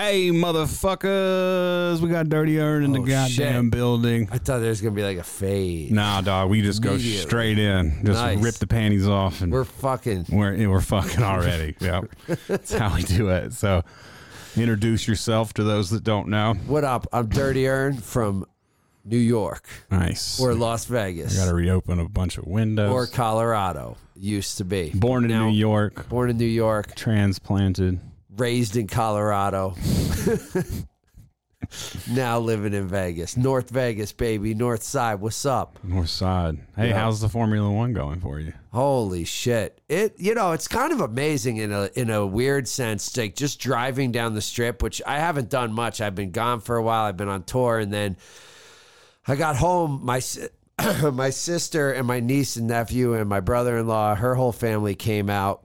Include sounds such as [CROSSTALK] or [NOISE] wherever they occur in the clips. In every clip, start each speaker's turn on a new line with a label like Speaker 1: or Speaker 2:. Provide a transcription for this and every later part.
Speaker 1: Hey, motherfuckers, we got Dirty Earn in the
Speaker 2: Oh,
Speaker 1: goddamn
Speaker 2: shit.
Speaker 1: building.
Speaker 2: I thought there was gonna be like a fade.
Speaker 1: Nah, dog, we just go
Speaker 2: Immediately.
Speaker 1: straight in, just
Speaker 2: Nice.
Speaker 1: rip the panties off, and
Speaker 2: We're
Speaker 1: we're
Speaker 2: fucking.
Speaker 1: we're, we're fucking
Speaker 2: [LAUGHS]
Speaker 1: already. yep, that's how we do it. So, introduce yourself to those that don't know.
Speaker 2: What up? I'm Dirty Earn from New York
Speaker 1: Nice.
Speaker 2: or Las Vegas
Speaker 1: Got to reopen a bunch of windows.
Speaker 2: or Colorado. Used to be
Speaker 1: Born in
Speaker 2: Now-
Speaker 1: New York,
Speaker 2: Born in New York,
Speaker 1: transplanted.
Speaker 2: raised in Colorado. [LAUGHS] now living in Vegas, North Vegas, baby, North Side. What's up?
Speaker 1: North Side. Hey, how's the Formula One going for you?
Speaker 2: Holy shit! It you know it's kind of amazing in a in a weird sense, like just driving down the strip, which I haven't done much. I've been gone for a while. I've been on tour, and then I got home. My si- [CLEARS THROAT] my sister and my niece and nephew and my brother in law, her whole family came out,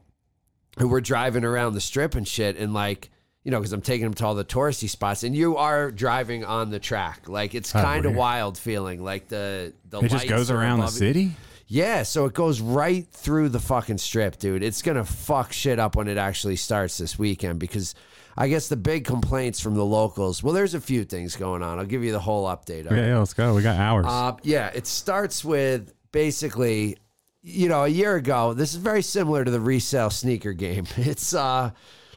Speaker 2: who were driving around the strip and shit, and like. You know, because I'm taking them to all the touristy spots, and you are driving on the track. Like it's
Speaker 1: Oh,
Speaker 2: kind of
Speaker 1: weird.
Speaker 2: wild feeling. Like the the
Speaker 1: It just
Speaker 2: lights
Speaker 1: goes
Speaker 2: are
Speaker 1: around the
Speaker 2: above you.
Speaker 1: city.
Speaker 2: Yeah, so it goes right through the fucking strip, dude. It's gonna fuck shit up when it actually starts this weekend because I guess the big complaints from the locals. Well, there's a few things going on. I'll give you the whole update. of it.
Speaker 1: Yeah, yeah, let's go. We got hours.
Speaker 2: Uh, yeah, it starts with basically, you know, a year ago. This is very similar to the resale sneaker game. [LAUGHS] It's uh,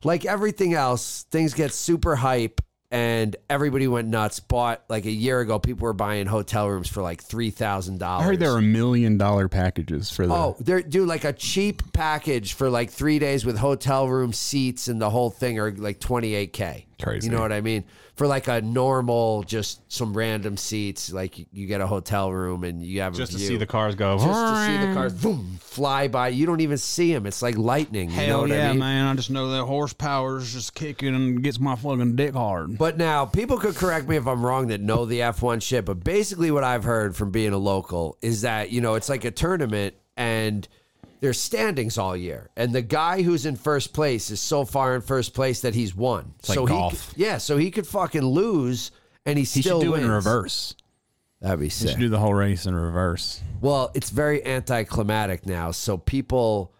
Speaker 2: like everything else, things get super hype. And everybody went nuts. Bought like a year ago, people were buying hotel rooms for like three thousand dollars.
Speaker 1: I heard there were million dollar packages for the.
Speaker 2: Oh, they're do like a cheap package for like three days with hotel room seats and the whole thing are like twenty eight k.
Speaker 1: Crazy.
Speaker 2: You know what I mean? For like a normal, just some random seats. Like you- you get a hotel room and you have
Speaker 1: just
Speaker 2: a
Speaker 1: to
Speaker 2: view.
Speaker 1: see the cars go.
Speaker 2: just to see the cars boom, fly by. You don't even see them. It's like lightning. you know
Speaker 1: Hell
Speaker 2: what
Speaker 1: yeah,
Speaker 2: I mean?
Speaker 1: man! I just know that horsepower's just kicking and gets my fucking dick hard.
Speaker 2: But now, people could correct me if I'm wrong that know the F1 shit, but basically, what I've heard from being a local is that, you know, it's like a tournament and there's standings all year. And the guy who's in first place is so far in first place that he's won.
Speaker 1: like
Speaker 2: so
Speaker 1: golf.
Speaker 2: He, yeah, so he could fucking lose and he
Speaker 1: He
Speaker 2: still
Speaker 1: should do it in
Speaker 2: wins.
Speaker 1: reverse.
Speaker 2: That'd be
Speaker 1: He
Speaker 2: sick.
Speaker 1: should do the whole race in reverse.
Speaker 2: Well, it's very anticlimactic now. So people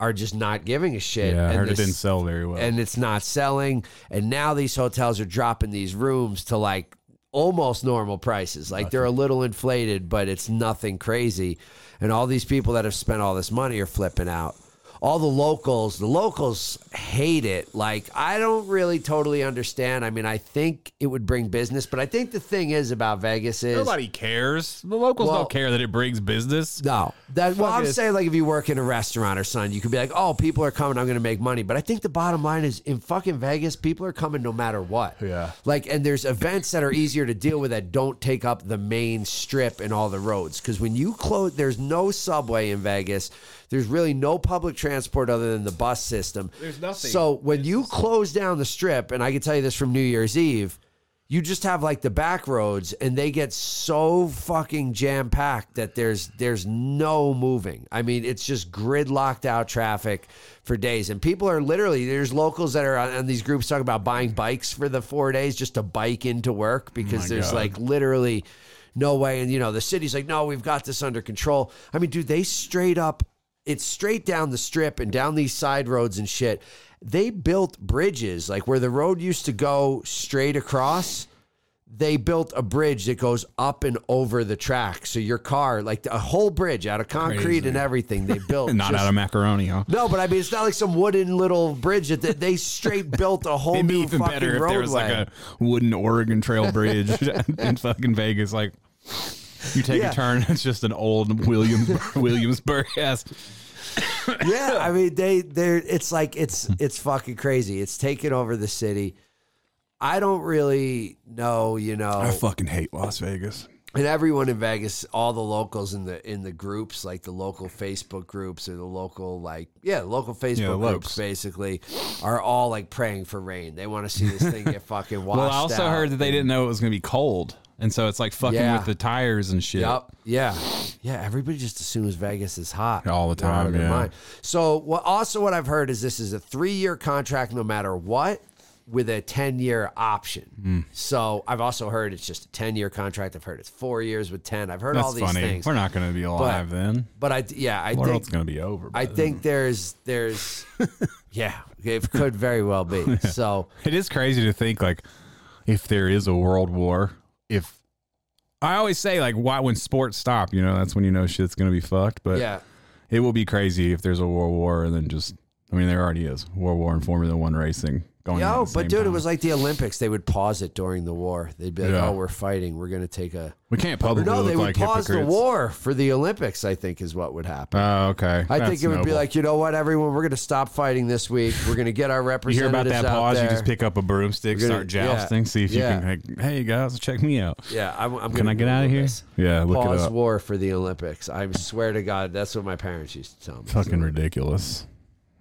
Speaker 2: are just not giving a shit.
Speaker 1: Yeah, I
Speaker 2: and
Speaker 1: heard it
Speaker 2: this-
Speaker 1: didn't sell very well.
Speaker 2: and it's not selling. And now these hotels are dropping these rooms to like almost normal prices. Like they're a little inflated, but it's nothing crazy. And all these people that have spent all this money are flipping out. All the locals, the locals hate it. Like I don't really totally understand. I mean, I think it would bring business, but I think the thing is about Vegas is
Speaker 1: Nobody cares. The locals
Speaker 2: Well-
Speaker 1: don't care that it brings business.
Speaker 2: no, that well, I'm
Speaker 1: it.
Speaker 2: saying like if you work in a restaurant or something, you could be like, oh, people are coming, I'm going to make money. But I think the bottom line is in fucking Vegas, people are coming no matter what.
Speaker 1: Yeah.
Speaker 2: Like, and there's events that are easier to deal with that don't take up the main strip and all the roads. Because when you close, there's no subway in Vegas. There's really no public transport other than the bus system. There's
Speaker 1: nothing.
Speaker 2: So when you close down the strip, and I can tell you this from New Year's Eve you just have like the back roads and they get so fucking jam packed that there's there's no moving. I mean, it's just grid locked out traffic for days. And people are literally there's locals that are on, on these groups talking about buying bikes for the 4 days just to bike into work because there's
Speaker 1: God.
Speaker 2: like literally no way and you know the city's like no, we've got this under control. I mean, dude, they straight up it's straight down the strip and down these side roads and shit. They built bridges like where the road used to go straight across. They built a bridge that goes up and over the track. So your car, like a whole bridge out of concrete and
Speaker 1: [LAUGHS]
Speaker 2: everything, they built.
Speaker 1: Not
Speaker 2: just-
Speaker 1: out of macaroni, huh?
Speaker 2: No, but I mean, it's not like some wooden little bridge that they, they straight built a whole
Speaker 1: It'd be
Speaker 2: new
Speaker 1: even
Speaker 2: fucking
Speaker 1: better if
Speaker 2: roadway.
Speaker 1: there was like a wooden Oregon Trail bridge [LAUGHS] in fucking Vegas. Like you take
Speaker 2: Yeah.
Speaker 1: a turn, it's just an old Williams [LAUGHS] Williamsburg ass.
Speaker 2: yeah, I mean they they're it's
Speaker 1: [LAUGHS]
Speaker 2: like it's it's fucking crazy. It's taken over the city. I don't really know, you know.
Speaker 1: fucking hate Las Vegas.
Speaker 2: and everyone in Vegas, all the locals in the in the groups, like the local Facebook groups or the local like yeah, local Facebook
Speaker 1: the
Speaker 2: groups
Speaker 1: lokes.
Speaker 2: basically are all like praying for rain. They want to see this thing
Speaker 1: [LAUGHS]
Speaker 2: get fucking washed.
Speaker 1: Well, I also
Speaker 2: out.
Speaker 1: heard that they didn't know it was gonna be cold, and so it's like fucking
Speaker 2: Yeah.
Speaker 1: with the tires and shit.
Speaker 2: Yep. Yeah. Yeah. Everybody just assumes Vegas is hot
Speaker 1: All the
Speaker 2: They're out
Speaker 1: time,
Speaker 2: of their
Speaker 1: yeah.
Speaker 2: mind. So what? Also, what I've heard is this is a three-year contract, no matter what, with a ten-year
Speaker 1: Hmm.
Speaker 2: option. So I've also heard it's just a ten-year contract. I've heard it's four years with ten. I've heard all
Speaker 1: That's
Speaker 2: these
Speaker 1: funny.
Speaker 2: things.
Speaker 1: We're not gonna be alive then.
Speaker 2: but I, yeah, I
Speaker 1: The
Speaker 2: think
Speaker 1: world's gonna be over. by
Speaker 2: I
Speaker 1: then.
Speaker 2: think there's there's yeah. It could very
Speaker 1: [LAUGHS]
Speaker 2: well be. So
Speaker 1: [LAUGHS] It is crazy to think like if there is a world war, if I always say like why when sports stop, you know, that's when you know shit's gonna be fucked. But
Speaker 2: yeah,
Speaker 1: it will be crazy if there's a world war and then just I mean there already is world war and Formula One racing going. on at
Speaker 2: no,
Speaker 1: the
Speaker 2: Oh, but
Speaker 1: same
Speaker 2: dude, it
Speaker 1: time.
Speaker 2: was like the Olympics. They would pause it during the war. They'd be like,
Speaker 1: Yeah.
Speaker 2: "Oh, we're fighting. We're going to take a."
Speaker 1: we can't publicly
Speaker 2: No,
Speaker 1: look
Speaker 2: they would
Speaker 1: like
Speaker 2: pause the
Speaker 1: hypocrites.
Speaker 2: war for the Olympics. I think is what would happen.
Speaker 1: Oh, okay.
Speaker 2: I
Speaker 1: That's
Speaker 2: think it would be
Speaker 1: noble.
Speaker 2: like, you know what, everyone, we're going to stop fighting this week. We're going to get our
Speaker 1: you hear
Speaker 2: representatives
Speaker 1: about that
Speaker 2: out
Speaker 1: pause, you
Speaker 2: there.
Speaker 1: just pick up a broomstick,
Speaker 2: We're gonna-
Speaker 1: start jousting,
Speaker 2: yeah.
Speaker 1: see if
Speaker 2: Yeah.
Speaker 1: you can like, hey guys, check me out.
Speaker 2: yeah, I'm, I'm
Speaker 1: Can
Speaker 2: gonna
Speaker 1: I get out of
Speaker 2: Google
Speaker 1: here?
Speaker 2: this.
Speaker 1: Yeah, look it
Speaker 2: Pause
Speaker 1: up.
Speaker 2: war for the Olympics. I swear to God, that's what my parents used to tell me.
Speaker 1: Fucking ridiculous.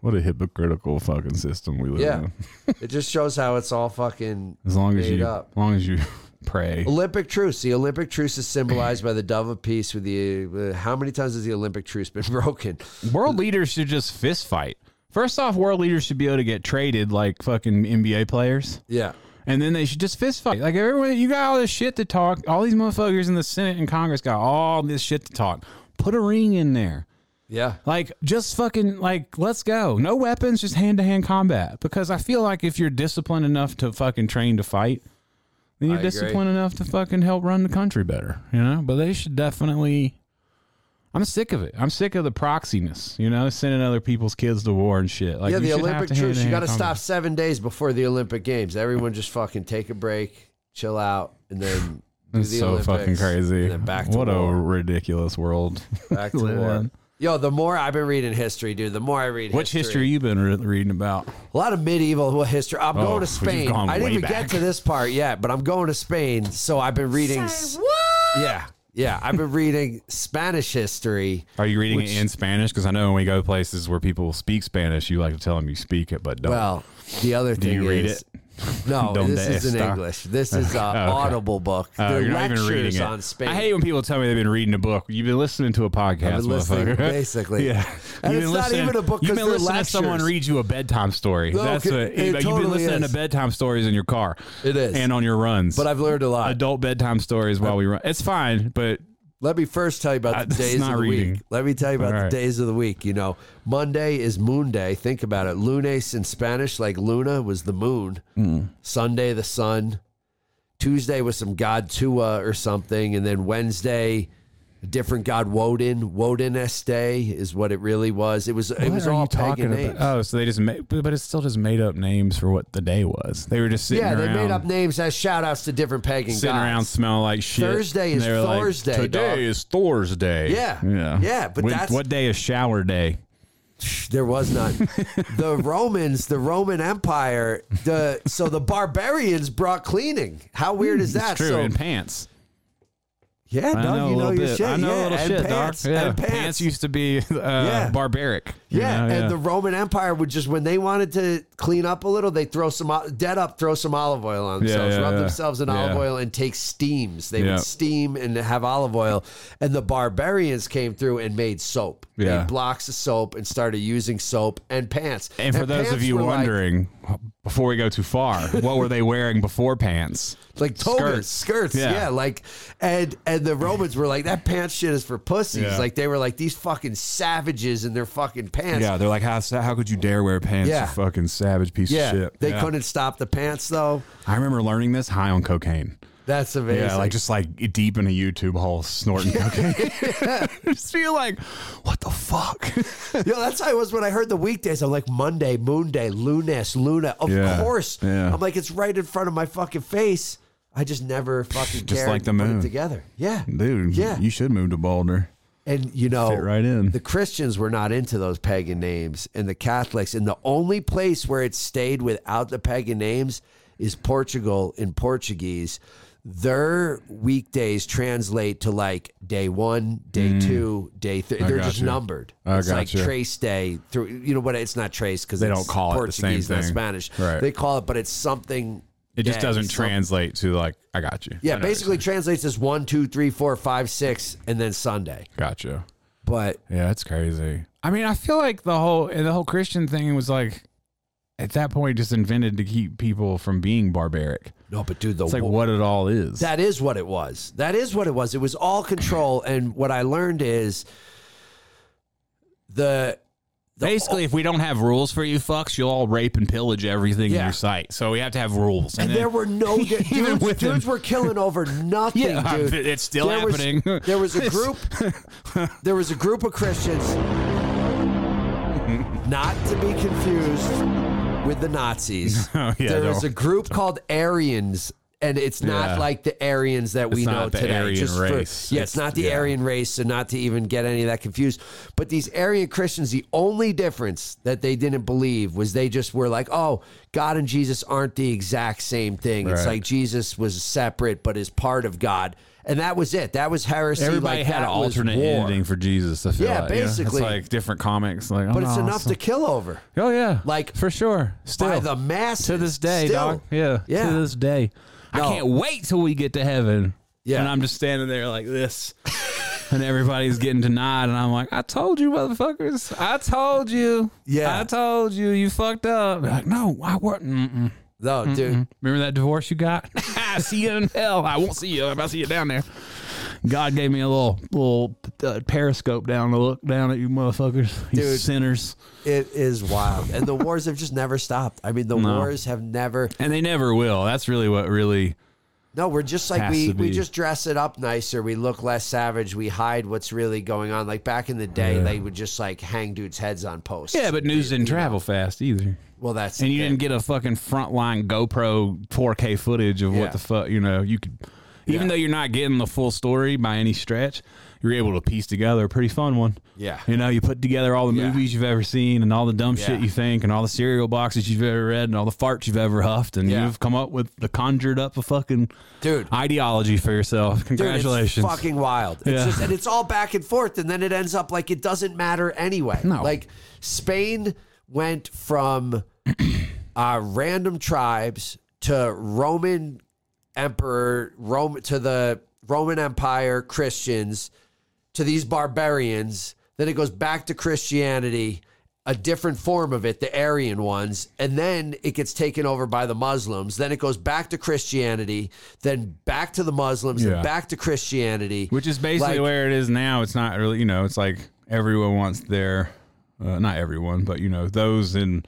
Speaker 1: What a hypocritical fucking system we live
Speaker 2: Yeah.
Speaker 1: in.
Speaker 2: It just shows how it's all fucking
Speaker 1: As long as
Speaker 2: made
Speaker 1: you,
Speaker 2: up.
Speaker 1: as long as you [LAUGHS] pray.
Speaker 2: Olympic truce. The Olympic truce is symbolized by the dove of peace. With the uh, how many times has the Olympic truce been [LAUGHS] broken?
Speaker 1: World leaders should just fist fight. First off, world leaders should be able to get traded like fucking NBA players.
Speaker 2: Yeah,
Speaker 1: And then they should just fist fight. Like everyone, you got all this shit to talk. All these motherfuckers in the Senate and Congress got all this shit to talk. Put a ring in there.
Speaker 2: yeah.
Speaker 1: Like just fucking like let's go. No weapons, just hand to hand combat. Because I feel like if you're disciplined enough to fucking train to fight, then you're
Speaker 2: I agree.
Speaker 1: disciplined enough to fucking help run the country better. You know? But they should definitely I'm sick of it. I'm sick of the proxiness, you know, sending other people's kids to war and shit. Like
Speaker 2: yeah,
Speaker 1: you
Speaker 2: the
Speaker 1: should have
Speaker 2: Olympic
Speaker 1: to
Speaker 2: truce. You
Speaker 1: hand-to-hand
Speaker 2: got to stop
Speaker 1: combat.
Speaker 2: seven days before the Olympic Games. Everyone just fucking take a break, chill out, and
Speaker 1: [LAUGHS]
Speaker 2: then do
Speaker 1: It's
Speaker 2: the
Speaker 1: so
Speaker 2: Olympics,
Speaker 1: fucking crazy.
Speaker 2: And then back to
Speaker 1: what
Speaker 2: war.
Speaker 1: a ridiculous world.
Speaker 2: back to
Speaker 1: Live
Speaker 2: war.
Speaker 1: in.
Speaker 2: Yo, the more I've been reading history, dude, the more I read
Speaker 1: Which history you been re- reading about?
Speaker 2: A lot of medieval history. I'm going to
Speaker 1: you've
Speaker 2: Spain.
Speaker 1: Oh, gone
Speaker 2: I didn't
Speaker 1: way
Speaker 2: even
Speaker 1: back.
Speaker 2: get to this part yet, but I'm going to Spain, so I've been reading. s- Yeah, yeah, I've been reading Spanish history.
Speaker 1: Are you reading it in Spanish? Because I know when we go places where people speak Spanish, you like to tell them you speak it, but don't.
Speaker 2: Well, the other
Speaker 1: Do
Speaker 2: thing
Speaker 1: you read
Speaker 2: is,
Speaker 1: it?
Speaker 2: no,
Speaker 1: [LAUGHS] Donde
Speaker 2: this is in
Speaker 1: está?
Speaker 2: English. This is
Speaker 1: [LAUGHS]
Speaker 2: an
Speaker 1: okay.
Speaker 2: Audible book.
Speaker 1: Oh,
Speaker 2: They're
Speaker 1: you're not
Speaker 2: lectures
Speaker 1: even reading it.
Speaker 2: on Spain.
Speaker 1: I hate when people tell me they've been reading a book. You've been listening to a podcast,
Speaker 2: I've been listening,
Speaker 1: [LAUGHS] motherfucker.
Speaker 2: basically.
Speaker 1: yeah,
Speaker 2: And
Speaker 1: You've been
Speaker 2: it's not
Speaker 1: listening-
Speaker 2: even a book
Speaker 1: You've
Speaker 2: 'cause
Speaker 1: been
Speaker 2: they're
Speaker 1: listening to someone
Speaker 2: lectures.
Speaker 1: read you a bedtime story.
Speaker 2: No,
Speaker 1: That's
Speaker 2: it-
Speaker 1: what
Speaker 2: it
Speaker 1: you've
Speaker 2: totally
Speaker 1: been listening
Speaker 2: is.
Speaker 1: to bedtime stories in your car.
Speaker 2: It is.
Speaker 1: and on your runs.
Speaker 2: But I've learned a lot.
Speaker 1: adult bedtime stories while we run. It's fine, but
Speaker 2: Let me first tell you about
Speaker 1: Uh, [LAUGHS]
Speaker 2: the
Speaker 1: this is
Speaker 2: days of
Speaker 1: not
Speaker 2: the week.
Speaker 1: reading.
Speaker 2: Let me tell you about
Speaker 1: All
Speaker 2: the
Speaker 1: right.
Speaker 2: days of the week. You know, Monday is Moon Day. Think about it. Lunes in Spanish, like Luna, was the moon. Sunday, the sun. Tuesday was some god Tua or something, and then Wednesday, a different god Woden. Woden Day is what it really was. It was. it was all pagan names.
Speaker 1: Oh, so they just made, but but it's still just made up names for what the day was. They were just sitting
Speaker 2: yeah, they
Speaker 1: around.
Speaker 2: made up names as shout outs to different pagan
Speaker 1: sitting
Speaker 2: gods.
Speaker 1: around smelling like shit.
Speaker 2: Thursday is
Speaker 1: And they were like,
Speaker 2: Thursday,
Speaker 1: Today
Speaker 2: dog."
Speaker 1: is Thursday.
Speaker 2: Yeah.
Speaker 1: Yeah.
Speaker 2: Yeah, but
Speaker 1: When-
Speaker 2: that's-
Speaker 1: what day is shower day?
Speaker 2: There was
Speaker 1: [LAUGHS]
Speaker 2: none. the Romans, the Roman Empire, the so the barbarians brought cleaning. How weird is that?
Speaker 1: Hmm, It's true.
Speaker 2: So
Speaker 1: and pants.
Speaker 2: yeah,
Speaker 1: I know
Speaker 2: no,
Speaker 1: a
Speaker 2: you know
Speaker 1: little
Speaker 2: your
Speaker 1: bit.
Speaker 2: shit.
Speaker 1: I know
Speaker 2: yeah,
Speaker 1: a little
Speaker 2: and
Speaker 1: shit,
Speaker 2: pants,
Speaker 1: dog. Yeah.
Speaker 2: and pants.
Speaker 1: used to be uh, barbaric. you
Speaker 2: yeah,
Speaker 1: know,
Speaker 2: and the Roman Empire would just when they wanted to clean up a little, they throw some o- dead up, throw some olive oil on
Speaker 1: Yeah,
Speaker 2: themselves,
Speaker 1: yeah,
Speaker 2: rub
Speaker 1: yeah.
Speaker 2: themselves in
Speaker 1: Yeah.
Speaker 2: olive oil, and take steams. They
Speaker 1: Yeah.
Speaker 2: would steam and have olive oil, and the barbarians came through and made soap.
Speaker 1: Yeah.
Speaker 2: made blocks of soap and started using soap and pants.
Speaker 1: And for those of
Speaker 2: pants
Speaker 1: you
Speaker 2: were like-
Speaker 1: wondering, before we go too
Speaker 2: [LAUGHS]
Speaker 1: far, what were they wearing before pants?
Speaker 2: like togas, skirts,
Speaker 1: Skirts.
Speaker 2: yeah.
Speaker 1: Yeah.
Speaker 2: like and and the Romans were like that pants shit is for pussies.
Speaker 1: Yeah.
Speaker 2: Like they were like these fucking savages in their fucking pants.
Speaker 1: Yeah, they're like, how how could you dare wear pants?
Speaker 2: Yeah.
Speaker 1: You fucking savage piece
Speaker 2: Yeah.
Speaker 1: of shit.
Speaker 2: they
Speaker 1: Yeah.
Speaker 2: couldn't stop the pants though.
Speaker 1: I remember learning this high on cocaine.
Speaker 2: That's amazing.
Speaker 1: Yeah, like just like deep in a YouTube hole snorting cocaine.
Speaker 2: [LAUGHS]
Speaker 1: [LAUGHS] just feel like, what the fuck? [LAUGHS]
Speaker 2: Yo, that's how it was when I heard the weekdays. I'm like Monday, Moon Day, Lunes, Luna. Of
Speaker 1: Yeah.
Speaker 2: course,
Speaker 1: Yeah.
Speaker 2: I'm like it's right in front of my fucking face. I just never
Speaker 1: [LAUGHS]
Speaker 2: fucking
Speaker 1: Just
Speaker 2: cared
Speaker 1: like the
Speaker 2: to put it
Speaker 1: moon.
Speaker 2: together. Yeah,
Speaker 1: Dude,
Speaker 2: Yeah.
Speaker 1: you should move to Boulder.
Speaker 2: And you know,
Speaker 1: Fit right in.
Speaker 2: the Christians were not into those pagan names, and the Catholics. And the only place where it stayed without the pagan names is Portugal in Portuguese. Their weekdays translate to like day one, day two, day three. They're
Speaker 1: Mm. got
Speaker 2: just
Speaker 1: you.
Speaker 2: numbered.
Speaker 1: I
Speaker 2: it's
Speaker 1: got
Speaker 2: like
Speaker 1: you.
Speaker 2: trace day through. You know what? It's not trace because
Speaker 1: They don't call it the
Speaker 2: Portuguese,
Speaker 1: same
Speaker 2: not
Speaker 1: thing.
Speaker 2: Spanish.
Speaker 1: Right.
Speaker 2: They call it, but it's something.
Speaker 1: It just
Speaker 2: day,
Speaker 1: doesn't
Speaker 2: something-
Speaker 1: translate to like, I got you.
Speaker 2: Yeah,
Speaker 1: I know what you're
Speaker 2: basically translates as one, two, three, four, five, six, and then Sunday.
Speaker 1: saying. Got you.
Speaker 2: But
Speaker 1: Yeah, it's crazy. I mean, I feel like the whole the whole Christian thing was like at that point just invented to keep people from being barbaric.
Speaker 2: no, but dude, the
Speaker 1: It's like
Speaker 2: wo-
Speaker 1: what it all is.
Speaker 2: That is what it was. That is what it was. It was all control. And what I learned is the
Speaker 1: Basically, if we don't have rules for you fucks, you'll all rape and pillage everything in
Speaker 2: Yeah.
Speaker 1: your sight. So we have to have rules.
Speaker 2: And
Speaker 1: then-
Speaker 2: there
Speaker 1: [LAUGHS]
Speaker 2: were no dudes.
Speaker 1: even with
Speaker 2: dudes
Speaker 1: him.
Speaker 2: were killing over
Speaker 1: [LAUGHS]
Speaker 2: nothing,
Speaker 1: Yeah,
Speaker 2: dude.
Speaker 1: but [LAUGHS] it's still
Speaker 2: was-
Speaker 1: happening. [LAUGHS]
Speaker 2: there was a
Speaker 1: It's-
Speaker 2: group. there was a group of Christians, not to be confused with the Nazis.
Speaker 1: [LAUGHS] Oh, yeah,
Speaker 2: there
Speaker 1: no.
Speaker 2: was a group called Aryans. And it's not
Speaker 1: Yeah.
Speaker 2: like the Aryans that we
Speaker 1: It's
Speaker 2: know
Speaker 1: not the
Speaker 2: today.
Speaker 1: Aryan
Speaker 2: just
Speaker 1: race.
Speaker 2: For, yeah, it's,
Speaker 1: It's-
Speaker 2: not the
Speaker 1: yeah.
Speaker 2: Aryan race, so not to even get any of that confused. But these Aryan Christians, the only difference that they didn't believe was they just were like, oh, God and Jesus aren't the exact same thing. It's
Speaker 1: Right.
Speaker 2: like Jesus was separate but is part of God. And that was it. That was heresy.
Speaker 1: Everybody
Speaker 2: like,
Speaker 1: had
Speaker 2: that
Speaker 1: an
Speaker 2: was
Speaker 1: alternate
Speaker 2: war.
Speaker 1: ending for Jesus. I feel
Speaker 2: Yeah,
Speaker 1: like, you know?
Speaker 2: basically.
Speaker 1: it's like different comics. Like,
Speaker 2: But it's enough to kill over.
Speaker 1: Oh yeah,
Speaker 2: like,
Speaker 1: for sure. Still
Speaker 2: By the masses.
Speaker 1: to this day,
Speaker 2: Still.
Speaker 1: dog. Yeah,
Speaker 2: Yeah.
Speaker 1: to this day.
Speaker 2: No.
Speaker 1: I can't wait till we get to heaven.
Speaker 2: Yeah.
Speaker 1: and I'm just standing there like this, and everybody's getting denied, and I'm like, I told you, motherfuckers, I told you,
Speaker 2: Yeah.
Speaker 1: I told you, you fucked up. They're like, no, I wasn't. Mm-mm.
Speaker 2: No, dude.
Speaker 1: Remember that divorce you [LAUGHS] got? I see you in hell. I won't see you. if I see you down there. God gave me a little little uh, periscope down to look down at you motherfuckers, you
Speaker 2: Dude.
Speaker 1: sinners.
Speaker 2: It is wild. And the wars have just never stopped. I mean, the wars have never.
Speaker 1: And they never will. That's really what really
Speaker 2: No, we're just like
Speaker 1: Has
Speaker 2: we
Speaker 1: to
Speaker 2: we
Speaker 1: be.
Speaker 2: just dress it up nicer. We look less savage. We hide what's really going on. Like back in the day, they would just like hang dudes' heads on posts.
Speaker 1: Yeah, but news didn't travel fast either.
Speaker 2: well, that's
Speaker 1: And you
Speaker 2: the
Speaker 1: didn't get a fucking frontline GoPro 4K footage of
Speaker 2: Yeah.
Speaker 1: what the fuck, you know, you could even
Speaker 2: Yeah.
Speaker 1: though you're not getting the full story by any stretch, you're able to piece together a pretty fun one.
Speaker 2: Yeah.
Speaker 1: You know, you put together all the
Speaker 2: Yeah.
Speaker 1: movies you've ever seen and all the dumb
Speaker 2: Yeah.
Speaker 1: shit you think and all the cereal boxes you've ever read and all the farts you've ever huffed and
Speaker 2: Yeah.
Speaker 1: you've come up with the conjured up a fucking
Speaker 2: Dude.
Speaker 1: ideology for yourself.
Speaker 2: Dude,
Speaker 1: Congratulations.
Speaker 2: it's fucking wild. It's
Speaker 1: Yeah.
Speaker 2: just, and it's all back and forth, and then it ends up like it doesn't matter anyway.
Speaker 1: No.
Speaker 2: Like Spain went from uh, random tribes to Roman emperor, Rome to the Roman Empire Christians to these barbarians. Then it goes back to Christianity, a different form of it, the Aryan ones. And then it gets taken over by the Muslims. Then it goes back to Christianity, then back to the Muslims, and
Speaker 1: Yeah.
Speaker 2: back to Christianity.
Speaker 1: Which is basically
Speaker 2: Like-
Speaker 1: where it is now. It's not really, you know, it's like everyone wants their, uh, not everyone, but you know, those in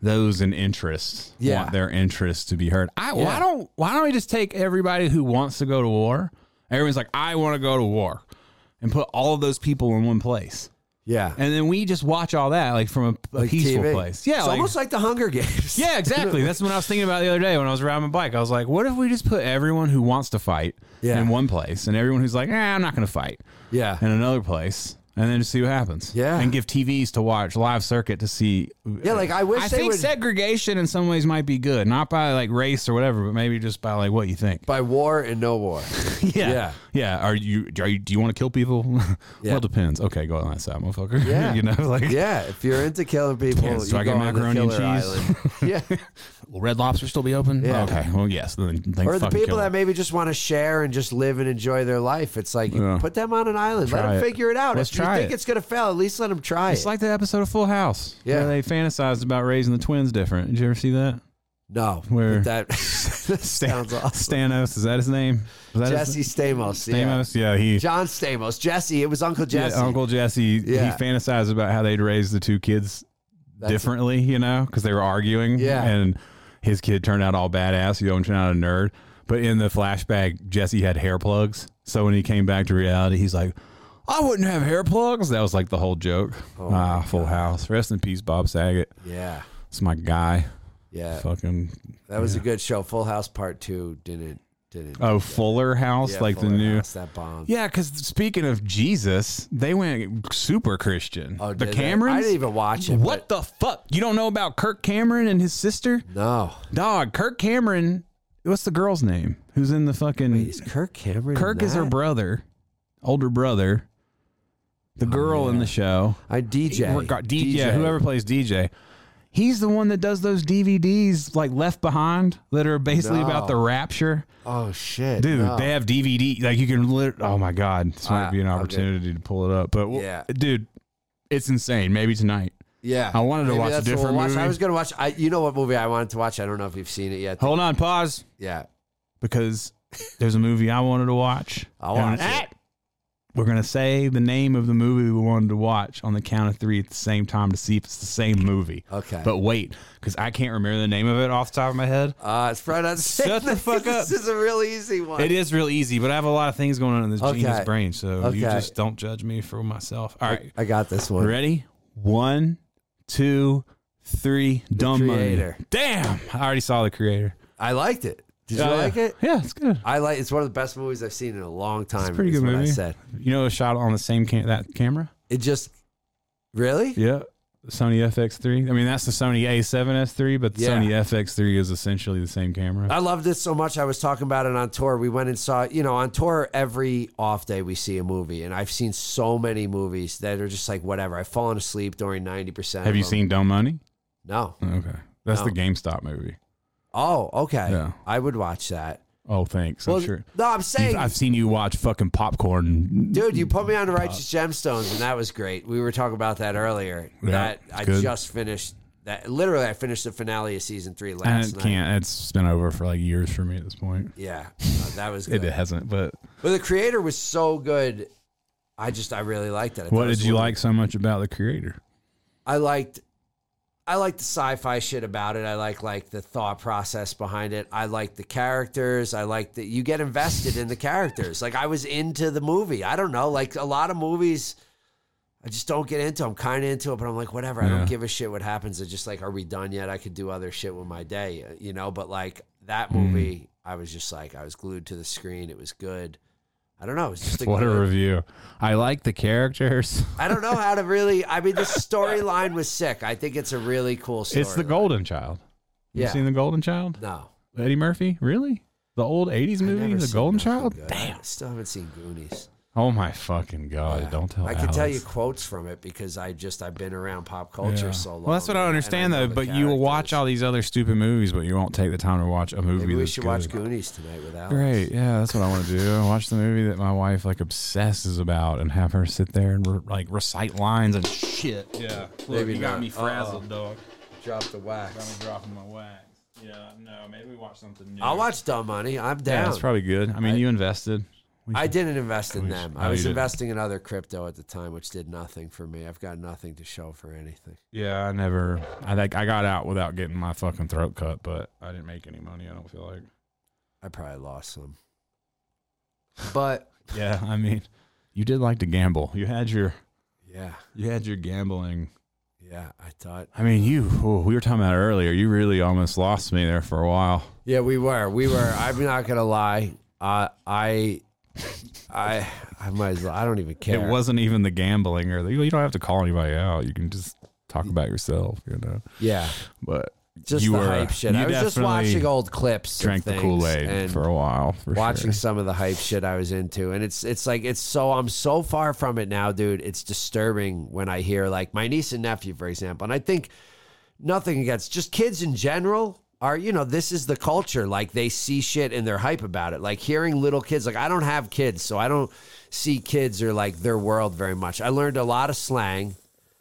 Speaker 1: those in interest
Speaker 2: Yeah.
Speaker 1: want their interests to be heard. I
Speaker 2: Yeah.
Speaker 1: why don't why don't we just take everybody who wants to go to war? Everyone's like, I want to go to war, and put all of those people in one place,
Speaker 2: yeah.
Speaker 1: and then we just watch all that like from a, a peaceful
Speaker 2: TV.
Speaker 1: place. Yeah,
Speaker 2: It's
Speaker 1: like-
Speaker 2: almost like the Hunger Games.
Speaker 1: yeah, exactly. That's what I was thinking about the other day when I was riding my bike. I was like, what if we just put everyone who wants to fight
Speaker 2: Yeah.
Speaker 1: in one place, and everyone who's like, eh, I'm not going to fight
Speaker 2: [LAUGHS] Yeah.
Speaker 1: in another place and then just see what happens.
Speaker 2: Yeah.
Speaker 1: And give TVs to watch live circuit to see.
Speaker 2: Yeah, like, I wish
Speaker 1: I
Speaker 2: they
Speaker 1: think
Speaker 2: would-
Speaker 1: segregation in some ways might be good, not by like race or whatever, but maybe just by like what you think.
Speaker 2: By war and no war.
Speaker 1: [LAUGHS]
Speaker 2: Yeah.
Speaker 1: yeah. Yeah. Are you? Are you? Do you want to kill people? [LAUGHS]
Speaker 2: Yeah.
Speaker 1: well, it depends. Okay, go on that side, motherfucker.
Speaker 2: Yeah.
Speaker 1: [LAUGHS] you know, like
Speaker 2: Yeah, if you're into killing people,
Speaker 1: Yeah, so
Speaker 2: you
Speaker 1: I
Speaker 2: go
Speaker 1: get
Speaker 2: on the
Speaker 1: macaroni and
Speaker 2: killer island. [LAUGHS] yeah.
Speaker 1: will Red Lobster still be open?
Speaker 2: Yeah.
Speaker 1: Okay. Well, yes. Then, then
Speaker 2: or the
Speaker 1: fucking
Speaker 2: people
Speaker 1: kill
Speaker 2: that
Speaker 1: them.
Speaker 2: maybe just want to share and just live and enjoy their life. It's like you
Speaker 1: Yeah.
Speaker 2: put them on an island, let
Speaker 1: Try
Speaker 2: them
Speaker 1: it.
Speaker 2: figure it out.
Speaker 1: Let's
Speaker 2: if
Speaker 1: try
Speaker 2: you think
Speaker 1: it.
Speaker 2: it's gonna fail, at least let them try
Speaker 1: It's
Speaker 2: it.
Speaker 1: like the episode of Full House
Speaker 2: Yeah.
Speaker 1: where they fantasized about raising the twins different. Did you ever see that?
Speaker 2: no,
Speaker 1: Where- [LAUGHS]
Speaker 2: but that [LAUGHS] sounds awesome.
Speaker 1: Stanos, is that his name? Is that his-
Speaker 2: Jesse Stamos, yeah.
Speaker 1: Stamos? Yeah, he
Speaker 2: John Stamos, Jesse. It was Uncle Jesse.
Speaker 1: Yeah, Uncle Jesse,
Speaker 2: Yeah.
Speaker 1: he fantasized about how they'd raise the two kids differently, you know, because they were arguing.
Speaker 2: Yeah.
Speaker 1: And his kid turned out all badass. The other one turned out a nerd. But in the flashback, Jesse had hair plugs. So when he came back to reality, he's like, I wouldn't have hair plugs. That was like the whole joke.
Speaker 2: Oh
Speaker 1: ah, full house. Rest in peace, Bob Saget.
Speaker 2: yeah,
Speaker 1: It's my guy.
Speaker 2: yeah.
Speaker 1: Fucking.
Speaker 2: that was a good show. Full House Part Two didn't didn't.
Speaker 1: Oh, Fuller House,
Speaker 2: yeah,
Speaker 1: like
Speaker 2: Fuller
Speaker 1: the new.
Speaker 2: House, that bomb.
Speaker 1: Yeah, because speaking of Jesus, they went super Christian.
Speaker 2: Oh,
Speaker 1: the
Speaker 2: did they?
Speaker 1: Camerons.
Speaker 2: I didn't even watch it.
Speaker 1: What the fuck? You don't know about Kirk Cameron and his sister?
Speaker 2: but- no,
Speaker 1: Dog, Kirk Cameron. What's the girl's name? Who's in the fucking?
Speaker 2: is Kirk Cameron? in
Speaker 1: Kirk is her
Speaker 2: that?
Speaker 1: brother, older brother. The girl in the show,
Speaker 2: I DJ.
Speaker 1: Reg- D- yeah, whoever plays DJ. He's the one that does those DVDs like Left Behind that are basically
Speaker 2: No.
Speaker 1: about the rapture.
Speaker 2: Oh shit,
Speaker 1: Dude,
Speaker 2: no.
Speaker 1: they have DVD. Like you can lit- Oh my god, this might
Speaker 2: Ah,
Speaker 1: be an
Speaker 2: okay.
Speaker 1: opportunity to pull it up. But w-
Speaker 2: Yeah.
Speaker 1: dude, it's insane. Maybe tonight.
Speaker 2: Yeah,
Speaker 1: I wanted to watch a
Speaker 2: that's what
Speaker 1: different
Speaker 2: we'll watch. I
Speaker 1: movie.
Speaker 2: was gonna watch. I, you know what movie I wanted to watch? I don't know if you've seen it yet.
Speaker 1: Hold on, pause.
Speaker 2: Yeah,
Speaker 1: because there's a movie I wanted to watch.
Speaker 2: I'll watch
Speaker 1: And-
Speaker 2: it.
Speaker 1: We're gonna say the name of the movie we wanted to watch on the count of three at the same time to see if it's the same movie.
Speaker 2: Okay.
Speaker 1: But wait, because I can't remember the name of it off the top of my head.
Speaker 2: Uh, it's Fred on
Speaker 1: Shut the fuck up.
Speaker 2: [LAUGHS] This is a real easy one.
Speaker 1: It is real easy, but I have a lot of things going on in this
Speaker 2: Okay.
Speaker 1: genius brain, so you
Speaker 2: Okay.
Speaker 1: just don't judge me for myself. All right,
Speaker 2: I got this one.
Speaker 1: ready? One, two, three. Dumb
Speaker 2: Creator.
Speaker 1: money. Damn, I already saw the creator.
Speaker 2: I liked it. Did
Speaker 1: Oh,
Speaker 2: you
Speaker 1: yeah.
Speaker 2: like it?
Speaker 1: Yeah, it's good.
Speaker 2: I like. It's one of the best movies I've seen in a long time.
Speaker 1: pretty
Speaker 2: is
Speaker 1: good
Speaker 2: what I
Speaker 1: movie.
Speaker 2: said
Speaker 1: You know, it was shot on the same cam- that camera.
Speaker 2: it just really.
Speaker 1: Yeah. Sony FX3. I mean, that's the Sony A7S3, but the
Speaker 2: Yeah.
Speaker 1: Sony FX3 is essentially the same camera.
Speaker 2: I loved it so much. I was talking about it on tour. We went and saw, you know, on tour every off day we see a movie, and I've seen so many movies that are just like whatever. I've fallen asleep during ninety percent.
Speaker 1: Have you seen Dumb Money?
Speaker 2: No.
Speaker 1: Okay. That's
Speaker 2: No.
Speaker 1: the GameStop movie.
Speaker 2: Oh, okay.
Speaker 1: Yeah.
Speaker 2: I would watch that.
Speaker 1: Oh, thanks.
Speaker 2: Well,
Speaker 1: I'm sure.
Speaker 2: no, I'm
Speaker 1: You've-
Speaker 2: saying,
Speaker 1: I've seen you watch fucking popcorn.
Speaker 2: dude, you put me on to Righteous Gemstones, and that was great. We were talking about that earlier.
Speaker 1: Yeah,
Speaker 2: that
Speaker 1: it's
Speaker 2: I
Speaker 1: good.
Speaker 2: just finished. That literally, I finished the finale of season three
Speaker 1: And
Speaker 2: last
Speaker 1: it
Speaker 2: night.
Speaker 1: can't. It's been over for like years for me at this point.
Speaker 2: Yeah, uh, that was good.
Speaker 1: It hasn't, but
Speaker 2: But the creator was so good. I just I really liked it. I thought
Speaker 1: what
Speaker 2: it was
Speaker 1: did you
Speaker 2: one-
Speaker 1: like so much about the creator?
Speaker 2: I liked I liked the sci-fi shit about it. I like like the thought process behind it. I like the characters. I like that you get invested in the characters. Like I was into the movie. I don't know. Like a lot of movies I just don't get into. I'm kind of into it, but I'm like whatever. I
Speaker 1: Yeah.
Speaker 2: don't give a shit what happens. It's just like are we done yet? I could do other shit with my day, you know, but like
Speaker 1: Hmm.
Speaker 2: that movie I was just like I was glued to the screen. It was good. I don't know. It was just a
Speaker 1: [LAUGHS] What a
Speaker 2: good-
Speaker 1: review. I like the characters. [LAUGHS]
Speaker 2: I don't know how to really. I mean, the [LAUGHS] storyline was sick. I think it's a really cool story.
Speaker 1: It's the Golden Child. You
Speaker 2: Yeah.
Speaker 1: seen the Golden Child?
Speaker 2: No.
Speaker 1: Eddie Murphy? Really? The old 80s
Speaker 2: I've
Speaker 1: movie,
Speaker 2: never
Speaker 1: The
Speaker 2: seen
Speaker 1: Golden
Speaker 2: nothing
Speaker 1: Child?
Speaker 2: good.
Speaker 1: Damn.
Speaker 2: I still haven't seen Goonies.
Speaker 1: Oh my fucking god!
Speaker 2: Yeah.
Speaker 1: Don't tell.
Speaker 2: I can tell
Speaker 1: Alex.
Speaker 2: you quotes from it because I just I've been around pop culture
Speaker 1: Yeah.
Speaker 2: so long.
Speaker 1: Well, that's what I don't
Speaker 2: and- and
Speaker 1: understand
Speaker 2: know
Speaker 1: though.
Speaker 2: the
Speaker 1: But you will watch
Speaker 2: characters.
Speaker 1: all these other stupid movies, but you won't take the time to watch a movie.
Speaker 2: Maybe we
Speaker 1: that's
Speaker 2: should
Speaker 1: good.
Speaker 2: watch Goonies tonight with Alex.
Speaker 1: Great, yeah, that's what I want to do.
Speaker 2: [LAUGHS]
Speaker 1: I watch the movie that my wife like obsesses about, and have her sit there and re- like recite lines and shit. Yeah, look,
Speaker 2: Maybe not.
Speaker 1: dog.
Speaker 2: Drop the wax.
Speaker 1: dropping my wax. Yeah, no, maybe we watch something new.
Speaker 2: I'll watch Dumb Money. I'm
Speaker 1: Yeah,
Speaker 2: down.
Speaker 1: that's probably good. I mean, you invested. We
Speaker 2: I
Speaker 1: should-
Speaker 2: didn't invest in
Speaker 1: We
Speaker 2: them.
Speaker 1: should-
Speaker 2: I
Speaker 1: No, you
Speaker 2: was
Speaker 1: didn't.
Speaker 2: investing in other crypto at the time, which did nothing for me. I've got nothing to show for anything.
Speaker 1: Yeah, I never. I like I got out without getting my fucking throat cut, but I didn't make any money. I don't feel like.
Speaker 2: I probably lost some. But
Speaker 1: Yeah, I mean, you did like to gamble. You had your
Speaker 2: yeah,
Speaker 1: you had your gambling.
Speaker 2: yeah, I thought
Speaker 1: I mean, you oh, we were talking about it earlier. You really almost lost me there for a while.
Speaker 2: Yeah, we were. We were. I'm not gonna lie. Uh, I, I, I might as well. I don't even care.
Speaker 1: It wasn't even the gambling or the, you don't have to call anybody out. You can just talk about yourself, you know.
Speaker 2: Yeah,
Speaker 1: But
Speaker 2: just
Speaker 1: You
Speaker 2: the
Speaker 1: were-
Speaker 2: hype shit.
Speaker 1: you
Speaker 2: I was just
Speaker 1: definitely
Speaker 2: watching old clips. of
Speaker 1: drank the
Speaker 2: things
Speaker 1: Kool Aid
Speaker 2: and
Speaker 1: for a while. For
Speaker 2: Watching
Speaker 1: sure.
Speaker 2: some of the hype shit I was into, and it's it's like it's so I'm so far from it now, dude. It's disturbing when I hear like my niece and nephew, for example, and I think nothing against just kids in general are you know this is the culture like they see shit and they're hype about it like hearing little kids like i don't have kids so i don't see kids or like their world very much i learned a lot of slang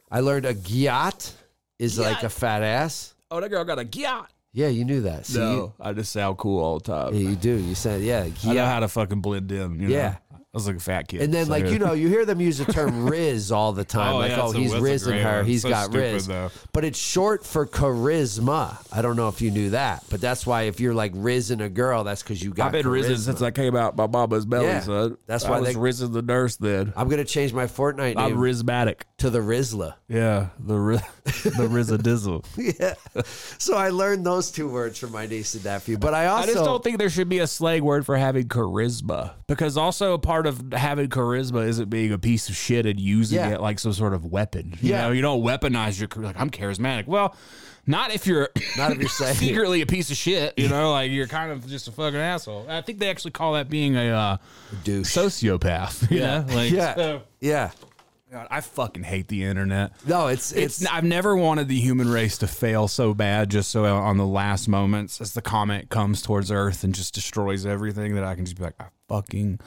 Speaker 2: i learned a gyat is like a fat ass
Speaker 1: Oh, that girl got a gyat.
Speaker 2: yeah you knew that so
Speaker 1: No, I just sound cool all the time.
Speaker 2: you, yeah, you do you said yeah
Speaker 1: I know
Speaker 2: gyat.
Speaker 1: how to fucking blend in. You know?
Speaker 2: Yeah.
Speaker 1: I was like a fat kid.
Speaker 2: and then
Speaker 1: so-
Speaker 2: like you know you hear them use the
Speaker 1: [LAUGHS]
Speaker 2: term riz all the time
Speaker 1: Oh,
Speaker 2: like
Speaker 1: yeah,
Speaker 2: oh
Speaker 1: it's a-
Speaker 2: he's
Speaker 1: that's a
Speaker 2: riz and
Speaker 1: great
Speaker 2: her
Speaker 1: one.
Speaker 2: he's
Speaker 1: So
Speaker 2: got
Speaker 1: stupid,
Speaker 2: riz
Speaker 1: though.
Speaker 2: but it's short for charisma i don't know if you knew that but that's why if you're like riz and a girl that's because you got
Speaker 3: I've been risen
Speaker 2: charisma.
Speaker 3: since I came out my mama's belly,
Speaker 2: Yeah,
Speaker 3: son.
Speaker 2: that's
Speaker 3: I
Speaker 2: why
Speaker 3: was
Speaker 2: they-
Speaker 3: risen the nurse then.
Speaker 2: I'm gonna change my Fortnite
Speaker 3: I'm
Speaker 2: name
Speaker 3: rhismatic.
Speaker 2: to the Rizla.
Speaker 3: Yeah, the ri- [LAUGHS] the rizadizzle.
Speaker 2: [LAUGHS] yeah. So I learned those two words from my niece and nephew. But I also
Speaker 3: I just don't think there should be a slang word for having charisma because also a part of having charisma isn't being a piece of shit and using
Speaker 2: Yeah.
Speaker 3: it like some sort of weapon. You
Speaker 2: Yeah.
Speaker 3: know, you don't weaponize your char- like I'm charismatic. Well, not if [LAUGHS] you're
Speaker 2: not if
Speaker 1: [LAUGHS]
Speaker 2: you're saying
Speaker 3: secretly a piece of shit. You know, like you're kind of just a fucking asshole. I think they actually call that being a uh,
Speaker 2: douche.
Speaker 3: sociopath. [LAUGHS] You yeah, know? like
Speaker 2: yeah.
Speaker 3: so-
Speaker 2: yeah.
Speaker 1: God, I fucking hate the internet.
Speaker 2: No, it's it's,
Speaker 1: It's, I've never wanted the human race to fail so bad, just so on the last moments, as the comet comes towards Earth and just destroys everything, that I can just be like, I fucking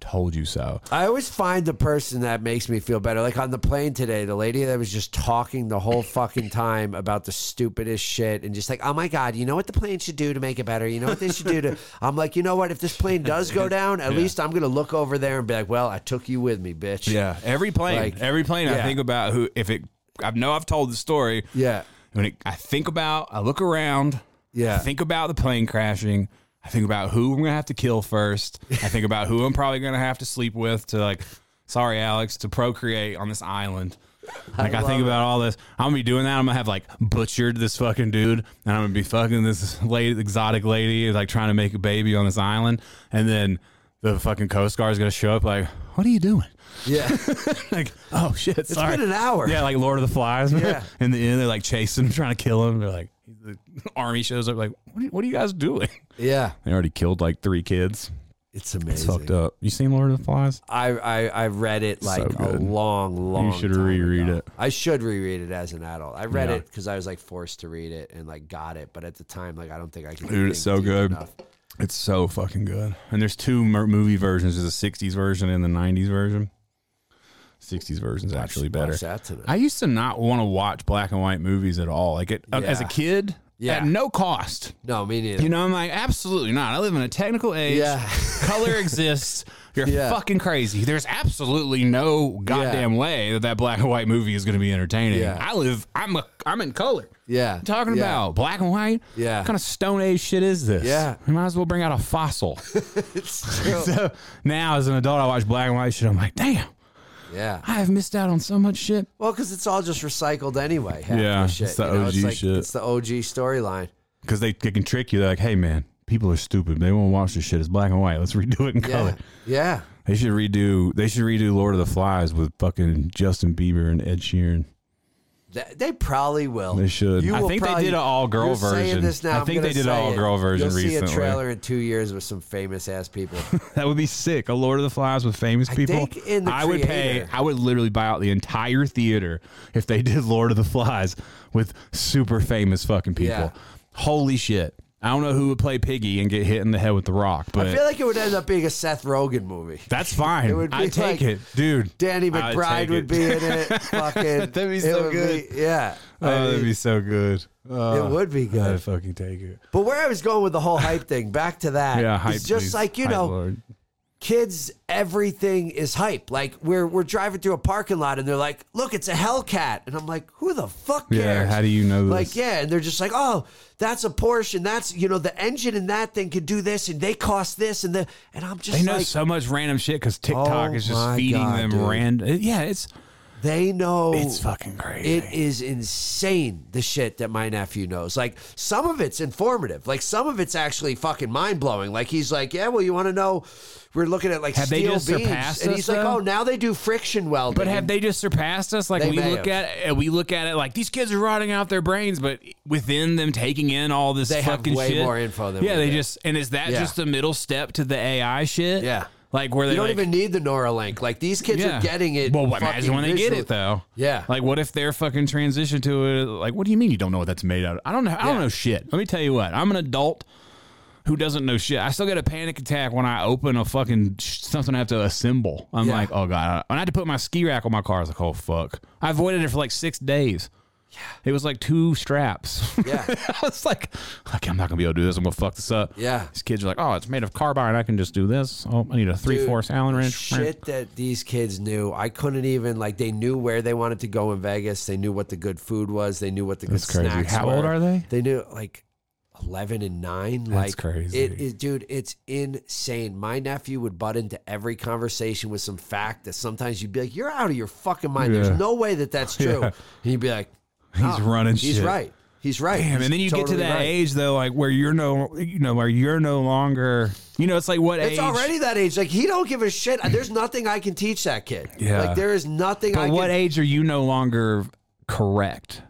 Speaker 1: Told you so.
Speaker 2: I always find the person that makes me feel better. Like on the plane today, the lady that was just talking the whole fucking time about the stupidest shit and just like, oh my God, you know what the plane should do to make it better? You know what they should do to.
Speaker 1: [LAUGHS]
Speaker 2: I'm like, you know what? If this plane does go down, at least I'm going to look over there and be like, well, I took you with me, bitch. [LAUGHS]
Speaker 1: Yeah, every plane,
Speaker 2: Like,
Speaker 1: every plane. I
Speaker 2: yeah.
Speaker 1: think about who if it. I know I've told the story.
Speaker 2: Yeah.
Speaker 1: When it, I think about, I look around.
Speaker 2: Yeah.
Speaker 1: I think about the plane crashing. I think about who I'm gonna have to kill first. I think about who I'm probably gonna have to sleep with to like. Sorry, Alex, to procreate on this island. Like I, think about all this. I'm gonna be doing that. I'm gonna have like butchered this fucking dude, and I'm gonna be fucking this lady, exotic lady, like trying to make a baby on this island, and then the fucking Coast Guard is gonna show up. Like, what are you doing?
Speaker 2: Yeah. [LAUGHS]
Speaker 1: like, oh shit,
Speaker 2: It's
Speaker 1: sorry.
Speaker 2: been an hour.
Speaker 1: Yeah, like Lord of the Flies.
Speaker 2: Yeah.
Speaker 1: [LAUGHS] In the end, they're like chasing him, [LAUGHS] trying to kill him. They're like, the [LAUGHS] army shows up, like, what are, what are you guys doing? [LAUGHS]
Speaker 2: Yeah.
Speaker 1: They already killed like three kids.
Speaker 2: It's amazing.
Speaker 1: It's fucked up. You seen Lord of the Flies?
Speaker 2: I, I, I read it like a
Speaker 1: good.
Speaker 2: long, long.
Speaker 1: should
Speaker 2: time
Speaker 1: reread
Speaker 2: ago.
Speaker 1: it.
Speaker 2: I should reread it as an adult. I read
Speaker 1: Yeah.
Speaker 2: it because I was like forced to read it and like got it, but at the time, like I don't think I could.
Speaker 1: Dude, it's so
Speaker 2: think deep
Speaker 1: good.
Speaker 2: enough.
Speaker 1: It's so fucking good. And there's two mer- movie versions there's a 60s version and the 90s version. 60s version's actually better.
Speaker 2: Watch that tonight.
Speaker 1: I used to not want to watch black and white movies at all. Like it, uh, as a
Speaker 2: Yeah.
Speaker 1: kid,
Speaker 2: Yeah.
Speaker 1: at no cost.
Speaker 2: no, me neither.
Speaker 1: You know, I'm like, absolutely not. I live in a technical age.
Speaker 2: Yeah.
Speaker 1: [LAUGHS] Color exists. You're
Speaker 2: Yeah.
Speaker 1: fucking crazy. There's absolutely no goddamn way that that black and white movie is going to be entertaining.
Speaker 2: Yeah.
Speaker 1: I live. I'm a. I'm in color.
Speaker 2: yeah,
Speaker 1: I'm talking [LAUGHS]
Speaker 2: yeah.
Speaker 1: about black and white.
Speaker 2: Yeah.
Speaker 1: What kind of stone age shit is this?
Speaker 2: Yeah.
Speaker 1: We might as well bring out a
Speaker 2: [LAUGHS]
Speaker 1: fossil.
Speaker 2: It's true.
Speaker 1: so now, as an adult, I watch black and white shit. I'm like, damn,
Speaker 2: yeah.
Speaker 1: I have missed out on so much shit.
Speaker 2: Well, because it's all just recycled anyway. half
Speaker 1: Yeah,
Speaker 2: the shit,
Speaker 1: it's the
Speaker 2: you know?
Speaker 1: OG
Speaker 2: it's like,
Speaker 1: shit.
Speaker 2: It's the OG storyline.
Speaker 1: Because they, they can trick you. They're like, hey man, people are stupid. They won't watch this shit. It's black and white. Let's redo it in
Speaker 2: Yeah,
Speaker 1: color.
Speaker 2: yeah.
Speaker 1: They should redo. They should redo Lord of the Flies with fucking Justin Bieber and Ed Sheeran.
Speaker 2: Th- They probably will.
Speaker 1: They should.
Speaker 2: You
Speaker 1: I
Speaker 2: will
Speaker 1: think
Speaker 2: probably-
Speaker 1: they did an all-girl
Speaker 2: You're saying
Speaker 1: version.
Speaker 2: This now,
Speaker 1: I
Speaker 2: I'm
Speaker 1: think they
Speaker 2: gonna
Speaker 1: did an
Speaker 2: say it.
Speaker 1: all-girl version
Speaker 2: You'll
Speaker 1: recently.
Speaker 2: see a trailer in two years with some famous ass people.
Speaker 1: That would be sick. A Lord of the Flies with famous people.
Speaker 2: think in the
Speaker 1: I would pay.
Speaker 2: creator-
Speaker 1: I would literally buy out the entire theater if they did Lord of the Flies with super famous fucking people.
Speaker 2: Yeah.
Speaker 1: Holy shit! I don't know who would play Piggy and get hit in the head with the rock,
Speaker 2: I feel
Speaker 1: but
Speaker 2: like it would end up being a Seth Rogen movie.
Speaker 1: that's fine.
Speaker 2: It would be
Speaker 1: I take
Speaker 2: like
Speaker 1: it, dude.
Speaker 2: Danny
Speaker 1: I
Speaker 2: McBride
Speaker 1: take
Speaker 2: would
Speaker 1: it.
Speaker 2: be in it. Fucking, that'd
Speaker 1: be so good.
Speaker 2: yeah, I
Speaker 1: [LAUGHS] Oh, that'd
Speaker 2: mean,
Speaker 1: be so good. Oh,
Speaker 2: it would be
Speaker 1: I'd
Speaker 2: good.
Speaker 1: fucking take it.
Speaker 2: But where I was going with the whole hype thing, back to that.
Speaker 1: Yeah, hype,
Speaker 2: it's just
Speaker 1: please.
Speaker 2: like you
Speaker 1: Hype,
Speaker 2: know,
Speaker 1: Lord.
Speaker 2: kids, everything is hype. Like we're we're driving through a parking lot and they're like, "Look, it's a Hellcat," and I'm like, "Who the fuck
Speaker 1: Yeah,
Speaker 2: cares?"
Speaker 1: how do you know this?
Speaker 2: Like, yeah, and they're just like, "Oh, that's a Porsche, and that's you know the engine in that thing could do this, and they cost this, and the and I'm just
Speaker 1: They know
Speaker 2: like,
Speaker 1: so much random shit because TikTok
Speaker 2: Oh
Speaker 1: is just
Speaker 2: my
Speaker 1: feeding
Speaker 2: God,
Speaker 1: them
Speaker 2: dude.
Speaker 1: random. Yeah, it's
Speaker 2: they know
Speaker 1: it's fucking crazy.
Speaker 2: It is insane the shit that my nephew knows. Like some of it's informative. Like some of it's actually fucking mind blowing. Like he's like, yeah, well, you want to know? We're looking at like
Speaker 1: Have they
Speaker 2: steel
Speaker 1: just
Speaker 2: beams,
Speaker 1: surpassed
Speaker 2: and
Speaker 1: us,
Speaker 2: he's like,
Speaker 1: though?
Speaker 2: oh, now they do friction welding.
Speaker 3: But have they just surpassed us? Like
Speaker 2: They
Speaker 3: we
Speaker 2: may
Speaker 3: look
Speaker 2: have.
Speaker 3: at it, we look at it like these kids are rotting out their brains, but within them taking in all this
Speaker 2: They have
Speaker 3: fucking
Speaker 2: way
Speaker 3: shit,
Speaker 2: more info than
Speaker 3: yeah,
Speaker 2: we
Speaker 3: they
Speaker 2: do.
Speaker 3: just and is that
Speaker 2: Yeah.
Speaker 3: just the middle step to the AI shit?
Speaker 2: Yeah.
Speaker 3: like where they
Speaker 2: You don't
Speaker 3: like,
Speaker 2: even need the Neuralink. Like these kids
Speaker 3: Yeah.
Speaker 2: are getting it.
Speaker 1: well, what,
Speaker 2: fucking
Speaker 1: imagine when they get
Speaker 2: visually.
Speaker 1: it though.
Speaker 2: Yeah.
Speaker 1: Like, what if their fucking transition to it? Like, what do you mean you don't know what that's made out of? I don't know. I don't
Speaker 2: Yeah.
Speaker 1: know shit. Let me tell you what. I'm an adult who doesn't know shit. I still get a panic attack when I open a fucking sh- something I have to assemble. I'm
Speaker 2: Yeah.
Speaker 1: like, oh god. When I had to put my ski rack on my car, I was like, oh fuck. I avoided it for like six days. Yeah. It was like two straps.
Speaker 2: Yeah.
Speaker 1: [LAUGHS] I was like, okay, I'm not gonna be able to do this. I'm gonna fuck this up.
Speaker 2: Yeah.
Speaker 1: These kids are like, oh, it's made of carbide. I can just do this. Oh, I need a three force Allen wrench.
Speaker 2: Shit that these kids knew. I couldn't even like. They knew where they wanted to go in Vegas. They knew what the good food was. They knew what the good
Speaker 1: That's crazy.
Speaker 2: snacks.
Speaker 1: How old
Speaker 2: were.
Speaker 1: are they?
Speaker 2: They knew like eleven and nine. like
Speaker 1: crazy.
Speaker 2: It is, dude. It's insane. My nephew would butt into every conversation with some fact that sometimes you'd be like, "You're out of your fucking
Speaker 1: [LAUGHS]
Speaker 2: mind.
Speaker 1: Yeah.
Speaker 2: There's no way that that's true." And you'd be like,
Speaker 1: He's
Speaker 2: "Oh,
Speaker 1: running
Speaker 2: He's
Speaker 1: shit."
Speaker 2: right. He's right."
Speaker 1: Damn,
Speaker 2: He's
Speaker 1: and then you get
Speaker 2: totally
Speaker 1: to that
Speaker 2: right.
Speaker 1: age though, like where you're no, you know, where you're no longer, you know, it's like what age?
Speaker 2: It's already that age. Like he don't give a shit. There's nothing I can teach that kid.
Speaker 1: Yeah.
Speaker 2: Like there is nothing.
Speaker 1: but
Speaker 2: I
Speaker 1: what
Speaker 2: can,
Speaker 1: age are you no longer correct?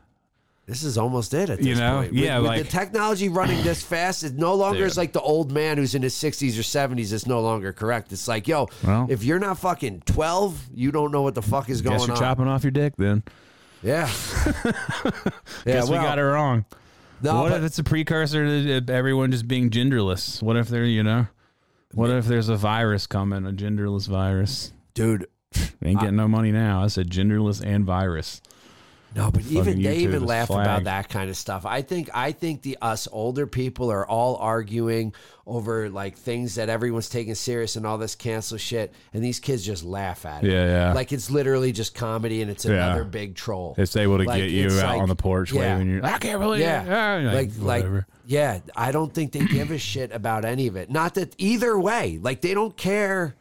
Speaker 2: This is almost it at this
Speaker 1: You know?
Speaker 2: point. With-
Speaker 1: Yeah,
Speaker 2: with,
Speaker 1: like-
Speaker 2: the technology running this fast, it no longer is like the old man who's in his sixties or seventies. It's no longer correct. It's like, yo,
Speaker 1: Well-
Speaker 2: if you're not fucking twelve, you don't know what the fuck is going
Speaker 1: Guess you're
Speaker 2: on.
Speaker 1: chopping off your dick then. [LAUGHS]
Speaker 2: Yeah, yeah.
Speaker 1: Guess
Speaker 2: well,
Speaker 1: we got it wrong.
Speaker 2: no,
Speaker 1: what
Speaker 2: but
Speaker 1: uh, if it's a precursor to everyone just being genderless? What if they're, you know, What if there's a virus coming, a genderless virus?
Speaker 2: dude.
Speaker 1: Ain't getting no money now. I said genderless and virus.
Speaker 2: No, but even they
Speaker 1: YouTube
Speaker 2: even
Speaker 1: is
Speaker 2: laugh about
Speaker 1: flagged.
Speaker 2: that kind of stuff. I think I think the us older people are all arguing over like things that everyone's taking serious and all this cancel shit, and these kids just laugh at it.
Speaker 1: Yeah, yeah.
Speaker 2: Like it's literally just comedy, and it's
Speaker 1: Yeah.
Speaker 2: another big troll.
Speaker 1: It's able to
Speaker 2: Like,
Speaker 1: get you
Speaker 2: it's
Speaker 1: out
Speaker 2: like-
Speaker 1: on the porch
Speaker 2: yeah.
Speaker 1: waving you. I can't believe
Speaker 2: Yeah.
Speaker 1: it. Ah, you're
Speaker 2: like like
Speaker 1: whatever.
Speaker 2: yeah, I don't think they give a shit about any of it. Not that either way, like they don't care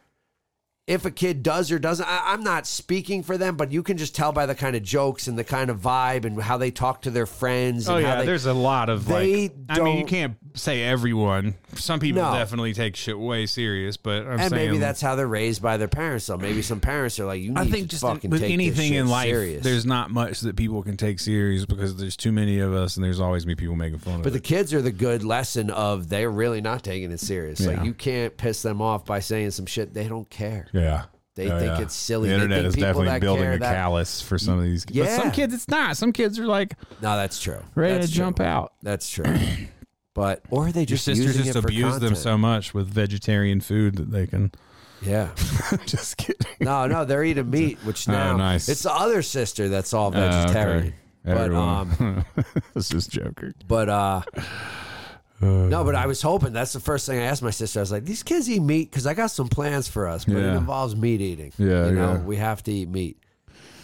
Speaker 2: if a kid does or doesn't. I, I'm not speaking for them, but you can just tell by the kind of jokes and the kind of vibe and how they talk to their friends. And
Speaker 1: Oh
Speaker 2: how
Speaker 1: yeah,
Speaker 2: they,
Speaker 1: there's a lot of
Speaker 2: they
Speaker 1: like. I mean, you
Speaker 2: don't-
Speaker 1: can't say everyone. Some people
Speaker 2: No.
Speaker 1: definitely take shit way serious, but I'm
Speaker 2: and
Speaker 1: saying
Speaker 2: maybe that's how they're raised by their parents. Though maybe some parents are like, you need
Speaker 1: I think
Speaker 2: to
Speaker 1: just
Speaker 2: fucking
Speaker 1: with
Speaker 2: take this
Speaker 1: anything
Speaker 2: shit
Speaker 1: in life,
Speaker 2: serious.
Speaker 1: there's not much that people can take serious because there's too many of us, and there's always be people making fun
Speaker 2: But
Speaker 1: of
Speaker 2: the
Speaker 1: it.
Speaker 2: kids are the good lesson of they're really not taking it serious.
Speaker 1: Yeah.
Speaker 2: Like you can't piss them off by saying some shit they don't care.
Speaker 1: yeah,
Speaker 2: They
Speaker 1: Oh,
Speaker 2: think
Speaker 1: yeah.
Speaker 2: it's silly.
Speaker 1: The
Speaker 2: They
Speaker 1: internet
Speaker 2: think
Speaker 1: is
Speaker 2: people
Speaker 1: definitely
Speaker 2: that
Speaker 1: building
Speaker 2: care
Speaker 1: a
Speaker 2: that-
Speaker 1: callus for some of these. kids. But
Speaker 2: Yeah.
Speaker 1: some kids, it's not. Some kids are like
Speaker 2: No, that's true.
Speaker 1: ready
Speaker 2: that's
Speaker 1: to
Speaker 2: true.
Speaker 1: jump out.
Speaker 2: That's [COUGHS] true. But or they
Speaker 1: Your
Speaker 2: just
Speaker 1: sisters
Speaker 2: using
Speaker 1: just
Speaker 2: it for
Speaker 1: abuse them
Speaker 2: content.
Speaker 1: so much with vegetarian food that they [LAUGHS] can.
Speaker 2: Yeah.
Speaker 1: just kidding.
Speaker 2: No, no, they're
Speaker 1: [LAUGHS]
Speaker 2: eating meat, which
Speaker 1: Oh,
Speaker 2: now
Speaker 1: nice.
Speaker 2: it's the other sister that's all
Speaker 1: Oh, okay.
Speaker 2: vegetarian. But um,
Speaker 1: Everyone. [LAUGHS] this is Joker. [SIGHS]
Speaker 2: But uh, no, but I was hoping that's the first thing I asked my sister. I was like, "These kids eat meat because I got some plans for us, but it
Speaker 1: Yeah.
Speaker 2: involves meat eating.
Speaker 1: Yeah,
Speaker 2: you know,
Speaker 1: yeah.
Speaker 2: we have to eat meat.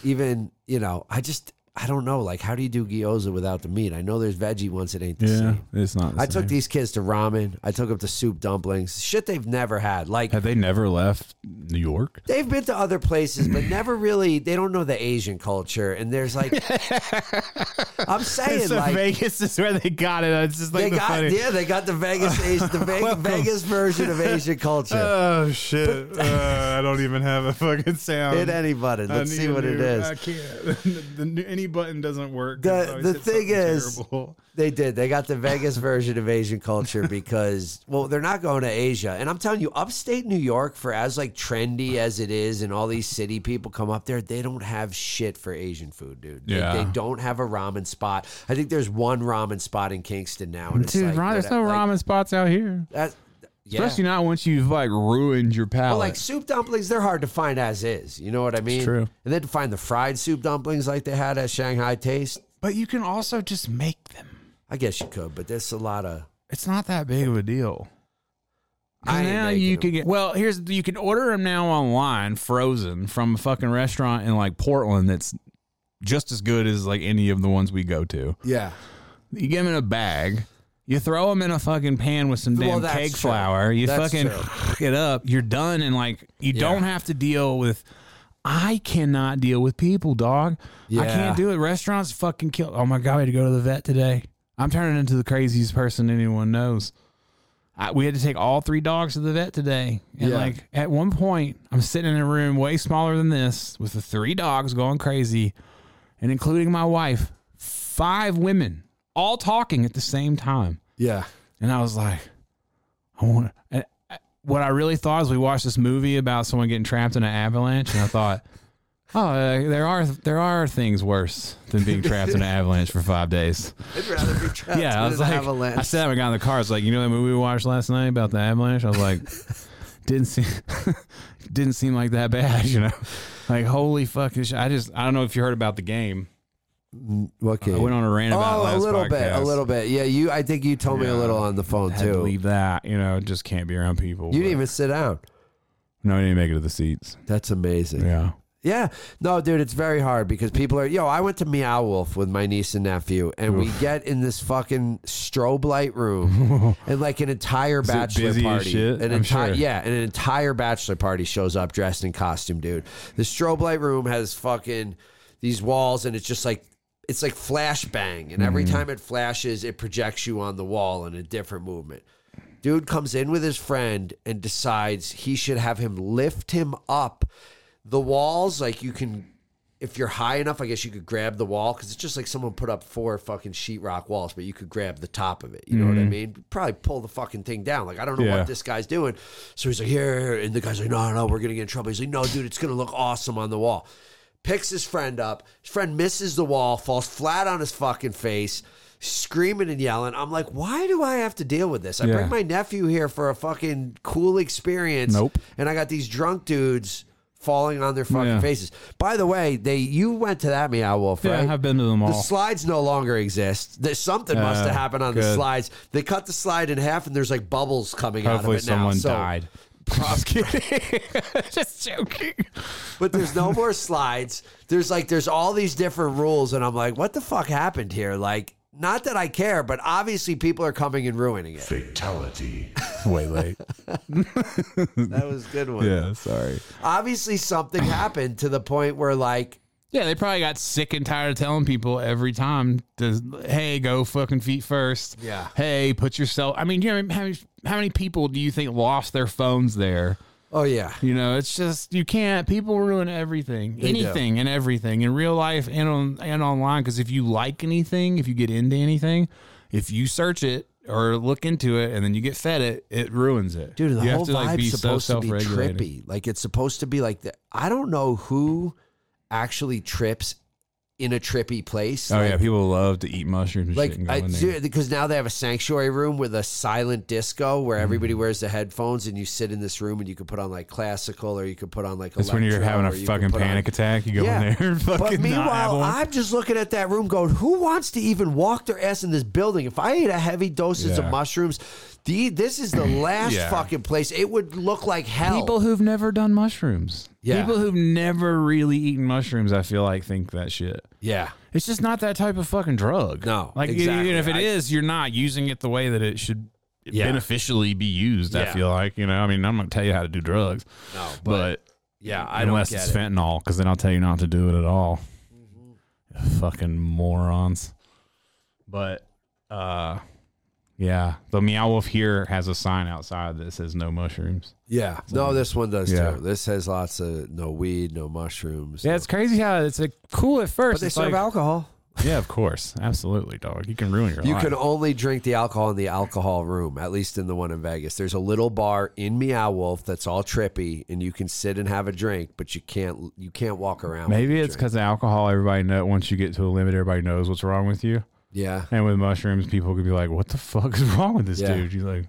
Speaker 2: Even you know, I just I don't know. Like, how do you do gyoza without the meat? I know there's veggie ones. It ain't the
Speaker 1: Yeah,
Speaker 2: same.
Speaker 1: it's not. The
Speaker 2: I
Speaker 1: same.
Speaker 2: took these kids to ramen. I took them to soup dumplings. Shit they've never had. Like
Speaker 1: Have they never left New York?
Speaker 2: they've been to other places, but never really. They don't know the Asian culture. And
Speaker 1: [LAUGHS]
Speaker 2: there's like, I'm saying like
Speaker 1: Vegas is where they got it. It's just
Speaker 2: they got yeah, they got
Speaker 1: [LAUGHS]
Speaker 2: the Vegas Asian, the Ve- Vegas version of Asian culture.
Speaker 1: Oh shit! uh, I don't even have a fucking sound.
Speaker 2: Hit any button.
Speaker 1: Um, I
Speaker 2: Let's
Speaker 1: need
Speaker 2: see
Speaker 1: a
Speaker 2: what it
Speaker 1: new-
Speaker 2: is.
Speaker 1: I can't. [LAUGHS] the, new- any button doesn't work.
Speaker 2: The-
Speaker 1: It's always
Speaker 2: the
Speaker 1: hit
Speaker 2: thing
Speaker 1: something
Speaker 2: is-
Speaker 1: terrible.
Speaker 2: They did. They got the Vegas version of Asian culture because, well, they're not going to Asia. And I'm telling you, upstate New York, for as like trendy as it is, and all these city people come up there, they don't have shit for Asian food, dude. They- They,
Speaker 1: Yeah.
Speaker 2: don't have a ramen spot. I think there's one ramen spot in Kingston now. And [LAUGHS] it's
Speaker 1: dude,
Speaker 2: like,
Speaker 1: ra- there's no
Speaker 2: what- like,
Speaker 1: ramen spots out here,
Speaker 2: That, yeah.
Speaker 1: especially not once you've like ruined your palate.
Speaker 2: Well, like soup dumplings, they're hard to find as is. You know what I mean?
Speaker 1: true.
Speaker 2: And then to find the fried soup dumplings like they had at Shanghai Taste,
Speaker 1: but you can also just make them.
Speaker 2: I guess you could, but there's a lot of.
Speaker 1: It's not that big of a deal.
Speaker 2: I ain't
Speaker 1: now
Speaker 2: making
Speaker 1: you
Speaker 2: them.
Speaker 1: can get well. Here's you can order them now online, frozen from a fucking restaurant in like Portland. That's just as good as like any of the ones we go to.
Speaker 2: Yeah.
Speaker 1: You give them in a bag. You throw them in a fucking pan with some
Speaker 2: Well,
Speaker 1: damn
Speaker 2: that's
Speaker 1: cake
Speaker 2: true.
Speaker 1: flour. You
Speaker 2: That's
Speaker 1: fucking it up. You're done, and like you don't have to deal with. I cannot deal with people, dog. I
Speaker 2: Yeah.
Speaker 1: can't do it. Restaurants fucking kill. Oh my god, we had to go to the vet today. I'm turning into the craziest person anyone knows. I, we had to take all three dogs to the vet today, and
Speaker 2: Yeah.
Speaker 1: like at one point, I'm sitting in a room way smaller than this with the three dogs going crazy, and including my wife, five women all talking at the same time.
Speaker 2: Yeah.
Speaker 1: And I was like, I want to. What I really thought is we watched this movie about someone getting trapped in an avalanche, and I thought, [LAUGHS] oh, uh, there are there are things worse than being trapped in an avalanche for five days.
Speaker 2: I'd rather be trapped [LAUGHS]
Speaker 1: yeah, I was like, I sat down and got in the car. It's like, you know that movie we watched last night about the avalanche? I was
Speaker 2: [LAUGHS]
Speaker 1: like, didn't seem [LAUGHS] didn't seem like that bad, [LAUGHS] you know? Like, holy fuck! this- I just I don't know if you heard about the game.
Speaker 2: okay.
Speaker 1: I went on a rant about it
Speaker 2: oh,
Speaker 1: last
Speaker 2: a little bit, a
Speaker 1: podcast.
Speaker 2: little bit. Yeah, you. I think you told me a
Speaker 1: Yeah.
Speaker 2: little on the phone
Speaker 1: Had to
Speaker 2: too. You
Speaker 1: leave that, you know, just can't be around people.
Speaker 2: didn't
Speaker 1: but-
Speaker 2: even sit down.
Speaker 1: No, I didn't make it to the seats.
Speaker 2: That's amazing.
Speaker 1: Yeah.
Speaker 2: Yeah. No, dude, it's very hard because people are, yo, I went to Meow Wolf with my niece and nephew, and we get in this fucking strobe light
Speaker 1: [LAUGHS]
Speaker 2: room, and like an entire
Speaker 1: it
Speaker 2: bachelor
Speaker 1: busy as
Speaker 2: party.
Speaker 1: shit?
Speaker 2: An
Speaker 1: I'm
Speaker 2: entire,
Speaker 1: sure.
Speaker 2: yeah, and an entire bachelor party shows up dressed in costume, dude. The strobe light room has fucking these walls, and it's just like, it's like flashbang, and every
Speaker 1: Mm-hmm.
Speaker 2: time it flashes, it projects you on the wall in a different movement. Dude comes in with his friend and decides he should have him lift him up the walls. Like you can, if you're high enough, I guess you could grab the wall because it's just like someone put up four fucking sheetrock walls, but you could grab the top of it. You know what I mean? Probably pull the fucking thing down. Like I don't know
Speaker 1: Yeah.
Speaker 2: what this guy's doing. So he's like, here, here," and the guy's like, no, no, we're gonna get in trouble. He's like, no, dude, it's gonna look awesome on the wall. Picks his friend up. His friend misses the wall, falls flat on his fucking face. screaming and yelling. I'm like, why do I have to deal with this? I
Speaker 1: Yeah.
Speaker 2: bring my nephew here for a fucking cool experience.
Speaker 1: Nope.
Speaker 2: And I got these drunk dudes falling on their fucking
Speaker 1: Yeah.
Speaker 2: faces. By the way, they you went to that meow wolf, right?
Speaker 1: Yeah, I've been to them
Speaker 2: The
Speaker 1: all.
Speaker 2: slides no longer exist. There's something must
Speaker 1: Uh,
Speaker 2: have happened on the
Speaker 1: good.
Speaker 2: slides. They cut the slide in half, and there's like bubbles coming
Speaker 1: Hopefully,
Speaker 2: out of it now.
Speaker 1: someone
Speaker 2: So-
Speaker 1: died. [LAUGHS] Just kidding. Just joking.
Speaker 2: But
Speaker 1: [LAUGHS]
Speaker 2: there's no more slides. There's like there's all these different rules, and I'm like, what the fuck happened here? Like, not that I care, but obviously people are coming and ruining it.
Speaker 4: Fatality.
Speaker 1: [LAUGHS] Way
Speaker 2: [LAUGHS]
Speaker 1: late.
Speaker 2: That was a good one.
Speaker 1: Yeah, sorry.
Speaker 2: Obviously something happened to the point where like
Speaker 3: Yeah, they probably got sick and tired of telling people every time, to, "Hey, go fucking feet first.
Speaker 2: Yeah.
Speaker 3: Hey, put yourself. I mean, you know how many, how many people do you think lost their phones there?
Speaker 2: oh yeah.
Speaker 3: You know, it's just you can't. People ruin everything, anything, and everything in real life and on and online. Because if you like anything, if you get into anything, if you search it or look into it, and then you get fed it, it ruins it.
Speaker 2: Dude, the
Speaker 3: you
Speaker 2: whole vibe's supposed to be
Speaker 3: self-regulating.
Speaker 2: trippy. Like it's supposed to be like the I don't know who actually trips in a trippy place.
Speaker 1: Oh
Speaker 2: Like,
Speaker 1: yeah, people love to eat mushrooms and shit
Speaker 2: Like
Speaker 1: and go
Speaker 2: I
Speaker 1: in there.
Speaker 2: do because now they have a sanctuary room with a silent disco
Speaker 1: Mm-hmm.
Speaker 2: where everybody wears the headphones and you sit in this room and you can put on like classical or you could put on like.
Speaker 1: That's when you're
Speaker 2: electro,
Speaker 1: having a
Speaker 2: or you
Speaker 1: fucking
Speaker 2: could put on-
Speaker 1: panic attack. You go
Speaker 2: Yeah.
Speaker 1: in there and fucking not
Speaker 2: But
Speaker 1: have
Speaker 2: meanwhile,
Speaker 1: one.
Speaker 2: I'm just looking at that room going, who wants to even walk their ass in this building? If I ate a heavy dosage of
Speaker 1: Yeah.
Speaker 2: mushrooms, the, this
Speaker 1: [CLEARS THROAT]
Speaker 2: is the last
Speaker 1: Yeah.
Speaker 2: fucking place. It would look like hell.
Speaker 1: People who've never done mushrooms.
Speaker 2: Yeah.
Speaker 1: People who've never really eaten mushrooms, I feel like, think that shit.
Speaker 2: yeah.
Speaker 1: It's just not that type of fucking drug.
Speaker 2: No,
Speaker 3: Like
Speaker 2: exactly.
Speaker 3: even if it
Speaker 2: I-
Speaker 3: is, you're not using it the way that it should
Speaker 2: Yeah.
Speaker 3: beneficially be used. I
Speaker 2: Yeah.
Speaker 3: feel like you know. I mean, I'm not gonna tell you how to do drugs,
Speaker 2: No, but,
Speaker 1: But
Speaker 2: yeah, I
Speaker 1: unless
Speaker 2: don't get
Speaker 1: it's
Speaker 2: it.
Speaker 1: fentanyl, because then I'll tell you not to do it at all. Fucking morons. Mm-hmm. But uh yeah. The Meow Wolf here has a sign outside that says no mushrooms.
Speaker 2: Yeah. No, this one does
Speaker 1: Yeah.
Speaker 2: too. This has lots of no weed, no mushrooms.
Speaker 1: Yeah, it's crazy how it's like cool at first.
Speaker 2: but they
Speaker 1: It's
Speaker 2: serve
Speaker 1: like-
Speaker 2: alcohol.
Speaker 1: Yeah, of course. Absolutely, dog. You can ruin your
Speaker 2: You
Speaker 1: life.
Speaker 2: can only drink the alcohol in the alcohol room, at least in the one in Vegas. There's a little bar in Meow Wolf that's all trippy, and you can sit and have a drink, but you can't you can't walk around. with
Speaker 1: Maybe
Speaker 2: your
Speaker 1: it's
Speaker 2: drink.
Speaker 1: because alcohol, everybody know once you get to a limit, everybody knows what's wrong with you.
Speaker 2: yeah,
Speaker 1: And with mushrooms, people could be like, "What the fuck is wrong with this
Speaker 2: Yeah.
Speaker 1: dude?" You're like,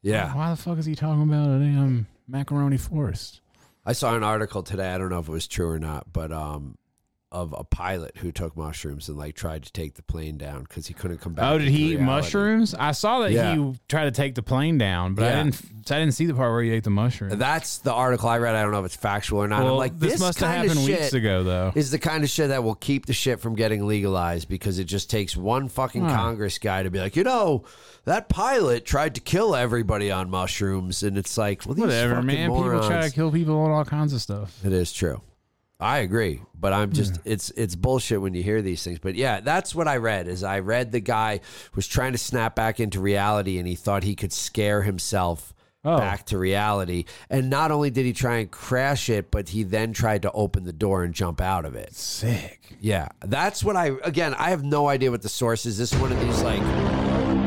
Speaker 2: yeah.
Speaker 1: "Why the fuck is he talking about a damn macaroni forest?"
Speaker 2: I saw an article today. I don't know if it was true or not, but um, of a pilot who took mushrooms and like tried to take the plane down because he couldn't come back.
Speaker 3: Oh, did
Speaker 2: into
Speaker 3: he eat
Speaker 2: reality.
Speaker 3: mushrooms? I saw that
Speaker 2: Yeah.
Speaker 3: he tried to take the plane down, but I
Speaker 2: Yeah.
Speaker 3: didn't. I didn't see the part where he ate the mushroom.
Speaker 2: That's the article I read. I don't know if it's factual or not. I'm
Speaker 3: well,
Speaker 2: like,
Speaker 3: this,
Speaker 2: this,
Speaker 3: must have
Speaker 2: kind of
Speaker 3: happened
Speaker 2: shit
Speaker 3: weeks ago, though.
Speaker 2: is the kind of shit that will keep the shit from getting legalized because it just takes one fucking Congress guy to be like, you know, that pilot tried to kill everybody on mushrooms, and it's like, well, these
Speaker 3: Whatever,
Speaker 2: fucking
Speaker 3: man.
Speaker 2: Morons.
Speaker 3: People try to kill people on all kinds of stuff.
Speaker 2: It is true. I agree, but I'm just it's it's bullshit when you hear these things. But yeah, that's what I read. Is I read the guy was trying to snap back into reality, and he thought he could scare himself
Speaker 1: Oh.
Speaker 2: back to reality. And not only did he try and crash it, but he then tried to open the door and jump out of it.
Speaker 1: Sick.
Speaker 2: Yeah, that's what I. Again, I have no idea what the source is. This is one of these like. [LAUGHS]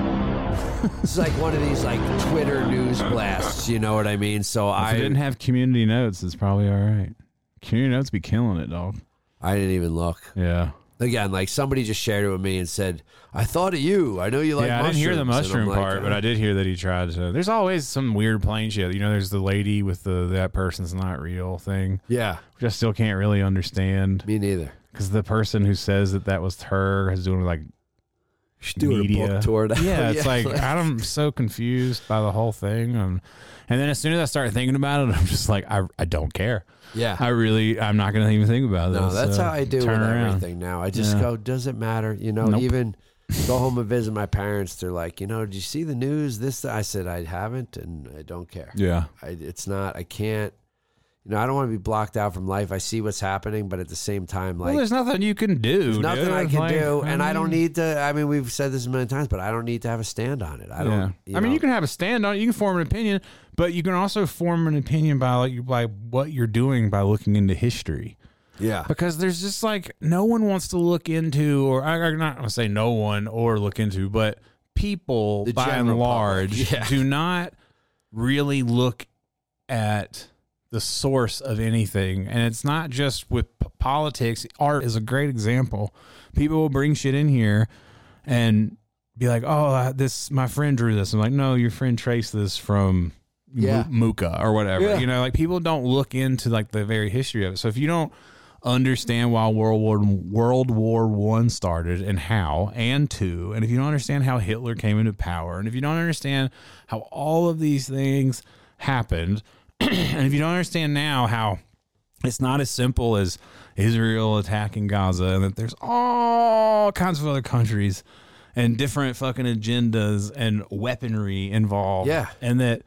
Speaker 2: This is like one of these like Twitter news blasts. You know what I mean? So
Speaker 1: If I
Speaker 2: I
Speaker 1: didn't have community notes. It's probably all right. Community notes be killing it, dog.
Speaker 2: I didn't even look.
Speaker 1: Yeah.
Speaker 2: again, like somebody just shared it with me and said, "I thought of you. I know you like."
Speaker 1: yeah, I didn't hear the
Speaker 2: mushrooms." And I'm
Speaker 1: mushroom
Speaker 2: like, uh,
Speaker 1: part, but I did hear that he tried to. There's always some weird plane shit. You know, there's the lady with the that person's not real thing,
Speaker 2: Yeah,
Speaker 1: which I still can't really understand
Speaker 2: me neither.
Speaker 1: because the person who says that that was her is doing like
Speaker 2: She's doing
Speaker 1: media.
Speaker 2: a book [LAUGHS] tour. now.
Speaker 1: Yeah, it's like I'm so confused by the whole thing, um, and then as soon as I start thinking about it, I'm just like, I, I don't care.
Speaker 2: yeah.
Speaker 1: I really, I'm not gonna even think about this.
Speaker 2: no, that's
Speaker 1: Uh,
Speaker 2: how I do with
Speaker 1: turn around.
Speaker 2: everything now. I just
Speaker 1: Yeah.
Speaker 2: go, "Does it matter?" You know,
Speaker 1: Nope.
Speaker 2: even. Go home and visit my parents. They're like, you know, did you see the news? This, that?" I said, I haven't, and I don't care.
Speaker 1: Yeah,
Speaker 2: I, it's not. I can't. You know, I don't want to be blocked out from life. I see what's happening, but at the same time,
Speaker 3: well,
Speaker 2: like
Speaker 3: there's nothing you can do.
Speaker 2: There's nothing
Speaker 3: dude.
Speaker 2: I can
Speaker 3: Like,
Speaker 2: do, and I
Speaker 1: mm-hmm.
Speaker 2: don't
Speaker 3: mean-
Speaker 2: need to. I mean, we've said this a million times, but I don't need to have a stand on it. I don't.
Speaker 1: Yeah.
Speaker 2: You
Speaker 3: I mean,
Speaker 2: know.
Speaker 3: you can have a stand on it. You can form an opinion, but you can also form an opinion by like you- by what you're doing by looking into history.
Speaker 2: Yeah.
Speaker 3: Because there's just like no one wants to look into, or I- I'm not gonna say no one or look into, but people
Speaker 2: The
Speaker 3: by and
Speaker 2: general public, [LAUGHS]
Speaker 3: large
Speaker 2: yeah.
Speaker 3: do not really look at the source of anything, and it's not just with p- politics. Art is a great example. People will bring shit in here
Speaker 1: and be like, "Oh, I, this my friend drew this." I'm like, "No, your friend traced this from Mu-
Speaker 2: Yeah.
Speaker 1: Muka or whatever."
Speaker 2: Yeah.
Speaker 1: You know, like people don't look into like the very history of it. So if you don't understand why World War World War One started and how and two, and if you don't understand how Hitler came into power, and if you don't understand how all of these things happened, [CLEARS THROAT] and if you don't understand now how it's not as simple as Israel attacking Gaza, and that there's all kinds of other countries and different fucking agendas and weaponry involved.
Speaker 2: Yeah.
Speaker 1: And that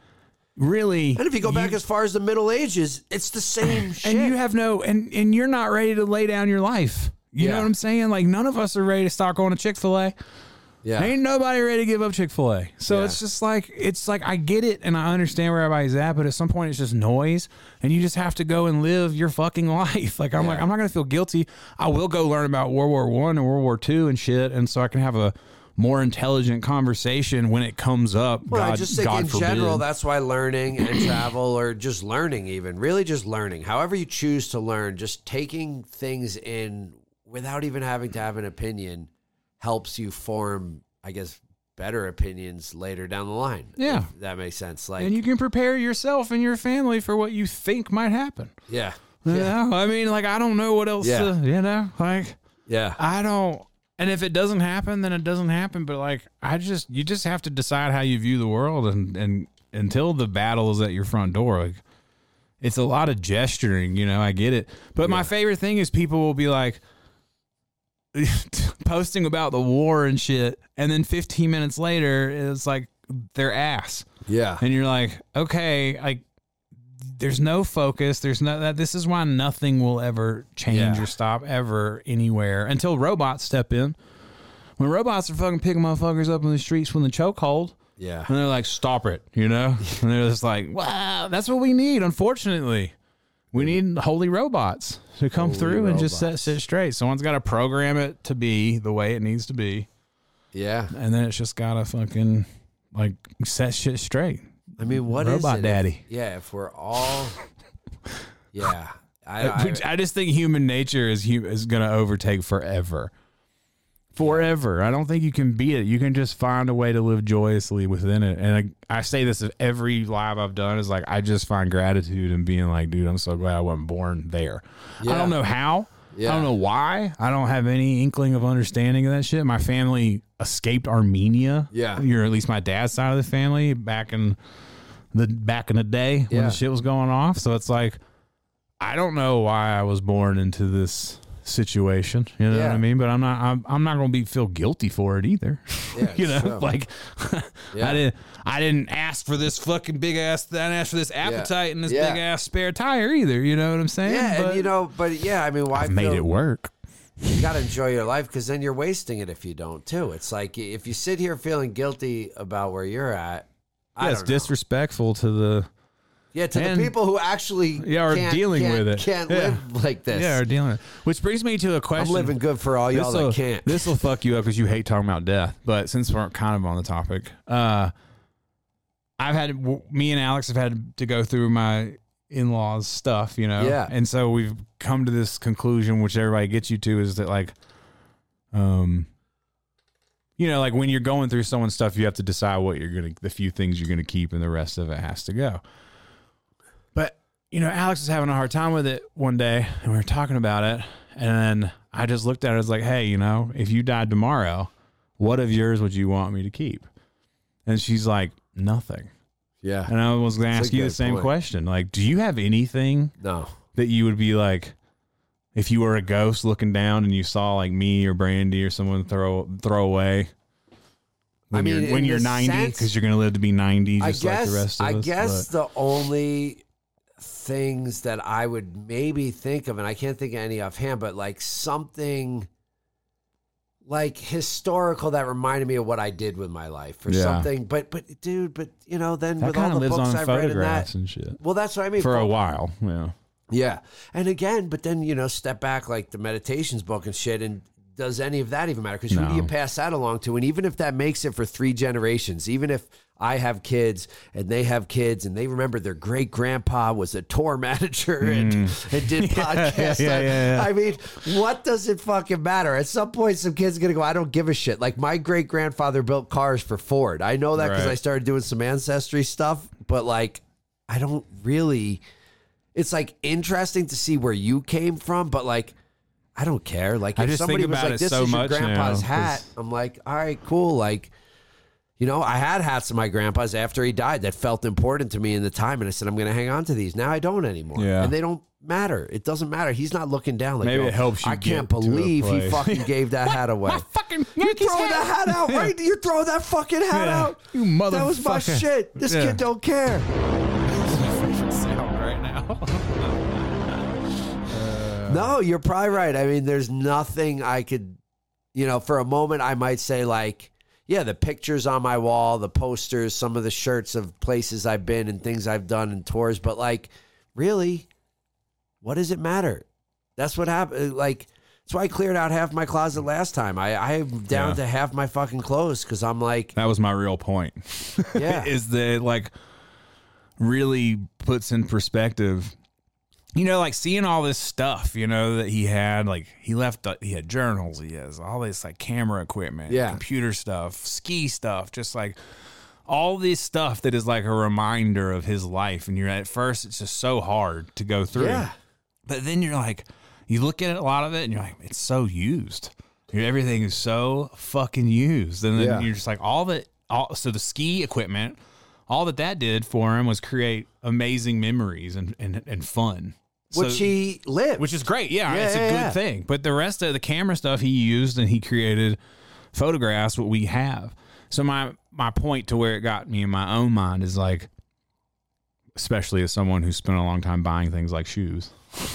Speaker 1: really.
Speaker 2: And if you go back as far as the Middle Ages, it's the same shit.
Speaker 1: And you have no. And, and you're not ready to lay down your life. You
Speaker 2: Yeah.
Speaker 1: know what I'm saying? Like, none of us are ready to start going to Chick fil A.
Speaker 2: yeah.
Speaker 1: Ain't nobody ready to give up Chick Fil A. So
Speaker 2: Yeah.
Speaker 1: it's just like it's like I get it and I understand where everybody's at, but at some point it's just noise, and you just have to go and live your fucking [LAUGHS] life. Like I'm like I'm not gonna feel guilty. I will go learn about World War One and World War Two and shit, and so I can have a more intelligent conversation when it comes up.
Speaker 2: Well,
Speaker 1: God,
Speaker 2: I just think
Speaker 1: God
Speaker 2: in
Speaker 1: forbid.
Speaker 2: general, that's why learning and [COUGHS] travel, or just learning, even really just learning, however you choose to learn, just taking things in without even having to have an opinion helps you form, I guess, better opinions later down the line.
Speaker 1: Yeah.
Speaker 2: if that makes sense. Like,
Speaker 1: and you can prepare yourself and your family for what you think might happen.
Speaker 2: yeah,
Speaker 1: You know? I mean, like I don't know what else.
Speaker 2: Yeah.
Speaker 1: To, you know, like.
Speaker 2: yeah,
Speaker 1: I don't. And if it doesn't happen, then it doesn't happen. But like, I just you just have to decide how you view the world, and and until the battle is at your front door, like it's a lot of gesturing. You know, I get it. But my favorite thing is people will be like [LAUGHS] posting about the war and shit, and then 15 minutes later, it's like their ass
Speaker 2: yeah,
Speaker 1: and you're like, okay, like there's no focus. There's no that. This is why nothing will ever change
Speaker 2: Yeah.
Speaker 1: or stop ever anywhere until robots step in. When robots are fucking picking motherfuckers up in the streets when the chokehold,
Speaker 2: yeah,
Speaker 1: and they're like, stop it, you know? [LAUGHS] And they're just like, wow, that's what we need. Unfortunately, we need holy robots to come through and just set shit straight. Someone's got to program it to be the way it needs to be,
Speaker 2: yeah.
Speaker 1: and then it's just gotta fucking like set shit straight.
Speaker 2: I mean, what is
Speaker 1: Robot
Speaker 2: it if-
Speaker 1: daddy.
Speaker 2: yeah, if we're
Speaker 1: [LAUGHS]
Speaker 2: all, yeah, I,
Speaker 1: I,
Speaker 2: I,
Speaker 1: I just think human nature is hu- is going to overtake forever. Forever. I don't think you can beat it. You can just find a way to live joyously within it. And I, I say this of every live I've done is like, I just find gratitude and being like, dude, I'm so glad I wasn't born there. I
Speaker 2: Yeah.
Speaker 1: don't know how. I
Speaker 2: Yeah.
Speaker 1: don't know why. I don't have any inkling of understanding of that shit. My family escaped Armenia.
Speaker 2: Yeah.
Speaker 1: Or at least my dad's side of the family back in the back in the day when
Speaker 2: Yeah.
Speaker 1: the shit was going off. So it's like I don't know why I was born into this situation. You know what
Speaker 2: Yeah.
Speaker 1: I mean? But I'm not. I'm, I'm not going to be feel guilty for it either. [LAUGHS]
Speaker 2: Yeah,
Speaker 1: you know,
Speaker 2: sure.
Speaker 1: like
Speaker 2: Yeah.
Speaker 1: I didn't. I didn't ask for this fucking big ass. I didn't ask for this appetite and this
Speaker 2: Yeah.
Speaker 1: big ass spare tire either. You know what I'm saying?
Speaker 2: yeah,
Speaker 1: But
Speaker 2: and you know, but yeah, I mean, why
Speaker 1: I've made
Speaker 2: feel-
Speaker 1: it work.
Speaker 2: you got to enjoy your life because then you're wasting it if you don't too. It's like if you sit here feeling guilty about where you're at. I
Speaker 1: Yeah, it's
Speaker 2: don't know.
Speaker 1: disrespectful to the.
Speaker 2: yeah, to
Speaker 1: and-
Speaker 2: the people who actually
Speaker 1: Yeah, are
Speaker 2: can't-
Speaker 1: dealing
Speaker 2: can't-
Speaker 1: with it.
Speaker 2: can't
Speaker 1: Yeah.
Speaker 2: live like this.
Speaker 1: Yeah, or dealing. with- Which brings me to a
Speaker 2: I'm
Speaker 1: question.
Speaker 2: living [LAUGHS] good for all y'all
Speaker 1: This'll-
Speaker 2: that can't.
Speaker 1: This will fuck you up because you hate talking about death. But since we're kind of on the topic, uh, I've had w- me and Alex have had to go through my in-laws stuff, you know.
Speaker 2: Yeah.
Speaker 1: And so we've come to this conclusion, which everybody gets you to, is that like, um, you know, like when you're going through someone's stuff, you have to decide what you're gonna, the few things you're gonna keep, and the rest of it has to go. But you know, Alex was having a hard time with it one day, and we were talking about it, and then I just looked at it. I was like, "Hey, you know, if you died tomorrow, what of yours would you want me to keep?" And she's like, "Nothing."
Speaker 2: yeah,
Speaker 1: And I was going to
Speaker 2: That's
Speaker 1: ask
Speaker 2: a
Speaker 1: you the
Speaker 2: good
Speaker 1: same
Speaker 2: point.
Speaker 1: question: like, do you have anything
Speaker 2: no,
Speaker 1: that you would be like, if you were a ghost looking down and you saw like me or Brandy or someone throw throw away? When
Speaker 2: I mean,
Speaker 1: you're, when
Speaker 2: in
Speaker 1: you're
Speaker 2: the
Speaker 1: 90,
Speaker 2: sense-
Speaker 1: because you're going to live to be 90,
Speaker 2: I
Speaker 1: just
Speaker 2: guess
Speaker 1: like the rest of
Speaker 2: I
Speaker 1: us.
Speaker 2: guess
Speaker 1: but-
Speaker 2: the only things that I would maybe think of, and I can't think of any offhand, but like something like historical that reminded me of what I did with my life or
Speaker 1: Yeah.
Speaker 2: something. But but dude, but you know, then
Speaker 1: that
Speaker 2: with
Speaker 1: kind
Speaker 2: all
Speaker 1: of
Speaker 2: the
Speaker 1: lives
Speaker 2: books
Speaker 1: on
Speaker 2: I've read and
Speaker 1: photographs
Speaker 2: that. Oh.
Speaker 1: and shit
Speaker 2: Well, that's what I mean.
Speaker 1: for a while. Yeah.
Speaker 2: yeah, and again, but then you know, step back like the meditations book and shit, and does any of that even matter? Because who do you
Speaker 1: No.
Speaker 2: pass that along to? And even if that makes it for three generations, even if I have kids and they have kids and they remember their great grandpa was a tour [LAUGHS] manager and, and did podcasts.
Speaker 1: Mm. [LAUGHS] yeah,
Speaker 2: on-
Speaker 1: yeah, yeah.
Speaker 2: I mean, what does it fucking matter? At some point, some kid's going to go, I don't give a shit. Like my great grandfather built cars for Ford. I know that because
Speaker 1: Right.
Speaker 2: I started doing some ancestry stuff, but like, I don't really. It's like interesting to see where you came from, but like, I don't care. Like,
Speaker 1: I
Speaker 2: if
Speaker 1: just
Speaker 2: somebody
Speaker 1: think
Speaker 2: was
Speaker 1: about
Speaker 2: like,
Speaker 1: it
Speaker 2: "This
Speaker 1: so
Speaker 2: is your
Speaker 1: much now,
Speaker 2: grandpa's
Speaker 1: 'cause-
Speaker 2: hat," I'm like, "All right, cool." Like, you know, I had hats of my grandpa's after he died that felt important to me in the time, and I said, "I'm going to hang on to these." Now I don't anymore,
Speaker 1: Yeah.
Speaker 2: and they don't matter. It doesn't matter. He's not looking down. Like,
Speaker 1: Maybe
Speaker 2: "Yo,
Speaker 1: it helps you
Speaker 2: I
Speaker 1: get
Speaker 2: can't
Speaker 1: to a
Speaker 2: believe he
Speaker 1: place." [LAUGHS]
Speaker 2: fucking gave that hat away.
Speaker 3: My fucking
Speaker 2: You
Speaker 3: Yankees
Speaker 2: throw that hat out, right? You throw that fucking hat
Speaker 1: Yeah.
Speaker 2: out.
Speaker 1: You
Speaker 2: That was my
Speaker 1: motherfucker.
Speaker 2: shit. This
Speaker 1: Yeah.
Speaker 2: kid don't care.
Speaker 3: sound right now.
Speaker 2: No, you're probably right. I mean, there's nothing I could, you know, for a moment I might say like, yeah, the pictures on my wall, the posters, some of the shirts of places I've been and things I've done and tours, but like, really, what does it matter? That's what happened. Like, that's why I cleared out half my closet last time. I I'm down
Speaker 1: Yeah.
Speaker 2: to half my fucking clothes because
Speaker 1: [LAUGHS]
Speaker 2: I'm like,
Speaker 1: That was my real point.
Speaker 2: yeah,
Speaker 1: is that it, like really puts in perspective you know like seeing all this stuff you know that he had like he left uh, he had journals he has all this like camera equipment
Speaker 2: Yeah.
Speaker 1: computer stuff ski stuff just like all this stuff that is like a reminder of his life and you're at first it's just so hard to go through
Speaker 2: yeah,
Speaker 1: but then you're like, you look at a lot of it and you're like, it's so used. Your everything is so fucking used. And then
Speaker 2: Yeah.
Speaker 1: you're just like, all that, all, so the ski equipment, all that that did for him was create amazing memories and, and, and fun.
Speaker 2: which
Speaker 1: So-
Speaker 2: he lived,
Speaker 1: which is great. Yeah,
Speaker 2: Yeah,
Speaker 1: it's
Speaker 2: yeah,
Speaker 1: a good
Speaker 2: yeah.
Speaker 1: thing. But the rest of the camera stuff he used and he created photographs what we have. So my my point to where it got me in my own mind is like especially as someone who spent a long time buying things like shoes.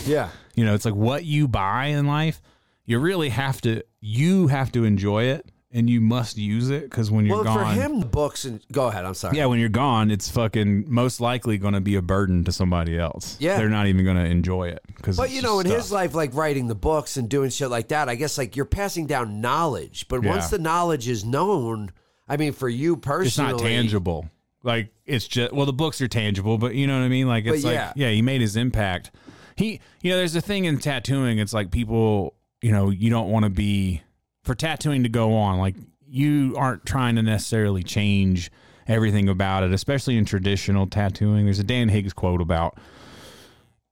Speaker 2: yeah,
Speaker 1: You know, it's like what you buy in life, you really have to you have to enjoy it and you must use it cuz when you're
Speaker 2: well,
Speaker 1: gone
Speaker 2: for him, books and go ahead. I'm sorry.
Speaker 1: yeah, when you're gone, it's fucking most likely going to be a burden to somebody else.
Speaker 2: Yeah.
Speaker 1: they're not even going to enjoy it because.
Speaker 2: But you know, in his life, like writing the books and doing shit like that, I guess like you're passing down knowledge. But once
Speaker 1: Yeah.
Speaker 2: the knowledge is known, I mean, for you personally,
Speaker 1: it's not tangible. Like it's just well, the books are tangible, but you know what I mean. Like it's
Speaker 2: But
Speaker 1: like
Speaker 2: yeah.
Speaker 1: yeah. he made his impact. He, you know, there's a thing in tattooing. It's like people, you know, you don't want to be for tattooing to go on. Like you aren't trying to necessarily change everything about it, especially in traditional tattooing. There's a Dan Higgs quote about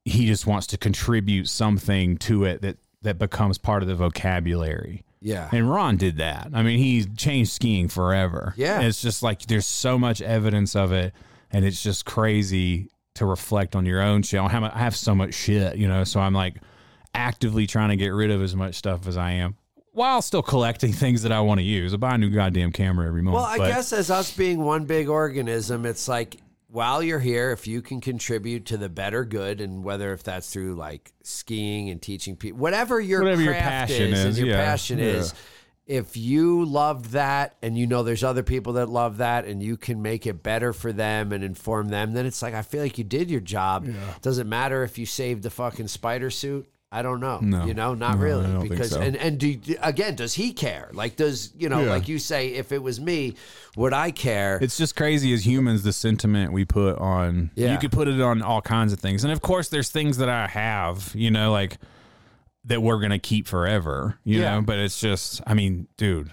Speaker 1: he just wants to contribute something to it that that becomes part of the vocabulary.
Speaker 2: Yeah,
Speaker 1: And Ron did that. I mean, he changed skiing forever.
Speaker 2: Yeah.
Speaker 1: It's just like there's so much evidence of it, and it's just crazy to reflect on your own shit. I have, I have so much shit, you know, so I'm like actively trying to get rid of as much stuff as I am while still collecting [LAUGHS] things that I want to use. I buy a new goddamn camera every month.
Speaker 2: Well, I
Speaker 1: but-
Speaker 2: guess as us being one big organism, it's like while you're here, if you can contribute to the better good, and whether if that's through like skiing and teaching people, whatever your
Speaker 1: Whatever your
Speaker 2: craft
Speaker 1: passion
Speaker 2: is, and
Speaker 1: is,
Speaker 2: your
Speaker 1: yeah,
Speaker 2: passion is, if you love that, and you know there's other people that love that, and you can make it better for them and inform them, then it's like I feel like you did your job. Doesn't matter if you saved the fucking spider suit. I don't know.
Speaker 1: No.
Speaker 2: You know, not
Speaker 1: No, I
Speaker 2: really.
Speaker 1: don't think
Speaker 2: because
Speaker 1: so.
Speaker 2: and and do, again, does he care? Like does, you know,
Speaker 1: Yeah.
Speaker 2: like you say if it was me, would I care?
Speaker 1: It's just crazy as humans the sentiment we put on.
Speaker 2: Yeah.
Speaker 1: You could put it on all kinds of things, and of course, there's things that I have, you know, like that we're gonna keep forever, you
Speaker 2: Yeah.
Speaker 1: know. But it's just, I mean, dude,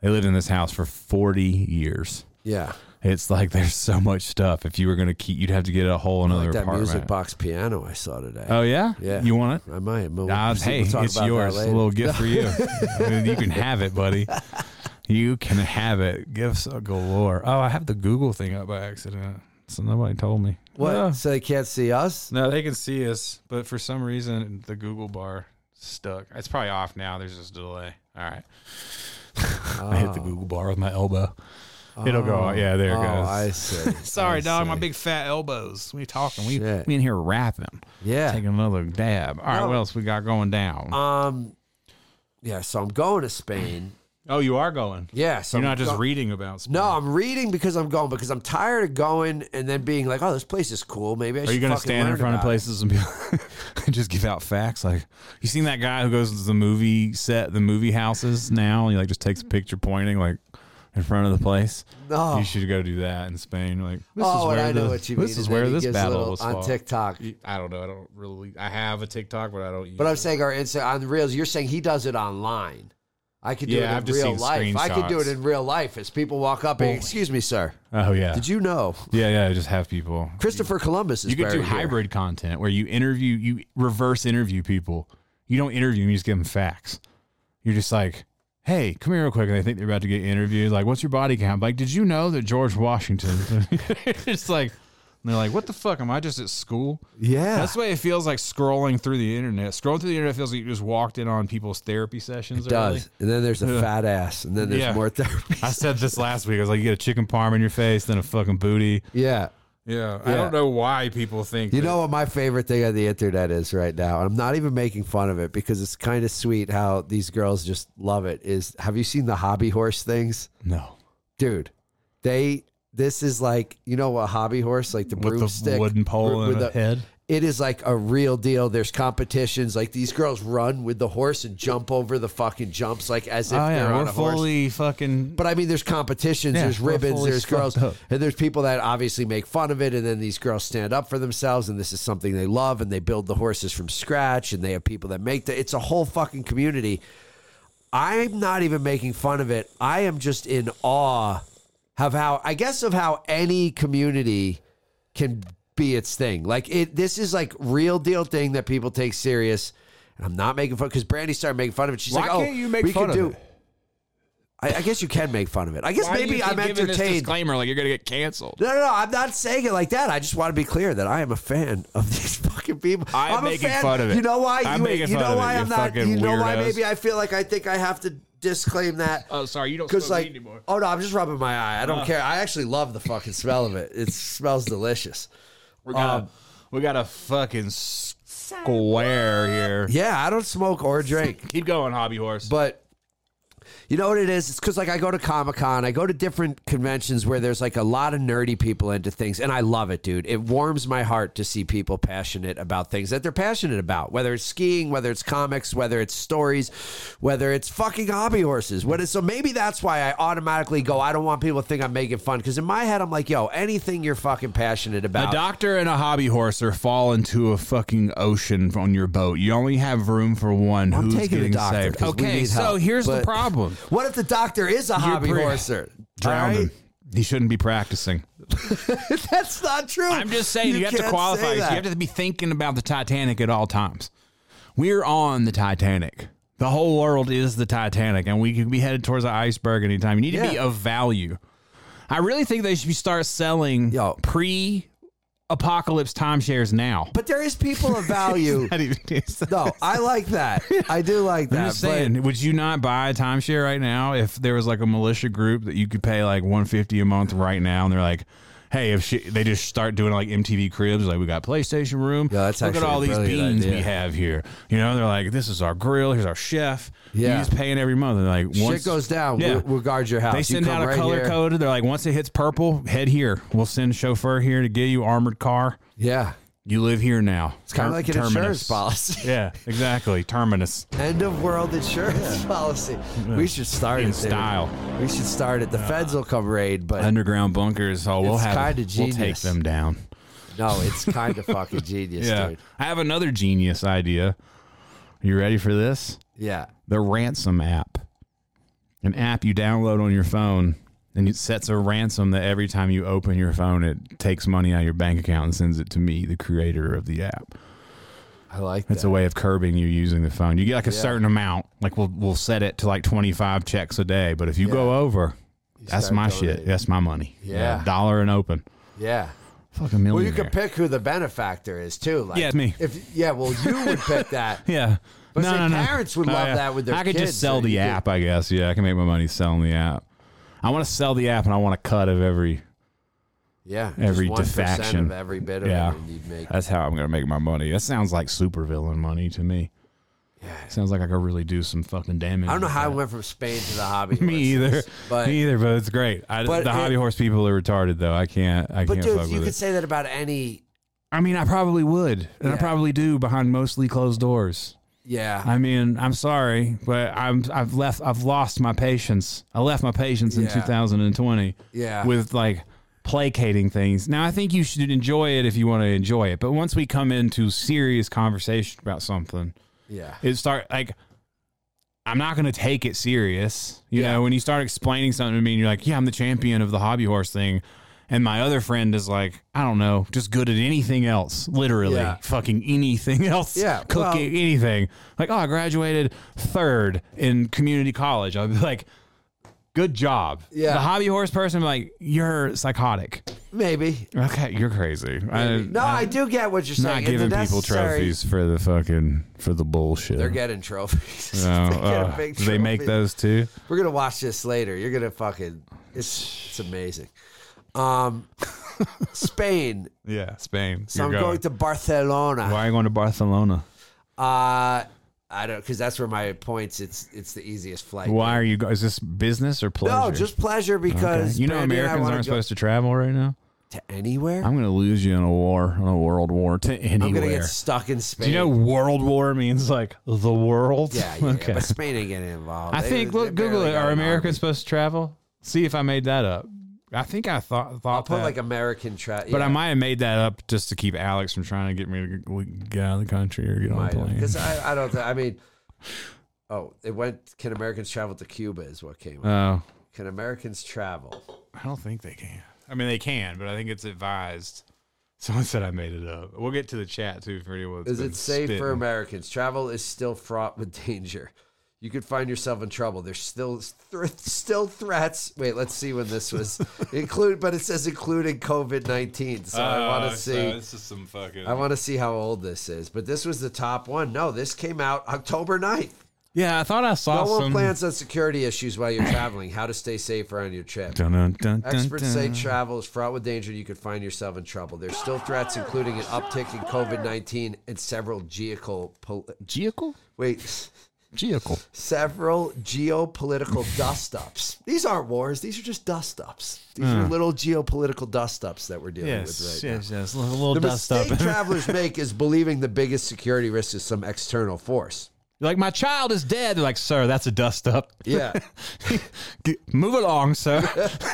Speaker 1: they lived in this house for 40 years.
Speaker 2: yeah.
Speaker 1: It's like there's so much stuff. If you were gonna keep, you'd have to get a whole another
Speaker 2: Like that
Speaker 1: apartment.
Speaker 2: music box piano I saw today.
Speaker 1: oh yeah,
Speaker 2: Yeah.
Speaker 1: You want it?
Speaker 2: I might. But we'll-
Speaker 1: Uh,
Speaker 2: we'll
Speaker 1: hey,
Speaker 2: talk
Speaker 1: it's
Speaker 2: about that
Speaker 1: yours. A
Speaker 2: later.
Speaker 1: little gift for you. [LAUGHS] you can have it, buddy. You can have it. Gifts galore. Oh, I have the Google thing up by accident. So nobody told me.
Speaker 2: What?
Speaker 1: Yeah.
Speaker 2: So they can't see us?
Speaker 1: No, they can see us, but for some reason the Google bar stuck. It's probably off now. There's just a delay. All
Speaker 2: [LAUGHS]
Speaker 1: right. I hit the Google bar with my elbow. It'll go. out. Yeah, there it
Speaker 2: oh,
Speaker 1: goes. [LAUGHS]
Speaker 2: I see.
Speaker 1: Sorry,
Speaker 2: I
Speaker 1: dog. My
Speaker 2: see.
Speaker 1: big fat elbows. We talking. We,
Speaker 2: Shit.
Speaker 1: we in here rapping.
Speaker 2: Yeah.
Speaker 1: Taking another dab. All right.
Speaker 2: No.
Speaker 1: What else we got going down?
Speaker 2: Um, yeah, so I'm going to Spain.
Speaker 1: Oh, you are going.
Speaker 2: Yeah, so
Speaker 1: You're not just
Speaker 2: reading.
Speaker 1: reading about sports.
Speaker 2: No, I'm reading because I'm going because I'm tired of going and then being like, oh, this place is cool. Maybe I
Speaker 1: Are
Speaker 2: should.
Speaker 1: you going to
Speaker 2: fucking
Speaker 1: stand in
Speaker 2: learn
Speaker 1: front of
Speaker 2: about it."
Speaker 1: places and be like, [LAUGHS] and just give out facts? Like, you seen that guy who goes to the movie set, the movie houses now, and he like just takes a picture pointing like in front of the place?
Speaker 2: No.
Speaker 1: You should go do that in Spain. Like, this
Speaker 2: Oh,
Speaker 1: is where
Speaker 2: and I know
Speaker 1: the-
Speaker 2: what you mean.
Speaker 1: This is
Speaker 2: And then
Speaker 1: where
Speaker 2: he
Speaker 1: this
Speaker 2: gives a
Speaker 1: battle
Speaker 2: little
Speaker 1: was
Speaker 2: on
Speaker 1: fought.
Speaker 2: TikTok.
Speaker 1: I don't know. I don't really. I have a TikTok, but I don't use
Speaker 2: But I'm saying our Insta on the reels. You're saying he does it online. I could do
Speaker 1: Yeah,
Speaker 2: it in
Speaker 1: I've just
Speaker 2: real
Speaker 1: seen
Speaker 2: life. I could do it
Speaker 1: screenshots.
Speaker 2: in real life as people walk up and excuse me, sir.
Speaker 1: Oh, yeah.
Speaker 2: Did you know
Speaker 1: yeah, yeah. I Just have people.
Speaker 2: Christopher Columbus is
Speaker 1: You could do
Speaker 2: buried here.
Speaker 1: hybrid content where you interview, you reverse interview people. You don't interview them, you just give them facts. You're just like, hey, come here real quick. And they think they're about to get interviewed. Like, what's your body count? Like, did you know that George Washington? [LAUGHS] it's like, and they're like, what the fuck? Am I just at school?
Speaker 2: Yeah.
Speaker 1: That's the way it feels like scrolling through the internet. Scrolling through the internet feels like you just walked in on people's therapy sessions.
Speaker 2: It does. And then there's a fat ass, and then there's
Speaker 1: Yeah. [LAUGHS]
Speaker 2: more therapy.
Speaker 1: I said this last week. I was like, you get a chicken parm in your face, then a fucking booty.
Speaker 2: [LAUGHS] yeah.
Speaker 1: Yeah.
Speaker 2: I don't
Speaker 1: know why people think
Speaker 2: You know what my favorite thing on the internet is right now, and I'm not even making fun of it because it's kind of sweet how these girls just love it. Is have you seen the hobby horse things,
Speaker 1: No.
Speaker 2: dude? They this is like you know a hobby horse like the
Speaker 1: With
Speaker 2: broomstick
Speaker 1: the wooden pole
Speaker 2: with
Speaker 1: and a
Speaker 2: the-
Speaker 1: head.
Speaker 2: It is like a real deal. There's competitions like these girls run with the horse and jump over the fucking jumps like as if
Speaker 1: oh
Speaker 2: they're
Speaker 1: yeah,
Speaker 2: on
Speaker 1: we're
Speaker 2: a horse.
Speaker 1: fully fucking.
Speaker 2: But I mean, there's competitions,
Speaker 1: Mm-hmm. Yeah, Oh,
Speaker 2: there's
Speaker 1: we're
Speaker 2: ribbons,
Speaker 1: fully
Speaker 2: there's girls,
Speaker 1: fucked up.
Speaker 2: and there's people that obviously make fun of it, and then these girls stand up for themselves, and this is something they love, and they build the horses from scratch, and they have people that make the. It's a whole fucking community. I'm not even making fun of it. I am just in awe of how I guess of how any community can be its thing. Like it, this is like real deal thing that people take serious. And I'm not making fun because Brandy started making fun of it. She's
Speaker 1: Why
Speaker 2: like, "Oh,
Speaker 1: can't you make
Speaker 2: we
Speaker 1: fun
Speaker 2: can
Speaker 1: of
Speaker 2: do."
Speaker 1: it?
Speaker 2: I, I guess you can make fun of it. I guess maybe I'm entertained.
Speaker 3: disclaimer like you're gonna get canceled.
Speaker 2: No, no, no. I'm not saying it like that. I just want to be clear that I am a fan of [LAUGHS] these fucking people.
Speaker 1: I'm
Speaker 2: a
Speaker 1: making
Speaker 2: fan-
Speaker 1: fun of it.
Speaker 2: You know why?
Speaker 1: I'm
Speaker 2: you,
Speaker 1: making
Speaker 2: you
Speaker 1: fun
Speaker 2: know
Speaker 1: of it,
Speaker 2: why
Speaker 1: you
Speaker 2: I'm not.
Speaker 1: fucking
Speaker 2: You know why?
Speaker 1: weirdos.
Speaker 2: Maybe I feel like I think I have to disclaim that.
Speaker 3: Oh, sorry, you don't
Speaker 2: Because
Speaker 3: smoke
Speaker 2: like,
Speaker 3: weed anymore.
Speaker 2: oh no, I'm just rubbing my eye. I don't care. I actually love the fucking smell of it. It smells delicious.
Speaker 1: We
Speaker 2: um,
Speaker 1: got a, we got a fucking square here.
Speaker 2: Yeah, I don't smoke or drink.
Speaker 1: Keep going, hobby horse.
Speaker 2: But you know what it is? It's because like I go to Comic Con, I go to different conventions where there's like a lot of nerdy people into things, and I love it, dude. It warms my heart to see people passionate about things that they're passionate about, whether it's skiing, whether it's comics, whether it's stories, whether it's fucking hobby horses. What is so maybe that's why I automatically go. I don't want people to think I'm making fun because in my head I'm like, yo, anything you're fucking passionate
Speaker 1: a
Speaker 2: about.
Speaker 1: doctor and a hobby horse are fall into a fucking ocean on your boat. You only have room for one.
Speaker 2: I'm
Speaker 1: Who's
Speaker 2: taking a
Speaker 1: getting
Speaker 2: doctor
Speaker 1: saved?
Speaker 2: 'cause we
Speaker 1: Okay,
Speaker 2: need
Speaker 1: so
Speaker 2: help,
Speaker 1: here's the
Speaker 2: but-
Speaker 1: problem:
Speaker 2: [LAUGHS] what if the doctor is a hobby
Speaker 1: pretty-
Speaker 2: horser?
Speaker 1: [LAUGHS] drown
Speaker 2: All
Speaker 1: him. He shouldn't be practicing.
Speaker 2: right? [LAUGHS] That's not true.
Speaker 1: I'm just saying you, have to
Speaker 2: can't say
Speaker 1: qualify. You
Speaker 2: that.
Speaker 1: have to be thinking about the Titanic at all times. We're on the Titanic. The whole world is the Titanic, and we could be headed towards an iceberg anytime. You need to be
Speaker 2: Yeah.
Speaker 1: of value. I really think they should be start selling
Speaker 2: Yo.
Speaker 1: pre-apocalypse timeshares now.
Speaker 2: [LAUGHS] But there is people of value.
Speaker 1: [LAUGHS] Not even- it's-
Speaker 2: no, I like that. I do like
Speaker 1: I'm
Speaker 2: that.
Speaker 1: just saying, would you not buy a timeshare right now if there was like a militia group that you could pay like 150 a month right now, and they're like, "Hey, if she, they just start doing like MTV Cribs, like we got PlayStation room.
Speaker 2: Yeah, that's
Speaker 1: Look at
Speaker 2: actually
Speaker 1: all
Speaker 2: a
Speaker 1: these
Speaker 2: brilliant
Speaker 1: beans we
Speaker 2: idea.
Speaker 1: have here. You know, they're like, this is our grill. Here's our chef.
Speaker 2: Yeah.
Speaker 1: you just paying every month. And like,
Speaker 2: But
Speaker 1: once
Speaker 2: shit goes down.
Speaker 1: Yeah.
Speaker 2: Yeah. We'll guard your house.
Speaker 1: they
Speaker 2: You
Speaker 1: send
Speaker 2: come
Speaker 1: out a
Speaker 2: right
Speaker 1: color
Speaker 2: here.
Speaker 1: coded. They're like, once it hits purple, head here. We'll send chauffeur here to get you armored car.
Speaker 2: Yeah.
Speaker 1: You live here now.
Speaker 2: It's kind of like an insurance
Speaker 1: [LAUGHS]
Speaker 2: policy.
Speaker 1: Yeah, exactly. Terminus.
Speaker 2: End of world insurance policy. We should start
Speaker 1: In
Speaker 2: it dude.
Speaker 1: style.
Speaker 2: We should start it. The feds will come raid, but
Speaker 1: underground bunkers. Oh, we'll
Speaker 2: It's
Speaker 1: have
Speaker 2: kinda
Speaker 1: we'll take
Speaker 2: genius.
Speaker 1: them down.
Speaker 2: no, it's kind
Speaker 1: [LAUGHS]
Speaker 2: of fucking genius, dude.
Speaker 1: I have another genius idea. You ready for this?
Speaker 2: Yeah.
Speaker 1: The ransom app, an app you download on your phone, and it sets a ransom that every time you open your phone, it takes money out of your bank account and sends it to me, the creator of the app.
Speaker 2: I like
Speaker 1: It's
Speaker 2: that.
Speaker 1: a way of curbing you using the phone. You get like a certain amount, like we'll we'll set it to like twenty five checks a day, but if you go over, that's
Speaker 2: start
Speaker 1: my shit.
Speaker 2: donating.
Speaker 1: That's my money.
Speaker 2: Yeah.
Speaker 1: dollar and open.
Speaker 2: yeah.
Speaker 1: Fucking million.
Speaker 2: Well, you could pick who the benefactor is too. Like,
Speaker 1: Yeah, it's me.
Speaker 2: If yeah, well, you would pick
Speaker 1: [LAUGHS]
Speaker 2: that.
Speaker 1: Yeah.
Speaker 2: But see, parents would love that with their
Speaker 1: Oh, I could
Speaker 2: kids,
Speaker 1: just sell
Speaker 2: so
Speaker 1: the
Speaker 2: you could-
Speaker 1: app, I guess. Yeah, I can make my money selling the app. I want to sell the app and I want a cut of every.
Speaker 2: Yeah,
Speaker 1: Every
Speaker 2: just 1%
Speaker 1: defaction.
Speaker 2: of every bit of
Speaker 1: Yeah. Uh,
Speaker 2: it, and you'd make.
Speaker 1: That's how I'm going to make my money. That sounds like supervillain money to me.
Speaker 3: Sounds like I could really do some fucking damage.
Speaker 2: I don't know
Speaker 3: with
Speaker 2: how I
Speaker 3: that.
Speaker 2: went from Spain to the hobby.
Speaker 1: [LAUGHS] Me either.
Speaker 2: horses, But
Speaker 1: Me either, but it's great. I,
Speaker 2: But
Speaker 1: the
Speaker 2: it-
Speaker 1: hobby horse people are retarded though. I can't. I
Speaker 2: but
Speaker 1: can't
Speaker 2: dude,
Speaker 1: fuck
Speaker 2: you
Speaker 1: with
Speaker 2: could
Speaker 1: it.
Speaker 2: say that about any.
Speaker 1: I mean, I probably would, and I
Speaker 2: Yeah.
Speaker 1: probably do behind mostly closed doors.
Speaker 2: Yeah.
Speaker 1: I mean, I'm sorry, but I'm I've left I've lost my patience. I left my patience in
Speaker 2: Yeah.
Speaker 1: 2020
Speaker 2: yeah.
Speaker 1: with like placating things. Now I think you should enjoy it if you want to enjoy it, but once we come into serious conversation about something,
Speaker 2: yeah.
Speaker 1: it start like I'm not gonna take it serious. You
Speaker 2: Yeah.
Speaker 1: know, when you start explaining something to me and you're like, Yeah, I'm the champion of the hobby horse thing and my other friend is like, I don't know, just good at anything else. Literally.
Speaker 2: Yeah.
Speaker 1: Fucking anything [LAUGHS] else.
Speaker 2: Yeah,
Speaker 1: Cooking
Speaker 2: well-
Speaker 1: anything. Like, oh, I graduated third in community college. I'd be like, Good job.
Speaker 2: Yeah.
Speaker 1: The hobby horse person, like, you're psychotic.
Speaker 2: Maybe.
Speaker 1: Okay, you're crazy. I,
Speaker 2: No, I do get what you're saying.
Speaker 1: Uh, not
Speaker 2: It's a
Speaker 1: giving people
Speaker 2: necessary-
Speaker 1: trophies for the fucking for the bullshit.
Speaker 2: They're getting trophies.
Speaker 1: Oh,
Speaker 2: [LAUGHS] they, get
Speaker 1: uh,
Speaker 2: a big
Speaker 1: do they make
Speaker 2: trophy.
Speaker 1: those too.
Speaker 2: We're gonna watch this later. You're gonna fucking. It's it's amazing.
Speaker 1: [LAUGHS]
Speaker 2: Um, Spain.
Speaker 1: Yeah, Spain.
Speaker 2: So I'm going. to Barcelona.
Speaker 1: Why are you going to Barcelona?
Speaker 2: Uh, I don't because that's where my points. It's it's the easiest flight.
Speaker 1: Why are you? go- Is this business or pleasure?
Speaker 2: No, just pleasure because
Speaker 1: you know
Speaker 2: Brandy and I
Speaker 1: Americans
Speaker 2: wanna
Speaker 1: aren't
Speaker 2: go
Speaker 1: supposed to travel right now.
Speaker 2: to anywhere.
Speaker 1: I'm going to lose you in a war, in a world war, to anywhere.
Speaker 2: I'm gonna get stuck in Spain.
Speaker 1: Do you know [LAUGHS] world war means like the world? [LAUGHS]
Speaker 2: Yeah, yeah.
Speaker 1: okay.
Speaker 2: But Spain ain't getting involved.
Speaker 1: I
Speaker 2: They-
Speaker 1: think.
Speaker 2: they
Speaker 1: Look, Google
Speaker 2: barely
Speaker 1: it.
Speaker 2: got
Speaker 1: Are
Speaker 2: an
Speaker 1: Americans supposed to travel? See if I made that up. I think I thought thought
Speaker 2: army. I'll put
Speaker 1: that.
Speaker 2: like American travel.
Speaker 1: but I might have made that up just to keep Alex from trying to get me to g- get out of the country or get on a plane.
Speaker 2: because I, I don't. I mean,
Speaker 1: [SIGHS]
Speaker 2: oh, it went. Can Americans travel to Cuba? Is what came. up.
Speaker 1: Oh,
Speaker 2: Can Americans travel?
Speaker 1: I don't think they can. I mean, they can, but I think it's advised. [LAUGHS] Someone said I made it up. We'll get to the chat too for anyone. that's
Speaker 2: Is
Speaker 1: been
Speaker 2: it safe for
Speaker 1: spitting.
Speaker 2: Americans? Travel is still fraught with [LAUGHS] danger. You could find yourself in trouble. There's still th- still threats. Wait, let's see when
Speaker 1: [LAUGHS]
Speaker 2: this was include. But it says including COVID nineteen. So I want
Speaker 1: Oh,
Speaker 2: to
Speaker 1: so
Speaker 2: see.
Speaker 1: this is some fucking.
Speaker 2: I want to see how old this is. But this was the top one. No, this came out October 9th.
Speaker 1: yeah, I thought I saw
Speaker 2: No one
Speaker 1: some.
Speaker 2: plans on security issues while you're traveling, how to stay safer on your trip.
Speaker 1: Dun, dun, dun, dun,
Speaker 2: Experts
Speaker 1: dun.
Speaker 2: say travel is fraught with danger. You could find yourself in trouble. There's still threats, including an uptick in COVID 19 and several geocal. Pol-
Speaker 1: Geocle?
Speaker 2: wait,
Speaker 1: Geocle.
Speaker 2: several geopolitical dust ups. These aren't wars, these are just dust ups. These are little geopolitical dust ups that we're dealing with right
Speaker 1: Hmm. Yes,
Speaker 2: now.
Speaker 1: yes, yes. A little
Speaker 2: The
Speaker 1: dust up. [LAUGHS]
Speaker 2: mistake travelers make is believing the biggest security risk is some external force.
Speaker 1: like, my child is dead. They're like, sir, that's a dust up.
Speaker 2: Yeah.
Speaker 1: [LAUGHS] Get- Move along,
Speaker 2: [LAUGHS]
Speaker 1: sir.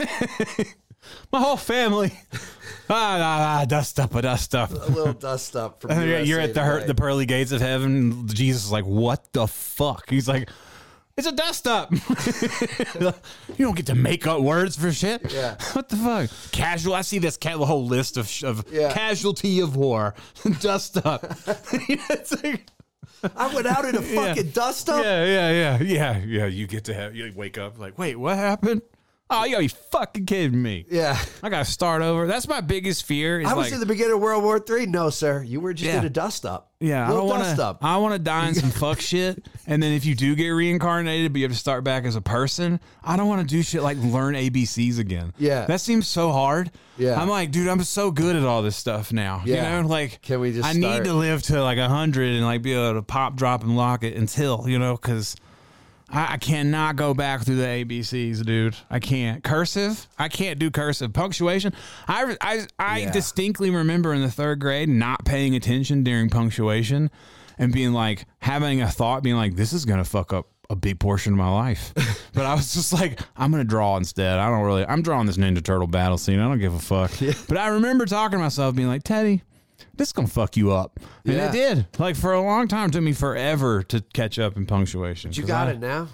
Speaker 1: [LAUGHS] my whole family. [LAUGHS] Ah, ah, ah, dust up, a dust up.
Speaker 2: a little dust up from
Speaker 1: And [LAUGHS] you're-
Speaker 2: USA
Speaker 1: you're at the her,
Speaker 2: Today.
Speaker 1: the pearly gates of heaven. Jesus is like, what the fuck? He's like, it's a dust up. [LAUGHS] you don't get to make up words for shit.
Speaker 2: Yeah.
Speaker 1: [LAUGHS] What the fuck? Casual. I see this ca- whole list of, sh- of
Speaker 2: Yeah.
Speaker 1: casualty of war, [LAUGHS] dust up. [LAUGHS] It's like-
Speaker 2: I went out
Speaker 1: [LAUGHS]
Speaker 2: in a fucking dust up.
Speaker 1: yeah, yeah, yeah, yeah, yeah. You get to have you wake up like, wait, what happened? Oh, you gotta be fucking kidding me.
Speaker 2: Yeah.
Speaker 1: I gotta start over. That's my biggest fear. Is
Speaker 2: I was
Speaker 1: like,
Speaker 2: in the beginning of World War Three. No, sir. You were just
Speaker 1: Yeah.
Speaker 2: in a dust up.
Speaker 1: Yeah, I
Speaker 2: Little
Speaker 1: don't
Speaker 2: dust
Speaker 1: want
Speaker 2: up.
Speaker 1: to. I want to die in some fuck
Speaker 2: [LAUGHS]
Speaker 1: shit, and then if you do get reincarnated, but you have to start back as a person, I don't want to do shit like learn ABCs again.
Speaker 2: Yeah.
Speaker 1: that seems so hard.
Speaker 2: Yeah.
Speaker 1: I'm like, dude, I'm so good at all this stuff now.
Speaker 2: Yeah.
Speaker 1: you know, like,
Speaker 2: Can we just
Speaker 1: I
Speaker 2: start?
Speaker 1: need to live to like hundred and like be able to pop, drop, and lock it until you know, because I, I cannot go back through the ABCs, dude. I can't cursive. I can't do cursive punctuation. I I I
Speaker 2: Yeah.
Speaker 1: distinctly remember in the third grade not paying attention during punctuation and being like having a thought, being like, "This is gonna fuck up." A big portion of my
Speaker 2: [LAUGHS]
Speaker 1: life, but I was just like, I'm gonna draw instead. I don't really. I'm drawing this Ninja Turtle battle scene. I don't give a fuck. But I remember talking to myself, being like, Teddy, this is gonna fuck you up, and
Speaker 2: Yeah.
Speaker 1: it did. Like for a long time, it took me forever to catch up in punctuation.
Speaker 2: You
Speaker 1: 'cause
Speaker 2: got
Speaker 1: I-
Speaker 2: it now.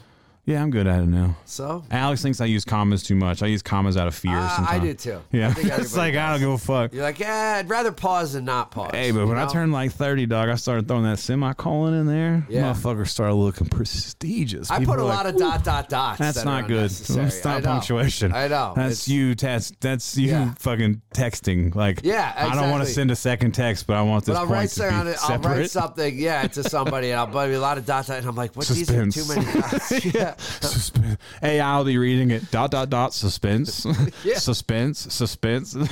Speaker 1: yeah, I'm good at it now.
Speaker 2: So
Speaker 1: Alex thinks I use commas too much. I use commas out of fear
Speaker 2: Uh, I
Speaker 1: sometimes.
Speaker 2: do too.
Speaker 1: Yeah.
Speaker 2: I
Speaker 1: [LAUGHS]
Speaker 2: think
Speaker 1: it's like,
Speaker 2: everybody
Speaker 1: I don't give a fuck.
Speaker 2: you're like, yeah, I'd rather pause than not pause.
Speaker 1: Hey, but
Speaker 2: you
Speaker 1: when I
Speaker 2: know?
Speaker 1: turned like 30, dog, I started throwing that semicolon in there.
Speaker 2: Yeah.
Speaker 1: Motherfuckers started looking prestigious.
Speaker 2: I
Speaker 1: People
Speaker 2: put a
Speaker 1: were
Speaker 2: lot
Speaker 1: like,
Speaker 2: of dot dot dots.
Speaker 1: That's
Speaker 2: that
Speaker 1: not
Speaker 2: are
Speaker 1: good.
Speaker 2: unnecessary.
Speaker 1: That's
Speaker 2: I
Speaker 1: not
Speaker 2: know.
Speaker 1: punctuation.
Speaker 2: I know.
Speaker 1: That's
Speaker 2: It's-
Speaker 1: you. That's that's you.
Speaker 2: Yeah.
Speaker 1: Fucking texting. Like,
Speaker 2: Yeah,
Speaker 1: I don't want to
Speaker 2: exactly.
Speaker 1: send a second text, but I want this
Speaker 2: But I'll
Speaker 1: point
Speaker 2: write
Speaker 1: to be
Speaker 2: something. on it- I'll
Speaker 1: separate.
Speaker 2: write something. Yeah, to somebody, and I'll put a lot of dots. on it, And I'm like, what? These are
Speaker 1: [LAUGHS]
Speaker 2: too
Speaker 1: Suspense.
Speaker 2: many dots. [LAUGHS] yeah.
Speaker 1: Suspense. Hey, I'll be reading it. Dot dot dot. Suspense.
Speaker 2: [LAUGHS] Yeah.
Speaker 1: Suspense. Suspense. [LAUGHS] this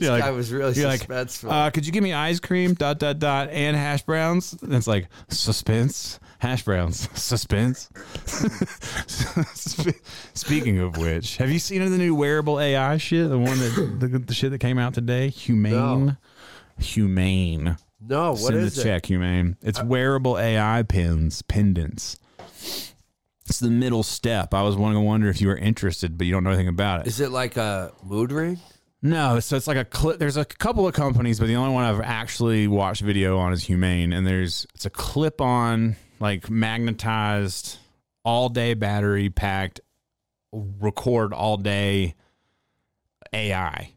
Speaker 2: guy was really suspenseful.
Speaker 1: uh, could you give me ice cream? Dot dot dot and hash browns. And it's like suspense. hash browns. [LAUGHS] Suspense. Speaking of which, have you seen the new wearable AI shit? The one that the, the shit that came out today. Humane.
Speaker 2: No.
Speaker 1: Humane.
Speaker 2: No, what is
Speaker 1: Send
Speaker 2: it?
Speaker 1: the check, Humane. It's wearable AI pins, pendants. It's the middle step. I was going to wonder if you were interested, but you don't know anything about it.
Speaker 2: Is it like a mood ring?
Speaker 1: No, so it's like a clip. There's a couple of companies, but the only one I've actually watched video on is Humane, and there's it's a clip-on, like magnetized, all-day battery packed, record all day AI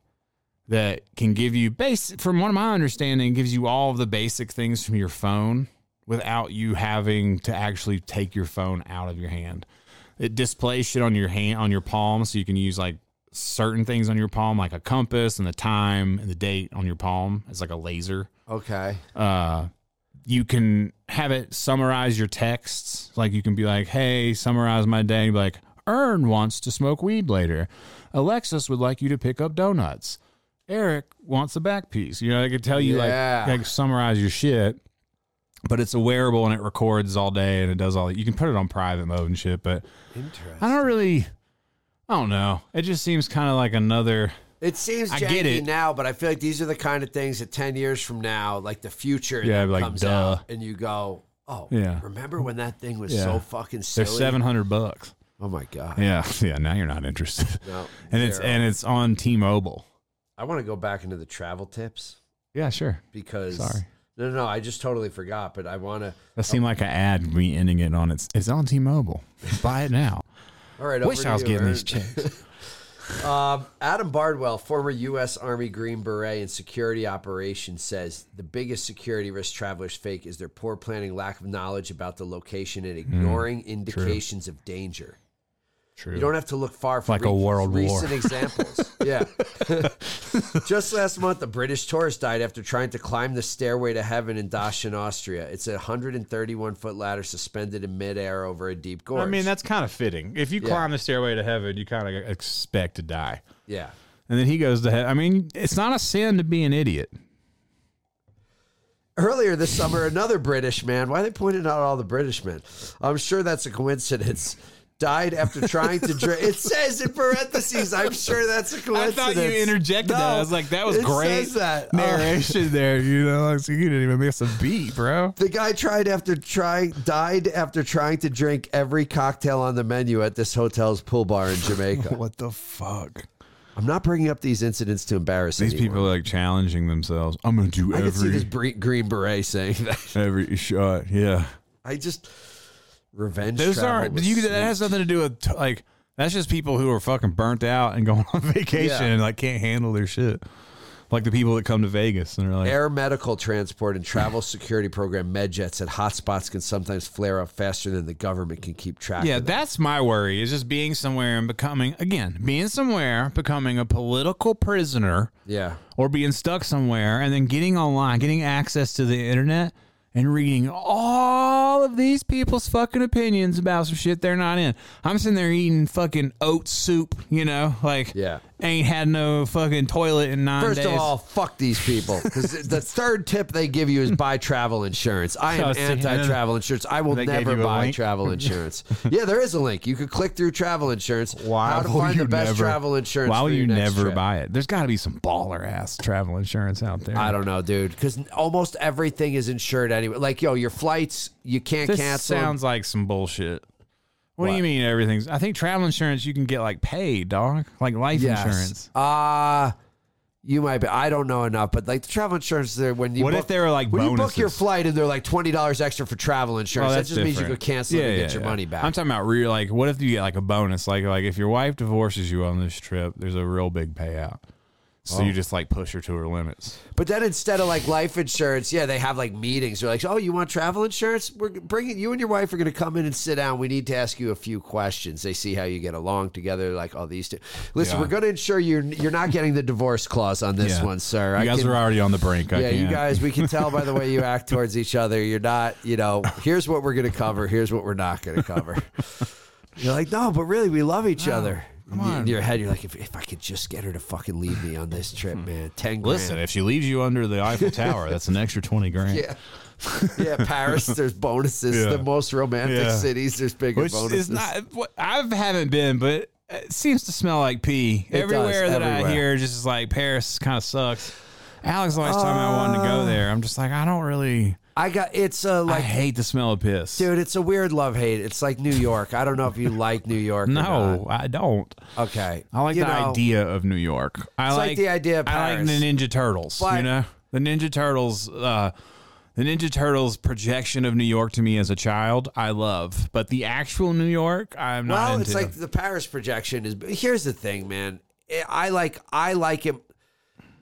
Speaker 1: that can give you base from what my understanding gives you all of the basic things from your phone without you having to actually take your phone out of your hand. It displays shit on your hand on your palm so you can use like certain things on your palm like a compass and the time and the date on your palm. It's like a laser
Speaker 2: Okay.
Speaker 1: uh, you can have it summarize your texts. Like you can be like, "Hey, summarize my day." Be like, "Ern wants to smoke weed later. Alexis would like you to pick up donuts. Eric wants a back piece." You know, they could tell you
Speaker 2: Yeah.
Speaker 1: like, like summarize your shit. But it's a wearable and it records all day and it does all. You can put it on private mode and shit. But
Speaker 2: Interesting.
Speaker 1: I don't really, I don't know. It just seems kind of like another.
Speaker 2: It seems
Speaker 1: I
Speaker 2: janky
Speaker 1: get it.
Speaker 2: now, but I feel like these are the kind of things that ten years from now, like the future,
Speaker 1: Yeah,
Speaker 2: that
Speaker 1: like,
Speaker 2: comes
Speaker 1: duh.
Speaker 2: out, and you go, "Oh,
Speaker 1: Yeah.
Speaker 2: remember when that thing was
Speaker 1: Yeah.
Speaker 2: so fucking silly?"
Speaker 1: They're seven hundred bucks.
Speaker 2: Oh my god!
Speaker 1: Yeah, [LAUGHS] yeah. Now you're not
Speaker 3: [LAUGHS]
Speaker 1: interested.
Speaker 2: No,
Speaker 1: and it's
Speaker 2: zero.
Speaker 1: and it's on T-Mobile.
Speaker 2: I want to go back into the travel tips
Speaker 1: Yeah, sure.
Speaker 2: because
Speaker 1: Sorry.
Speaker 2: no, no, no, I just totally forgot, but I want to.
Speaker 1: That seemed like an ad. Me ending it on it's it's on T-Mobile. Buy it
Speaker 3: [LAUGHS]
Speaker 1: now.
Speaker 2: All right,
Speaker 1: Wish
Speaker 2: over to
Speaker 1: I was
Speaker 2: you,
Speaker 1: getting these
Speaker 2: Ern.
Speaker 1: checks.
Speaker 2: Um, Adam Bardwell, former U.S. Army Green Beret and security operations, says the biggest security risk travelers fake is their poor planning, lack of knowledge about the location,
Speaker 1: Hmm.
Speaker 2: and ignoring indications of danger.
Speaker 1: True.
Speaker 2: You don't have to look far for
Speaker 1: Like a world war. [LAUGHS]
Speaker 2: recent examples. Yeah. Just last month, a British tourist died after trying to climb the stairway to heaven in Dachau, Austria. It's a 131 foot ladder suspended in midair over a deep gorge.
Speaker 1: I mean, that's kind of fitting. If you climb the stairway to heaven, you kind of expect to die.
Speaker 2: yeah.
Speaker 1: And then he goes to heaven. I mean, it's not a sin to be an idiot.
Speaker 2: Earlier this summer, another British man, why are they pointing out all the British men? I'm sure that's a coincidence. Died after trying to drink. It says in parentheses, I'm sure that's a
Speaker 3: I
Speaker 2: coincidence.
Speaker 3: thought you interjected
Speaker 2: No,
Speaker 3: that. I was like, that was
Speaker 2: it
Speaker 3: great
Speaker 2: says that.
Speaker 1: Oh.
Speaker 2: Uh,
Speaker 3: narration there. You know, like, so you didn't even miss a beat, bro.
Speaker 2: The guy tried after trying died after trying to drink every cocktail on the menu at this hotel's pool bar in Jamaica.
Speaker 3: [LAUGHS] What the fuck?
Speaker 2: I'm not bringing up these incidents to embarrass
Speaker 1: These
Speaker 2: anyone.
Speaker 1: people are like challenging themselves. I'm gonna do
Speaker 2: I could see this
Speaker 1: every
Speaker 2: bre- green beret saying
Speaker 1: [LAUGHS]
Speaker 2: that.
Speaker 1: every shot. Yeah.
Speaker 2: I just revenge.
Speaker 1: Those
Speaker 2: travel
Speaker 1: aren't
Speaker 2: was
Speaker 1: you.
Speaker 2: sweet.
Speaker 1: That has nothing to do with t- like. That's just people who are fucking burnt out and [LAUGHS] going on vacation
Speaker 2: Yeah.
Speaker 1: and like can't handle their shit. Like the people that come to Vegas and are like,
Speaker 2: Air medical transport and travel security program MedJet said hotspots can sometimes flare up faster than the government can keep track.
Speaker 1: Yeah,
Speaker 2: of them.
Speaker 1: that's my worry is just being somewhere and becoming, again, being somewhere, becoming a political prisoner
Speaker 2: yeah.
Speaker 1: or being stuck somewhere and then getting online, getting access to the internet and reading all of these people's fucking opinions about some shit they're not in. I'm sitting there eating fucking oat soup, you know, like
Speaker 2: Yeah.
Speaker 1: ain't had no fucking toilet in nine
Speaker 2: First
Speaker 1: days.
Speaker 2: of all, fuck these people. 'Cause the third tip they give you is buy travel insurance. I
Speaker 1: [LAUGHS] Oh,
Speaker 2: am
Speaker 1: see,
Speaker 2: anti travel insurance. I will
Speaker 1: They gave
Speaker 2: never
Speaker 1: you a
Speaker 2: buy
Speaker 1: link? [LAUGHS]
Speaker 2: travel insurance. yeah, there is a link. You could click through travel insurance.
Speaker 1: why
Speaker 2: how to
Speaker 1: will
Speaker 2: find
Speaker 1: you
Speaker 2: the best
Speaker 1: never-
Speaker 2: travel insurance?
Speaker 1: Why will
Speaker 2: for your
Speaker 1: you
Speaker 2: next
Speaker 1: never
Speaker 2: trip.
Speaker 1: buy it? There's got to be some baller ass travel insurance out there.
Speaker 2: I don't know, dude. Because almost everything is insured anyway. Like, yo, your flights, you can't
Speaker 1: This
Speaker 2: cancel. 'em.
Speaker 1: sounds like some bullshit. What, do
Speaker 2: What?
Speaker 1: you mean everything's? I think travel insurance you can get like paid, dog, like life insurance.
Speaker 2: Uh you might be. I don't know enough, but like the travel insurance, there when you
Speaker 1: What if
Speaker 2: book,
Speaker 1: they were, like,
Speaker 2: when you book your
Speaker 1: bonuses?
Speaker 2: flight and they're like twenty dollars extra for travel insurance? that just means you
Speaker 1: Oh, different.
Speaker 2: could cancel it and
Speaker 1: Yeah,
Speaker 2: get
Speaker 1: yeah,
Speaker 2: your
Speaker 1: yeah.
Speaker 2: money back.
Speaker 1: I'm talking about real. Like, what if you get like a bonus? Like, like if your wife divorces you on this trip, there's a real big payout. So
Speaker 2: Oh.
Speaker 1: you just like push her to her limits.
Speaker 2: but then instead of like life insurance, yeah, they have like meetings. They're like, oh, you want travel insurance? We're bringing you and your wife are going to come in and sit down. We need to ask you a few questions. They see how you get along together. Like all these two. Listen,
Speaker 1: Yeah.
Speaker 2: we're going to ensure you're you're not getting the divorce clause on this one, sir.
Speaker 1: You
Speaker 2: I
Speaker 1: guys
Speaker 2: can-
Speaker 1: are already on the brink. I
Speaker 2: yeah, you
Speaker 1: can't.
Speaker 2: guys, we can tell by the way you act towards each other. You're not, you know, here's what we're going to cover, here's what we're not going to cover. You're like, no, but really, we love each other. in, y- in your head, you're like, if, if I could just get her to fucking leave me on this trip, man, ten grand.
Speaker 1: Listen, if she leaves you under the
Speaker 2: [LAUGHS]
Speaker 1: Eiffel Tower, that's an extra twenty grand.
Speaker 2: Yeah. yeah,
Speaker 1: [LAUGHS]
Speaker 2: Paris, there's bonuses.
Speaker 1: Yeah.
Speaker 2: The most romantic
Speaker 1: Yeah.
Speaker 2: cities, there's bigger
Speaker 1: Which
Speaker 2: bonuses.
Speaker 1: is not. what- I haven't been, but it seems to smell like pee
Speaker 2: does,
Speaker 1: everywhere that I
Speaker 2: everywhere.
Speaker 1: hear. Just is like Paris kind of sucks. Alex always told me I wanted to go there. I'm just like I don't really.
Speaker 2: I got it's a
Speaker 1: I
Speaker 2: Uh. like
Speaker 1: hate the smell of piss.
Speaker 2: dude, it's a weird love hate. It's like New York. I don't know if you like New York. or not.
Speaker 1: no, I don't.
Speaker 2: Okay.
Speaker 1: I like
Speaker 2: You
Speaker 1: the
Speaker 2: know,
Speaker 1: idea of New York. I
Speaker 2: like the idea of
Speaker 1: I like
Speaker 2: Paris.
Speaker 1: the Ninja Turtles.
Speaker 2: But-
Speaker 1: you know, the Ninja Turtles. Uh, the Ninja Turtles projection of New York to me as a child, I love. But the actual New York, I'm not
Speaker 2: Well,
Speaker 1: into.
Speaker 2: it's like the Paris projection is. but Here's the thing, man. I like. I like it.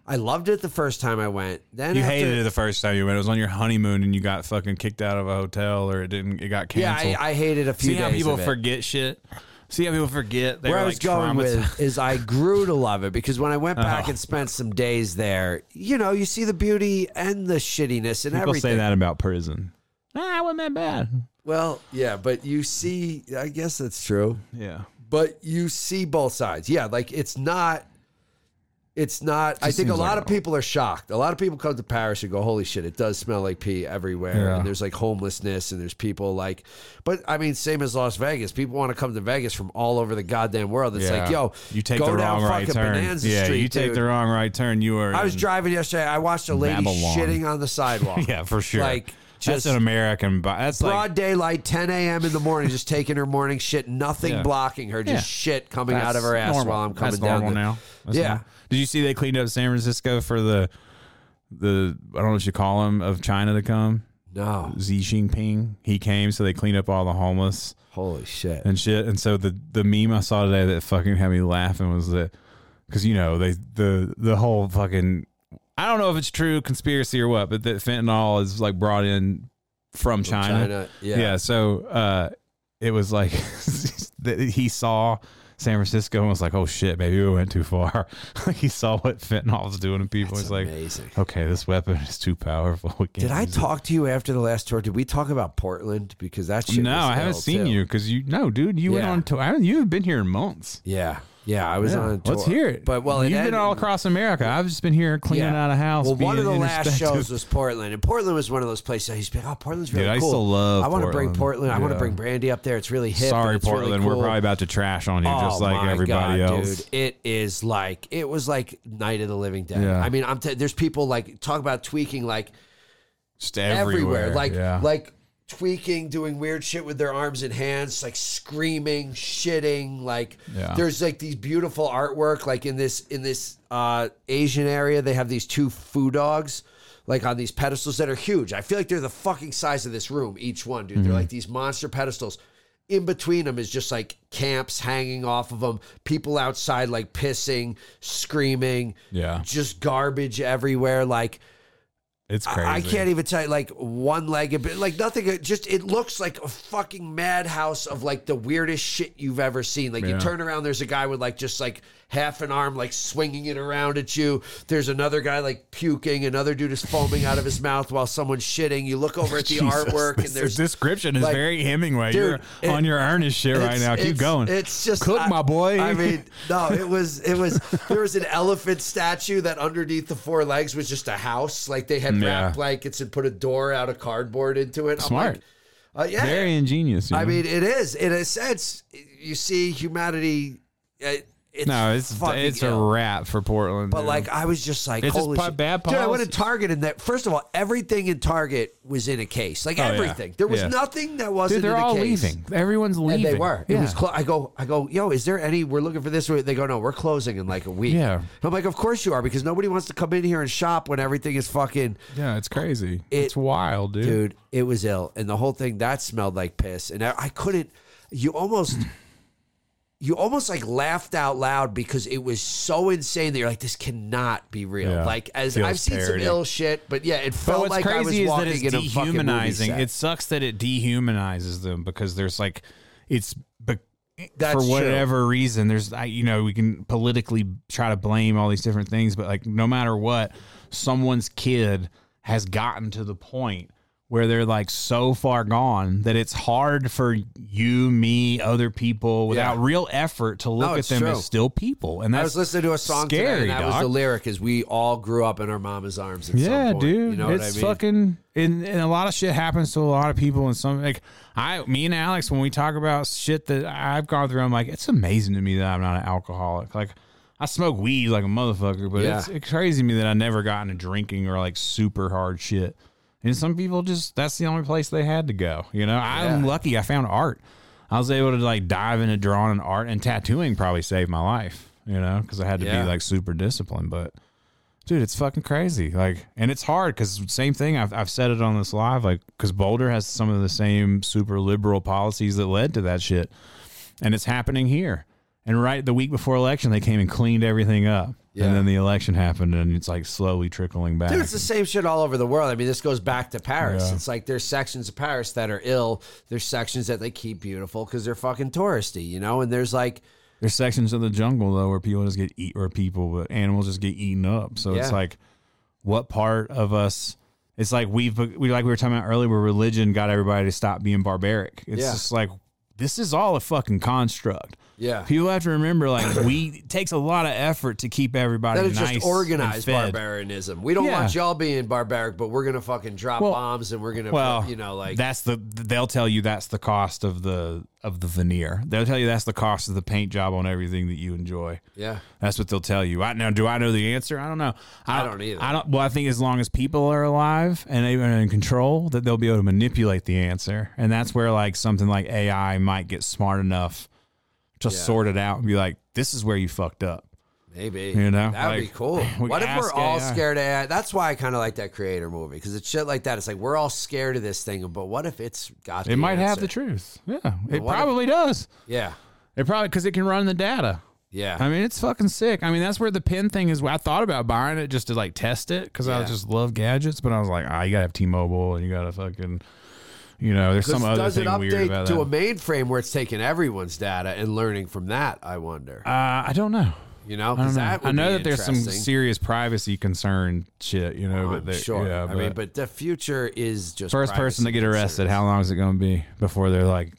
Speaker 2: I loved it the first time I went. Then
Speaker 1: you
Speaker 2: after,
Speaker 1: hated it the first time you went. It was on your honeymoon, and you got fucking kicked out of a hotel, or it didn't. It got
Speaker 2: Yeah,
Speaker 1: canceled.
Speaker 2: I, I hated a few
Speaker 1: See how
Speaker 2: days
Speaker 1: people
Speaker 2: of it.
Speaker 1: forget shit. See how people forget. They
Speaker 2: Where
Speaker 1: were
Speaker 2: I was
Speaker 1: like
Speaker 2: going
Speaker 1: traumatized. Oh.
Speaker 2: with
Speaker 1: [LAUGHS]
Speaker 2: is I grew to love it because when I went back and spent some days there, you know, you see the beauty and the shittiness and
Speaker 1: People
Speaker 2: everything.
Speaker 1: say that about prison. Ah, it wasn't that bad.
Speaker 2: Well, yeah, but you see, I guess that's true.
Speaker 1: Yeah,
Speaker 2: but you see both sides. Yeah, like it's not. It's not. I think a
Speaker 1: seems
Speaker 2: lot
Speaker 1: like
Speaker 2: of people are shocked. A lot of people come to Paris and go, "Holy shit! It does smell like pee everywhere."
Speaker 1: Yeah.
Speaker 2: And there's like homelessness, and there's people like, but I mean, same as Las Vegas. People want to come to Vegas from all over the goddamn world. It's like, yo,
Speaker 1: you take
Speaker 2: go
Speaker 1: the
Speaker 2: down
Speaker 1: wrong right
Speaker 2: fucking
Speaker 1: turn.
Speaker 2: Bonanza
Speaker 1: yeah,
Speaker 2: Street,
Speaker 1: you take
Speaker 2: dude.
Speaker 1: the wrong right turn. You are.
Speaker 2: I was
Speaker 1: in-
Speaker 2: driving yesterday. I watched a lady
Speaker 1: Babylon.
Speaker 2: shitting on the
Speaker 1: [LAUGHS]
Speaker 2: sidewalk.
Speaker 1: Yeah, for sure.
Speaker 2: Like
Speaker 1: that's
Speaker 2: just
Speaker 1: an American. bi- That's
Speaker 2: broad
Speaker 1: like
Speaker 2: daylight, 10 a.m. in the
Speaker 1: [LAUGHS]
Speaker 2: morning, just taking her morning shit, nothing
Speaker 1: Yeah.
Speaker 2: blocking her, just
Speaker 1: Yeah.
Speaker 2: shit coming
Speaker 1: that's
Speaker 2: out of her ass
Speaker 1: normal.
Speaker 2: while I'm coming
Speaker 1: that's
Speaker 2: down.
Speaker 1: normal
Speaker 2: the-
Speaker 1: now. That's
Speaker 2: Yeah.
Speaker 1: normal. Did you see they cleaned up San Francisco for the the I don't know what you call him of China to come
Speaker 2: No,
Speaker 1: Xi Jinping? He came, so they cleaned up all the homeless.
Speaker 2: holy shit.
Speaker 1: and shit. And so the the meme I saw today that fucking had me laughing was that because you know they the the whole fucking I don't know if it's true conspiracy or what, but that fentanyl is like brought in from China.
Speaker 2: China, yeah.
Speaker 1: So uh, it was like [LAUGHS] that he saw. San Francisco and was like, oh shit, maybe we went too far. [LAUGHS] like he saw what fentanyl was doing to people.
Speaker 2: That's
Speaker 1: He's like,
Speaker 2: amazing.
Speaker 1: okay, this weapon is too powerful. We can't
Speaker 2: Did I
Speaker 1: use it."
Speaker 2: talk to you after the last tour? Did we talk about Portland? Because that shit.
Speaker 1: No,
Speaker 2: was
Speaker 1: I haven't
Speaker 2: hell,
Speaker 1: seen
Speaker 2: too.
Speaker 1: you because you no, dude, you went
Speaker 2: Yeah.
Speaker 1: on tour. I haven't- You haven't been here in months.
Speaker 2: Yeah, yeah, I was
Speaker 1: Yeah,
Speaker 2: on. a Tour.
Speaker 1: Let's hear it.
Speaker 2: But well, it
Speaker 1: you've
Speaker 2: ended-
Speaker 1: been all across America. I've just been here cleaning
Speaker 2: Yeah.
Speaker 1: out a house.
Speaker 2: Well, one of
Speaker 1: being
Speaker 2: the last
Speaker 1: introspective.
Speaker 2: shows was Portland, and Portland was one of those places I used to be. Like, oh, Portland's really
Speaker 1: Dude, I
Speaker 2: cool.
Speaker 1: used to love
Speaker 2: I want to bring
Speaker 1: Portland.
Speaker 2: Portland. I want to
Speaker 1: Yeah.
Speaker 2: bring Brandy up there. It's really hip. and
Speaker 1: Sorry,
Speaker 2: it's really
Speaker 1: Portland.
Speaker 2: cool.
Speaker 1: We're probably about to trash on you, just
Speaker 2: Oh,
Speaker 1: like
Speaker 2: my
Speaker 1: everybody
Speaker 2: God,
Speaker 1: else.
Speaker 2: Dude, it is like it was like Night of the Living Dead.
Speaker 1: Yeah.
Speaker 2: I mean, I'm t- there's people like talk about tweaking like
Speaker 1: Just
Speaker 2: everywhere,
Speaker 1: everywhere.
Speaker 2: like
Speaker 1: yeah.
Speaker 2: like tweaking, doing weird shit with their arms and hands, like screaming, shitting. Like
Speaker 1: Yeah.
Speaker 2: there's like these beautiful artwork, like in this in this uh, Asian area, they have these two foo dogs. Like on these pedestals that are huge. I feel like they're the fucking size of this room, each one, dude.
Speaker 1: Mm-hmm.
Speaker 2: They're like these monster pedestals. In between them is just like camps hanging off of them, people outside like pissing, screaming,
Speaker 1: Yeah.
Speaker 2: just garbage everywhere. Like,
Speaker 1: it's crazy.
Speaker 2: I I can't even tell you, like one legged, but like nothing. it Just it looks like a fucking madhouse of like the weirdest shit you've ever seen. Like you
Speaker 1: Yeah.
Speaker 2: turn around, there's a guy with like just like half an arm, like swinging it around at you. There's another guy like puking. Another dude is foaming out of his mouth while someone's shitting. You look over at the
Speaker 1: [LAUGHS] Jesus,
Speaker 2: artwork,
Speaker 1: this,
Speaker 2: and there's
Speaker 1: this description is
Speaker 2: like,
Speaker 1: very Hemingway.
Speaker 2: dude,
Speaker 1: You're
Speaker 2: it-
Speaker 1: on your earnest shit right
Speaker 2: it's-
Speaker 1: now. Keep
Speaker 2: it's-
Speaker 1: going.
Speaker 2: It's just
Speaker 1: Cook,
Speaker 2: I-
Speaker 1: my boy.
Speaker 2: I mean, no, it was
Speaker 1: [LAUGHS]
Speaker 2: it was there was an elephant statue that underneath the four legs was just a house. Like they had
Speaker 1: Yeah.
Speaker 2: wrapped blankets and put a door out of cardboard into it. I'm
Speaker 1: Smart.
Speaker 2: like, uh, yeah.
Speaker 1: very ingenious. you
Speaker 2: I
Speaker 1: know?
Speaker 2: mean, it is in a sense. You see humanity. It, it's
Speaker 1: no, it's
Speaker 2: fucking
Speaker 1: it's
Speaker 2: ill.
Speaker 1: a wrap for Portland.
Speaker 2: But
Speaker 1: dude.
Speaker 2: like, I was just like,
Speaker 1: It's just
Speaker 2: holy
Speaker 1: po-
Speaker 2: shit.
Speaker 1: bad
Speaker 2: dude! I went to
Speaker 1: policy.
Speaker 2: Target and that. First of all, everything in Target was in a case. Like
Speaker 1: Oh, yeah.
Speaker 2: everything, there was
Speaker 1: Yeah.
Speaker 2: nothing that wasn't.
Speaker 1: dude, they're
Speaker 2: in a
Speaker 1: all
Speaker 2: case.
Speaker 1: leaving. Everyone's leaving.
Speaker 2: And they were. It
Speaker 1: Yeah.
Speaker 2: was. Clo- I go. I go. Yo, is there any? We're looking for this. They go. No, we're closing in like a week.
Speaker 1: Yeah.
Speaker 2: And I'm like, of course you are, because nobody wants to come in here and shop when everything is fucking.
Speaker 1: yeah, it's crazy.
Speaker 2: It-
Speaker 1: it's wild, dude.
Speaker 2: Dude, it was ill, and the whole thing that smelled like piss, and I, I couldn't. You almost. You almost like laughed out loud because it was so insane that you're like, this cannot be real.
Speaker 1: Yeah.
Speaker 2: Like as
Speaker 1: Feels
Speaker 2: I've seen
Speaker 1: parody.
Speaker 2: some ill shit, but yeah, it
Speaker 1: But
Speaker 2: felt
Speaker 1: what's
Speaker 2: like I was
Speaker 1: crazy is that
Speaker 2: walking
Speaker 1: it's
Speaker 2: in a fucking movie
Speaker 1: dehumanizing.
Speaker 2: set.
Speaker 1: It sucks that it dehumanizes them because there's like, it's be-
Speaker 2: That's
Speaker 1: for
Speaker 2: true.
Speaker 1: whatever reason. There's, I, you know, we can politically try to blame all these different things, but like, no matter what, someone's kid has gotten to the point where they're like so far gone that it's hard for you, me, other people without
Speaker 2: Yeah.
Speaker 1: real effort to look
Speaker 2: No,
Speaker 1: at
Speaker 2: it's
Speaker 1: them
Speaker 2: true.
Speaker 1: as still people. And that's
Speaker 2: I was listening to a song
Speaker 1: scary,
Speaker 2: today, and that was
Speaker 1: dog.
Speaker 2: the lyric: "Is we all grew up in our mama's arms." At
Speaker 1: Yeah,
Speaker 2: some point.
Speaker 1: dude.
Speaker 2: You know
Speaker 1: it's
Speaker 2: what I mean?
Speaker 1: fucking and, and a lot of shit happens to a lot of people and some like I me and Alex when we talk about shit that I've gone through, I'm like, it's amazing to me that I'm not an alcoholic. Like I smoke weed like a motherfucker, but
Speaker 2: Yeah.
Speaker 1: it's it's crazy to me that I never got into drinking or like super hard shit. And some people just that's the only place they had to go. You know, I'm
Speaker 2: Yeah.
Speaker 1: lucky I found art. I was able to like dive into drawing and art and tattooing probably saved my life, you know, because I had to
Speaker 2: Yeah.
Speaker 1: be like super disciplined. But dude it's fucking crazy like and it's hard because same thing I've, I've said it on this live like because boulder has some of the same super liberal policies that led to that shit and it's happening here and right the week before election they came and cleaned everything up
Speaker 2: Yeah.
Speaker 1: and then the election happened and it's like slowly trickling back
Speaker 2: Dude, it's the same shit all over the world. I mean, this goes back to Paris. It's like there's sections of Paris that are ill. There's sections that they keep beautiful because they're fucking touristy, you know. And there's like,
Speaker 1: there's sections of the jungle though where people just get eat or people but animals just get eaten up so it's
Speaker 2: Yeah.
Speaker 1: like what part of us it's like we've we like we were talking about earlier where religion got everybody to stop being barbaric it's
Speaker 2: Yeah.
Speaker 1: just like this is all a fucking construct
Speaker 2: yeah,
Speaker 1: people have to remember like we it takes a lot of effort to keep everybody
Speaker 2: that is
Speaker 1: nice
Speaker 2: just organized
Speaker 1: and fed.
Speaker 2: barbarianism. We don't
Speaker 1: Yeah.
Speaker 2: want y'all being barbaric, but we're gonna fucking drop bombs and we're gonna,
Speaker 1: well
Speaker 2: you know, like
Speaker 1: that's the they'll tell you that's the cost of the of the veneer they'll tell you that's the cost of the paint job on everything that you enjoy
Speaker 2: yeah,
Speaker 1: That's what they'll tell you. I now do I know the answer? I don't know.
Speaker 2: I don't either.
Speaker 1: I don't. Well, I think as long as people are alive and they are in control, that they'll be able to manipulate the answer, and that's where like something like AI might get smart enough to sort it out and be like, "This is where you fucked up."
Speaker 2: maybe
Speaker 1: You know,
Speaker 2: that'd be
Speaker 1: like,
Speaker 2: cool.
Speaker 1: [SIGHS] we
Speaker 2: What if
Speaker 1: ask
Speaker 2: we're all
Speaker 1: AI.
Speaker 2: scared of AI? That's why I kind of like that creator movie because it's shit like that. It's like we're all scared of this thing, but what if it's got?
Speaker 1: It might have the truth. Yeah, it
Speaker 2: what if-
Speaker 1: probably does.
Speaker 2: yeah,
Speaker 1: It probably because it can run the data.
Speaker 2: yeah.
Speaker 1: I mean, it's fucking sick. I mean, that's where the pen thing is. I thought about buying it just to like test it because I
Speaker 2: Yeah.
Speaker 1: just love gadgets, but I was like, ah, you gotta have T-Mobile and you gotta fucking, you know, there's some
Speaker 2: Does-
Speaker 1: other
Speaker 2: does it
Speaker 1: thing
Speaker 2: update
Speaker 1: weird about
Speaker 2: to
Speaker 1: that.
Speaker 2: a mainframe where it's taking everyone's data and learning from that? I wonder.
Speaker 1: uh, I don't know.
Speaker 2: You know,
Speaker 1: I don't
Speaker 2: because
Speaker 1: know.
Speaker 2: that would
Speaker 1: I know
Speaker 2: be
Speaker 1: that there's some
Speaker 2: interesting.
Speaker 1: serious privacy concern shit, you know, but
Speaker 2: I'm
Speaker 1: they,
Speaker 2: sure.
Speaker 1: yeah,
Speaker 2: I mean, but the future is just
Speaker 1: first person to
Speaker 2: privacy
Speaker 1: get arrested,
Speaker 2: concerns.
Speaker 1: how long is it gonna be before they're like,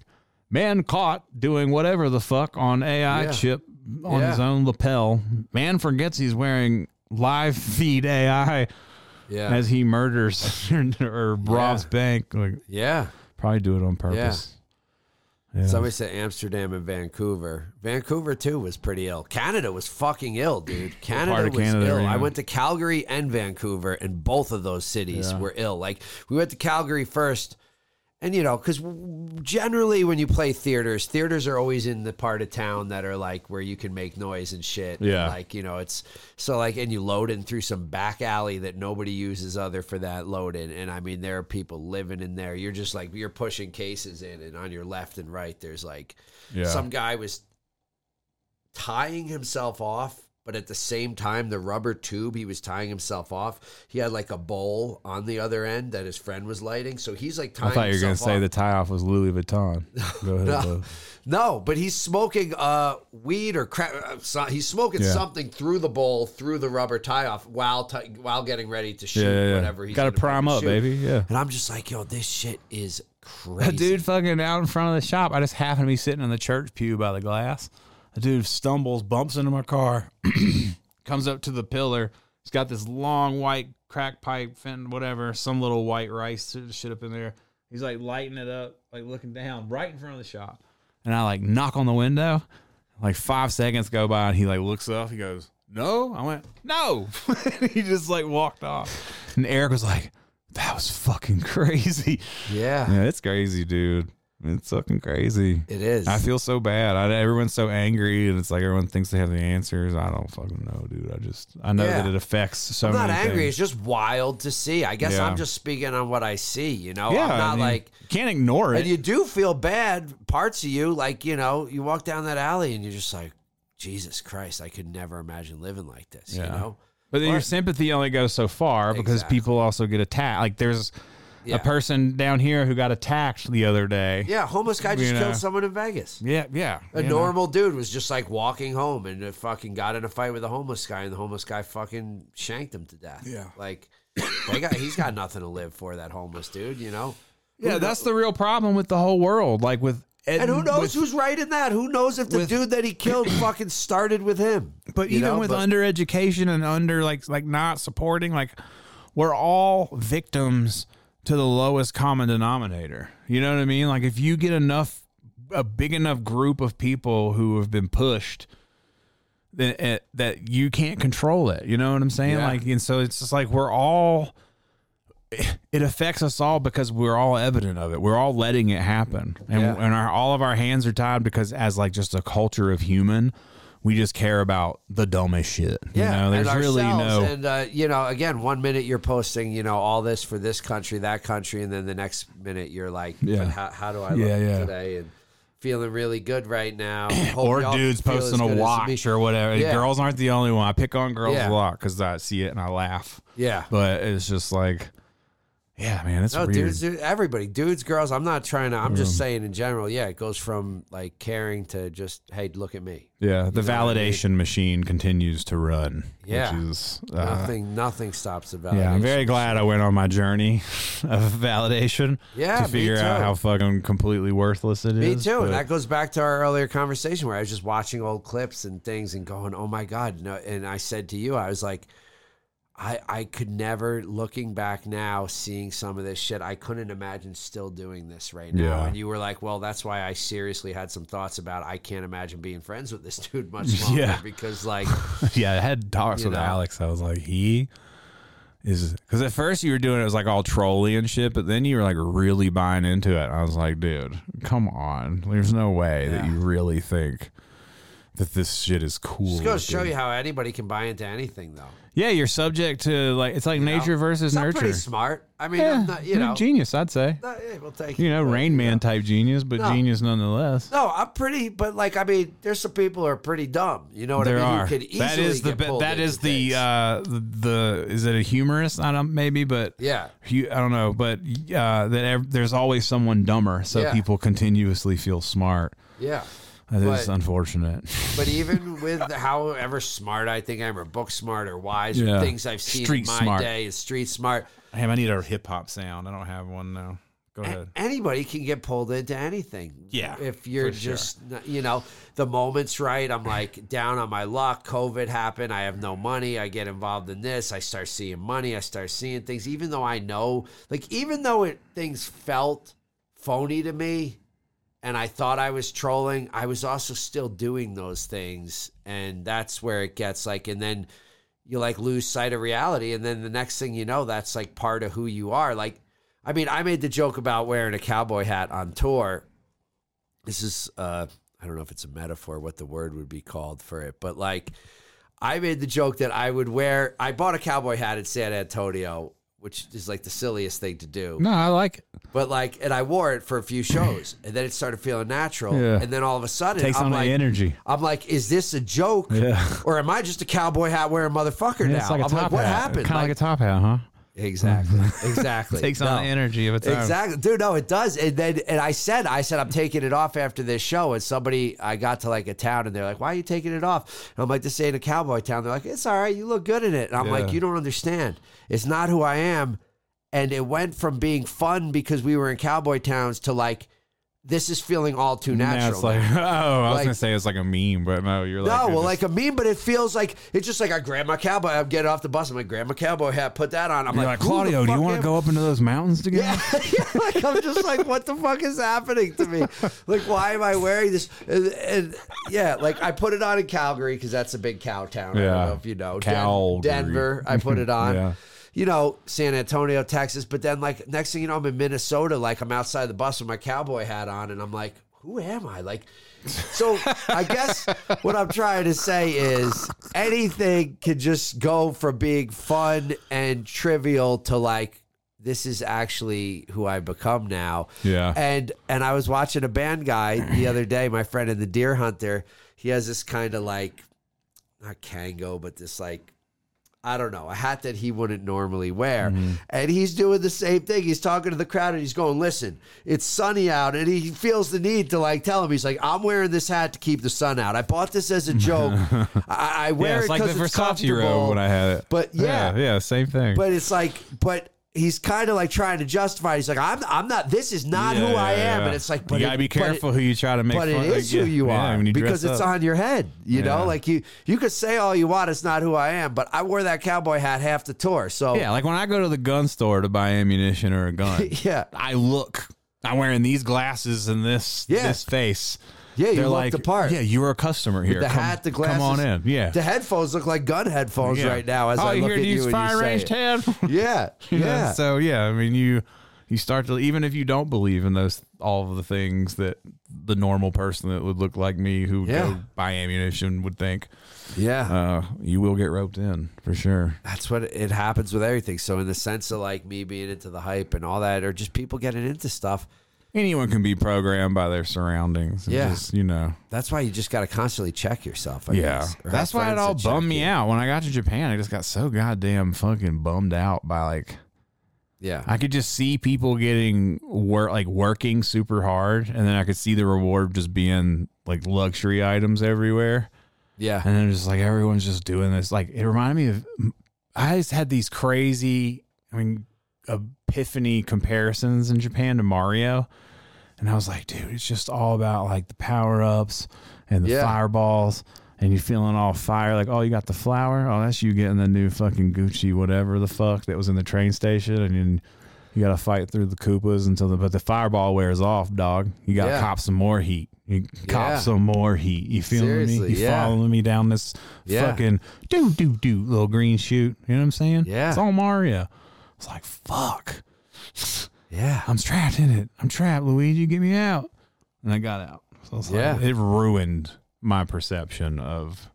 Speaker 1: man caught doing whatever the fuck on AI
Speaker 2: Yeah.
Speaker 1: chip on
Speaker 2: Yeah.
Speaker 1: his own lapel, man forgets he's wearing live feed AI.
Speaker 2: Yeah,
Speaker 1: as he murders [LAUGHS] or robs
Speaker 2: Yeah.
Speaker 1: bank. Like
Speaker 2: yeah.
Speaker 1: probably do it on purpose. Yeah.
Speaker 2: Somebody said Amsterdam and Vancouver. Vancouver too was pretty ill. Canada was fucking ill, dude. Canada
Speaker 1: part
Speaker 2: was
Speaker 1: of Canada
Speaker 2: ill.
Speaker 1: are you
Speaker 2: I
Speaker 1: in?
Speaker 2: went to Calgary and Vancouver, and both of those cities were ill. Like we went to Calgary first, and you know, because generally when you play theaters, theaters are always in the part of town that are like where you can make noise and shit. and,
Speaker 1: Yeah.
Speaker 2: like you know, it's so like, and you load in through some back alley that nobody uses other for that load in, and I mean, there are people living in there. You're just like you're pushing cases in, and on your left and right, there's like
Speaker 1: Yeah.
Speaker 2: some guy was tying himself off but at the same time the rubber tube he was tying himself off he had like a bowl on the other end that his friend was lighting so he's like tying
Speaker 1: I thought you were gonna
Speaker 2: himself
Speaker 1: say
Speaker 2: off.
Speaker 1: the tie off was Louis
Speaker 2: [LAUGHS]
Speaker 1: Vuitton. Go ahead.
Speaker 2: No, no, but he's smoking uh, weed or crack. uh, so- He's smoking
Speaker 1: Yeah.
Speaker 2: something through the bowl, through the rubber tie off, while t- while getting ready to shoot
Speaker 1: Yeah, yeah, yeah.
Speaker 2: whatever he's
Speaker 1: Gotta
Speaker 2: gonna
Speaker 1: prime
Speaker 2: fucking
Speaker 1: up,
Speaker 2: shoot.
Speaker 1: baby. Yeah.
Speaker 2: And I'm just like, yo, this shit is crazy,
Speaker 1: A [LAUGHS] dude fucking out in front of the shop. I just happen to be sitting in the church pew by the glass. A dude stumbles, bumps into my car, [CLEARS THROAT] comes up to the pillar. He's got this long white crack pipe, Fenton, whatever, some little white rice shit up in there. He's like lighting it up, like looking down right in front of the shop. And I like knock on the window. Like five seconds go by and he like looks up. He goes, No. I went, No. [LAUGHS] he just like walked off. And Eric was like, That was fucking [LAUGHS] crazy.
Speaker 2: Yeah,
Speaker 1: Yeah, it's crazy, dude. It's fucking crazy.
Speaker 2: it is.
Speaker 1: I feel so bad. I, everyone's so angry, and it's like everyone thinks they have the answers. I don't fucking know, dude. I just I know
Speaker 2: Yeah.
Speaker 1: that it affects so
Speaker 2: I'm
Speaker 1: many.
Speaker 2: not angry.
Speaker 1: things.
Speaker 2: It's just wild to see. I guess
Speaker 1: Yeah.
Speaker 2: I'm just speaking on what I see. You know,
Speaker 1: Yeah,
Speaker 2: I'm
Speaker 1: I
Speaker 2: not
Speaker 1: mean,
Speaker 2: like
Speaker 1: you can't ignore it.
Speaker 2: And you do feel bad, parts of you, like, you know, you walk down that alley and you're just like, Jesus Christ, I could never imagine living like this, you
Speaker 1: Yeah.
Speaker 2: know?
Speaker 1: but then your sympathy only goes so far because
Speaker 2: Exactly.
Speaker 1: people also get attacked. Like there's
Speaker 2: Yeah.
Speaker 1: a person down here who got attacked the other day.
Speaker 2: Yeah, homeless guy just
Speaker 1: You know.
Speaker 2: killed someone in Vegas.
Speaker 1: yeah, yeah.
Speaker 2: A
Speaker 1: you know.
Speaker 2: normal dude was just like walking home and uh, fucking got in a fight with a homeless guy, and the homeless guy fucking shanked him to death.
Speaker 1: Yeah.
Speaker 2: Like, They got, he's got nothing to live for, that homeless dude, you know?
Speaker 1: Yeah, that's the real problem with the whole world. Like Mm, with
Speaker 2: And who knows who's right in that? Who knows if the
Speaker 1: with-
Speaker 2: dude that
Speaker 1: [CLEARS THROAT]
Speaker 2: he killed fucking started with him?
Speaker 1: But
Speaker 2: you
Speaker 1: even
Speaker 2: know?
Speaker 1: with
Speaker 2: But-
Speaker 1: undereducation and under like like not supporting, like we're all victims to the lowest common denominator. You know what I mean? Like if you get enough a big enough group of people who have been pushed that eh, that you can't control it. You know what I'm saying?
Speaker 2: Yeah.
Speaker 1: Like and so it's just like we're all it affects us all because we're all evident of it. We're all letting it happen, and
Speaker 2: Yeah.
Speaker 1: and our all of our hands are tied because as like just a culture of human, we just care about the dumbest shit. you know,
Speaker 2: and
Speaker 1: there's really
Speaker 2: ourselves.
Speaker 1: no.
Speaker 2: And uh, you know, again, one minute you're posting, you know, all this for this country, that country, and then the next minute you're like,
Speaker 5: Yeah.
Speaker 2: but how, how do I look
Speaker 5: Yeah, yeah.
Speaker 2: today? And feeling really good
Speaker 1: [CLEARS THROAT]
Speaker 2: right now. Hope
Speaker 1: Or
Speaker 2: y'all
Speaker 1: dudes
Speaker 2: feel as
Speaker 1: posting a
Speaker 2: good as
Speaker 1: watch
Speaker 2: me.
Speaker 1: or whatever.
Speaker 2: Yeah.
Speaker 1: Girls aren't the only one. I pick on girls
Speaker 2: Yeah.
Speaker 1: a lot because I see it and I laugh.
Speaker 2: Yeah.
Speaker 1: But it's just like, yeah, man, it's
Speaker 2: No,
Speaker 1: weird.
Speaker 2: dudes, dude, everybody, dudes, girls. I'm not trying to. I'm just saying in general. Yeah, it goes from like caring to just, hey, look at me.
Speaker 1: yeah, the
Speaker 2: know what I mean?
Speaker 1: validation machine continues to run.
Speaker 2: Yeah.
Speaker 1: which is uh,
Speaker 2: nothing, nothing stops the validation.
Speaker 1: Yeah, I'm very glad I went on my journey [LAUGHS] of validation.
Speaker 2: Yeah,
Speaker 1: to
Speaker 2: me
Speaker 1: figure out
Speaker 2: too.
Speaker 1: how fucking completely worthless it is.
Speaker 2: Me too.
Speaker 1: but-
Speaker 2: And that goes back to our earlier conversation where I was just watching old clips and things and going, "Oh my god!" No, and I said to you, I was like, "I I could never." Looking back now, seeing some of this shit, I couldn't imagine still doing this right now.
Speaker 1: Yeah.
Speaker 2: And you were like, "Well, that's why I seriously had some thoughts about I can't imagine being friends with this [LAUGHS] dude much
Speaker 1: [LAUGHS]
Speaker 2: longer
Speaker 1: Yeah.
Speaker 2: because like."
Speaker 1: [LAUGHS] yeah, I had talks
Speaker 2: You
Speaker 1: with
Speaker 2: know.
Speaker 1: Alex. I was like, he is because at first you were doing it was like all trolly and shit, but then you were like really buying into it. I was like, dude, come on. There's no way that
Speaker 2: Yeah.
Speaker 1: you really think that this shit is cool.
Speaker 2: Just goes
Speaker 1: looking.
Speaker 2: to show you how anybody can buy into anything, though.
Speaker 1: Yeah, you're subject to like it's like nature versus
Speaker 2: So I'm
Speaker 1: nurture.
Speaker 2: pretty smart. I mean,
Speaker 1: yeah,
Speaker 2: I'm not, you
Speaker 1: you're a
Speaker 2: know,
Speaker 1: genius, I'd say.
Speaker 2: not- yeah, we'll take
Speaker 1: You
Speaker 2: it,
Speaker 1: know,
Speaker 2: but,
Speaker 1: Rain Man type genius, but
Speaker 2: No.
Speaker 1: genius nonetheless.
Speaker 2: No, I'm pretty, but like, I mean, there's some people who are pretty dumb. You know what
Speaker 1: there
Speaker 2: I mean?
Speaker 1: are.
Speaker 2: Who could easily
Speaker 1: that is the
Speaker 2: get
Speaker 1: be-
Speaker 2: pulled
Speaker 1: that
Speaker 2: into
Speaker 1: is the
Speaker 2: things.
Speaker 1: uh the is it a humorous? I don't maybe, but
Speaker 2: yeah.
Speaker 1: hu- I don't know, but uh, that ev- there's always someone dumber, so
Speaker 2: Yeah.
Speaker 1: people continuously feel smart.
Speaker 2: Yeah.
Speaker 1: That is
Speaker 2: But-
Speaker 1: unfortunate.
Speaker 2: But even with however smart I think I am, or book smart, or wise, or
Speaker 1: Yeah.
Speaker 2: things I've seen
Speaker 1: Street
Speaker 2: in my
Speaker 1: smart.
Speaker 2: day, is street smart.
Speaker 1: Damn, I need a hip hop sound. I don't have one now. Go ahead.
Speaker 2: Anybody can get pulled into anything.
Speaker 1: Yeah,
Speaker 2: If you're
Speaker 1: for sure.
Speaker 2: just, you know, the moment's right. I'm like [LAUGHS] down on my luck. COVID happened. I have no money. I get involved in this. I start seeing money. I start seeing things, even though I know, like, even though it things felt phony to me and I thought I was trolling, I was also still doing those things. And that's where it gets like, and then you like lose sight of reality. And then the next thing you know, that's like part of who you are. Like, I mean, I made the joke about wearing a cowboy hat on tour. This is, uh, I don't know if it's a metaphor, what the word would be called for it, but like, I made the joke that I would wear, I bought a cowboy hat in San Antonio, which is like the silliest thing to do.
Speaker 1: No, I like it.
Speaker 2: But like, and I wore it for a few shows, and then it started feeling natural.
Speaker 1: Yeah.
Speaker 2: And then all of a sudden,
Speaker 1: Takes
Speaker 2: I'm
Speaker 1: on
Speaker 2: like,
Speaker 1: the energy.
Speaker 2: I'm like, is this a joke,
Speaker 1: Yeah.
Speaker 2: or am I just a cowboy hat wearing motherfucker
Speaker 1: Yeah,
Speaker 2: now?
Speaker 1: it's like a
Speaker 2: I'm
Speaker 1: top
Speaker 2: like, what
Speaker 1: hat.
Speaker 2: happened?
Speaker 1: Kind of like, a top hat, huh? [LAUGHS]
Speaker 2: exactly, exactly.
Speaker 1: Takes on the
Speaker 2: No.
Speaker 1: energy of its own.
Speaker 2: Exactly, dude. No, it does. And then, and I said, I said, I'm taking it off after this show. And somebody, I got to like a town, and they're like, "Why are you taking it off?" And I'm like, "This ain't a cowboy town." They're like, "It's all right. You look good in it." And I'm like,
Speaker 1: Yeah.
Speaker 2: "You don't understand. It's not who I am." And it went from being fun because we were in cowboy towns to like, this is feeling all too
Speaker 1: Now
Speaker 2: natural.
Speaker 1: it's like, [LAUGHS] oh, I was
Speaker 2: Like-
Speaker 1: gonna say it's like a meme, but no, you're like,
Speaker 2: No,
Speaker 1: you're
Speaker 2: well,
Speaker 1: just-
Speaker 2: like a meme, but it feels like it's just like I grab my cowboy. I'm getting off the bus. I'm like, grab my cowboy hat, put that on. I'm
Speaker 1: you're like,
Speaker 2: like, who the
Speaker 1: Claudio, do you
Speaker 2: fuck
Speaker 1: want to
Speaker 2: am
Speaker 1: go up into those mountains together?
Speaker 2: yeah, [LAUGHS] yeah, like I'm just like, what the fuck is happening to me? Like, why am I wearing this? And, and, yeah, like I put it on in Calgary because that's a big cow town. I
Speaker 1: Yeah.
Speaker 2: don't know if you know Den-
Speaker 1: Calgary.
Speaker 2: Denver. I put it
Speaker 1: [LAUGHS]
Speaker 2: on.
Speaker 1: Yeah.
Speaker 2: You know, San Antonio, Texas. But then, like, next thing you know, I'm in Minnesota. Like, I'm outside the bus with my cowboy hat on, and I'm like, who am I? Like, so I guess what I'm trying to say is anything can just go from being fun and trivial to like this is actually who I've become now.
Speaker 5: Yeah.
Speaker 2: And and I was watching a band guy
Speaker 1: [CLEARS THROAT]
Speaker 2: the other day, my friend in the Deer Hunter. He has this kind of like not Kango, but this like I don't know, a hat that he wouldn't normally wear.
Speaker 1: Mm-hmm.
Speaker 2: And he's doing the same thing. He's talking to the crowd and he's going, listen, it's sunny out. And he feels the need to like tell him, he's like, I'm wearing this hat to keep the sun out. I bought this as
Speaker 1: [LAUGHS]
Speaker 2: a joke. I, I wear
Speaker 1: yeah, it's
Speaker 2: it
Speaker 1: like the
Speaker 2: because it's
Speaker 1: Versace
Speaker 2: comfortable.
Speaker 1: robe when I had it.
Speaker 2: But yeah.
Speaker 1: yeah, same thing.
Speaker 2: But it's like, but he's kind of like trying to justify. it. He's like, I'm, I'm not. This is not who I am. And it's like, but
Speaker 1: you gotta
Speaker 2: it-
Speaker 1: be
Speaker 2: but it-
Speaker 1: careful who you try to make.
Speaker 2: but
Speaker 1: fun.
Speaker 2: it is
Speaker 1: like,
Speaker 2: who
Speaker 1: yeah,
Speaker 2: you
Speaker 1: yeah,
Speaker 2: are
Speaker 1: when you
Speaker 2: because
Speaker 1: dress
Speaker 2: it's
Speaker 1: up.
Speaker 2: on your head. You
Speaker 1: Yeah.
Speaker 2: know, like you you could say all you want, it's not who I am. But I wore that cowboy hat half the tour, so
Speaker 1: Yeah, like when I go to the gun store to buy ammunition or a gun,
Speaker 2: [LAUGHS] yeah,
Speaker 1: I look. I'm wearing these glasses and this
Speaker 2: Yeah.
Speaker 1: this face.
Speaker 2: Yeah, you
Speaker 1: They're
Speaker 2: look
Speaker 1: like,
Speaker 2: the part.
Speaker 1: Yeah, you're a customer here.
Speaker 2: The
Speaker 1: come,
Speaker 2: hat, the glasses,
Speaker 1: Come on in. Yeah.
Speaker 2: the headphones look like gun headphones
Speaker 1: Yeah.
Speaker 2: right now. As
Speaker 3: Oh,
Speaker 2: I
Speaker 3: you
Speaker 2: look
Speaker 3: here
Speaker 2: at
Speaker 3: to use
Speaker 2: you and
Speaker 3: fire
Speaker 2: you say
Speaker 3: range
Speaker 2: it. [LAUGHS]
Speaker 3: tab?
Speaker 2: Yeah,
Speaker 1: [LAUGHS] You know,
Speaker 2: yeah.
Speaker 1: So yeah, I mean you you start to even if you don't believe in those all of the things that the normal person that would look like me who would
Speaker 2: Yeah.
Speaker 1: go buy ammunition would think,
Speaker 2: yeah.
Speaker 1: uh, you will get roped in for sure.
Speaker 2: that's what it happens with everything. So in the sense of like me being into the hype and all that, or just people getting into stuff,
Speaker 1: Anyone can be programmed by their surroundings. and
Speaker 2: Yeah.
Speaker 1: just, you know.
Speaker 2: that's why you just got to constantly check yourself. I
Speaker 1: Yeah.
Speaker 2: guess, or have
Speaker 1: That's why it
Speaker 2: friends
Speaker 1: all
Speaker 2: that check
Speaker 1: bummed me
Speaker 2: you.
Speaker 1: out. When I got to Japan, I just got so goddamn fucking bummed out by like
Speaker 2: Yeah,
Speaker 1: I could just see people getting work like working super hard and then I could see the reward just being like luxury items everywhere. [LAUGHS]
Speaker 2: yeah,
Speaker 1: And then just like everyone's just doing this. Like it reminded me of I just had these crazy, I mean, epiphany comparisons in Japan to Mario. And I was like, dude, it's just all about like the power ups and the
Speaker 2: Yeah.
Speaker 1: fireballs. And you feeling all fire, like, oh, you got the flower. Oh, that's you getting the new fucking Gucci, whatever the fuck that was in the train station. And then you got to fight through the Koopas until the, but the fireball wears off, dog. You got to
Speaker 2: Yeah.
Speaker 1: cop some more heat. You cop
Speaker 2: Yeah.
Speaker 1: some more heat. You feeling
Speaker 2: Seriously,
Speaker 1: me? You
Speaker 2: yeah.
Speaker 1: following me down this
Speaker 2: Yeah.
Speaker 1: fucking do do do little green shoot. You know what I'm saying?
Speaker 2: Yeah.
Speaker 1: It's all Mario. It's like fuck.
Speaker 2: yeah.
Speaker 1: I'm trapped in it. I'm trapped, Luigi. Get me out. And I got out. So it's like,
Speaker 2: Yeah.
Speaker 1: it ruined my perception of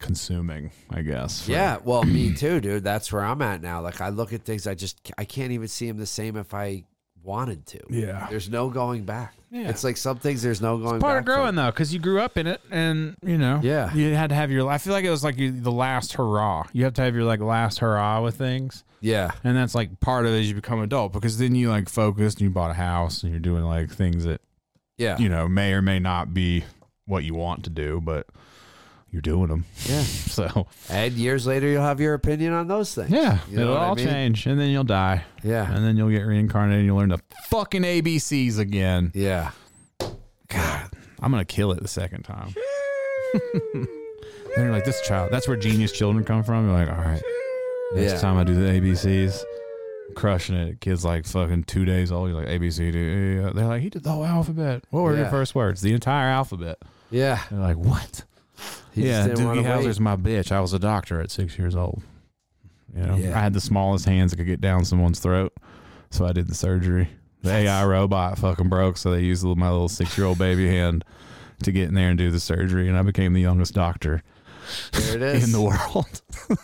Speaker 1: consuming. I guess. for-
Speaker 2: Yeah, well, me too, dude. That's where I'm at now. Like I look at things, I just I can't even see them the same if I wanted to.
Speaker 1: Yeah.
Speaker 2: there's no going back.
Speaker 1: Yeah.
Speaker 2: It's like some things there's no going
Speaker 3: Part
Speaker 2: back.
Speaker 3: of growing though, because you grew up in it, and you know,
Speaker 2: Yeah.
Speaker 3: you had to have your. I feel like it was like you, the last hurrah. You have to have your like last hurrah with things,
Speaker 2: from. Yeah,
Speaker 3: and that's like part of it as you become adult. Because
Speaker 1: Because then you like focused and you bought a house and you're doing like things that
Speaker 2: yeah,
Speaker 1: you know may or may not be what you want to do, but you're doing them. [LAUGHS]
Speaker 2: yeah.
Speaker 1: So
Speaker 2: And years later, you'll have your opinion on those things.
Speaker 1: yeah,
Speaker 2: You know
Speaker 1: it'll
Speaker 2: what I
Speaker 1: all
Speaker 2: mean?
Speaker 1: change and then you'll die.
Speaker 2: Yeah.
Speaker 1: and then you'll get reincarnated. and You'll learn the fucking ABCs again.
Speaker 2: yeah.
Speaker 1: God, I'm gonna kill it the second time. then you're like, this child. That's where genius children come from. You're like, all right, next
Speaker 2: Yeah.
Speaker 1: time I do the ABCs, crushing it. Kids like fucking two days old. You're like ABC. D, E, F." They're like, he did the whole alphabet. What were your
Speaker 2: Yeah.
Speaker 1: first words? The entire alphabet.
Speaker 2: Yeah.
Speaker 1: They're like, what?
Speaker 2: He just
Speaker 1: yeah,
Speaker 2: didn't wanna
Speaker 1: Doogie
Speaker 2: wait.
Speaker 1: Howser's my bitch. I was a doctor at six years old. You know,
Speaker 2: Yeah.
Speaker 1: I had the smallest hands that could get down someone's throat, so I did the surgery. The AI robot fucking broke, so they used my little six-year-old
Speaker 2: [LAUGHS]
Speaker 1: baby hand to get in there and do the surgery, and I became the youngest doctor
Speaker 2: There it is.
Speaker 1: in the [LAUGHS]
Speaker 2: [LAUGHS]
Speaker 1: world.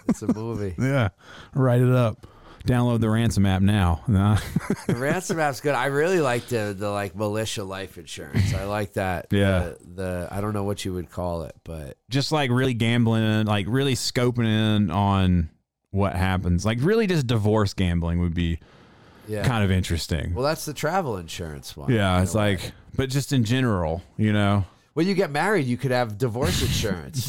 Speaker 2: it's
Speaker 1: [LAUGHS]
Speaker 2: a movie.
Speaker 1: yeah, write it up. Download the ransom app now. [LAUGHS] Nah.
Speaker 2: The ransom app's good. I really like the the like militia life insurance. I like that.
Speaker 1: Yeah.
Speaker 2: The, the I don't know what you would call it, but
Speaker 1: just like really gambling, like really scoping in on what happens. Like really, just divorce gambling would be
Speaker 2: yeah.
Speaker 1: kind of interesting.
Speaker 2: well, that's the travel insurance one.
Speaker 1: Yeah,
Speaker 2: in
Speaker 1: it's
Speaker 2: a way.
Speaker 1: like, but just in general, you know.
Speaker 2: When you get married, you could have divorce insurance.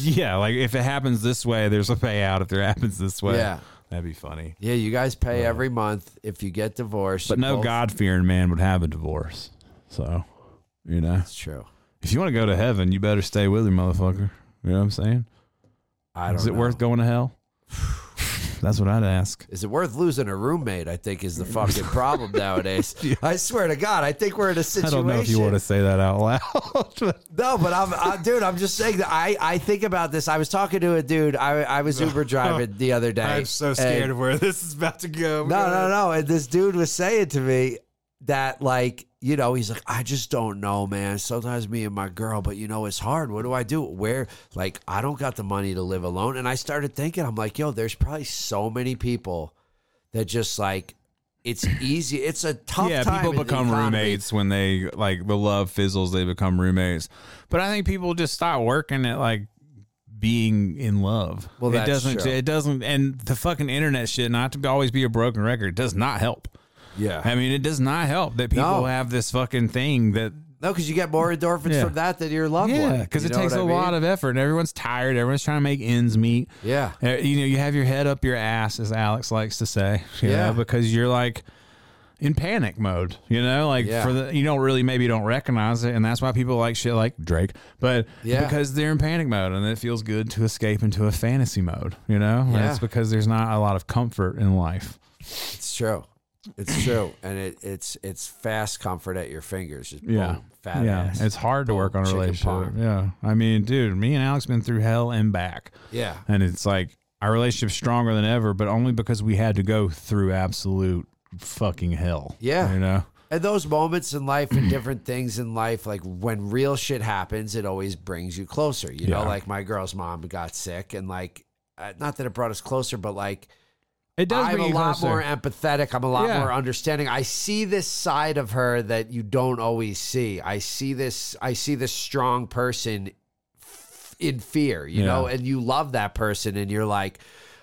Speaker 1: [LAUGHS] Yeah, like if it happens this way, there's a payout. If it happens this way,
Speaker 2: Yeah.
Speaker 1: that'd be funny.
Speaker 2: yeah, you guys pay every month if you get divorced.
Speaker 1: But
Speaker 2: you
Speaker 1: no
Speaker 2: both-
Speaker 1: God fearing man would have a divorce. So, you know,
Speaker 2: That's true.
Speaker 1: if you want to go to heaven, you better stay with her, motherfucker. You know what I'm saying?
Speaker 2: I don't.
Speaker 1: Is it
Speaker 2: know.
Speaker 1: worth going to [SIGHS] hell? That's what I'd ask.
Speaker 2: Is it worth losing a roommate? I think is the
Speaker 1: [LAUGHS]
Speaker 2: fucking problem nowadays. I swear to God, I think we're in a
Speaker 1: I
Speaker 2: situation.
Speaker 1: don't know if you want to say that out loud. [LAUGHS]
Speaker 2: No, but I'm, I, dude. I'm just saying that I, I think about this. I was talking to a dude. I,
Speaker 1: [LAUGHS]
Speaker 2: I was Uber driving the other day. and-
Speaker 1: of where this is about to go.
Speaker 2: No, no, no. And this dude was saying to me that, like, you know, he's like, I just don't know, man. Sometimes me and my girl, but you know, it's hard. What do I do? Where, like, I don't got the money to live alone. And I started thinking, I'm like, yo, there's probably so many people that just like, it's easy. It's a tough
Speaker 1: yeah,
Speaker 2: time.
Speaker 1: people
Speaker 2: in the
Speaker 1: become
Speaker 2: economy.
Speaker 1: roommates when they like the love fizzles, they become roommates. But I think people just stop working at like being in love.
Speaker 2: Well,
Speaker 1: it
Speaker 2: that's
Speaker 1: doesn't.
Speaker 2: true.
Speaker 1: It doesn't. And the fucking internet shit. Not to always be a broken record does not help.
Speaker 2: Yeah.
Speaker 1: I mean, it does not help that people
Speaker 2: No.
Speaker 1: have this fucking thing that
Speaker 2: No, because you get more endorphins
Speaker 1: Yeah.
Speaker 2: from that than your loved one.
Speaker 1: yeah, because
Speaker 2: You
Speaker 1: it
Speaker 2: know
Speaker 1: takes
Speaker 2: what
Speaker 1: a
Speaker 2: I
Speaker 1: lot
Speaker 2: mean?
Speaker 1: of effort, and everyone's tired. Everyone's trying to make ends meet.
Speaker 2: Yeah.
Speaker 1: Uh, You know, you have your head up your ass, as Alex likes to say. you
Speaker 2: Yeah.
Speaker 1: know, because you're like in panic mode. You know, like
Speaker 2: Yeah.
Speaker 1: for the you don't really maybe don't recognize it, and that's why people like shit like Drake. But
Speaker 2: Yeah.
Speaker 1: because they're in panic mode, and it feels good to escape into a fantasy mode. You know, And
Speaker 2: Yeah.
Speaker 1: it's because there's not a lot of comfort in life.
Speaker 2: It's true.
Speaker 1: [CLEARS THROAT]
Speaker 2: It's true. And it, it's it's fast comfort at your fingers. Just
Speaker 1: Yeah.
Speaker 2: boom, fat
Speaker 1: yeah,
Speaker 2: ass.
Speaker 1: it's hard to work on a
Speaker 2: Chicken
Speaker 1: relationship.
Speaker 2: parm.
Speaker 1: Yeah, I mean, dude, me and Alex been through hell and back.
Speaker 2: yeah.
Speaker 1: and it's like our relationship's stronger than ever, but only because we had to go through absolute fucking hell.
Speaker 2: Yeah.
Speaker 1: you know.
Speaker 2: And those moments in life and different things in life, like when real shit happens, it always brings you closer. You know,
Speaker 1: Yeah.
Speaker 2: like my girl's mom got sick, and like, uh, not that it brought us closer, but like,
Speaker 1: It does.
Speaker 2: I'm
Speaker 1: bring
Speaker 2: a
Speaker 1: you
Speaker 2: lot
Speaker 1: closer.
Speaker 2: more empathetic. I'm a lot
Speaker 1: Yeah.
Speaker 2: more understanding. I see this side of her that you don't always see. I see this. I see this strong person f- in fear, you
Speaker 1: Yeah.
Speaker 2: know, and you love that person, and you're like,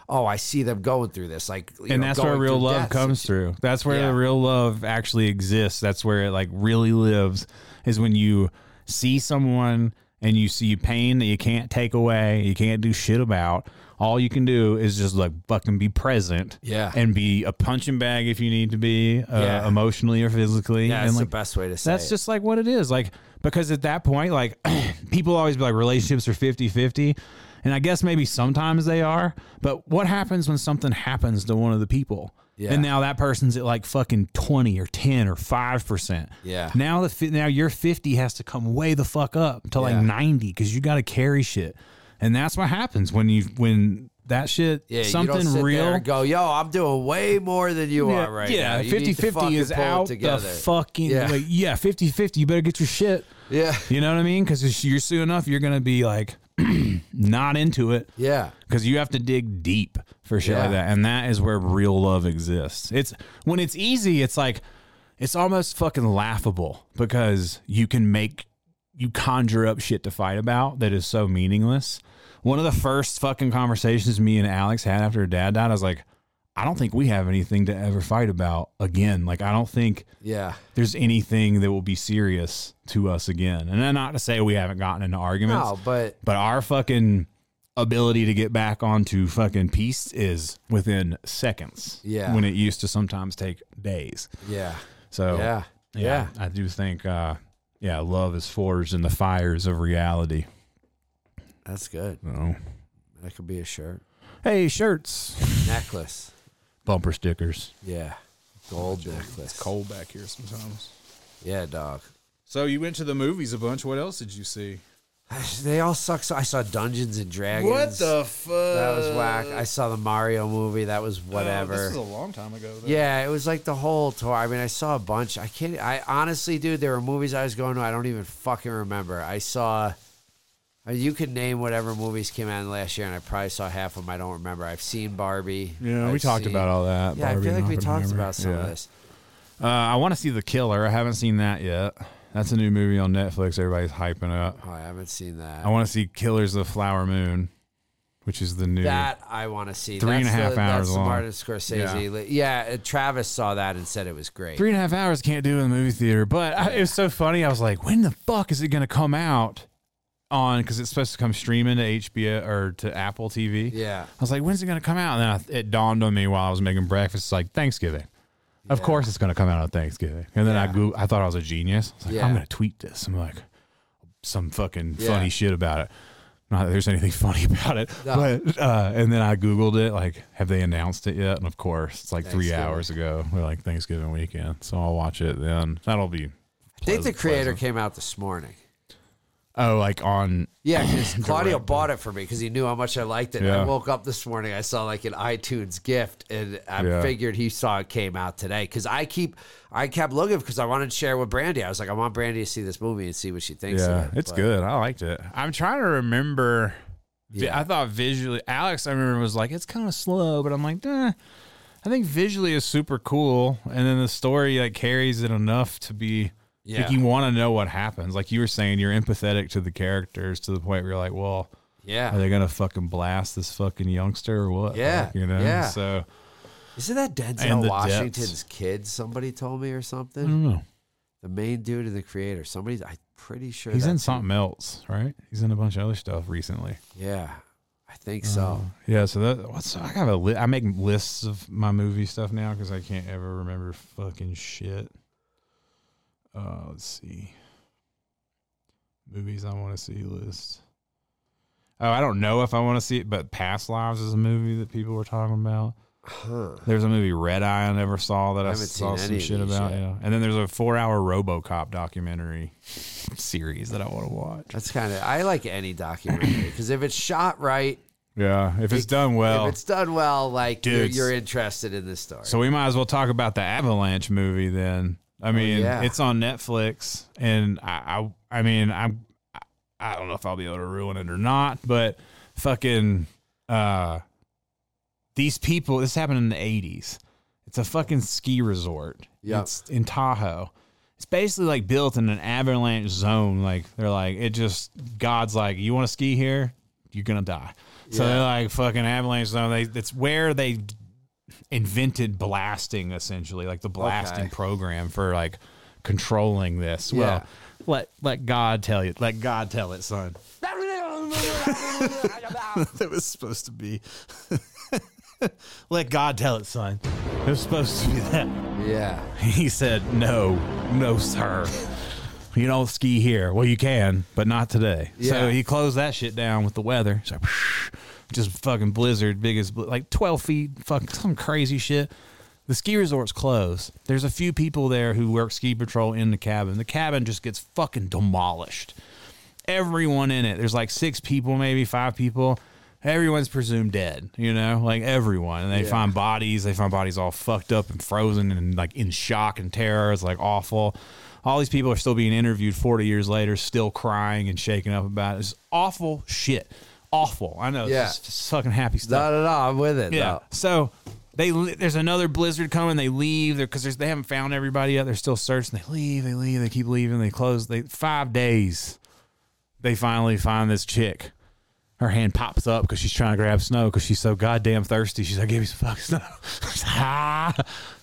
Speaker 2: oh, I see them going through this. Like, you
Speaker 1: and
Speaker 2: know,
Speaker 1: that's where
Speaker 2: going
Speaker 1: real
Speaker 2: through
Speaker 1: love
Speaker 2: death
Speaker 1: comes
Speaker 2: situ-
Speaker 1: through. That's where
Speaker 2: Yeah.
Speaker 1: the real love actually exists. That's where it like really lives is when you see someone and you see pain that you can't take away, you can't do shit about. All you can do is just like fucking be present.
Speaker 2: Yeah.
Speaker 1: And be a punching bag if you need to be, uh,
Speaker 2: Yeah.
Speaker 1: emotionally or physically.
Speaker 2: Yeah,
Speaker 1: and
Speaker 2: that's
Speaker 1: like
Speaker 2: the best way to say
Speaker 1: that's
Speaker 2: it.
Speaker 1: just like what it is like because at that point like [CLEARS THROAT] people always be like relationships are 50-50 and i guess maybe sometimes they are but what happens when something happens to one of the people
Speaker 2: Yeah.
Speaker 1: and now that person's at like fucking 20 or 10 or 5%
Speaker 2: Yeah.
Speaker 1: now the fi- now your 50 has to come way the fuck up to like
Speaker 2: Yeah.
Speaker 1: 90 because you got to carry shit and that's what happens when you when that shit
Speaker 2: Yeah,
Speaker 1: something
Speaker 2: you don't sit
Speaker 1: real
Speaker 2: There and go, yo, I'm doing way more than you are right now. You need to
Speaker 1: 50-50
Speaker 2: fucking
Speaker 1: is
Speaker 2: pull it
Speaker 1: out
Speaker 2: together.
Speaker 1: the fucking
Speaker 2: Yeah.
Speaker 1: like yeah 50-50 you better get your shit
Speaker 2: yeah,
Speaker 1: you know what I mean? Because you're soon enough, you're gonna be like [CLEARS THROAT] not into it
Speaker 2: yeah,
Speaker 1: because you have to dig deep for shit
Speaker 2: Yeah.
Speaker 1: like that, and that is where real love exists. It's when it's easy, it's like it's almost fucking laughable because you can make you conjure up shit to fight about that is so meaningless. One of the first fucking conversations me and Alex had after her dad died, I was like, I don't think we have anything to ever fight about again. Like, I don't think
Speaker 2: yeah.
Speaker 1: there's anything that will be serious to us again. And then not to say we haven't gotten into arguments,
Speaker 2: No, but
Speaker 1: but our fucking ability to get back onto fucking peace is within seconds.
Speaker 2: Yeah.
Speaker 1: When it used to sometimes take days.
Speaker 2: yeah,
Speaker 1: So
Speaker 2: yeah, yeah,
Speaker 1: I do think uh yeah, love is forged in the fires of reality.
Speaker 2: That's good.
Speaker 1: So.
Speaker 2: That could be a shirt,
Speaker 1: Hey, shirts,
Speaker 2: necklace.
Speaker 1: bumper stickers.
Speaker 2: Yeah, gold necklace.
Speaker 1: Cold back here sometimes.
Speaker 2: Yeah, dog.
Speaker 1: So you went to the movies a bunch. What else did you see?
Speaker 2: They all suck. So I saw Dungeons and Dragons.
Speaker 1: fuck? Oh,
Speaker 2: That was whack. I saw the Mario movie. That was whatever.
Speaker 1: long time ago.
Speaker 2: Yeah, it was like the whole tour. I mean, I saw a bunch. I can't. I honestly, dude, there were movies I was going to. I don't even fucking remember. I saw. I mean, You can name whatever movies came out last year, and I probably saw half of them. I don't remember. I've seen Barbie.
Speaker 1: Yeah, we
Speaker 2: I've
Speaker 1: talked
Speaker 2: seen-
Speaker 1: about all that.
Speaker 2: Yeah,
Speaker 1: Barbie
Speaker 2: I feel
Speaker 1: and
Speaker 2: like we talked
Speaker 1: Oppenheimer.
Speaker 2: about some
Speaker 1: Yeah.
Speaker 2: of this.
Speaker 1: Uh, I want to see The Killer. I haven't seen that yet. That's a new movie on Netflix. Everybody's hyping up.
Speaker 2: Oh, I haven't seen that.
Speaker 1: I want to see Killers of the Flower Moon, which is the new.
Speaker 2: that I want to see.
Speaker 1: Three and a
Speaker 2: That's
Speaker 1: half
Speaker 2: the,
Speaker 1: hours
Speaker 2: that's the
Speaker 1: long.
Speaker 2: Martin Scorsese. Yeah. uh, Travis saw that and said it was great.
Speaker 1: Three and a half hours can't do in the movie theater, but I, it was so funny. I was like, when the fuck is it going to come out on? Because it's supposed to come streaming to HBO or to Apple TV.
Speaker 2: Yeah.
Speaker 1: I was like, when's it going to come out? And then I, it dawned on me while I was making breakfast, like Thanksgiving. Of course, it's going to come out on Thanksgiving. And then I
Speaker 2: Yeah.
Speaker 1: Googled, I thought I was a genius. I was like,
Speaker 2: Yeah.
Speaker 1: I'm going to tweet this. I'm like, some fucking
Speaker 2: Yeah.
Speaker 1: funny shit about it. Not that there's anything [LAUGHS] funny about it,
Speaker 2: No.
Speaker 1: but uh, and then I googled it. Like, have they announced it yet? And of course, it's like three
Speaker 2: Thanksgiving.
Speaker 1: hours ago. We're like Thanksgiving weekend, so I'll watch it then. That'll be.
Speaker 2: I think the
Speaker 1: pleasant-
Speaker 2: creator
Speaker 1: pleasant.
Speaker 2: came out this morning.
Speaker 1: Oh, like on.
Speaker 2: Yeah,
Speaker 1: [LAUGHS]
Speaker 2: because Claudio bought it for me because he knew how much I liked it.
Speaker 1: Yeah.
Speaker 2: I woke up this morning, I saw like an iTunes gift, and I
Speaker 1: Yeah.
Speaker 2: figured he saw it came out today. Because I keep, I kept looking because I wanted to share with Brandy. I was like, I want Brandy to see this movie and see what she thinks.
Speaker 1: Yeah,
Speaker 2: of it.
Speaker 1: it's
Speaker 2: But-
Speaker 1: good. I liked it. I'm trying to remember. vi-
Speaker 2: Yeah.
Speaker 1: I thought visually, Alex, I remember was like, it's kind of slow, but I'm like, eh. I think visually is super cool, and then the story like carries it enough to be
Speaker 2: Yeah.
Speaker 1: like you want to know what happens. Like you were saying, you're empathetic to the characters to the point where you're like, well, Are
Speaker 2: Yeah.
Speaker 1: they gonna fucking blast this fucking youngster or what?
Speaker 2: Yeah,
Speaker 1: Like, you know.
Speaker 2: yeah.
Speaker 1: So
Speaker 2: Isn't that
Speaker 1: And
Speaker 2: Denzel
Speaker 1: the
Speaker 2: Washington's
Speaker 1: depths.
Speaker 2: kid? Somebody told me or something.
Speaker 1: I don't know.
Speaker 2: The main dude of the creator. Somebody's. I'm pretty sure
Speaker 1: He's in
Speaker 2: that's-
Speaker 1: something else, right? He's in a bunch of other stuff recently.
Speaker 2: Yeah, I think so.
Speaker 1: Yeah, so that what's I got a li- I make lists of my movie stuff now because I can't ever remember fucking shit. Uh, let's see, movies I want to see list. Oh, I don't know if I want to see it, but Past Lives is a movie that people were talking about.
Speaker 2: Huh.
Speaker 1: There's a movie Red Eye I never saw that I,
Speaker 2: haven't
Speaker 1: saw
Speaker 2: seen
Speaker 1: some
Speaker 2: any of
Speaker 1: shit
Speaker 2: these
Speaker 1: about.
Speaker 2: yet.
Speaker 1: Yeah, and then there's a four-hour RoboCop documentary [LAUGHS] series that I want to watch.
Speaker 2: That's kind of. I like any documentary because if it's shot right,
Speaker 1: Yeah, if it's
Speaker 2: It-
Speaker 1: done well,
Speaker 2: if it's done well, like you're,
Speaker 1: Oh. Dudes.
Speaker 2: you're interested in this story.
Speaker 1: So we might as well talk about the Avalanche movie then. I mean,
Speaker 2: Oh, yeah.
Speaker 1: it's on Netflix, and I, I, I mean, I'm, I- I don't know if I'll be able to ruin it or not, but fucking, uh, these people. This happened in the '80s. It's a fucking ski resort.
Speaker 2: Yep.
Speaker 1: It's in Tahoe. It's basically like built in an avalanche zone. Like they're like, it just God's like, you want to ski here, you're gonna die. So
Speaker 2: Yeah.
Speaker 1: they're like fucking avalanche zone. They that's where they invented blasting essentially, like the blasting
Speaker 2: Okay.
Speaker 1: program for like controlling this.
Speaker 2: Yeah.
Speaker 1: Well, let let God tell you. Let God tell it, son. [LAUGHS] that was supposed to be. [LAUGHS] let God tell it, son. It was supposed to be that.
Speaker 2: [LAUGHS] yeah,
Speaker 1: [LAUGHS] He said, "No, no, sir. You don't ski here. Well, you can, but not today."
Speaker 2: Yeah.
Speaker 1: So he closed that shit down with the weather. So just fucking blizzard, biggest like twelve feet, fucking some crazy shit. The ski resort's closed. There's a few people there who work ski patrol in the cabin. The cabin just gets fucking demolished. Everyone in it. There's like six people, maybe five people. Everyone's presumed dead, you know, like everyone. And they
Speaker 2: Yeah.
Speaker 1: find bodies. They find bodies all fucked up and frozen and like in shock and terror. It's like awful. All these people are still being interviewed 40 years later, still crying and shaken up about it. It's awful shit. Awful. I know.
Speaker 2: Yeah.
Speaker 1: It's just fucking happy stuff.
Speaker 2: no, no, no. I'm with it.
Speaker 1: Yeah.
Speaker 2: though.
Speaker 1: So they li- there's another blizzard coming. They leave because they haven't found everybody yet. They're still searching. They leave. They leave. They keep leaving. They close. They five days. They finally find this chick. Her hand pops up because she's trying to grab snow because she's so goddamn thirsty. She's like, "Give me some fucking snow." [LAUGHS] ah,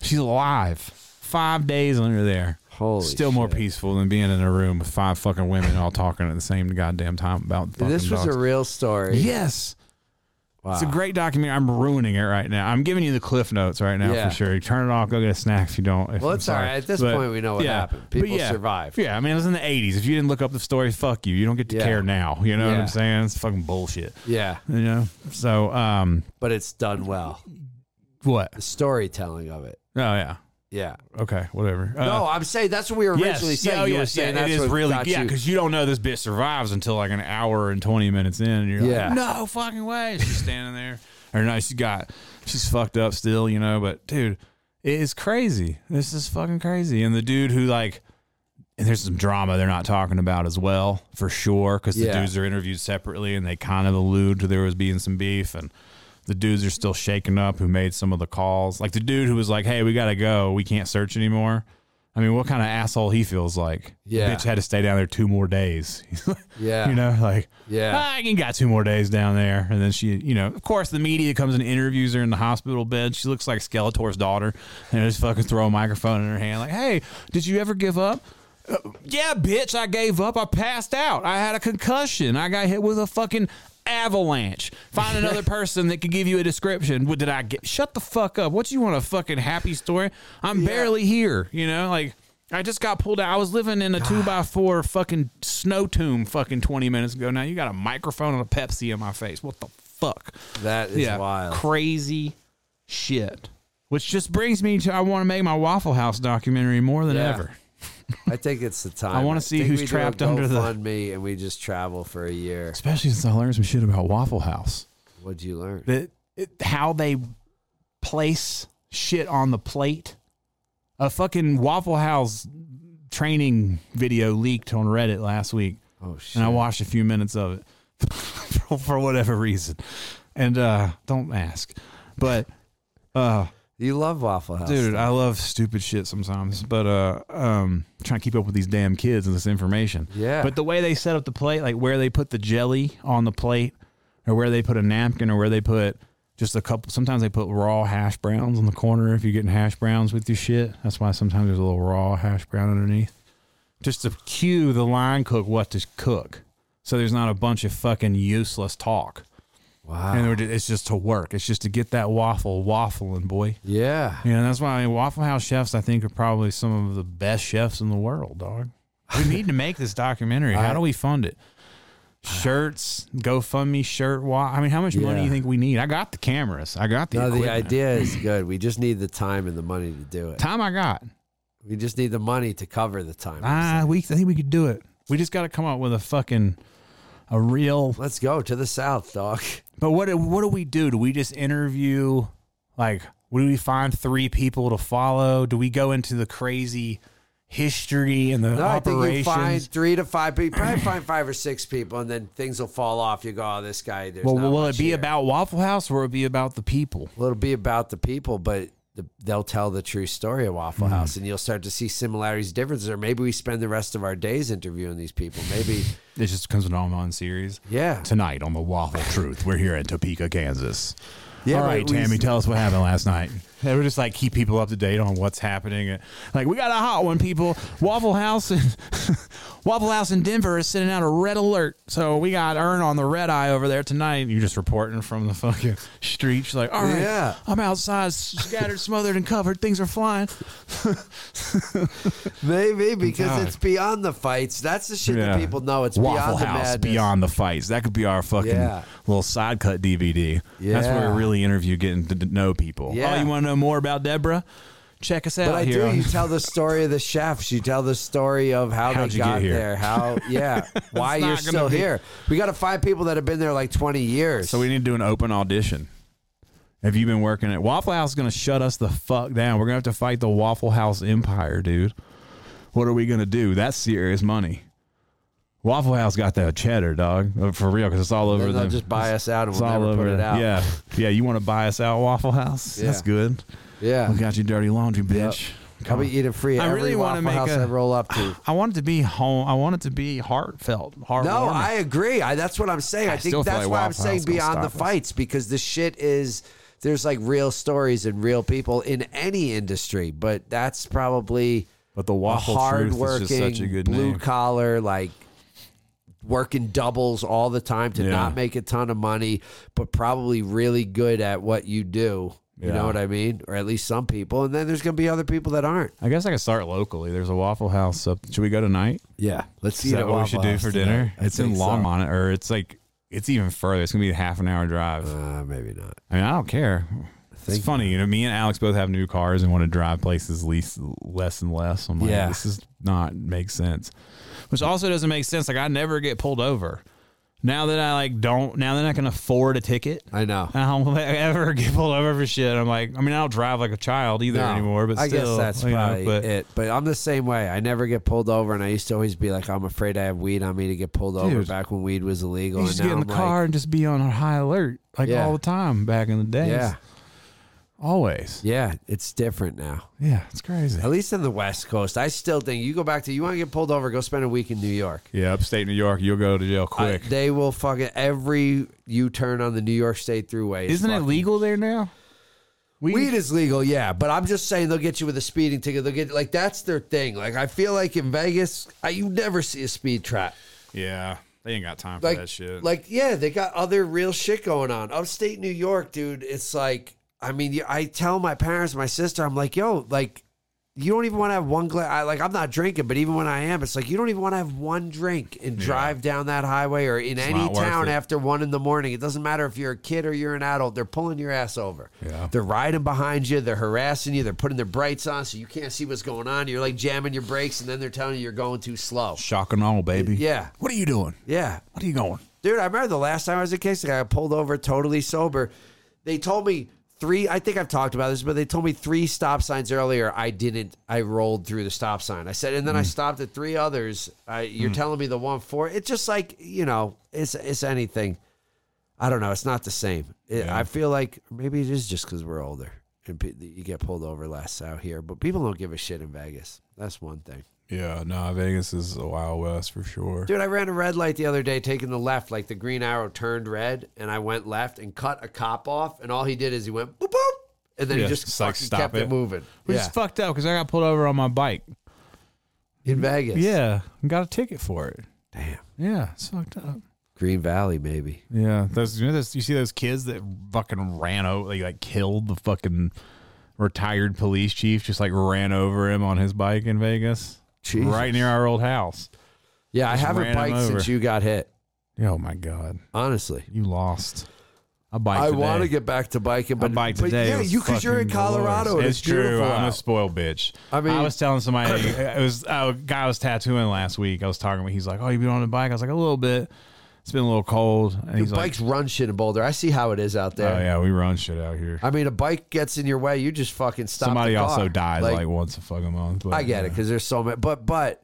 Speaker 1: she's alive. Five days under there.
Speaker 2: Holy
Speaker 1: Still more peaceful than being in a room with five fucking women all talking at the same goddamn time about fucking
Speaker 2: This was
Speaker 1: dogs.
Speaker 2: a real story.
Speaker 1: yes.
Speaker 2: Wow.
Speaker 1: It's a great documentary. I'm ruining it right now. I'm giving you the cliff notes right now
Speaker 2: Yeah.
Speaker 1: for sure. You turn it off. Go get a snack if you don't. if-
Speaker 2: Well,
Speaker 1: I'm
Speaker 2: it's all
Speaker 1: sorry.
Speaker 2: right. At this
Speaker 1: But,
Speaker 2: point, we know what
Speaker 1: yeah.
Speaker 2: happened.
Speaker 1: But
Speaker 2: People
Speaker 1: yeah.
Speaker 2: survived.
Speaker 1: Yeah, I mean, it was in the 80s. If you didn't look up the story, fuck you. You don't get to
Speaker 2: Yeah.
Speaker 1: care now. You know what
Speaker 2: Yeah.
Speaker 1: I'm saying? It's fucking bullshit.
Speaker 2: Yeah,
Speaker 1: You know? So, um,
Speaker 2: but it's done well.
Speaker 1: what?
Speaker 2: The storytelling of it.
Speaker 1: Oh, yeah.
Speaker 2: Yeah.
Speaker 1: Okay, whatever. Uh,
Speaker 2: No, I'm saying that's what we were originally saying.
Speaker 1: Yeah, oh,
Speaker 2: you were
Speaker 1: yes,
Speaker 2: saying
Speaker 1: yeah,
Speaker 2: that's
Speaker 1: it is
Speaker 2: what
Speaker 1: really
Speaker 2: got
Speaker 1: yeah,
Speaker 2: you.
Speaker 1: because you don't know this bitch survives until like an hour and twenty minutes in. And you're
Speaker 2: Yeah.
Speaker 1: like, no fucking way. She's standing there, or no, she got she's fucked up still, you know. But dude, it is crazy. This is fucking crazy. And the dude who like. And there's some drama they're not talking about as well, for sure, because the
Speaker 2: Yeah.
Speaker 1: dudes are interviewed separately and they kind of allude to there was being some beef. And the dudes are still shaken up who made some of the calls. Like the dude who was like, "Hey, we gotta go. We can't search anymore." I mean, what kind of asshole he feels like?
Speaker 2: Yeah.
Speaker 1: bitch had to stay down there two more days. [LAUGHS]
Speaker 2: yeah,
Speaker 1: you know, like "Ah,
Speaker 2: yeah,
Speaker 1: I can got two more days down there, and then she, you know, of course, the media comes and interviews her in the hospital bed. She looks like Skeletor's daughter, and just fucking throw a microphone in her hand, like, "Hey, did you ever give up?" "Uh, yeah, bitch, I gave up. I passed out. I had a concussion. I got hit with a fucking avalanche.
Speaker 2: [LAUGHS]
Speaker 1: Find another person that could give you a description. What did I get? Shut the fuck up. What you want a fucking happy story? I'm barely here. You know, like. I just got pulled out. I was living
Speaker 2: [SIGHS]
Speaker 1: in a two by four fucking snow tomb fucking twenty minutes ago. Now you got a microphone and a Pepsi in my face. What the fuck?
Speaker 2: that is wild.
Speaker 1: Crazy shit. Which just brings me to I want to make my Waffle House documentary more than
Speaker 2: Yeah.
Speaker 1: ever.
Speaker 2: I think it's the time.
Speaker 1: I wanna see
Speaker 2: think
Speaker 1: who's
Speaker 2: we do a
Speaker 1: trapped under the-
Speaker 2: GoFundMe and we just travel for a year.
Speaker 1: Especially since I learned some shit about Waffle House.
Speaker 2: What'd you learn?
Speaker 1: That it, how they place shit on the plate. A fucking Waffle House training video leaked on Reddit last week.
Speaker 2: Oh shit!
Speaker 1: and I watched a few minutes of it [LAUGHS] for, for whatever reason. And uh, don't ask. But uh,
Speaker 2: You love Waffle House,
Speaker 1: dude, I love stupid shit sometimes. But uh, um, trying to keep up with these damn kids and this information.
Speaker 2: Yeah.
Speaker 1: But the way they set up the plate, like where they put the jelly on the plate, or where they put a napkin or where they put just a couple. Sometimes they put raw hash browns on the corner if you're getting hash browns with your shit. That's why sometimes there's a little raw hash brown underneath, just to cue the line cook what to cook. So there's not a bunch of fucking useless talk.
Speaker 2: Wow.
Speaker 1: And we're ju- it's just to work. It's just to get that waffle waffling, boy.
Speaker 2: yeah.
Speaker 1: Yeah, and that's why I mean, Waffle House chefs, I think, are probably some of the best chefs in the world, dog. We need to make this documentary. How do we fund it? Shirts, GoFundMe shirt. Wa- I mean, how much money do you
Speaker 2: Yeah.
Speaker 1: think we need? I got the cameras. I got the,
Speaker 2: No, the
Speaker 1: equipment.
Speaker 2: idea is good. We just need the time and the money to do it.
Speaker 1: Time I got.
Speaker 2: We just need the money to cover the time.
Speaker 1: Ah, we I think we could do it. We just got to come up with a fucking a real.
Speaker 2: Let's go to the south, dog.
Speaker 1: But what do- what do we do? Do we just interview? Like, do we find three people to follow? Do we go into the crazy history and the
Speaker 2: No, I
Speaker 1: operations?
Speaker 2: think you find three to five people. Probably find five or six people, and then things will fall off. You go, oh, this guy. There's
Speaker 1: Well,
Speaker 2: not
Speaker 1: will
Speaker 2: much
Speaker 1: it be
Speaker 2: here."
Speaker 1: about Waffle House or will it be about the people?
Speaker 2: Well, it'll be about the people, but the, they'll tell the true story of Waffle
Speaker 1: Hmm.
Speaker 2: House, and you'll start to see similarities, differences, or maybe we spend the rest of our days interviewing these people.
Speaker 1: [LAUGHS]
Speaker 2: Maybe,
Speaker 1: It just becomes an all-on series.
Speaker 2: yeah,
Speaker 1: Tonight on the Waffle Truth, we're here at Topeka, Kansas.
Speaker 2: yeah.
Speaker 1: all
Speaker 2: but
Speaker 1: right,
Speaker 2: we-
Speaker 1: Tammy, tell us what happened last night. They were just like keep people up to date on what's happening. Like we got a hot one, people. Waffle House, [LAUGHS] Waffle House in Denver is sending out a red alert. So we got Earn on the red eye over there tonight. You're just reporting from the fucking street. She's like, all right,
Speaker 2: Yeah.
Speaker 1: I'm outside, scattered, smothered, and covered. Things are flying.
Speaker 2: Maybe because
Speaker 1: God.
Speaker 2: it's beyond the fights. That's the shit
Speaker 1: Yeah.
Speaker 2: that people know. It's
Speaker 1: Waffle
Speaker 2: beyond
Speaker 1: House,
Speaker 2: the madness.
Speaker 1: Beyond the Fights. That could be our fucking
Speaker 2: Yeah.
Speaker 1: little side cut DVD. That's where
Speaker 2: Yeah.
Speaker 1: we really interview getting to d- know people.
Speaker 2: Yeah.
Speaker 1: Oh, you want to know more about Deborah? Check us out
Speaker 2: But I
Speaker 1: here.
Speaker 2: do.
Speaker 1: on-
Speaker 2: You tell the story of the chefs. You tell the story of how
Speaker 1: How'd
Speaker 2: they
Speaker 1: you get
Speaker 2: got
Speaker 1: here? [LAUGHS]
Speaker 2: there. How, yeah, why
Speaker 1: not
Speaker 2: you're
Speaker 1: gonna
Speaker 2: still
Speaker 1: be-
Speaker 2: here. We got to find people that have been there like 20
Speaker 1: [LAUGHS]
Speaker 2: years.
Speaker 1: so we need to do an open audition. Have you been working at Waffle House? Is going to shut us the fuck down. We're going to have to fight the Waffle House empire, dude. What are we going to do? That's serious money. Waffle House got that cheddar, dog, Uh, for real, because it's all over
Speaker 2: Then
Speaker 1: the
Speaker 2: they'll just buy us out and
Speaker 1: It's
Speaker 2: we'll
Speaker 1: all
Speaker 2: never
Speaker 1: over.
Speaker 2: put it out.
Speaker 1: Yeah, yeah. You want to buy us out, Waffle House?
Speaker 2: Yeah.
Speaker 1: That's good.
Speaker 2: yeah.
Speaker 1: We got you dirty laundry, bitch.
Speaker 2: I'll be eating free at
Speaker 1: I
Speaker 2: every
Speaker 1: really wanna
Speaker 2: Waffle
Speaker 1: make
Speaker 2: House
Speaker 1: a-
Speaker 2: I roll up
Speaker 1: [SIGHS]
Speaker 2: to. [LAUGHS]
Speaker 1: I want it to be home. I want it to be heartfelt, heartwarming.
Speaker 2: No, I agree. I, that's what I'm saying. I,
Speaker 1: Oh, still
Speaker 2: think
Speaker 1: feel
Speaker 2: that's
Speaker 1: like
Speaker 2: why I'm
Speaker 1: Waffle
Speaker 2: saying
Speaker 1: House gonna
Speaker 2: beyond the
Speaker 1: stop us.
Speaker 2: fights because the shit is there's like real stories and real people in any industry, but that's probably
Speaker 1: but the
Speaker 2: a
Speaker 1: waffle
Speaker 2: hard
Speaker 1: truth
Speaker 2: working
Speaker 1: is just such a good
Speaker 2: blue
Speaker 1: name.
Speaker 2: collar like working doubles all the time to
Speaker 1: Yeah.
Speaker 2: not make a ton of money, but probably really good at what you do. You
Speaker 1: Yeah.
Speaker 2: know what I mean? Or at least some people. And then there's going to be other people that aren't.
Speaker 1: I guess I could start locally. There's a Waffle House up. Should we go tonight?
Speaker 2: Yeah. Let's
Speaker 1: Is
Speaker 2: see
Speaker 1: that what we should do for dinner? It's in Longmont, or it's like it's even further. It's gonna be a half an hour drive.
Speaker 2: Uh, maybe not.
Speaker 1: I mean, I don't care. It's
Speaker 2: Thank
Speaker 1: funny, you know. Me and Alex both have new cars and want to drive places least less and less. I'm like,
Speaker 2: Yeah.
Speaker 1: this does not make sense. Which also doesn't make sense. Like, I never get pulled over. Now that I like don't, now that I can afford a ticket,
Speaker 2: I know.
Speaker 1: I don't [LAUGHS] ever get pulled over for shit. I'm like, I mean, I don't drive like a child either
Speaker 2: No,
Speaker 1: anymore. But
Speaker 2: I
Speaker 1: still,
Speaker 2: guess that's
Speaker 1: you know,
Speaker 2: probably
Speaker 1: but
Speaker 2: it. But I'm the same way. I never get pulled over, and I used to always be like, "I'm afraid I have weed on me to get pulled over."
Speaker 1: Dude.
Speaker 2: Back when weed was illegal,
Speaker 1: You just
Speaker 2: and
Speaker 1: get
Speaker 2: now
Speaker 1: in the
Speaker 2: I'm
Speaker 1: car and just be on high alert like
Speaker 2: Yeah.
Speaker 1: all the time back in the
Speaker 2: Like,
Speaker 1: days.
Speaker 2: yeah,
Speaker 1: always.
Speaker 2: yeah, it's different now.
Speaker 1: Yeah, it's crazy.
Speaker 2: At least in the West Coast, I still think you go back to you want to get pulled over, go spend a week in New York.
Speaker 1: Yeah, upstate New York, you'll go to jail
Speaker 2: I-
Speaker 1: quick.
Speaker 2: they will fucking every U turn on the New York State Thruway. is
Speaker 1: Isn't it
Speaker 2: fucking-
Speaker 1: legal there now? We
Speaker 2: Weed is legal, yeah, but I'm just saying they'll get you with a speeding ticket. They'll get like that's their thing. Like I feel like in Vegas, I, you never see a speed trap.
Speaker 1: Yeah, they ain't got time for
Speaker 2: like,
Speaker 1: that shit.
Speaker 2: like, yeah, they got other real shit going on. Upstate New York, dude. It's like, I mean, you- I tell my parents, my sister, I'm like, yo, like, you don't even want to have one glass. I, like, I'm not drinking, but even when I am, it's like you don't even want to have one drink and drive down that highway or in any
Speaker 1: not worth
Speaker 2: town
Speaker 1: it.
Speaker 2: after one in the morning. It doesn't matter if you're a kid or you're an adult. They're pulling your ass over.
Speaker 1: Yeah.
Speaker 2: They're riding behind you. They're harassing you. They're putting their brights on so you can't see what's going on. You're like jamming your brakes, and then they're telling you you're going too slow.
Speaker 1: Shock and all, baby.
Speaker 2: Yeah.
Speaker 1: What are you doing?
Speaker 2: Yeah.
Speaker 1: What are you going?
Speaker 2: Dude, I remember the last time I was a case, I got pulled over totally sober. They told me three, I think I've talked about this, but they told me three stop signs earlier. I didn't, I rolled through the stop sign. I said, and then I stopped at three others. I, you're telling me the one four. It's just like, you know, it's, it's anything. I don't know. It's not the same. It, I feel like maybe it is just because we're older and pe- you get pulled over less out here, but people don't give a shit in Vegas. That's one thing.
Speaker 1: Yeah, no, Vegas is a wild west for sure.
Speaker 2: Dude, I ran a red light the other day, taking the left, like the green arrow turned red, and I went left and cut a cop off, and all he did is he went boop boop, and then
Speaker 1: Yeah,
Speaker 2: he just
Speaker 1: just, like,
Speaker 2: fucking
Speaker 1: stop
Speaker 2: kept it,
Speaker 1: it.
Speaker 2: moving.
Speaker 3: Which
Speaker 2: yeah,
Speaker 3: is fucked up because I got pulled over on my bike.
Speaker 2: in Vegas.
Speaker 1: Yeah, got a ticket for it.
Speaker 2: damn,
Speaker 1: Yeah, it's fucked up.
Speaker 2: Green Valley, maybe.
Speaker 1: Yeah, those you know those you see those kids that fucking ran over, like, like killed the fucking retired police chief, just like ran over him on his bike in Vegas,
Speaker 2: Jesus.
Speaker 1: right near our old house.
Speaker 2: Yeah, I
Speaker 1: Just
Speaker 2: haven't
Speaker 1: ran him
Speaker 2: biked since
Speaker 1: over.
Speaker 2: you got hit.
Speaker 1: Oh my god,
Speaker 2: Honestly,
Speaker 1: you lost. I bike.
Speaker 2: I want to get back to biking,
Speaker 1: I
Speaker 2: but
Speaker 1: bike
Speaker 2: but
Speaker 1: today. It
Speaker 2: yeah,
Speaker 1: was
Speaker 2: you because you're in
Speaker 1: fucking
Speaker 2: Colorado.
Speaker 1: glorious.
Speaker 2: and
Speaker 1: It's,
Speaker 2: it's
Speaker 1: true.
Speaker 2: beautiful
Speaker 1: I'm a
Speaker 2: out.
Speaker 1: spoiled bitch.
Speaker 2: I
Speaker 1: I
Speaker 2: mean-
Speaker 1: mean, I was telling
Speaker 2: [LAUGHS]
Speaker 1: somebody, it was a guy I was tattooing last week. I was talking. He's like, "Oh, you been on the bike?" I was like, "A little bit. It's been a little cold." And
Speaker 2: Dude,
Speaker 1: he's like,
Speaker 2: bikes run shit in Boulder. I see how it is out
Speaker 1: "Oh
Speaker 2: there.
Speaker 1: yeah, we run shit out here."
Speaker 2: I mean, a bike gets in your way, you just fucking stop. the
Speaker 1: Somebody also
Speaker 2: car.
Speaker 1: dies like, once a fucking month. but,
Speaker 2: I get it
Speaker 1: yeah.
Speaker 2: because there's so many. But but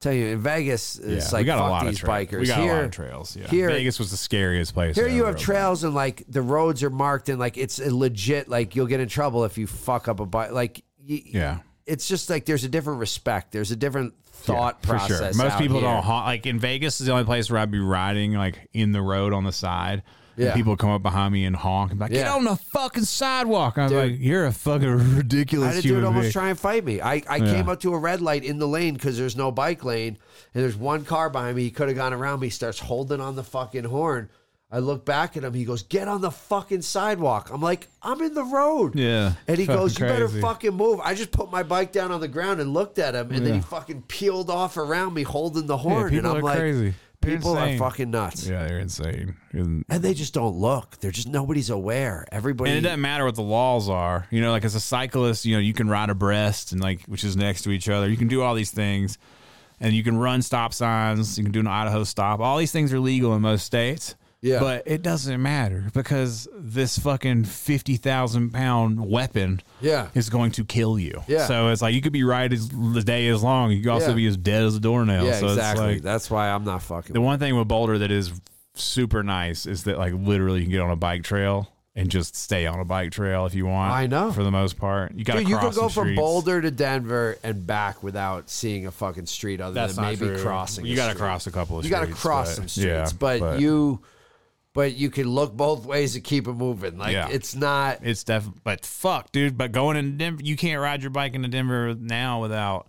Speaker 2: tell you in Vegas, it's
Speaker 1: Yeah,
Speaker 2: like
Speaker 1: we got
Speaker 2: fuck
Speaker 1: a lot
Speaker 2: these
Speaker 1: of trails.
Speaker 2: bikers.
Speaker 1: We got
Speaker 2: here,
Speaker 1: a lot of trails. Yeah,
Speaker 2: here-
Speaker 1: Vegas was the scariest place.
Speaker 2: Here
Speaker 1: I
Speaker 2: you
Speaker 1: ever
Speaker 2: have trails and like the roads are marked and like it's a legit. Like you'll get in trouble if you fuck up a bike. Like y-
Speaker 1: rode. Yeah,
Speaker 2: it's just like there's a different respect. There's a different thought
Speaker 1: yeah,
Speaker 2: process.
Speaker 1: for sure. Most
Speaker 2: out
Speaker 1: people
Speaker 2: here.
Speaker 1: don't honk. Like in Vegas is the only place where I'd be riding like in the road on the side. and
Speaker 2: Yeah.
Speaker 1: people come up behind me and honk and be like, "Get
Speaker 2: Yeah.
Speaker 1: on the fucking sidewalk!" I'm
Speaker 2: Dude.
Speaker 1: like, "You're a fucking [LAUGHS]
Speaker 2: I
Speaker 1: ridiculous
Speaker 2: had a
Speaker 1: human
Speaker 2: dude almost
Speaker 1: being."
Speaker 2: try and fight me. I, I
Speaker 1: Yeah.
Speaker 2: came up to a red light in the lane because there's no bike lane and there's one car behind me. He could have gone around me. He starts holding on the fucking horn. I look back at him. He goes, "Get on the fucking sidewalk." I'm like, "I'm in the road."
Speaker 1: Yeah,
Speaker 2: And he
Speaker 1: fucking
Speaker 2: goes, "You better
Speaker 1: crazy.
Speaker 2: fucking move." I just put my bike down on the ground and looked at him, and then he fucking peeled off around me holding the
Speaker 1: Yeah,
Speaker 2: horn.
Speaker 1: people
Speaker 2: and I'm
Speaker 1: are
Speaker 2: like,
Speaker 1: crazy. They're
Speaker 2: "People are
Speaker 1: insane.
Speaker 2: fucking nuts."
Speaker 1: Yeah, they're insane. And,
Speaker 2: And they just don't look. They're just nobody's aware. Everybody.
Speaker 1: and it doesn't matter what the laws are. You know, like as a cyclist, you know, you can ride abreast and like which is next to each other. You can do all these things. And you can run stop signs, you can do an Idaho stop. All these things are legal in most states.
Speaker 2: Yeah.
Speaker 1: But it doesn't matter because this fucking fifty thousand pound weapon
Speaker 2: Yeah.
Speaker 1: is going to kill you.
Speaker 2: Yeah.
Speaker 1: So it's like you could be right as the day is long. You could also
Speaker 2: Yeah.
Speaker 1: be as dead as a doornail.
Speaker 2: yeah,
Speaker 1: so
Speaker 2: exactly.
Speaker 1: it's like
Speaker 2: That's why I'm not fucking.
Speaker 1: the one thing with Boulder that is super nice is that like literally you can get on a bike trail and just stay on a bike trail if you want.
Speaker 2: I know.
Speaker 1: for the most part, you got to
Speaker 2: Dude, you could
Speaker 1: cross
Speaker 2: go
Speaker 1: some
Speaker 2: from
Speaker 1: streets.
Speaker 2: Boulder to Denver and back without seeing a fucking street other
Speaker 1: That's
Speaker 2: than
Speaker 1: not
Speaker 2: maybe
Speaker 1: true.
Speaker 2: crossing.
Speaker 1: You
Speaker 2: a
Speaker 1: got to
Speaker 2: street.
Speaker 1: cross a couple of.
Speaker 2: You
Speaker 1: got
Speaker 2: gotta
Speaker 1: to
Speaker 2: cross some streets, but, you, but you can look both ways to keep it moving. Like
Speaker 1: Yeah.
Speaker 2: it's not.
Speaker 1: It's def, but fuck, dude. But going into Denver, you can't ride your bike into Denver now without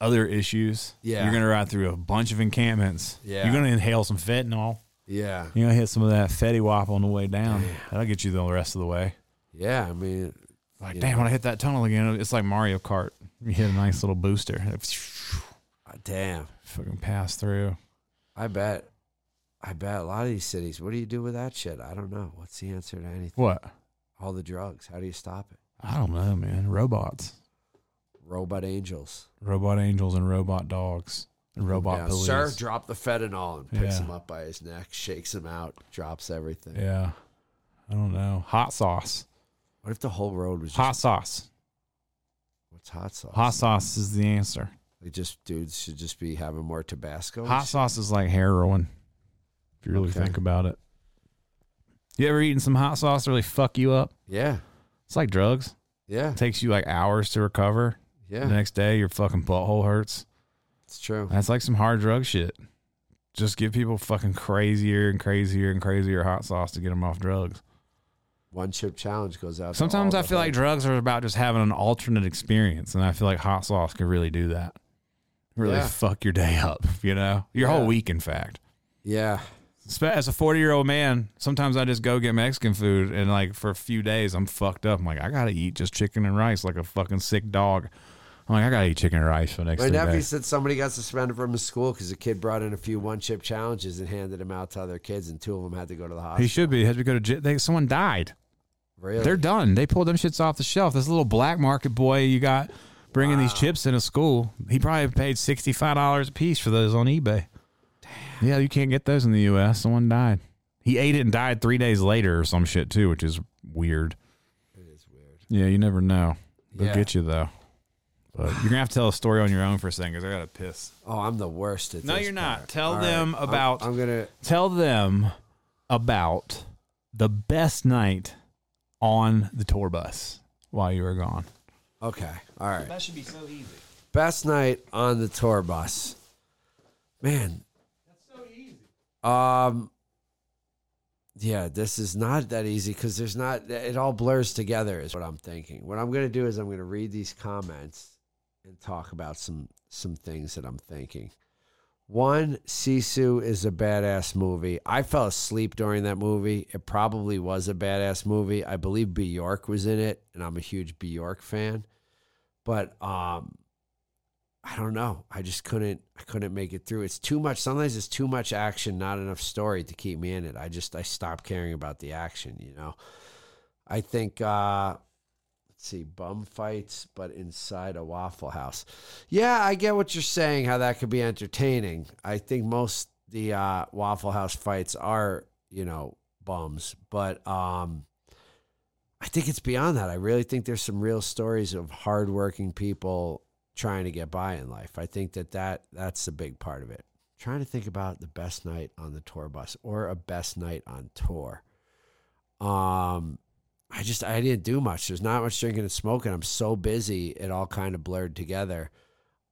Speaker 1: other issues.
Speaker 2: Yeah.
Speaker 1: you're gonna ride through a bunch of encampments.
Speaker 2: Yeah.
Speaker 1: you're gonna inhale some fentanyl.
Speaker 2: Yeah,
Speaker 1: You're gonna hit some of that fetty wop on the way down. That'll get you the rest of the way.
Speaker 2: yeah. I mean,
Speaker 1: Like, damn, when I hit that tunnel again, it's like Mario Kart. You hit a nice little booster.
Speaker 2: uh, damn.
Speaker 1: Fucking pass through.
Speaker 2: I bet. I bet a lot of these cities. What do you do with that shit? I don't know. What's the answer to anything?
Speaker 1: What?
Speaker 2: All the drugs. How do you stop it?
Speaker 1: I don't know, man. Robots.
Speaker 2: Robot angels.
Speaker 1: Robot angels and robot dogs. And robot
Speaker 2: Yeah,
Speaker 1: police.
Speaker 2: sir, drop the fentanyl and picks
Speaker 1: Yeah.
Speaker 2: him up by his neck, shakes him out, drops everything.
Speaker 1: Yeah. I don't know. Hot sauce.
Speaker 2: What if the whole road was just
Speaker 1: Hot sauce.
Speaker 2: What's hot sauce?
Speaker 1: Hot sauce is the answer.
Speaker 2: Like just dudes should just be having more Tabasco. and
Speaker 1: Hot
Speaker 2: shit.
Speaker 1: sauce is like heroin. If you really
Speaker 2: Okay.
Speaker 1: think about it. You ever eaten some hot sauce that really fuck you up?
Speaker 2: Yeah,
Speaker 1: It's like drugs.
Speaker 2: yeah,
Speaker 1: It takes you like hours to recover. The
Speaker 2: yeah.
Speaker 1: next day, your fucking butthole hurts.
Speaker 2: It's true.
Speaker 1: That's like some hard drug shit. Just give people fucking crazier and crazier and crazier hot sauce to get them off drugs.
Speaker 2: One chip challenge goes out. to
Speaker 1: Sometimes
Speaker 2: all
Speaker 1: I
Speaker 2: the
Speaker 1: feel like
Speaker 2: whole-
Speaker 1: drugs are about just having an alternate experience, and I feel like hot sauce could really do that. Really
Speaker 2: Yeah.
Speaker 1: fuck your day up, [LAUGHS] you know? Your
Speaker 2: Yeah.
Speaker 1: whole week, in fact.
Speaker 2: yeah,
Speaker 1: Spe- As a 40 year old man, sometimes I just go get Mexican food, and like for a few days, I'm fucked up. I'm like, I gotta eat just chicken and rice like a fucking sick dog. I'm like, I gotta eat chicken and rice for the next
Speaker 2: my
Speaker 1: three
Speaker 2: nephew
Speaker 1: days.
Speaker 2: said somebody got suspended from his school because a kid brought in a few one chip challenges and handed them out to other kids, and two of them had to go to the hospital.
Speaker 1: He should be. He has to go to jail. They- Someone died.
Speaker 2: really?
Speaker 1: They're done. They pulled them shits off the shelf. This little black market boy you got bringing these chips into school, he probably paid sixty five dollars a piece for those on eBay. Yeah, you can't get those in the U.S. Someone died. He ate it and died three days later or some shit too, which is weird. It is weird. Yeah, you never know. They'll
Speaker 2: Yeah.
Speaker 1: get you though. But you're gonna have to tell a story on your own for a second because I gotta piss.
Speaker 2: oh, I'm the worst at.
Speaker 1: No,
Speaker 2: this
Speaker 1: you're not.
Speaker 2: part.
Speaker 1: Tell
Speaker 2: All
Speaker 1: them
Speaker 2: I'm-
Speaker 1: about-
Speaker 2: I'm, gonna.
Speaker 1: Tell them about the best night on the tour bus while you were gone.
Speaker 2: Okay. All right.
Speaker 1: That should be so easy.
Speaker 2: Best night on the tour bus. Man. Um yeah, this is not that easy because there's not it all blurs together is what I'm thinking. What I'm gonna do is I'm gonna read these comments and talk about some some things that I'm thinking. One, Sisu is a badass movie. I fell asleep during that movie. It probably was a badass movie. I believe Bjork was in it, and I'm a huge Bjork fan. But um I don't know. I just couldn't I couldn't make it through. It's too much. Sometimes it's too much action, not enough story to keep me in it. I just I stopped caring about the action, you know. I think uh let's see, bum fights, but inside a Waffle House. Yeah, I get what you're saying, how that could be entertaining. I think most the uh, Waffle House fights are, you know, bums, but um, I think it's beyond that. I really think there's some real stories of hardworking people trying to get by in life. I think that, that that's a big part of it. Trying to think about the best night on the tour bus or a best night on tour. Um, I just I didn't do much. There's not much drinking and smoking. I'm so busy, it all kind of blurred together.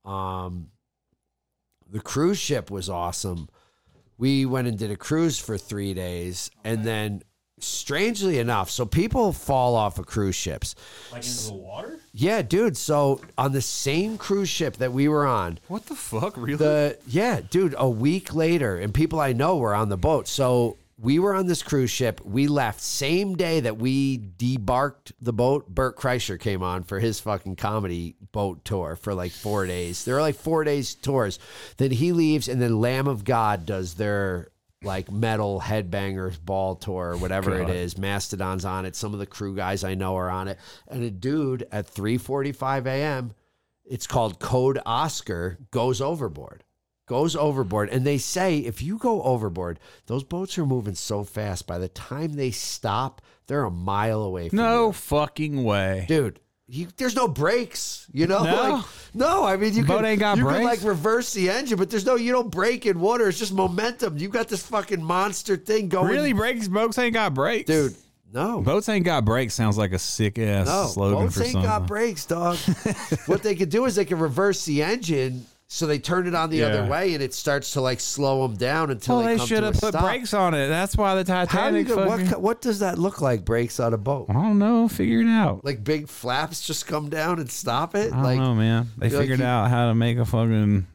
Speaker 2: Um, the cruise ship was awesome. We went and did a cruise for three days, and then strangely enough, so people fall off of cruise ships.
Speaker 1: Like into the water?
Speaker 2: Yeah, dude. So on the same cruise ship that we were on,
Speaker 1: What the fuck? Really?
Speaker 2: the yeah, dude, a week later, and people I know were on the boat. So we were on this cruise ship. We left same day that we debarked the boat. Bert Kreischer came on for his fucking comedy boat tour for like four days. There were like four days tours. Then he leaves, and then Lamb of God does their like metal headbangers ball tour or whatever it is. Mastodon's on it. Some of the crew guys I know are on it. And a dude at 3:45 a.m it's called Code Oscar, goes overboard. Goes overboard. And they say if you go overboard, those boats are moving so fast. By the time they stop, they're a mile away from
Speaker 1: no fucking way.
Speaker 2: you. Dude, you, there's no brakes, you know? [LAUGHS]
Speaker 1: No.
Speaker 2: Like, no, I mean, you
Speaker 1: Boat
Speaker 2: can,
Speaker 1: ain't got
Speaker 2: you can
Speaker 1: brakes.
Speaker 2: like reverse the engine, but there's no, you don't brake in water. It's just momentum. You got this fucking monster thing going.
Speaker 1: Really? Brakes? Boats ain't got brakes.
Speaker 2: Dude, no.
Speaker 6: Boats ain't got brakes sounds like a sick ass
Speaker 2: No,
Speaker 6: slogan
Speaker 2: boats
Speaker 6: for
Speaker 2: Oh, ain't
Speaker 6: something.
Speaker 2: got
Speaker 6: [LAUGHS]
Speaker 2: brakes, dog. what they could do is they can reverse the engine, so they turn it on the other
Speaker 6: Yeah.
Speaker 2: way, and it starts to like slow them down until
Speaker 1: Well, they,
Speaker 2: they, come
Speaker 1: should
Speaker 2: to a
Speaker 1: have put
Speaker 2: stop.
Speaker 1: brakes on it. That's why the Titanic.
Speaker 2: How do you go, what,
Speaker 1: fucking-
Speaker 2: co- what does that look like? Brakes on a boat,
Speaker 6: I don't know. Figure it out.
Speaker 2: like big flaps just come down and stop it.
Speaker 6: I don't
Speaker 2: Like,
Speaker 6: know, man. They
Speaker 2: feel like
Speaker 6: figured
Speaker 2: you-
Speaker 6: out how to make a fucking.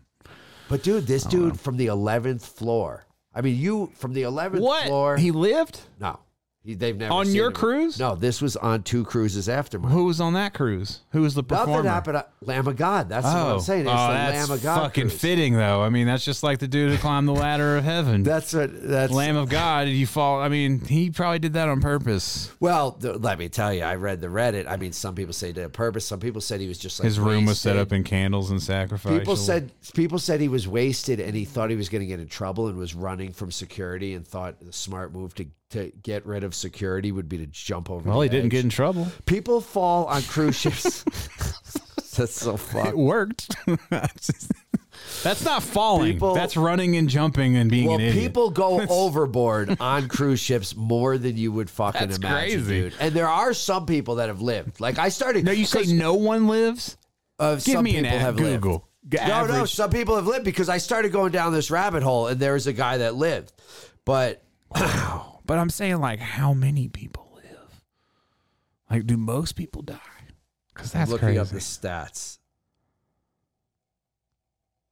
Speaker 2: but dude, this dude from the eleventh floor. I mean, you from the eleventh
Speaker 1: What?
Speaker 2: floor.
Speaker 1: He lived?
Speaker 2: no, he, they've never
Speaker 1: On
Speaker 2: seen
Speaker 1: your
Speaker 2: him.
Speaker 1: cruise?
Speaker 2: No, this was on two cruises after mine.
Speaker 1: Who was on that cruise? Who was the performer?
Speaker 2: Nothing happened. at Lamb of God. That's what I'm saying. It's
Speaker 1: oh,
Speaker 2: the
Speaker 1: that's
Speaker 2: Lamb of God
Speaker 1: fucking
Speaker 2: cruise.
Speaker 1: fitting, though. I mean, that's just like the dude who climbed the ladder of heaven.
Speaker 2: That's what. That's
Speaker 1: Lamb of God, you fall. I mean, he probably did that on purpose.
Speaker 2: Well, th- let me tell you, I read the Reddit. I mean, some people say he did it on purpose. Some people said he was just like
Speaker 6: His room was set
Speaker 2: wasted.
Speaker 6: up in candles and sacrifice.
Speaker 2: People said people said he was wasted and he thought he was going to get in trouble and was running from security and thought the smart move to to get rid of security would be to jump over.
Speaker 6: Well,
Speaker 2: the
Speaker 6: he didn't
Speaker 2: edge.
Speaker 6: get in trouble.
Speaker 2: People fall on cruise
Speaker 1: [LAUGHS]
Speaker 2: ships. That's so fucked.
Speaker 6: It worked.
Speaker 1: That's not falling.
Speaker 2: People-
Speaker 1: that's running and jumping and being
Speaker 2: Well,
Speaker 1: an idiot.
Speaker 2: people go overboard on cruise ships more than you would fucking
Speaker 1: That's
Speaker 2: imagine,
Speaker 1: crazy.
Speaker 2: dude. And there are some people that have lived. Like I started.
Speaker 1: no, you say
Speaker 2: 'cause,
Speaker 1: no one lives.
Speaker 2: uh,
Speaker 1: Give
Speaker 2: some
Speaker 1: me an
Speaker 2: people
Speaker 1: ad.
Speaker 2: have lived.
Speaker 1: Google. G-
Speaker 2: No,
Speaker 1: Average.
Speaker 2: no. Some people have lived because I started going down this rabbit hole, and there was a guy that lived. But
Speaker 1: But I'm saying, like, how many people live? Like, do most people die? Because that's
Speaker 2: looking
Speaker 1: crazy.
Speaker 2: up the stats,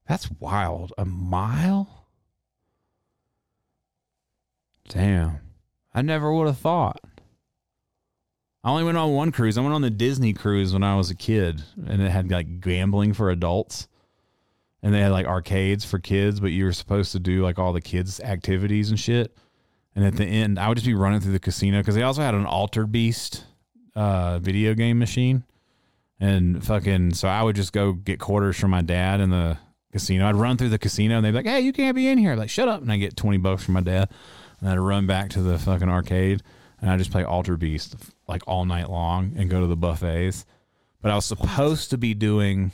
Speaker 1: That's wild. A mile? Damn. I never would have thought. I only went on one cruise. I went on the Disney cruise when I was a kid, and it had like gambling for adults. And they had like arcades for kids, but you were supposed to do like all the kids' activities and shit. And at the end, I would just be running through the casino because they also had an Altered Beast uh, video game machine. And fucking, so I would just go get quarters from my dad in the casino. I'd run through the casino and they'd be like, hey, you can't be in here. I'd be like, shut up. And I get 20 bucks from my dad. And I'd run back to the fucking arcade and I just play Alter Beast like all night long and go to the buffets. But I was supposed to be doing,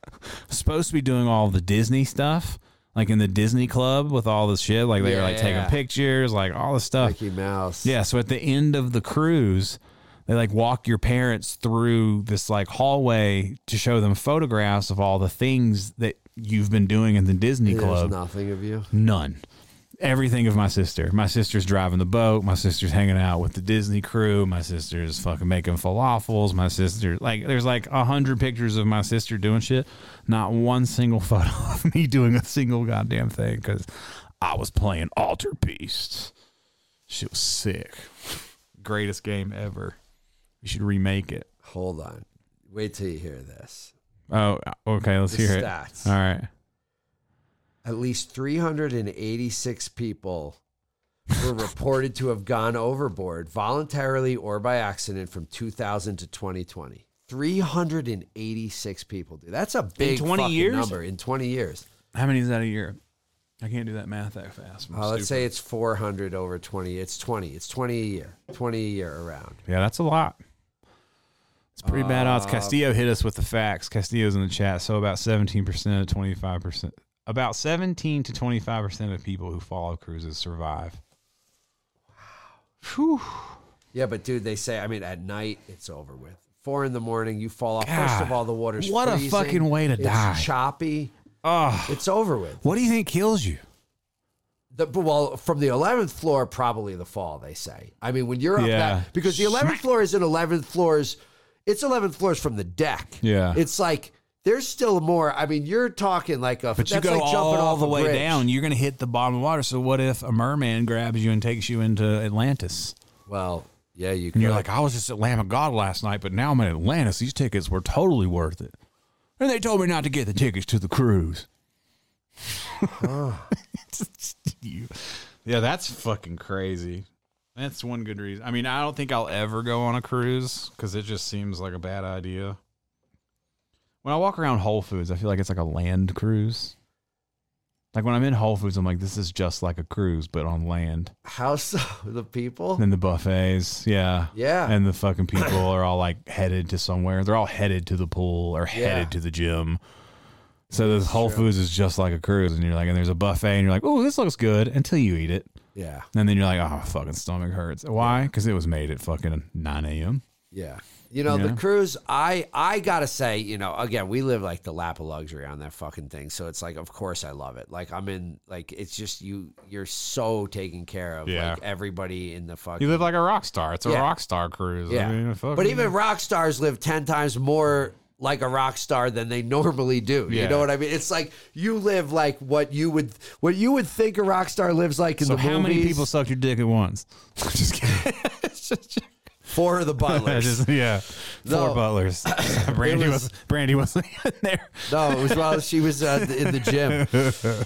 Speaker 1: [LAUGHS] supposed to be doing all the Disney stuff, like in the Disney club with all the shit. Like they were like
Speaker 2: Yeah.
Speaker 6: taking pictures, like all the stuff.
Speaker 2: Mickey Mouse.
Speaker 6: Yeah, so at the end of the cruise,
Speaker 1: they like walk your parents through this like hallway to show them photographs of all the things that you've been doing in the Disney
Speaker 2: There's
Speaker 1: club.
Speaker 2: nothing of you.
Speaker 1: None. Everything of my sister. My sister's driving the boat. My sister's hanging out with the Disney crew. My sister's fucking making falafels. My sister, like, there's like a hundred pictures of my sister doing shit. Not one single [LAUGHS] photo of me doing a single goddamn thing because I was playing Alter Beasts. Shit was sick. Greatest game ever. You should remake it.
Speaker 2: Hold on. Wait till you hear this.
Speaker 1: Oh, okay. Let's
Speaker 2: The
Speaker 1: hear
Speaker 2: stats.
Speaker 1: it. All right.
Speaker 2: At least 386 people were reported to have gone overboard voluntarily or by accident from 2000 to 2020. 386 people, dude. That's a big
Speaker 3: 20
Speaker 2: fucking
Speaker 3: years?
Speaker 2: number in 20 years.
Speaker 1: How many is that a year? I can't do that math that fast. I'm
Speaker 2: Uh,
Speaker 1: stupid.
Speaker 2: let's say it's 400 over 20. It's 20. It's 20 a year. 20 a year around.
Speaker 1: Yeah, that's a lot. It's pretty bad
Speaker 2: Uh,
Speaker 1: odds. Castillo hit us with the facts. Castillo's in the chat. So about 17% of 25%, about 17 to 25% of people who follow cruises survive. Whew.
Speaker 2: Yeah, but dude, they say, I mean, at night, it's over with. Four in the morning, you fall off. First of
Speaker 1: God,
Speaker 2: all, the water's
Speaker 1: what a
Speaker 2: freezing.
Speaker 1: fucking way to
Speaker 2: It's
Speaker 1: die.
Speaker 2: choppy.
Speaker 1: Oh,
Speaker 2: It's over with.
Speaker 1: what do you think kills you?
Speaker 2: The, but, well, from the 11th floor, probably the fall, they say. I mean, when you're up
Speaker 1: Yeah.
Speaker 2: that, because the 11th floor isn't 11th floors, it's 11th floors from the deck.
Speaker 1: Yeah.
Speaker 2: It's like, there's still more. I mean, you're talking like a,
Speaker 1: But you
Speaker 2: that's
Speaker 1: go
Speaker 2: like jumping
Speaker 1: all
Speaker 2: off
Speaker 1: the
Speaker 2: a
Speaker 1: way
Speaker 2: bridge.
Speaker 1: down. You're going to hit the bottom of the water. So what if a merman grabs you and takes you into Atlantis?
Speaker 2: Well, yeah, you
Speaker 1: And
Speaker 2: can.
Speaker 1: you're like, I was just at Lamb of God last night, but now I'm in Atlantis. These tickets were totally worth it. And they told me not to get the tickets to the cruise. You- yeah, that's fucking crazy. That's one good reason. I mean, I don't think I'll ever go on a cruise because it just seems like a bad idea. When I walk around Whole Foods, I feel like it's like a land cruise. Like when I'm in Whole Foods, I'm like, this is just like a cruise, but on land.
Speaker 2: how [LAUGHS] so? The people?
Speaker 1: And the buffets, yeah.
Speaker 2: Yeah.
Speaker 1: And the fucking people are all like headed to somewhere. They're all headed to the pool or headed
Speaker 2: Yeah.
Speaker 1: to the gym. So this Whole Foods is just like a cruise, and you're like, and there's a buffet, and you're like, oh, this looks good until you eat it,
Speaker 2: Yeah.
Speaker 1: and then you're like, oh, fucking stomach hurts. Why? Because it was made at fucking 9 a.m.
Speaker 2: Yeah. You know, the
Speaker 1: Yeah.
Speaker 2: cruise, I I gotta say, you know, again, we live like the lap of luxury on that fucking thing. So it's like, of course I love it. Like I'm in like it's just you you're so taken care of.
Speaker 1: Yeah.
Speaker 2: Like everybody in the fucking
Speaker 1: You live like a rock star. It's a
Speaker 2: Yeah.
Speaker 1: rock star cruise. I
Speaker 2: Yeah.
Speaker 1: mean, fuck
Speaker 2: but
Speaker 1: it.
Speaker 2: even rock stars live ten times more like a rock star than they normally do. You
Speaker 1: Yeah.
Speaker 2: know what I mean? It's like you live like what you would what you would think a rock star lives like in
Speaker 1: so
Speaker 2: the
Speaker 1: how
Speaker 2: movies.
Speaker 1: many people sucked your dick at once? [LAUGHS] just
Speaker 2: [LAUGHS]
Speaker 1: kidding. [LAUGHS]
Speaker 2: Four of the butlers.
Speaker 1: Just- yeah,
Speaker 2: No.
Speaker 1: four
Speaker 2: [COUGHS]
Speaker 1: butlers. [COUGHS] Brandy
Speaker 2: It
Speaker 1: was,
Speaker 2: was-
Speaker 1: Brandy wasn't [LAUGHS] in there.
Speaker 2: No, it was while she was uh, in the gym.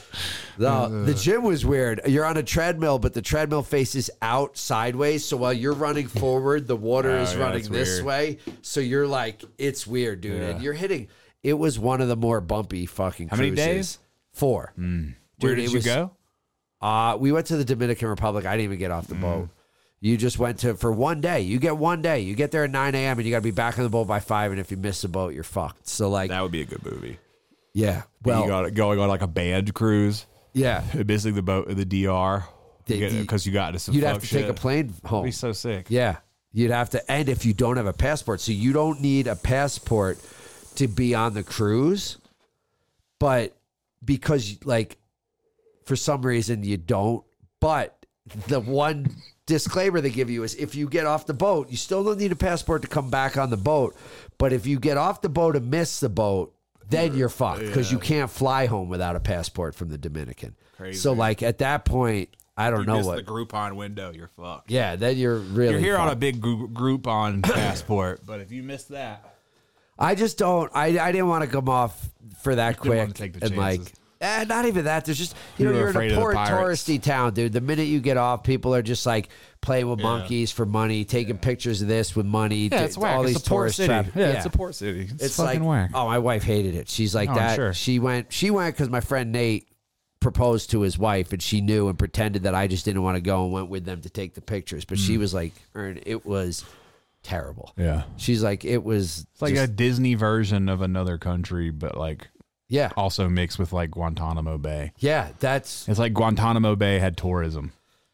Speaker 2: No, the gym was weird. You're on a treadmill, but the treadmill faces out sideways. So while you're running forward, the water
Speaker 1: Oh,
Speaker 2: is
Speaker 1: yeah,
Speaker 2: running
Speaker 1: that's
Speaker 2: this
Speaker 1: weird.
Speaker 2: way. So you're like, it's weird, dude. And
Speaker 1: Yeah.
Speaker 2: you're hitting. It was one of the more bumpy fucking.
Speaker 1: How many
Speaker 2: cruises.
Speaker 1: days? Hmm.
Speaker 2: Four.
Speaker 1: Where
Speaker 2: Dude,
Speaker 1: did
Speaker 2: it
Speaker 1: you
Speaker 2: was-
Speaker 1: go?
Speaker 2: Uh, we went to the Dominican Republic. I didn't even get
Speaker 1: Hmm.
Speaker 2: off the boat. You just went to for one day. You get one day. You get there at 9 a.m. and you got to be back on the boat by five. And if you miss the boat, you're fucked. So like,
Speaker 1: That would be a good movie.
Speaker 2: yeah.
Speaker 1: Well,
Speaker 2: Well,
Speaker 1: you got going on like a band cruise,
Speaker 2: yeah.
Speaker 1: basically the boat, the DR,
Speaker 2: The- the-
Speaker 1: because you got to some
Speaker 2: You'd
Speaker 1: fuck
Speaker 2: have to
Speaker 1: shit.
Speaker 2: take a plane home.
Speaker 1: Be so sick.
Speaker 2: Yeah. You'd have to, and if you don't have a passport, so you don't need a passport to be on the cruise, but because like for some reason you don't, but the one disclaimer they give you is if you get off the boat, you still don't need a passport to come back on the boat, but if you get off the boat and miss the boat, then you're fucked because you can't fly home without a passport from the Dominican.
Speaker 1: Crazy.
Speaker 2: So like at that point, I don't know what.
Speaker 1: Groupon window. You're fucked.
Speaker 2: yeah, then you're really
Speaker 1: You're here
Speaker 2: fucked.
Speaker 1: on a big group,
Speaker 2: [COUGHS]
Speaker 1: Groupon passport, but if you miss that,
Speaker 2: I just don't. I, I didn't want to come off for that
Speaker 1: didn't
Speaker 2: quick.
Speaker 1: want to take the
Speaker 2: and like,
Speaker 1: chances.
Speaker 2: eh, not even that. There's just you know
Speaker 1: You were
Speaker 2: you're
Speaker 1: afraid of
Speaker 2: in
Speaker 1: the
Speaker 2: a poor
Speaker 1: pirates.
Speaker 2: touristy town, dude. The minute you get off, people are just like playing with monkeys for money, taking pictures of this with money. d- all these tourist trap-
Speaker 1: Yeah, it's a port city. It's,
Speaker 2: It's
Speaker 1: fucking
Speaker 2: like
Speaker 1: whack.
Speaker 2: oh, my wife hated it. She's like
Speaker 1: Oh, I'm
Speaker 2: that.
Speaker 1: sure.
Speaker 2: She went. She went because my friend Nate proposed to his wife and she knew and pretended that I just didn't want to go and went with them to take the pictures. But
Speaker 1: Mm.
Speaker 2: she was like, Ern, it was terrible.
Speaker 1: yeah,
Speaker 2: She's like, it was
Speaker 1: it's like
Speaker 2: just-
Speaker 1: a Disney version of another country, but like
Speaker 2: yeah.
Speaker 1: also mixed with like Guantanamo Bay.
Speaker 2: Yeah, that's
Speaker 1: It's like Guantanamo Bay had tourism.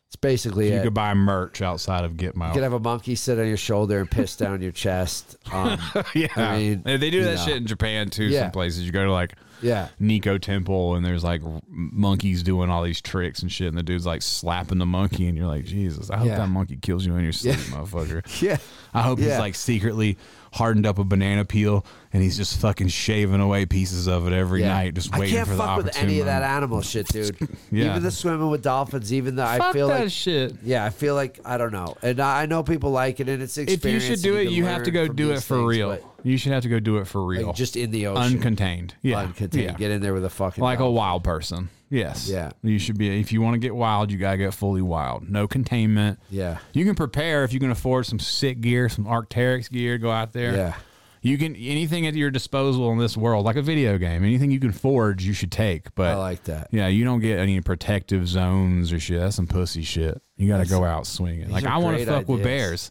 Speaker 2: It's basically
Speaker 1: You
Speaker 2: it.
Speaker 1: could buy merch outside of Get
Speaker 2: You
Speaker 1: Mile.
Speaker 2: could have a monkey sit on your shoulder and piss down your chest. Um,
Speaker 1: yeah,
Speaker 2: I mean,
Speaker 1: they do that
Speaker 2: yeah.
Speaker 1: shit in Japan too.
Speaker 2: Yeah.
Speaker 1: Some places you go to like
Speaker 2: yeah.
Speaker 1: Nico Temple and there's like r- monkeys doing all these tricks and shit, and the dude's like slapping the monkey, and you're like, Jesus, I hope
Speaker 2: Yeah.
Speaker 1: that monkey kills you in your sleep, motherfucker.
Speaker 2: Yeah.
Speaker 1: I hope
Speaker 2: Yeah.
Speaker 1: he's like secretly hardened up a banana peel and he's just fucking shaving away pieces of it every
Speaker 2: Yeah.
Speaker 1: night, just
Speaker 2: I
Speaker 1: waiting
Speaker 2: can't
Speaker 1: for the
Speaker 2: fuck with
Speaker 1: opportunity.
Speaker 2: any of that animal shit, dude.
Speaker 1: Yeah.
Speaker 2: Even the swimming with dolphins, even the I
Speaker 3: Fuck
Speaker 2: feel
Speaker 3: that
Speaker 2: like
Speaker 3: shit.
Speaker 2: yeah, I feel like I don't know, and I I know people like it, and it's an
Speaker 3: If you
Speaker 2: experience.
Speaker 3: should
Speaker 2: and
Speaker 3: do it,
Speaker 2: can
Speaker 3: you have to
Speaker 2: learn
Speaker 3: go
Speaker 2: from
Speaker 3: do it
Speaker 2: these
Speaker 3: for
Speaker 2: things,
Speaker 3: real.
Speaker 2: but,
Speaker 1: you should have to go do it for real,
Speaker 2: like, just in the ocean,
Speaker 1: uncontained, yeah,
Speaker 2: uncontained.
Speaker 1: yeah.
Speaker 2: Get in there with a fucking
Speaker 1: like a
Speaker 2: dolphin.
Speaker 1: wild person. Yes.
Speaker 2: Yeah.
Speaker 1: You should be if you want to get wild, you gotta get fully wild. No containment.
Speaker 2: Yeah.
Speaker 1: You can prepare if you can afford some sick gear, some Arcteryx gear, go out there.
Speaker 2: Yeah.
Speaker 1: You can anything at your disposal in this world, like a video game, anything you can forge, you should take. But
Speaker 2: I like that.
Speaker 1: yeah, you don't get any protective zones or shit. That's some pussy shit. You got to go out swinging. Like
Speaker 2: are
Speaker 1: I want to
Speaker 2: great
Speaker 1: fuck with
Speaker 2: ideas.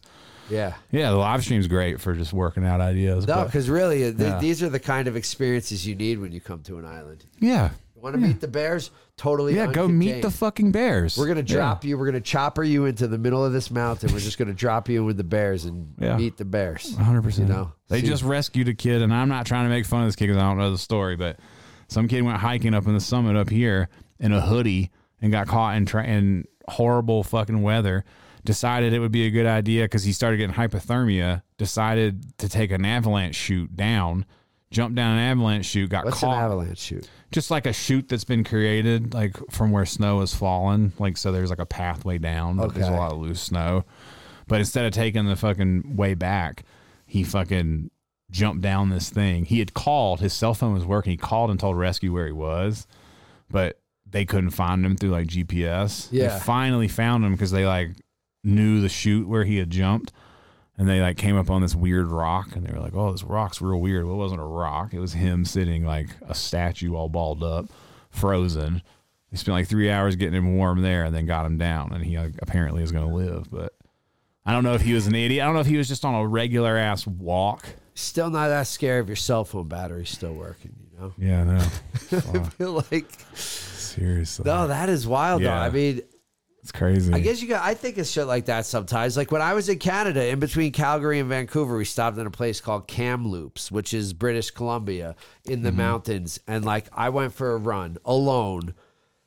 Speaker 1: bears.
Speaker 2: Yeah.
Speaker 1: Yeah, the live stream's great for just working out ideas.
Speaker 2: No,
Speaker 1: but-
Speaker 2: because really, uh, th- these are the kind of experiences you need when you come to an island.
Speaker 1: yeah,
Speaker 2: You want to meet the bears? Totally.
Speaker 1: yeah, go meet the
Speaker 2: uncontained.
Speaker 1: fucking bears.
Speaker 2: We're gonna
Speaker 1: Yeah.
Speaker 2: drop you. We're gonna chopper you into the middle of this mountain. We're just gonna drop you with the bears and
Speaker 1: Yeah.
Speaker 2: meet the bears.
Speaker 1: hundred percent.
Speaker 2: You know?
Speaker 1: They
Speaker 2: See-
Speaker 1: just rescued a kid, and I'm not trying to make fun of this kid because I don't know the story, but some kid went hiking up in the summit up here in a hoodie and got caught in, tra- in horrible fucking weather. Decided it would be a good idea because he started getting hypothermia. Decided to take an avalanche chute down, jumped down an avalanche chute, got
Speaker 2: What's
Speaker 1: caught
Speaker 2: an avalanche shoot?
Speaker 1: just like a chute that's been created like from where snow has fallen like so there's like a pathway down but there's a
Speaker 2: Okay.
Speaker 1: lot of loose snow but instead of taking the fucking way back he fucking jumped down this thing he had called his cell phone was working he called and told rescue where he was but they couldn't find him through like gps
Speaker 2: Yeah.
Speaker 1: they finally found him because they like knew the chute where he had jumped and they like came up on this weird rock and they were like, "Oh, this rock's real weird." Well, it wasn't a rock; it was him sitting like a statue, all balled up, frozen. They spent like three hours getting him warm there, and then got him down, and he like, apparently is going to live. But I don't know if he was an idiot. I don't know if he was just on a regular ass walk.
Speaker 2: Still not that scary if your cell phone battery's still working. You know,
Speaker 1: Yeah, no,
Speaker 2: I feel [LAUGHS] like
Speaker 1: seriously,
Speaker 2: no, that is wild.
Speaker 1: Yeah.
Speaker 2: though. I mean,
Speaker 1: it's crazy.
Speaker 2: I guess you got. I think it's shit like that sometimes. Like when I was in Canada, in between Calgary and Vancouver, we stopped at a place called Kamloops, which is British Columbia in the
Speaker 1: Mm-hmm.
Speaker 2: mountains. And like I went for a run alone.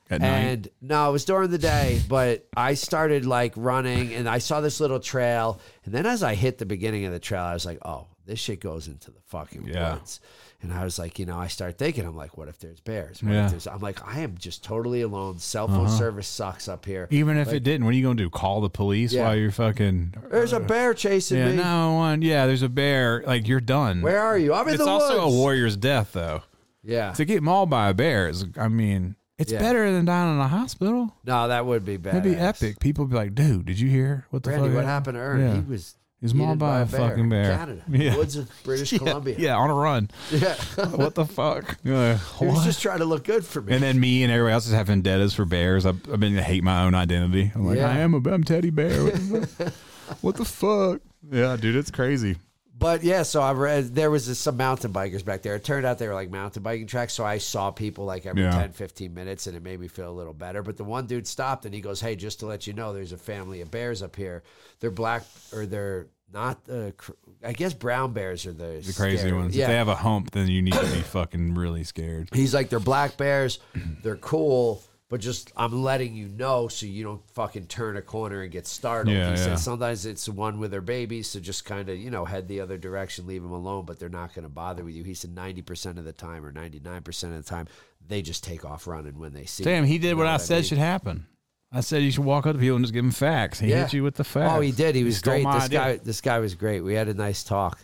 Speaker 1: At night,
Speaker 2: and no, it was during the day, [LAUGHS] but I started like running and I saw this little trail. And then as I hit the beginning of the trail, I was like, oh, this shit goes into the fucking
Speaker 1: Yeah.
Speaker 2: woods. And I was like, you know, I start thinking, I'm like, what if there's bears? What
Speaker 1: Yeah. Uh-huh.
Speaker 2: if there's, I'm like, I am just totally alone. Cell phone service sucks up here.
Speaker 1: even if it didn't, what are you going to do? Call the police
Speaker 2: Yeah.
Speaker 1: while you're fucking?
Speaker 2: There's a bear chasing
Speaker 1: Uh, Yeah,
Speaker 2: me.
Speaker 1: no one. Yeah, there's a bear. Like you're done.
Speaker 2: Where are you? I'm in
Speaker 1: It's
Speaker 2: the
Speaker 1: also a
Speaker 2: woods.
Speaker 1: warrior's death, though.
Speaker 2: yeah.
Speaker 1: to get mauled by a bear is, I mean, it's
Speaker 2: Yeah.
Speaker 1: better than dying in a hospital.
Speaker 2: No, that would be bad.
Speaker 1: That'd be epic. People would be like, dude, did you hear what the
Speaker 2: Randy,
Speaker 1: fuck
Speaker 2: what happened to Ern?
Speaker 1: Yeah.
Speaker 2: He was.
Speaker 1: He was mauled
Speaker 2: eaten
Speaker 1: by a fucking bear.
Speaker 2: Canada.
Speaker 1: [LAUGHS] Yeah.
Speaker 2: Woods of British Columbia.
Speaker 1: [LAUGHS] Yeah, on a run.
Speaker 2: [LAUGHS] Yeah.
Speaker 1: what the fuck? Yeah,
Speaker 2: He was
Speaker 1: what?
Speaker 2: just trying to look good for me.
Speaker 1: and then me and everybody else is having vendettas for bears. I've, I've been to hate my own identity. I'm like,
Speaker 2: Yeah.
Speaker 1: I am a I'm teddy
Speaker 2: [LAUGHS]
Speaker 1: bear. What the, fuck? what the fuck? Yeah, dude, it's crazy.
Speaker 2: But yeah, so I read there was some mountain bikers back there. It turned out they were like mountain biking tracks, so I saw people like every
Speaker 1: Yeah.
Speaker 2: 10, 15 minutes, and it made me feel a little better. But the one dude stopped and he goes, "Hey, just to let you know, there's a family of bears up here. They're black or they're not. Uh, cr- I guess brown bears are the,
Speaker 1: The crazy
Speaker 2: scary-
Speaker 1: ones.
Speaker 2: Yeah,
Speaker 1: If they have a hump, then you need to be [COUGHS] fucking really scared.
Speaker 2: He's like, they're black bears. They're cool, but just I'm letting you know so you don't fucking turn a corner and get startled.
Speaker 1: Yeah,
Speaker 2: he
Speaker 1: yeah.
Speaker 2: said sometimes it's one with their babies, so just kind of you know head the other direction, leave them alone, but they're not going to bother with you. He said 90 percent of the time or 99 percent of the time they just take off running when they see.
Speaker 1: Damn,
Speaker 2: you.
Speaker 1: he did
Speaker 2: You know
Speaker 1: what I said
Speaker 2: mean?
Speaker 1: should happen. I said you should walk up to people and just give them facts. He
Speaker 2: Yeah.
Speaker 1: hit you with the facts.
Speaker 2: Oh, he did. He was
Speaker 1: stole
Speaker 2: great.
Speaker 1: my
Speaker 2: This
Speaker 1: idea.
Speaker 2: guy, this guy was great. We had a nice talk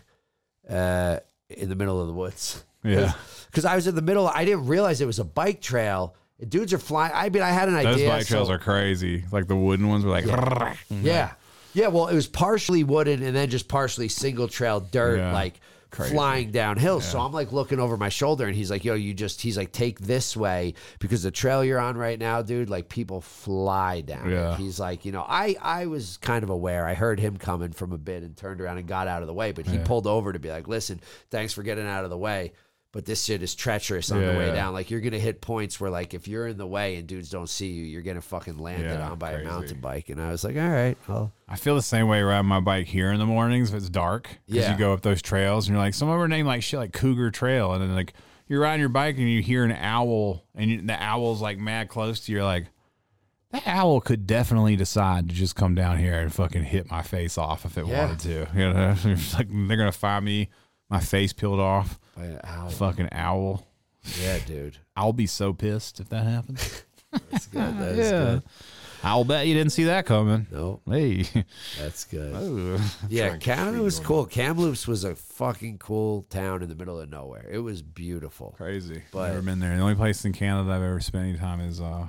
Speaker 2: uh, in the middle of the woods. [LAUGHS]
Speaker 1: Yeah.
Speaker 2: because I was in the middle. I didn't realize it was a bike trail. Dudes are flying. I mean, I had an
Speaker 1: Those
Speaker 2: idea.
Speaker 1: bike trails
Speaker 2: so-
Speaker 1: are crazy. Like the wooden ones were like, yeah.
Speaker 2: Yeah. Yeah, well, it was partially wooden and then just partially single trail dirt,
Speaker 1: Yeah.
Speaker 2: like flying downhill. So I'm like looking over my shoulder and he's like, yo, you just, he's like, take this way because the trail you're on right now, dude, like people fly down. it."
Speaker 1: Yeah.
Speaker 2: He's like, you know, I, I was kind of aware. I heard him coming from a bit and turned around and got out of the way, but he pulled over to be like, listen, thanks for getting out of the way. But this shit is treacherous on the
Speaker 3: Yeah,
Speaker 2: way
Speaker 3: yeah.
Speaker 2: down. Like you're gonna hit points where like if you're in the way and dudes don't see you, you're gonna fucking land it
Speaker 3: Yeah,
Speaker 2: on by
Speaker 3: crazy.
Speaker 2: a mountain bike. And I was like, all right, well,
Speaker 3: I feel the same way riding my bike here in the mornings if it's dark. Because
Speaker 2: Yeah.
Speaker 3: you go up those trails and you're like, some of them are named like shit like Cougar Trail. And then like you're riding your bike and you hear an owl and you, the owl's like mad close to you. You're like, that owl could definitely decide to just come down here and fucking hit my face off if it
Speaker 2: Yeah.
Speaker 3: wanted to. [LAUGHS] You know, It's like they're going to find me, my face peeled off.
Speaker 2: by an hour.
Speaker 3: Fucking owl.
Speaker 2: Yeah, dude.
Speaker 3: I'll be so pissed if that happens.
Speaker 2: That's good. That is good.
Speaker 3: I'll bet you didn't see that coming.
Speaker 2: Nope,
Speaker 1: [LAUGHS]
Speaker 3: Hey.
Speaker 2: that's good.
Speaker 3: Ooh. [LAUGHS]
Speaker 2: Yeah, Kamloops was cool. Kamloops was a fucking cool town in the middle of nowhere. It was beautiful.
Speaker 3: Crazy.
Speaker 2: But-
Speaker 3: Never been there. The only place in Canada I've ever spent any time is uh,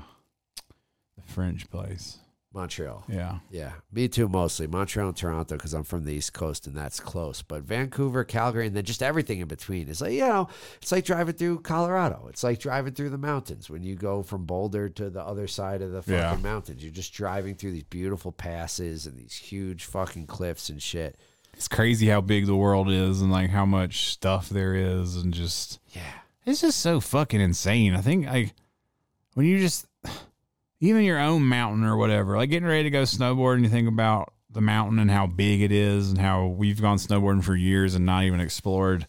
Speaker 3: the French place.
Speaker 2: Montreal.
Speaker 3: Yeah.
Speaker 2: Yeah, me too, mostly. Montreal and Toronto, because I'm from the East Coast and that's close. But Vancouver, Calgary, and then just everything in between. It's like, you know, it's like driving through Colorado. It's like driving through the mountains. When you go from Boulder to the other side of the fucking
Speaker 3: Yeah.
Speaker 2: mountains, you're just driving through these beautiful passes and these huge fucking cliffs and shit.
Speaker 3: It's crazy how big the world is and like how much stuff there is and just
Speaker 2: Yeah.
Speaker 3: it's just so fucking insane. I think like when you just [SIGHS] even your own mountain or whatever, like getting ready to go snowboard and you think about the mountain and how big it is and how we've gone snowboarding for years and not even explored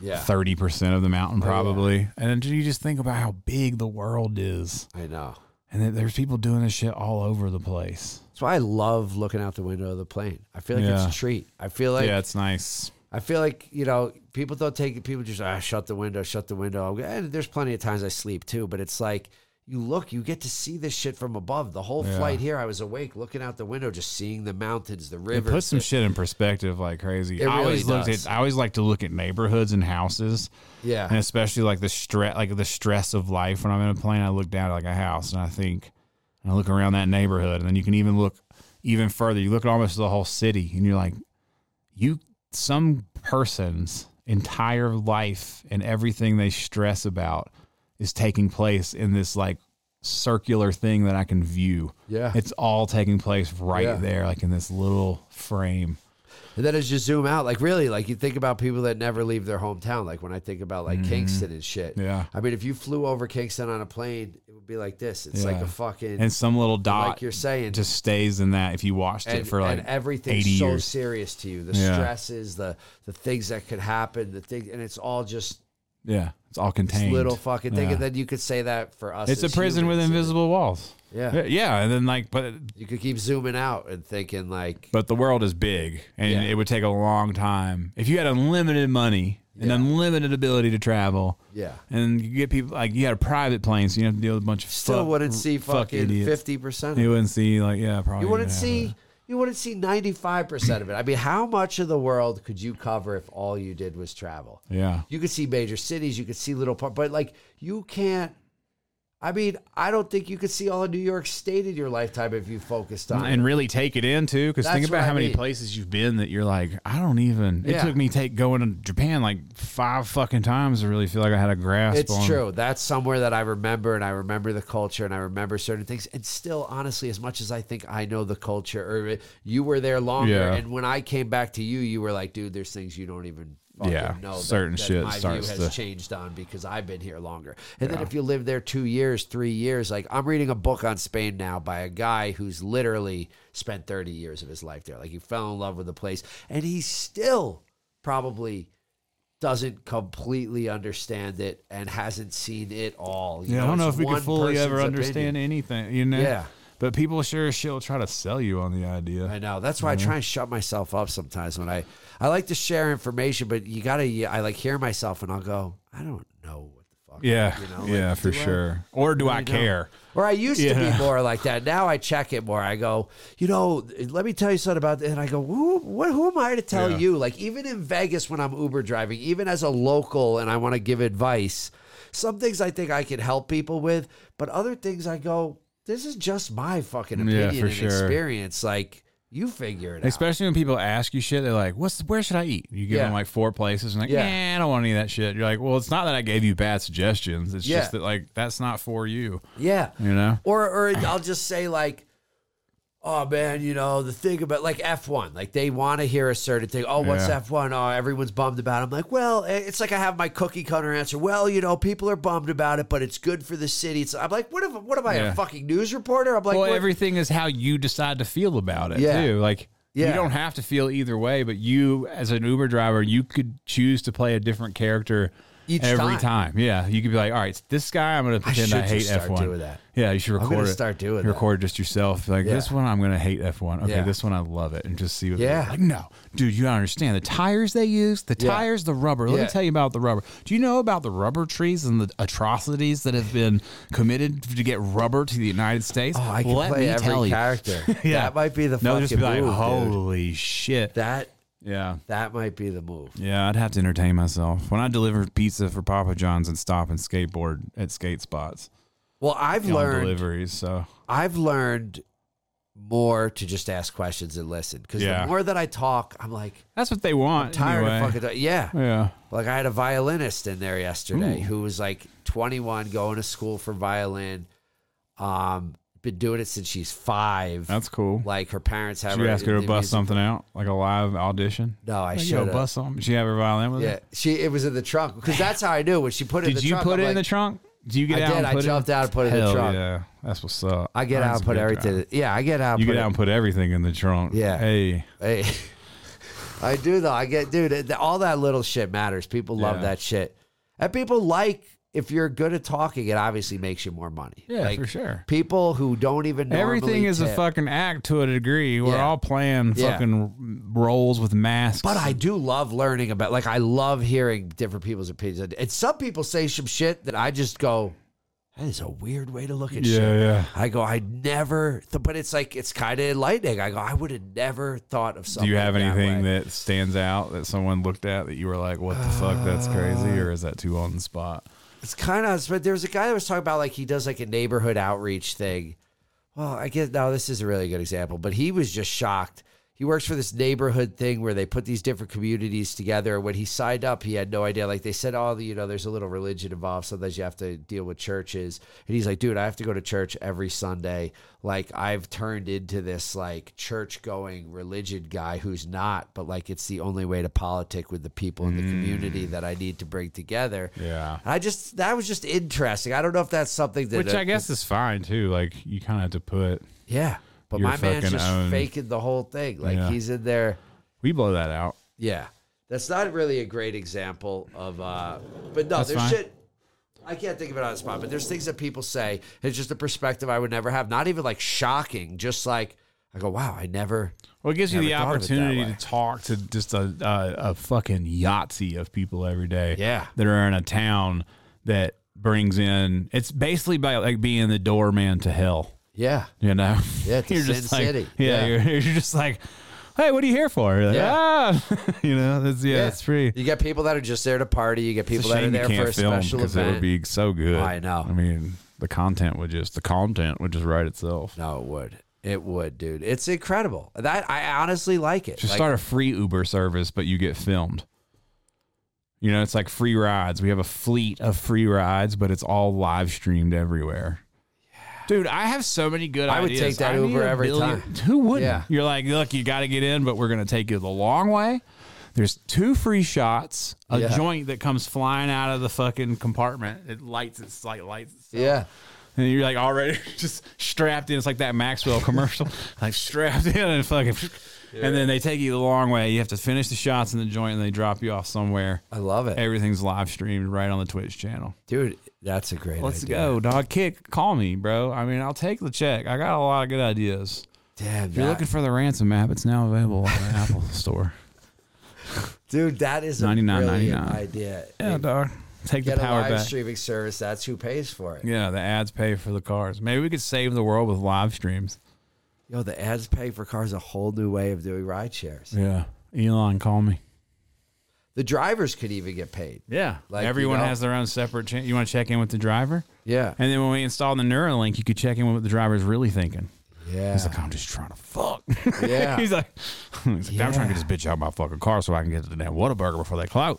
Speaker 2: Yeah.
Speaker 3: thirty percent of the mountain
Speaker 2: Oh,
Speaker 3: probably. And then you just think about how big the world is.
Speaker 2: I know.
Speaker 3: and that there's people doing this shit all over the place.
Speaker 2: That's why I love looking out the window of the plane. I feel like
Speaker 3: Yeah.
Speaker 2: it's a treat. I feel like
Speaker 3: yeah, it's nice.
Speaker 2: I feel like you know people don't take it. People just ah shut the window, shut the window. And there's plenty of times I sleep too, but it's like you look, you get to see this shit from above. The whole
Speaker 3: Yeah.
Speaker 2: flight here, I was awake looking out the window, just seeing the mountains, the rivers.
Speaker 3: It puts some
Speaker 2: the-
Speaker 3: shit in perspective like crazy.
Speaker 2: It
Speaker 3: I always
Speaker 2: really
Speaker 3: looked
Speaker 2: does.
Speaker 3: at I always like to look at neighborhoods and houses and
Speaker 2: yeah,
Speaker 3: especially like the stress like the stress of life when I'm in a plane I look down at like a house and I think and I look around that neighborhood and then you can even look even further. You look at almost the whole city and you're like you some person's entire life and everything they stress about is taking place in this like circular thing that I can view.
Speaker 2: yeah.
Speaker 3: It's all taking place right
Speaker 2: Yeah.
Speaker 3: there, like in this little frame.
Speaker 2: And then as you zoom out, like really, like you think about people that never leave their hometown. Like when I think about like Kingston and shit.
Speaker 3: Mm-hmm. Yeah.
Speaker 2: I mean, if you flew over Kingston on a plane, it would be like this. It's like
Speaker 3: Yeah.
Speaker 2: a fucking
Speaker 3: And some little dot
Speaker 2: like you're saying,
Speaker 3: just stays in that if you watched it for like
Speaker 2: and everything's
Speaker 3: 80
Speaker 2: so
Speaker 3: years.
Speaker 2: serious to you the
Speaker 3: Yeah.
Speaker 2: stresses the the things that could happen the thing and it's all just
Speaker 3: yeah, it's all
Speaker 2: this
Speaker 3: contained.
Speaker 2: little fucking thing
Speaker 3: Yeah.
Speaker 2: and then you could say that for us
Speaker 3: It's a
Speaker 2: as
Speaker 3: prison with
Speaker 2: humans.
Speaker 3: invisible walls.
Speaker 2: yeah
Speaker 3: Yeah. and then like, but
Speaker 2: you could keep zooming out and thinking like
Speaker 3: but the world is big, and
Speaker 2: Yeah.
Speaker 3: it would take a long time if you had unlimited money and
Speaker 2: Yeah.
Speaker 3: unlimited ability to travel.
Speaker 2: yeah
Speaker 3: And you get people like you had a private plane, so you have to deal with a bunch of
Speaker 2: still
Speaker 3: fuck-
Speaker 2: wouldn't see
Speaker 3: fuck
Speaker 2: fucking
Speaker 3: idiots.
Speaker 2: 50% of it.
Speaker 3: You wouldn't see like yeah, probably
Speaker 2: you wouldn't
Speaker 3: half of
Speaker 2: see
Speaker 3: it.
Speaker 2: you wouldn't see 95% of it i mean how much of the world could you cover if all you did was travel
Speaker 3: yeah.
Speaker 2: You could see major cities, you could see little parts, but like you can't. I mean, I don't think you could see all of New York State in your lifetime if you focused on
Speaker 3: and
Speaker 2: it.
Speaker 3: really take it in too because think
Speaker 2: That's
Speaker 3: about
Speaker 2: what
Speaker 3: how
Speaker 2: I
Speaker 3: many
Speaker 2: mean.
Speaker 3: places you've been that you're like i don't even it
Speaker 2: Yeah.
Speaker 3: took me take going to japan like five fucking times to really feel like i had a grasp
Speaker 2: It's
Speaker 3: on
Speaker 2: true. That's somewhere that I remember, and I remember the culture, and I remember certain things. And still, honestly, as much as I think I know the culture, or uh, you were there longer,
Speaker 3: Yeah.
Speaker 2: and when I came back to you, you were like, "Dude, there's things you don't even." fucking
Speaker 3: Yeah,
Speaker 2: know that-
Speaker 3: certain
Speaker 2: that
Speaker 3: shit
Speaker 2: my
Speaker 3: starts
Speaker 2: view
Speaker 3: to-
Speaker 2: has changed on because I've been here longer. And then if you live there two years, three years, like I'm reading a book on Spain now by a guy who's literally spent 30 years of his life there. Like he fell in love with the place and he still probably doesn't completely understand it and hasn't seen it all. You
Speaker 3: yeah i don't know
Speaker 2: it's
Speaker 3: if we
Speaker 2: one
Speaker 3: could fully ever
Speaker 2: person's opinion.
Speaker 3: understand anything you know
Speaker 2: Yeah.
Speaker 3: but people sure as shit will try to sell you on the idea
Speaker 2: I know. That's why I try and shut myself up sometimes when I I like to share information, but you gotta I like hear myself and I'll go, I don't know what the fuck.
Speaker 3: yeah
Speaker 2: you know, like,
Speaker 3: yeah for
Speaker 2: do I-
Speaker 3: sure or do i
Speaker 2: don't.
Speaker 3: care
Speaker 2: Or I used to
Speaker 3: Yeah.
Speaker 2: be more like that. Now I check it more. I go, you know, let me tell you something about that. And I go, who, what, who am I to tell
Speaker 3: Yeah.
Speaker 2: you? Like, even in Vegas when I'm Uber driving, even as a local and I want to give advice, some things I think I can help people with, but other things I go, this is just my fucking
Speaker 3: Yeah,
Speaker 2: opinion
Speaker 3: for
Speaker 2: and
Speaker 3: sure.
Speaker 2: experience. Like, you figure it out.
Speaker 3: Especially when people ask you shit, they're like, "What's where should I eat?" You give
Speaker 2: Yeah.
Speaker 3: them like four places, and like,
Speaker 2: Yeah.
Speaker 3: "Nah, I don't want any of that shit." You're like, "Well, it's not that I gave you bad suggestions. It's
Speaker 2: Yeah.
Speaker 3: just that like that's not for you."
Speaker 2: Yeah.
Speaker 3: You know?
Speaker 2: Or, or I'll just say like, oh man, you know, the thing about like F1, like they want to hear a certain thing. Oh, what's
Speaker 1: Yeah.
Speaker 2: F1? Oh, everyone's bummed about it. I'm like, well, it's like I have my cookie cutter answer. Well, you know, people are bummed about it, but it's good for the city. It's, I'm like, what, if, what am I,
Speaker 1: Yeah.
Speaker 2: a fucking news reporter? I'm like,
Speaker 3: well,
Speaker 2: what-
Speaker 3: everything is how you decide to feel about it
Speaker 2: Yeah.
Speaker 3: too. Like
Speaker 2: Yeah.
Speaker 3: you don't have to feel either way, but you as an Uber driver, you could choose to play a different character
Speaker 2: Each
Speaker 3: every
Speaker 2: time.
Speaker 3: time. Yeah, you could be like, all right, it's this guy, I'm going to pretend
Speaker 2: [LAUGHS]
Speaker 3: I,
Speaker 2: should
Speaker 3: hate
Speaker 2: just start
Speaker 3: F1.
Speaker 2: doing that.
Speaker 3: Yeah, you should
Speaker 2: gonna
Speaker 3: record it.
Speaker 2: start doing that.
Speaker 3: record just yourself. Like
Speaker 2: Yeah.
Speaker 3: this one, I'm going to hate F1. Okay,
Speaker 2: Yeah.
Speaker 3: this one I love it, and just see what. they're
Speaker 2: Yeah.
Speaker 3: like no, dude, you don't understand the tires they use, the
Speaker 2: Yeah.
Speaker 3: tires, the rubber. Let
Speaker 2: Yeah.
Speaker 3: me tell you about the rubber. Do you know about the rubber trees and the atrocities that have been committed to get rubber to the United States?
Speaker 2: Oh, I can
Speaker 3: Let
Speaker 2: play
Speaker 3: me
Speaker 2: every
Speaker 3: tell you.
Speaker 2: character.
Speaker 3: [LAUGHS] Yeah.
Speaker 2: That might be the
Speaker 3: No,
Speaker 2: fucking
Speaker 3: just be like,
Speaker 2: move, dude.
Speaker 3: holy shit.
Speaker 2: That
Speaker 3: yeah.
Speaker 2: that might be the move.
Speaker 3: Yeah, I'd have to entertain myself. When I deliver pizza for Papa John's and stop and skateboard at skate spots
Speaker 2: Well, I've
Speaker 3: on
Speaker 2: learned
Speaker 3: deliveries, so
Speaker 2: I've learned more to just ask questions and listen because
Speaker 3: Yeah.
Speaker 2: the more that I talk, I'm like
Speaker 3: that's what they want.
Speaker 2: tired
Speaker 3: anyway.
Speaker 2: of fucking. talk- Yeah,
Speaker 3: Yeah.
Speaker 2: like I had a violinist in there yesterday who was like 21, going to school for violin. Um, been doing it since she's five.
Speaker 3: That's cool.
Speaker 2: like her parents have
Speaker 3: Did you ask her
Speaker 2: in the
Speaker 3: to bust
Speaker 2: music-
Speaker 3: something out, like a live audition?
Speaker 2: No, I
Speaker 3: Like,
Speaker 2: should
Speaker 3: yo,
Speaker 2: have.
Speaker 3: bust something. Did she have her violin with
Speaker 2: Yeah,
Speaker 3: her?
Speaker 2: she. It was in the trunk because that's how I knew when she put it. in
Speaker 3: Did
Speaker 2: the
Speaker 3: you
Speaker 2: trunk,
Speaker 3: put
Speaker 2: I'm
Speaker 3: it in
Speaker 2: like,
Speaker 3: the trunk? Do you get
Speaker 2: I
Speaker 3: out?
Speaker 2: did.
Speaker 3: And
Speaker 2: I
Speaker 3: put it?
Speaker 2: jumped out and put it in the
Speaker 3: Hell
Speaker 2: trunk.
Speaker 3: Yeah, that's what's up.
Speaker 2: I get out
Speaker 3: That's
Speaker 2: and
Speaker 3: a
Speaker 2: put
Speaker 3: good
Speaker 2: everything.
Speaker 3: guy.
Speaker 2: Yeah, I get out. and
Speaker 3: You
Speaker 2: put
Speaker 3: get
Speaker 2: it-
Speaker 3: out and put everything in the trunk.
Speaker 2: Yeah.
Speaker 3: Hey.
Speaker 2: Hey, [LAUGHS] I do though. I get, dude. it- All that little shit matters. People love
Speaker 3: Yeah.
Speaker 2: that shit, and people like if you're good at talking. It obviously makes you more money.
Speaker 3: Yeah,
Speaker 2: Like,
Speaker 3: for sure.
Speaker 2: People who don't even normally
Speaker 3: Everything is a
Speaker 2: tip.
Speaker 3: fucking act to a degree. We're
Speaker 2: Yeah.
Speaker 3: all playing
Speaker 2: Yeah.
Speaker 3: fucking roles with masks.
Speaker 2: But I do love learning about. Like I love hearing different people's opinions, and some people say some shit that I just go, "That is a weird way to look at
Speaker 1: Yeah,
Speaker 2: shit."
Speaker 1: yeah.
Speaker 2: I go, I never. Th-, but it's like it's kind of enlightening. I go, I would have never thought of
Speaker 1: Do
Speaker 2: something.
Speaker 1: you have
Speaker 2: that
Speaker 1: anything
Speaker 2: way."
Speaker 1: that stands out that someone looked at that you were like,
Speaker 2: Uh,
Speaker 1: "What the fuck? That's crazy," or is that too on the spot?
Speaker 2: It's kind of, but there was a guy that was talking about like he does like a neighborhood outreach thing. Well, I guess no, this is a really good example, but he was just shocked. He works for this neighborhood thing where they put these different communities together. When he signed up, he had no idea. Like they said, oh, you know, there's a little religion involved. Sometimes you have to deal with churches. And he's like, dude, I have to go to church every Sunday. Like I've turned into this like church going religion guy who's not, but like it's the only way to politic with the people in the community that I need to bring together.
Speaker 1: Yeah.
Speaker 2: I just that was just interesting. I don't know if that's something that uh,
Speaker 3: which I guess is fine too. Like you kind of have to put.
Speaker 2: yeah. But
Speaker 1: Your
Speaker 2: my man's
Speaker 1: fucking
Speaker 2: just
Speaker 1: own-
Speaker 2: faking the whole thing. Like
Speaker 1: Yeah.
Speaker 2: he's in there.
Speaker 1: We blow that out.
Speaker 2: Yeah, that's not really a great example of. uh But no, there's
Speaker 3: fine.
Speaker 2: shit. I can't think of it on the spot, but there's things that people say. It's just a perspective I would never have. Not even like shocking. Just like I go, wow, I never.
Speaker 1: Well, it gives
Speaker 2: you
Speaker 1: you
Speaker 2: Never
Speaker 1: the
Speaker 2: the thought of it that
Speaker 1: opportunity
Speaker 2: way.
Speaker 1: to talk to just a, a a fucking Yahtzee of people every day.
Speaker 2: Yeah.
Speaker 1: that are in a town that brings in. It's basically by like being the doorman to hell.
Speaker 2: Yeah,
Speaker 1: You know, [LAUGHS]
Speaker 2: Yeah, to Sin
Speaker 1: like,
Speaker 2: City.
Speaker 1: Yeah,
Speaker 2: Yeah.
Speaker 1: You're, [LAUGHS] you're just like, hey, what are you here for? You're like,
Speaker 2: Yeah.
Speaker 1: ah, [LAUGHS] you know, that's yeah,
Speaker 2: Yeah.
Speaker 1: it's free.
Speaker 2: you get people that are just there to party. You get
Speaker 1: It's
Speaker 2: people
Speaker 1: a
Speaker 2: that are
Speaker 1: shame you
Speaker 2: there for a
Speaker 1: can't film
Speaker 2: special
Speaker 1: because
Speaker 2: event.
Speaker 1: it would be so good.
Speaker 2: I know.
Speaker 1: I mean, the content would just the content would just write itself.
Speaker 2: no, it would. It would, dude. It's incredible. That I honestly like it.
Speaker 1: Just
Speaker 2: Like,
Speaker 1: start a free Uber service, but you get filmed. You know, it's like free rides. We have a fleet of free rides, but it's all live streamed everywhere.
Speaker 3: Dude, I have so many good
Speaker 2: I would
Speaker 3: ideas.
Speaker 2: take that
Speaker 3: need
Speaker 2: Uber
Speaker 3: a
Speaker 2: every
Speaker 3: billion-
Speaker 2: time.
Speaker 1: [LAUGHS] Who wouldn't?
Speaker 2: Yeah.
Speaker 1: You're like, look, you got to get in, but we're going to take you the long way. There's two free shots, a
Speaker 2: Yeah.
Speaker 1: joint that comes flying out of the fucking compartment. It lights, it's like lights itself.
Speaker 2: yeah.
Speaker 1: [LAUGHS] And you're like already [LAUGHS] just strapped in. It's like that Maxwell
Speaker 2: [LAUGHS]
Speaker 1: commercial, like strapped in and fucking. And then they take you the long way. You have to finish the shots in the joint, and they drop you off somewhere.
Speaker 2: I love it.
Speaker 1: Everything's live streamed right on the Twitch channel.
Speaker 2: Dude, that's a great
Speaker 1: Let's
Speaker 2: idea.
Speaker 1: go, dog. Kick, call me, bro. I mean, I'll take the check. I got a lot of good ideas.
Speaker 2: Damn,
Speaker 1: If you're
Speaker 2: that-
Speaker 1: looking for the ransom app, it's now available on the Apple [LAUGHS] Store.
Speaker 2: dude, that is a brilliant
Speaker 1: 99.99.
Speaker 2: idea.
Speaker 1: Yeah, dog. Take
Speaker 2: Get
Speaker 1: the
Speaker 2: a
Speaker 1: power
Speaker 2: live
Speaker 1: back.
Speaker 2: streaming service. That's who pays for it.
Speaker 1: Yeah, the ads pay for the cars. Maybe we could save the world with live streams.
Speaker 2: Yo, the ads pay for cars. A whole new way of doing ride shares.
Speaker 1: Yeah. Elon, call me.
Speaker 2: The drivers could even get paid.
Speaker 1: Yeah.
Speaker 2: Like,
Speaker 1: Everyone
Speaker 2: you know-
Speaker 1: has their own separate. Cha- you want to check in with the driver?
Speaker 2: Yeah,
Speaker 1: And then when we install the Neuralink, you could check in with what the driver's really thinking. He's
Speaker 2: yeah,
Speaker 1: like, I'm just trying to fuck.
Speaker 2: [LAUGHS] Yeah.
Speaker 1: he's like, he's like I'm trying to
Speaker 2: Yeah.
Speaker 1: get this bitch out of my fucking car so I can get to the damn Whataburger before they close.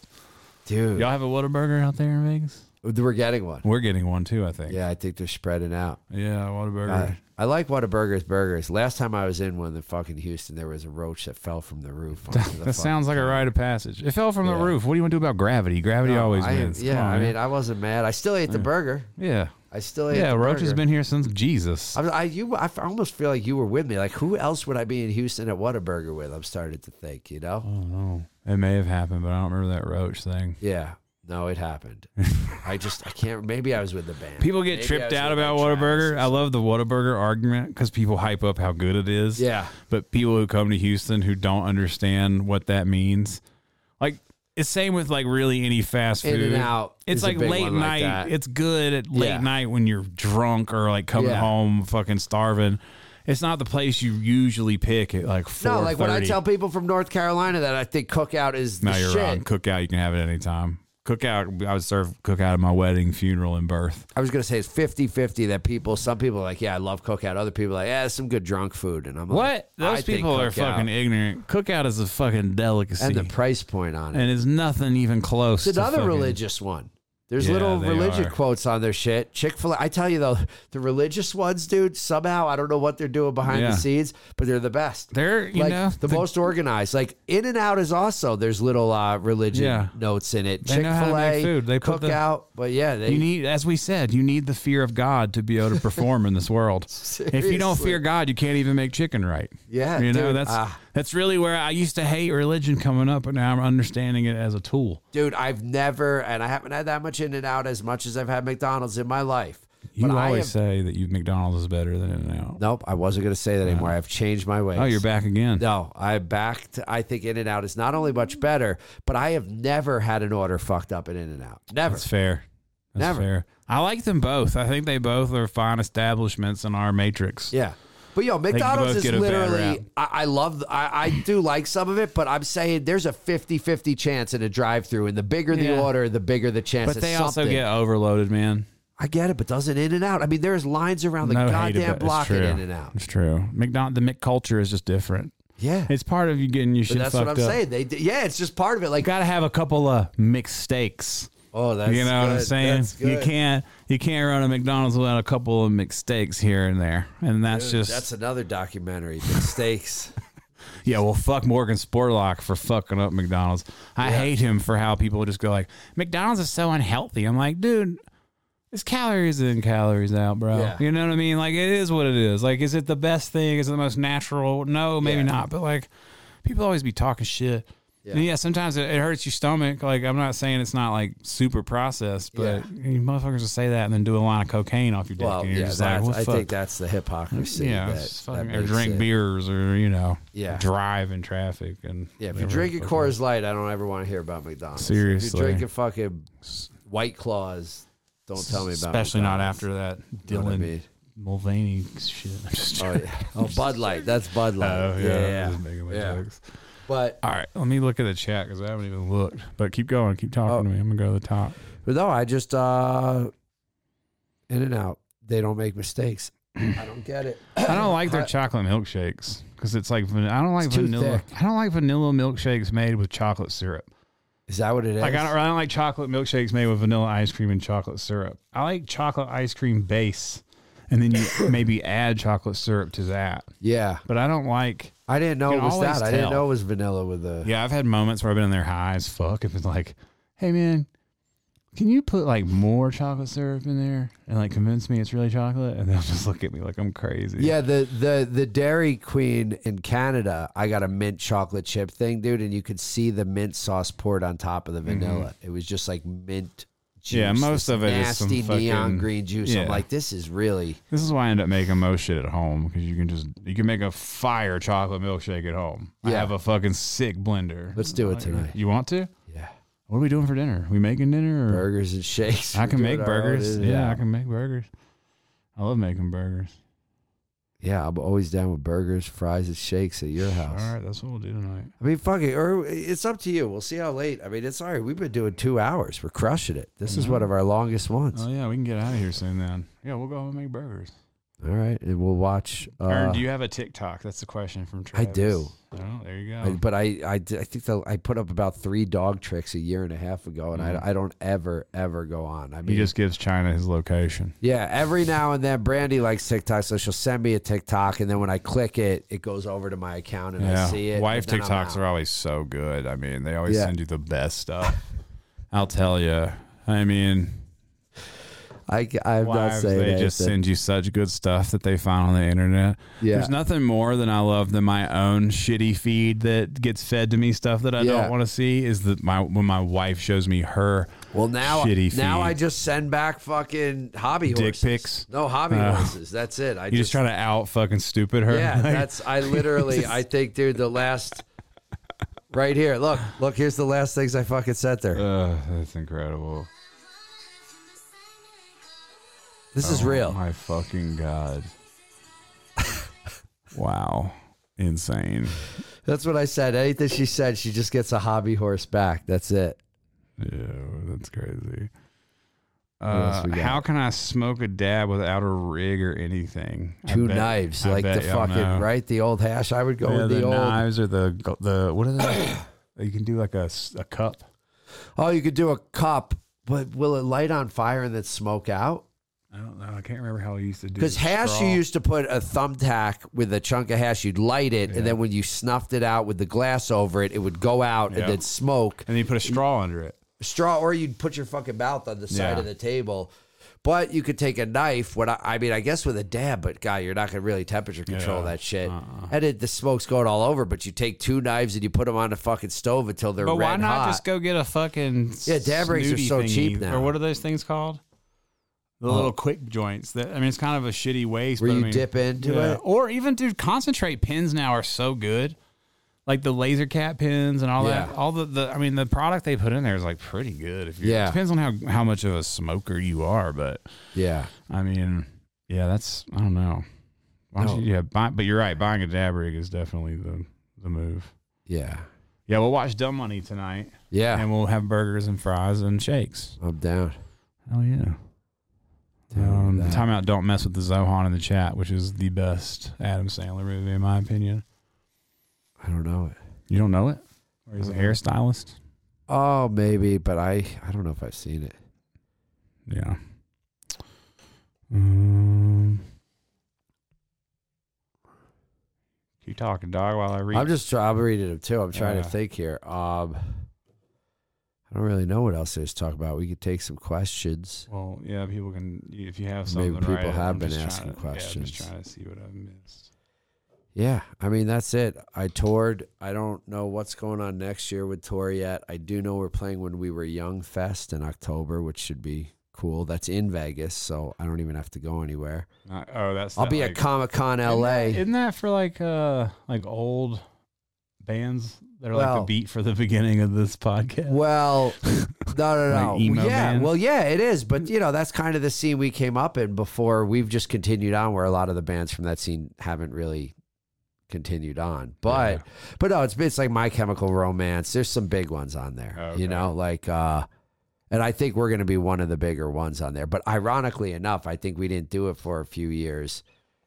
Speaker 2: dude.
Speaker 1: Y'all have a Whataburger out there in Vegas?
Speaker 2: We're getting one.
Speaker 1: We're getting one too, I think.
Speaker 2: Yeah, I think they're spreading out.
Speaker 1: Yeah, Whataburger.
Speaker 2: I, I like Whataburger's burgers. Last time I was in one in fucking Houston, there was a roach that fell from the roof. onto
Speaker 1: [LAUGHS]
Speaker 2: the
Speaker 1: That sounds like a rite of passage. It fell from
Speaker 2: Yeah.
Speaker 1: the roof. What do you want to do about gravity? Gravity
Speaker 2: fucking-
Speaker 1: always
Speaker 2: I-
Speaker 1: wins. Come
Speaker 2: Yeah,
Speaker 1: on,
Speaker 2: I
Speaker 1: man.
Speaker 2: mean, I wasn't mad. I still ate the burger.
Speaker 1: yeah,
Speaker 2: I still ate.
Speaker 1: yeah.
Speaker 2: the
Speaker 1: Roach has
Speaker 2: burger.
Speaker 1: been here since Jesus.
Speaker 2: I, was- I you I f- almost feel like you were with me. Like who else would I be in Houston at Whataburger with? I'm starting to think, you know?
Speaker 1: I don't know. It may have happened, but I don't remember that roach thing.
Speaker 2: Yeah. No,
Speaker 1: [LAUGHS]
Speaker 2: it happened. I just I can't. Maybe I was with the band.
Speaker 1: People get
Speaker 2: Maybe I
Speaker 1: tripped
Speaker 2: was
Speaker 1: out
Speaker 2: with,
Speaker 1: about
Speaker 2: like, Travis.
Speaker 1: Whataburger. I love the Whataburger argument because people hype up how good it is.
Speaker 2: Yeah.
Speaker 1: But people who come to Houston who don't understand what that means, like it's same with like really any fast food.
Speaker 2: In and out.
Speaker 1: It's
Speaker 2: is a
Speaker 1: like
Speaker 2: big
Speaker 1: late
Speaker 2: one like
Speaker 1: night.
Speaker 2: that.
Speaker 1: it's good at late
Speaker 2: Yeah.
Speaker 1: night when you're drunk or like coming
Speaker 2: Yeah.
Speaker 1: home fucking starving. It's not the place you usually pick at like four.
Speaker 2: no, like when I tell people from North Carolina that I think cookout is the
Speaker 1: No, you're
Speaker 2: shit.
Speaker 1: wrong. Cookout, you can have it anytime. Cookout, I would serve cookout at my wedding, funeral, and birth.
Speaker 2: I was gonna say it's 50-50 that people. Some people are like, yeah, I love cookout. Other people are like, yeah, it's some good drunk food. And I'm like,
Speaker 1: What?
Speaker 2: I
Speaker 1: Those
Speaker 2: think
Speaker 1: people are
Speaker 2: cookout.
Speaker 1: fucking ignorant. Cookout is a fucking delicacy.
Speaker 2: And
Speaker 1: And,
Speaker 2: the price point on it.
Speaker 1: it's nothing even close.
Speaker 2: It's
Speaker 1: to
Speaker 2: another
Speaker 1: fucking-
Speaker 2: religious one. There's
Speaker 1: Yeah,
Speaker 2: little
Speaker 1: they
Speaker 2: religious
Speaker 1: are.
Speaker 2: quotes on their shit. Chick fil A. I tell you though, the religious ones, dude, somehow, I don't know what they're doing behind
Speaker 1: Yeah.
Speaker 2: the scenes, but they're the best.
Speaker 1: They're, you
Speaker 2: like
Speaker 1: know,
Speaker 2: the, most organized. Like In and Out is also there's little uh, religion
Speaker 1: Yeah.
Speaker 2: notes in it.
Speaker 1: They
Speaker 2: Chick
Speaker 1: know how to
Speaker 2: fil
Speaker 1: make food. They
Speaker 2: A,
Speaker 1: put the-
Speaker 2: cookout. But yeah, they
Speaker 1: You need, as we said, you need the fear of God to be able to perform in this
Speaker 2: [LAUGHS]
Speaker 1: world. If you don't
Speaker 2: Seriously.
Speaker 1: fear God, you can't even make chicken right. [LAUGHS]
Speaker 2: Yeah,
Speaker 1: you know
Speaker 2: dude,
Speaker 1: that's
Speaker 2: ah.
Speaker 1: that's really where I used to hate religion coming up, but now I'm understanding it as a tool.
Speaker 2: dude, I've never and I haven't had that much In and Out as much as I've had McDonald's in my life.
Speaker 1: You
Speaker 2: but
Speaker 1: always
Speaker 2: I am,
Speaker 1: say that you McDonald's is better than In and Out.
Speaker 2: Nope, I wasn't gonna say that anymore. I've changed my ways.
Speaker 1: Oh, you're back again.
Speaker 2: No, I backed. I think In and Out is not only much better, but I have never had an order fucked up at In and Out. Never.
Speaker 1: That's fair. That's
Speaker 2: Never.
Speaker 1: fair. I like them both. I think they both are fine establishments in our matrix.
Speaker 2: Yeah. But yo, McDonald's
Speaker 1: both
Speaker 2: is
Speaker 1: get a bad rap.
Speaker 2: literally. I, I love. the- I, I do like some of it, but I'm saying there's a 50-50 chance in a drive-through, and the bigger
Speaker 1: Yeah.
Speaker 2: the order, the bigger the chance.
Speaker 1: But
Speaker 2: of
Speaker 1: they also
Speaker 2: something.
Speaker 1: get overloaded, man.
Speaker 2: I get it, but doesn't In and Out? I mean, there's lines around the
Speaker 1: no hate about
Speaker 2: goddamn
Speaker 1: it's
Speaker 2: block at
Speaker 1: true.
Speaker 2: In and Out.
Speaker 1: It's true. McDonald the McCulture is just different.
Speaker 2: Yeah,
Speaker 1: It's part of you getting your shit
Speaker 2: but that's
Speaker 1: fucked
Speaker 2: what I'm
Speaker 1: up.
Speaker 2: saying. They d- yeah, it's just part of it. Like
Speaker 1: Got to have a couple of mixed steaks.
Speaker 2: oh, that's
Speaker 1: you know what I'm
Speaker 2: good.
Speaker 1: saying?
Speaker 2: That's
Speaker 1: You
Speaker 2: good.
Speaker 1: can't you can't run a McDonald's without a couple of mixed steaks here and there. And that's just
Speaker 2: That's another documentary.
Speaker 1: [LAUGHS]
Speaker 2: Mistakes.
Speaker 1: Yeah, well, fuck Morgan Spurlock for fucking up McDonald's. I hate him for how people just go like, McDonald's is so unhealthy. I'm like, dude, it's calories in, calories out, bro.
Speaker 2: Yeah.
Speaker 1: You know what I mean? Like, it is what it is. Like, is it the best thing? Is it the most natural? No, maybe
Speaker 2: Yeah.
Speaker 1: not. But like, people always be talking shit. And yeah, sometimes it, it hurts your stomach. Like, I'm not saying it's not like super processed, but you motherfuckers will say that and then do a line of cocaine off your dick,
Speaker 2: Well,
Speaker 1: and you're
Speaker 2: yeah,
Speaker 1: just like,
Speaker 2: that's-
Speaker 1: what
Speaker 2: I
Speaker 1: fuck?
Speaker 2: think that's the hypocrisy.
Speaker 1: yeah,
Speaker 2: that,
Speaker 1: it's fucking-
Speaker 2: that
Speaker 1: or
Speaker 2: makes
Speaker 1: drink
Speaker 2: it-
Speaker 1: beers, or you know,
Speaker 2: Yeah.
Speaker 1: drive in traffic, and
Speaker 2: Yeah, if you're
Speaker 1: whatever.
Speaker 2: drinking Coors Light, I don't ever want to hear about McDonald's. if
Speaker 1: Seriously.
Speaker 2: you're drinking fucking White Claws, don't tell me about.
Speaker 1: especially not
Speaker 2: McDonald's.
Speaker 1: after that
Speaker 2: You know what I
Speaker 1: Dylan
Speaker 2: mean?
Speaker 1: Mulvaney shit. I'm [LAUGHS] just
Speaker 2: Oh,
Speaker 1: joking.
Speaker 2: yeah. oh, Bud Light. That's Bud Light.
Speaker 1: [LAUGHS] Oh,
Speaker 2: yeah,
Speaker 1: I
Speaker 2: yeah.
Speaker 1: was making my
Speaker 2: yeah.
Speaker 1: jokes.
Speaker 2: But,
Speaker 1: All right, let me look at the chat because I haven't even looked. But keep going, keep talking
Speaker 2: Oh.
Speaker 1: to me. I'm gonna go to the
Speaker 2: [COUGHS]
Speaker 1: top.
Speaker 2: but no, I just uh, In and Out. They don't make mistakes. [CLEARS THROAT] I don't get it.
Speaker 1: I don't like their chocolate milkshakes because it's like van- I don't like
Speaker 2: It's too
Speaker 1: vanilla. I don't like vanilla milkshakes made with chocolate syrup.
Speaker 2: Is that what it is?
Speaker 1: Like I don't, I don't like chocolate milkshakes made with vanilla ice cream and chocolate syrup. I like chocolate ice cream base, and then
Speaker 2: [COUGHS]
Speaker 1: you maybe add chocolate syrup to that.
Speaker 2: yeah,
Speaker 1: But I don't like.
Speaker 2: I didn't know
Speaker 1: You
Speaker 2: it
Speaker 1: can
Speaker 2: was that.
Speaker 1: always
Speaker 2: I didn't
Speaker 1: tell.
Speaker 2: know it was vanilla with the.
Speaker 1: Yeah, I've had moments where I've been in there high as fuck. If it's like, hey man, can you put like more chocolate syrup in there and like convince me it's really chocolate? And they'll [LAUGHS] just look at me like I'm crazy.
Speaker 2: Yeah, the the the Dairy Queen in Canada, I got a mint chocolate chip thing, dude, and you could see the mint sauce poured on top of the vanilla. It was just like mint juice.
Speaker 1: Mm-hmm. Yeah, most
Speaker 2: this
Speaker 1: of it is some
Speaker 2: nasty neon
Speaker 1: fucking-
Speaker 2: green juice. I'm
Speaker 1: yeah.
Speaker 2: like, this is really
Speaker 1: This is why I end up making most shit at home because you can just you can make a fire chocolate milkshake at home. I
Speaker 2: Yeah.
Speaker 1: have a fucking sick blender.
Speaker 2: Let's do it tonight.
Speaker 1: You want to?
Speaker 2: yeah
Speaker 1: What are we doing for dinner? we making dinner or
Speaker 2: burgers and shakes.
Speaker 1: Mm.
Speaker 2: [LAUGHS]
Speaker 1: I
Speaker 2: We're
Speaker 1: can
Speaker 2: doing
Speaker 1: make
Speaker 2: our own,
Speaker 1: burgers.
Speaker 2: isn't
Speaker 1: Yeah,
Speaker 2: it?
Speaker 1: I can make burgers. I love making burgers.
Speaker 2: yeah. I'm always down with burgers, fries, and shakes at your house.
Speaker 1: All right, that's what we'll do tonight.
Speaker 2: I mean, fuck it. Or it's up to you. We'll see how late. I mean, it's all right. We've been doing two hours. We're
Speaker 1: Mm-hmm.
Speaker 2: crushing it. This is one of our longest ones.
Speaker 1: Oh yeah, we can get out of here soon then. Yeah, we'll go home and make burgers.
Speaker 2: All right, and we'll watch. Uh,
Speaker 1: Aaron, do you have a TikTok? That's the question from
Speaker 2: I
Speaker 1: Travis.
Speaker 2: do.
Speaker 1: Oh, there you go.
Speaker 2: I- but I, I, d- I think the, I put up about three dog tricks a year and a half ago, and I, I don't ever, ever go on. I
Speaker 3: He
Speaker 2: mean,
Speaker 3: Mm-hmm. just gives China his location.
Speaker 2: yeah, every now and then, Brandy likes TikTok, so she'll send me a TikTok, and then when I click it, it goes over to my account, and I see it.
Speaker 3: Wife
Speaker 2: but then I'm
Speaker 3: TikToks
Speaker 2: out.
Speaker 3: are always so good. I mean, they always
Speaker 2: Yeah.
Speaker 3: send you the best stuff. I'll tell you. I mean,
Speaker 2: I, I'm not
Speaker 3: wives,
Speaker 2: saying
Speaker 3: they
Speaker 2: anything.
Speaker 3: just send you such good stuff that they find on the internet.
Speaker 2: Yeah.
Speaker 3: There's nothing more than I love than my own shitty feed that gets fed to me stuff that I
Speaker 2: Yeah.
Speaker 3: don't want to see is that my when my wife shows me her
Speaker 2: Well, now,
Speaker 3: shitty
Speaker 2: now
Speaker 3: feed.
Speaker 2: I just send back fucking hobby
Speaker 3: Dick
Speaker 2: horses.
Speaker 3: pics?
Speaker 2: No hobby
Speaker 3: Oh.
Speaker 2: horses. That's it. I
Speaker 3: you just try to out fucking stupid her.
Speaker 2: Yeah,
Speaker 3: [LAUGHS] Like,
Speaker 2: that's. I literally.
Speaker 3: [LAUGHS]
Speaker 2: I think, dude, the last. Right here. Look. Look. Here's the last things I fucking sent there.
Speaker 3: uh, that's incredible.
Speaker 2: This is real.
Speaker 3: Oh my fucking god. [LAUGHS] wow. Insane.
Speaker 2: That's what I said. Anything she said, she just gets a hobby horse back. That's it.
Speaker 3: Yeah, that's crazy.
Speaker 2: else
Speaker 3: Uh,
Speaker 2: we got?
Speaker 3: how can I smoke a dab without a rig or anything? I
Speaker 2: Two
Speaker 3: bet-
Speaker 2: knives,
Speaker 3: I
Speaker 2: like the
Speaker 3: bet y'all
Speaker 2: fucking
Speaker 3: know.
Speaker 2: right, the old hash. I would go
Speaker 3: Yeah,
Speaker 2: with the,
Speaker 3: the,
Speaker 2: old.
Speaker 3: knives or the go- the what are they? [COUGHS] you can do like a, s- a cup.
Speaker 2: Oh, you could do a cup, but will it light on fire and then smoke out?
Speaker 3: I don't know. I can't remember how I used to do.
Speaker 2: Because
Speaker 3: the
Speaker 2: hash,
Speaker 3: straw.
Speaker 2: you used to put a thumbtack with a chunk of hash. You'd light it, and then when you snuffed it out with the glass over it, it would go out
Speaker 3: Yeah.
Speaker 2: and then smoke
Speaker 3: and then you put a straw under it.
Speaker 2: straw, or you'd put your fucking mouth on the side
Speaker 3: Yeah.
Speaker 2: of the table. But you could take a knife. What I, I mean, I guess with a dab, but guy, you're not gonna really temperature control
Speaker 3: Yeah.
Speaker 2: that shit.
Speaker 1: Uh-uh.
Speaker 2: And it, the smoke's going all over. But you take two knives and you put them on the fucking stove until they're
Speaker 1: But
Speaker 2: red
Speaker 1: why not
Speaker 2: hot.
Speaker 1: just go get a fucking
Speaker 2: Yeah, dab rigs are
Speaker 1: snooty
Speaker 2: so cheap
Speaker 1: thingy,
Speaker 2: now.
Speaker 1: Or what are those things called? Oh. The little quick joints. That I mean, it's kind of a shitty waste.
Speaker 2: where
Speaker 1: but I
Speaker 2: you
Speaker 1: mean-
Speaker 2: dip into
Speaker 3: yeah.
Speaker 2: it?
Speaker 1: Or even dude, concentrate pins now are so good. Like the laser cat pins and all
Speaker 2: Yeah.
Speaker 1: that. All the, the I mean the product they put in there is like pretty good if you
Speaker 2: Yeah.
Speaker 1: depends on how, how much of a smoker you are, but
Speaker 2: Yeah,
Speaker 3: I mean, yeah, that's I don't know. Why don't
Speaker 2: No.
Speaker 3: you, yeah, buy, but you're right. Buying a dab rig is definitely the the move.
Speaker 2: yeah,
Speaker 3: Yeah, we'll watch Dumb Money tonight,
Speaker 2: yeah.
Speaker 3: and we'll have burgers and fries and shakes.
Speaker 2: I'm down.
Speaker 3: Hell yeah! Um, timeout. Don't mess with the Zohan in the chat, which is the best Adam Sandler movie in my opinion.
Speaker 2: I don't know it.
Speaker 3: You don't know it, or he's a hairstylist.
Speaker 2: Oh, maybe, but I I don't know if I've seen it.
Speaker 3: Yeah. Um, keep talking, dog, while I read.
Speaker 2: I'm just try- I'm reading them too. I'm trying to
Speaker 3: Yeah.
Speaker 2: think here. Um, I don't really know what else there's to talk about. We could take some questions.
Speaker 3: Well, yeah, people can. If you have
Speaker 2: Maybe
Speaker 3: something,
Speaker 2: people
Speaker 3: right,
Speaker 2: have
Speaker 3: I'm
Speaker 2: been
Speaker 3: just trying
Speaker 2: asking
Speaker 3: to- yeah, I'm
Speaker 2: questions.
Speaker 3: just trying to see what I've missed.
Speaker 2: Yeah, I mean that's it. I toured. I don't know what's going on next year with tour yet. I do know we're playing when we were young fest in October, which should be cool. That's in Vegas, so I don't even have to go anywhere.
Speaker 3: Not- oh, that's.
Speaker 2: I'll
Speaker 3: that,
Speaker 2: be
Speaker 3: like,
Speaker 2: at Comic Con
Speaker 3: isn't
Speaker 2: LA.
Speaker 3: that- Isn't that for like uh like old bands that are like
Speaker 2: Well-
Speaker 3: the beat for the [LAUGHS] beginning of this podcast?
Speaker 2: Well,
Speaker 3: [LAUGHS]
Speaker 2: no, no, no.
Speaker 3: Like emo
Speaker 2: yeah,
Speaker 3: band?
Speaker 2: well, yeah, it is. But you know, that's kind of the scene we came up in before. We've just continued on, where a lot of the bands from that scene haven't really continued on. But, but no, it's it's like My Chemical Romance. There's some big ones on there.
Speaker 3: Okay.
Speaker 2: You know, like. uh and I think we're going to be one of the bigger ones on there. But ironically enough, I think we didn't do it for a few years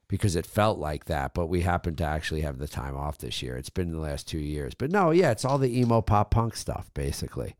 Speaker 2: because it felt like that, but we happened to actually have the time off this year. It's been the last two years. But no, yeah, it's all the emo pop punk stuff, basically.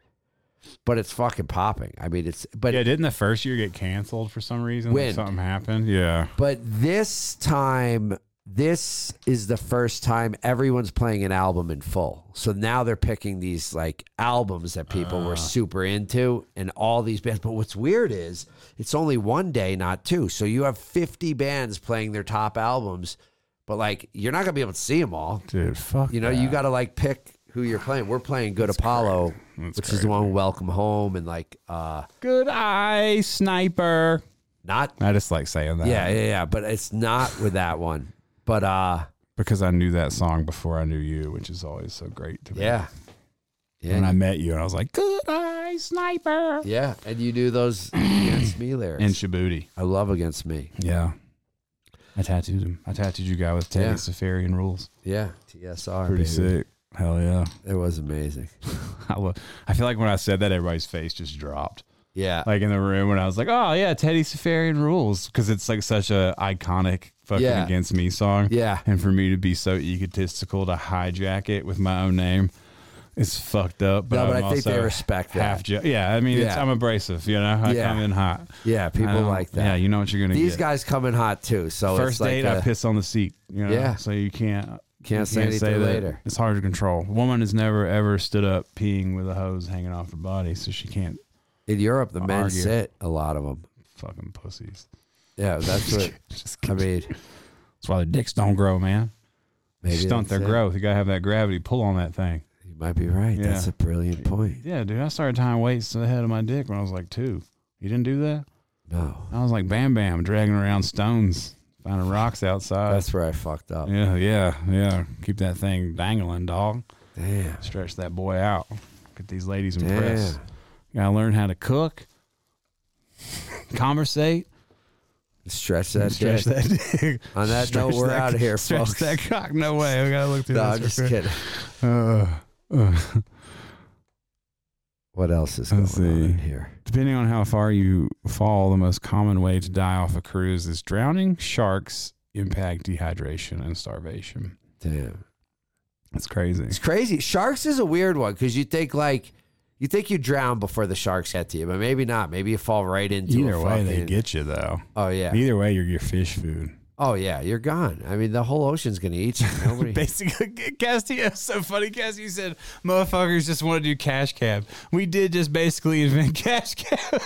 Speaker 2: But it's fucking popping. I mean, it's, but,
Speaker 3: yeah, didn't the first year get canceled for some reason?
Speaker 2: Wind.
Speaker 3: Like something happened. Yeah.
Speaker 2: but this time, this is the first time everyone's playing an album in full. So now they're picking these like albums that people were super into and all these bands. But what's weird is it's only one day, not two. So you have 50 bands playing their top albums, but like you're not going to be able to see them all.
Speaker 3: Dude, fuck.
Speaker 2: You know, you got to like pick who you're playing. We're playing Good Apollo,
Speaker 3: That's
Speaker 2: which is the one with Welcome Home and like uh
Speaker 1: good eye sniper.
Speaker 2: not
Speaker 3: I just like saying that.
Speaker 2: yeah, yeah, yeah, but it's not with that one. But uh
Speaker 3: Because I knew that song before I knew you, which is always so great to me.
Speaker 2: yeah.
Speaker 3: When I
Speaker 2: Yeah.
Speaker 3: met you, and I was like, good.
Speaker 1: Eye sniper.
Speaker 2: Yeah, and you do those against
Speaker 3: [CLEARS THROAT]
Speaker 2: me lyrics.
Speaker 3: And Shibuti.
Speaker 2: I love against me.
Speaker 3: Yeah. I tattooed him. I tattooed you guy with Teddy
Speaker 2: Yeah.
Speaker 3: Safarian rules.
Speaker 2: Yeah, TSR.
Speaker 3: Pretty
Speaker 2: baby.
Speaker 3: sick. Hell yeah. [LAUGHS]
Speaker 2: It was amazing.
Speaker 3: I, lo- I feel like when I said that, everybody's face just dropped.
Speaker 2: Yeah.
Speaker 3: like in the room when I was like, oh yeah, Teddy Safarian rules because it's like such a iconic fucking
Speaker 2: Yeah.
Speaker 3: against me song.
Speaker 2: Yeah.
Speaker 3: and for me to be so egotistical to hijack it with my own name. It's fucked up, but,
Speaker 2: No, but
Speaker 3: I'm
Speaker 2: I think they
Speaker 3: also
Speaker 2: respect that.
Speaker 3: half jo- yeah, I mean, it's,
Speaker 2: Yeah.
Speaker 3: I'm abrasive, you know. I
Speaker 2: Yeah.
Speaker 3: come in hot.
Speaker 2: yeah,
Speaker 3: I
Speaker 2: people
Speaker 3: don't-
Speaker 2: like that.
Speaker 3: Um, Yeah, you know what you're gonna
Speaker 2: These
Speaker 3: get.
Speaker 2: guys come in hot too. So it's
Speaker 3: First
Speaker 2: like
Speaker 3: date, I
Speaker 2: a-
Speaker 3: piss on the seat. You know?
Speaker 2: Yeah.
Speaker 3: so you can't
Speaker 2: Can't
Speaker 3: you
Speaker 2: say anything later.
Speaker 3: It's hard to control. A woman has never ever stood up peeing with a hose hanging off her body, so she can't
Speaker 2: in Europe, the men
Speaker 3: Argue.
Speaker 2: sit a lot of them.
Speaker 3: fucking pussies.
Speaker 2: Yeah, that's what
Speaker 3: [LAUGHS] Just
Speaker 2: I mean.
Speaker 3: That's why their dicks don't grow, man.
Speaker 2: Maybe
Speaker 3: Stunt their
Speaker 2: that's it.
Speaker 3: growth. You gotta have that gravity pull on that thing.
Speaker 2: You might be right.
Speaker 3: Yeah.
Speaker 2: That's a brilliant point.
Speaker 3: Yeah, dude. I started tying weights to the head of my dick when I was like two. You didn't do that?
Speaker 2: No,
Speaker 3: I was like Bam Bam, dragging around stones, finding rocks outside.
Speaker 2: that's where I fucked up.
Speaker 3: yeah, yeah, yeah. Keep that thing dangling, dog.
Speaker 2: Damn.
Speaker 3: Stretch that boy out. Get these ladies
Speaker 2: Damn.
Speaker 3: impressed. Gotta learn how to cook, conversate,
Speaker 2: [LAUGHS] Stretch that.
Speaker 3: stretch
Speaker 2: dick.
Speaker 3: that dick.
Speaker 2: [LAUGHS] On that note,
Speaker 3: Stretch
Speaker 2: we're
Speaker 3: that-
Speaker 2: out of here,
Speaker 3: [LAUGHS] Stretch
Speaker 2: folks.
Speaker 3: that cock. No way. We gotta look through
Speaker 2: no,
Speaker 3: this.
Speaker 2: I'm just kidding.
Speaker 3: Uh, uh.
Speaker 2: What else is going
Speaker 3: Let's
Speaker 2: on in
Speaker 3: see.
Speaker 2: here?
Speaker 3: Depending on how far you fall, the most common way to die off a cruise is drowning, sharks, impact, dehydration, and starvation.
Speaker 2: Damn.
Speaker 3: That's crazy.
Speaker 2: It's crazy. Sharks is a weird one because you think like you think you drown before the sharks get to you, but maybe not. Maybe you fall right into
Speaker 3: Either
Speaker 2: a
Speaker 3: way, they
Speaker 2: fucking-
Speaker 3: get you though.
Speaker 2: Oh yeah.
Speaker 3: Either way, you're your fish food.
Speaker 2: Oh yeah. You're gone. I mean, the whole ocean's gonna eat you.
Speaker 3: [LAUGHS]
Speaker 7: [LAUGHS]
Speaker 2: Nobody.
Speaker 7: Basically, Castillo [LAUGHS] is so funny. Castillo said, motherfuckers just want to do cash cab. We did just basically invent [LAUGHS] cash cab.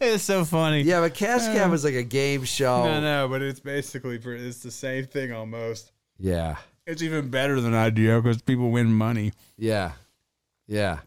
Speaker 7: it's so funny.
Speaker 2: yeah, but Cash Cab was like a game show.
Speaker 7: No, no, but it's basically, for, it's the same thing almost.
Speaker 2: Yeah.
Speaker 3: It's even better than IDO because people win money.
Speaker 2: Yeah. Yeah.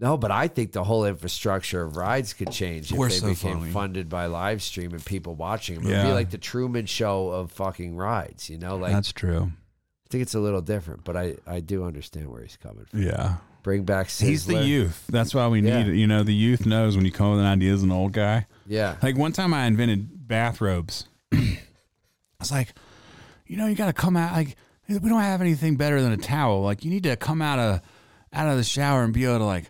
Speaker 2: No, but I think the whole infrastructure of rides could change if
Speaker 3: We're
Speaker 2: they
Speaker 3: so
Speaker 2: became
Speaker 3: funny.
Speaker 2: funded by live stream and people watching them. It'd be
Speaker 3: Yeah.
Speaker 2: like the Truman Show of fucking rides, you know? Like
Speaker 3: That's true.
Speaker 2: I think it's a little different, but I I do understand where he's coming from.
Speaker 3: Yeah.
Speaker 2: Bring back Sizzler.
Speaker 3: He's the youth. That's why we
Speaker 2: Yeah.
Speaker 3: need it. You know, the youth knows when you come with an idea as an old guy.
Speaker 2: Yeah.
Speaker 3: [LAUGHS] Like one time I invented bathrobes. [CLEARS THROAT] I was like, you know, you got to come out like we don't have anything better than a towel. Like you need to come out of out of the shower and be able to like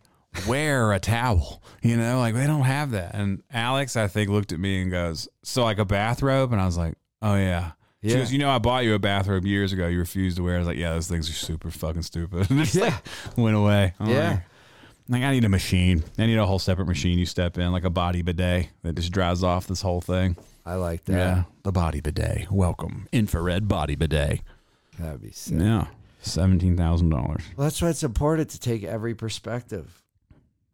Speaker 3: wear a towel. You know, like they don't have that. And Alex, I think, looked at me and goes, "So like a bathrobe?" And I was like, "Oh yeah." She
Speaker 2: Yeah.
Speaker 3: goes, you know, I bought you a bathrobe years ago. You refused to wear. it." I was like, yeah, those things are super fucking stupid. [LAUGHS] And just like, went away. I'm
Speaker 2: Yeah.
Speaker 3: like, like I need a machine. I need a whole separate machine you step in, like a body bidet that just dries off this whole thing.
Speaker 2: I like that.
Speaker 3: The body bidet. Welcome. Infrared body bidet.
Speaker 2: That'd be sick.
Speaker 3: Yeah. Seventeen thousand dollars.
Speaker 2: Well, that's why it's important to take every perspective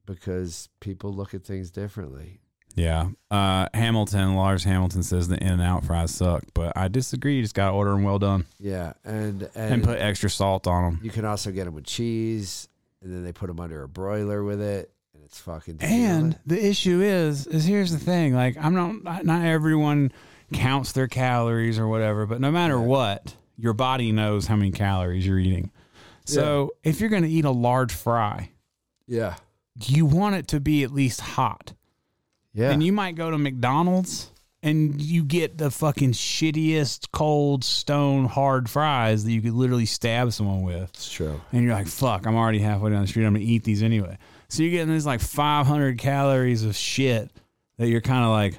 Speaker 2: because people look at things differently.
Speaker 3: Yeah. Uh Hamilton, Lars Hamilton says the in and out fries suck, but I disagree. You just gotta order them well done.
Speaker 2: Yeah. And
Speaker 3: And put extra salt on them.
Speaker 2: You can also get them with cheese, and then they put them under a broiler with it, and it's fucking.
Speaker 3: And the issue is, is here's the thing. Like I'm not, not not everyone counts their calories or whatever, but no matter what, your body knows how many calories you're eating. So if you're going to eat a large fry,
Speaker 2: yeah,
Speaker 3: you want it to be at least hot.
Speaker 2: yeah,
Speaker 3: And you might go to McDonald's and you get the fucking shittiest cold stone hard fries that you could literally stab someone with
Speaker 2: it's true.
Speaker 3: and you're like, fuck, I'm already halfway down the street. I'm gonna eat these anyway. So you're getting these like 500 calories of shit that you're kind of like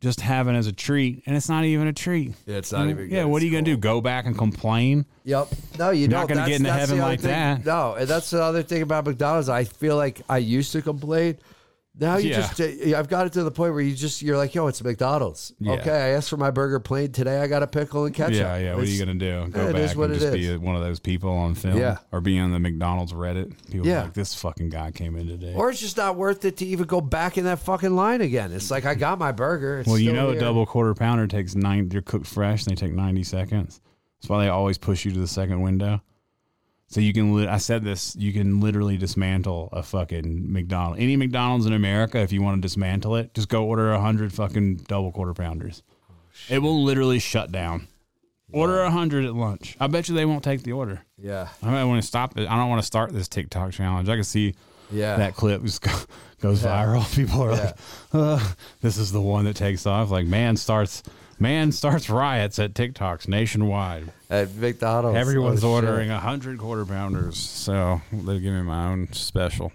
Speaker 3: just having as a treat, and it's not even a treat.
Speaker 2: Yeah, it's not even.
Speaker 3: yeah, what are you gonna do? Go back and complain?
Speaker 2: Yep. No, you
Speaker 3: You're
Speaker 2: don't.
Speaker 3: not gonna
Speaker 2: That's-
Speaker 3: get into
Speaker 2: that's
Speaker 3: heaven
Speaker 2: the other
Speaker 3: like
Speaker 2: thing.
Speaker 3: that.
Speaker 2: No, and that's the other thing about McDonald's. I feel like I used to complain. Now you
Speaker 3: Yeah.
Speaker 2: just, uh, I've got it to the point where you just, you're like, yo, it's McDonald's.
Speaker 3: Yeah.
Speaker 2: Okay, I asked for my burger plain today. I got a pickle and ketchup.
Speaker 3: Yeah, yeah. What are
Speaker 2: It's-
Speaker 3: you gonna do?
Speaker 2: it
Speaker 3: Go
Speaker 2: is
Speaker 3: back
Speaker 2: what
Speaker 3: and
Speaker 2: it
Speaker 3: just
Speaker 2: is.
Speaker 3: be one of those people on film,
Speaker 2: Yeah.
Speaker 3: or be on the McDonald's Reddit. People
Speaker 2: Yeah.
Speaker 3: yeah. like, this fucking guy came in today.
Speaker 2: Or it's just not worth it to even go back in that fucking line again. It's like I got my burger. It's
Speaker 3: well, you
Speaker 2: still
Speaker 3: know,
Speaker 2: here.
Speaker 3: a double quarter pounder takes nine. They're cooked fresh. and They take ninety seconds. That's why they always push you to the second window. So you can. Li- I said this. You can literally dismantle a fucking McDonald's. Any McDonald's in America, if you want to dismantle it, just go order a hundred fucking double quarter pounders.
Speaker 2: Oh,
Speaker 3: it will literally shut down. Order a hundred at lunch. I bet you they won't take the order.
Speaker 2: Yeah,
Speaker 3: I might want to stop it. I don't want to start this TikTok challenge. I can see
Speaker 2: yeah.
Speaker 3: that clip just go, [LAUGHS] goes viral. [LAUGHS] People are like, uh, "This is the one that takes off." Like, man starts man starts riots at TikToks nationwide.
Speaker 2: at McDonald's.
Speaker 3: Everyone's
Speaker 2: Oh, shit.
Speaker 3: ordering a hundred quarter pounders. So they give me my own special.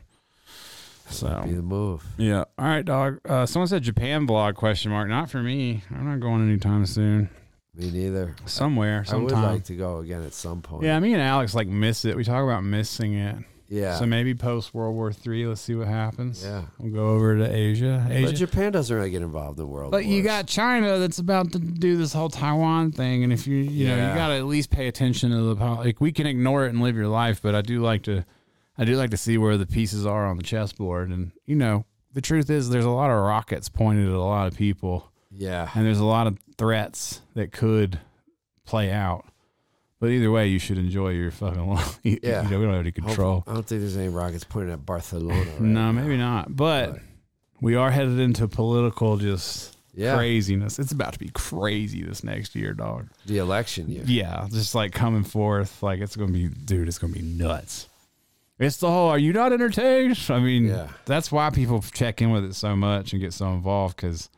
Speaker 3: So
Speaker 2: Be the move.
Speaker 3: yeah. All right, dog. Uh, someone said Japan blog question mark. Not for me. I'm not going anytime soon.
Speaker 2: Me neither.
Speaker 3: Somewhere,
Speaker 2: I
Speaker 3: sometime.
Speaker 2: would like to go again at some point.
Speaker 3: yeah, me and Alex like miss it. We talk about missing it.
Speaker 2: Yeah.
Speaker 3: So maybe post World War Three, let's see what happens.
Speaker 2: Yeah.
Speaker 3: We'll go over to Asia.
Speaker 2: but
Speaker 3: Asia.
Speaker 2: Japan doesn't really get involved in world.
Speaker 3: But you
Speaker 2: wars.
Speaker 3: got China that's about to do this whole Taiwan thing, and if you you know
Speaker 2: Yeah.
Speaker 3: you got to at least pay attention to the pol- like we can ignore it and live your life, but I do like to I do like to see where the pieces are on the chessboard, and you know the truth is there's a lot of rockets pointed at a lot of people,
Speaker 2: yeah.
Speaker 3: and there's a lot of threats that could play out. But either way, you should enjoy your fucking [LAUGHS] life. You,
Speaker 2: Yeah.
Speaker 3: you know we don't have any
Speaker 2: Hope-
Speaker 3: control.
Speaker 2: I don't think there's any rockets pointing at Barcelona. Right
Speaker 3: No,
Speaker 2: now.
Speaker 3: maybe not. But we are headed into political just
Speaker 2: Yeah.
Speaker 3: craziness. It's about to be crazy this next year, dog.
Speaker 2: the election year.
Speaker 3: Yeah, just like coming forth, like it's gonna be, dude. It's gonna be nuts. It's the whole. Are you not entertained? I mean,
Speaker 2: Yeah.
Speaker 3: that's why people check in with it so much and get so involved. Because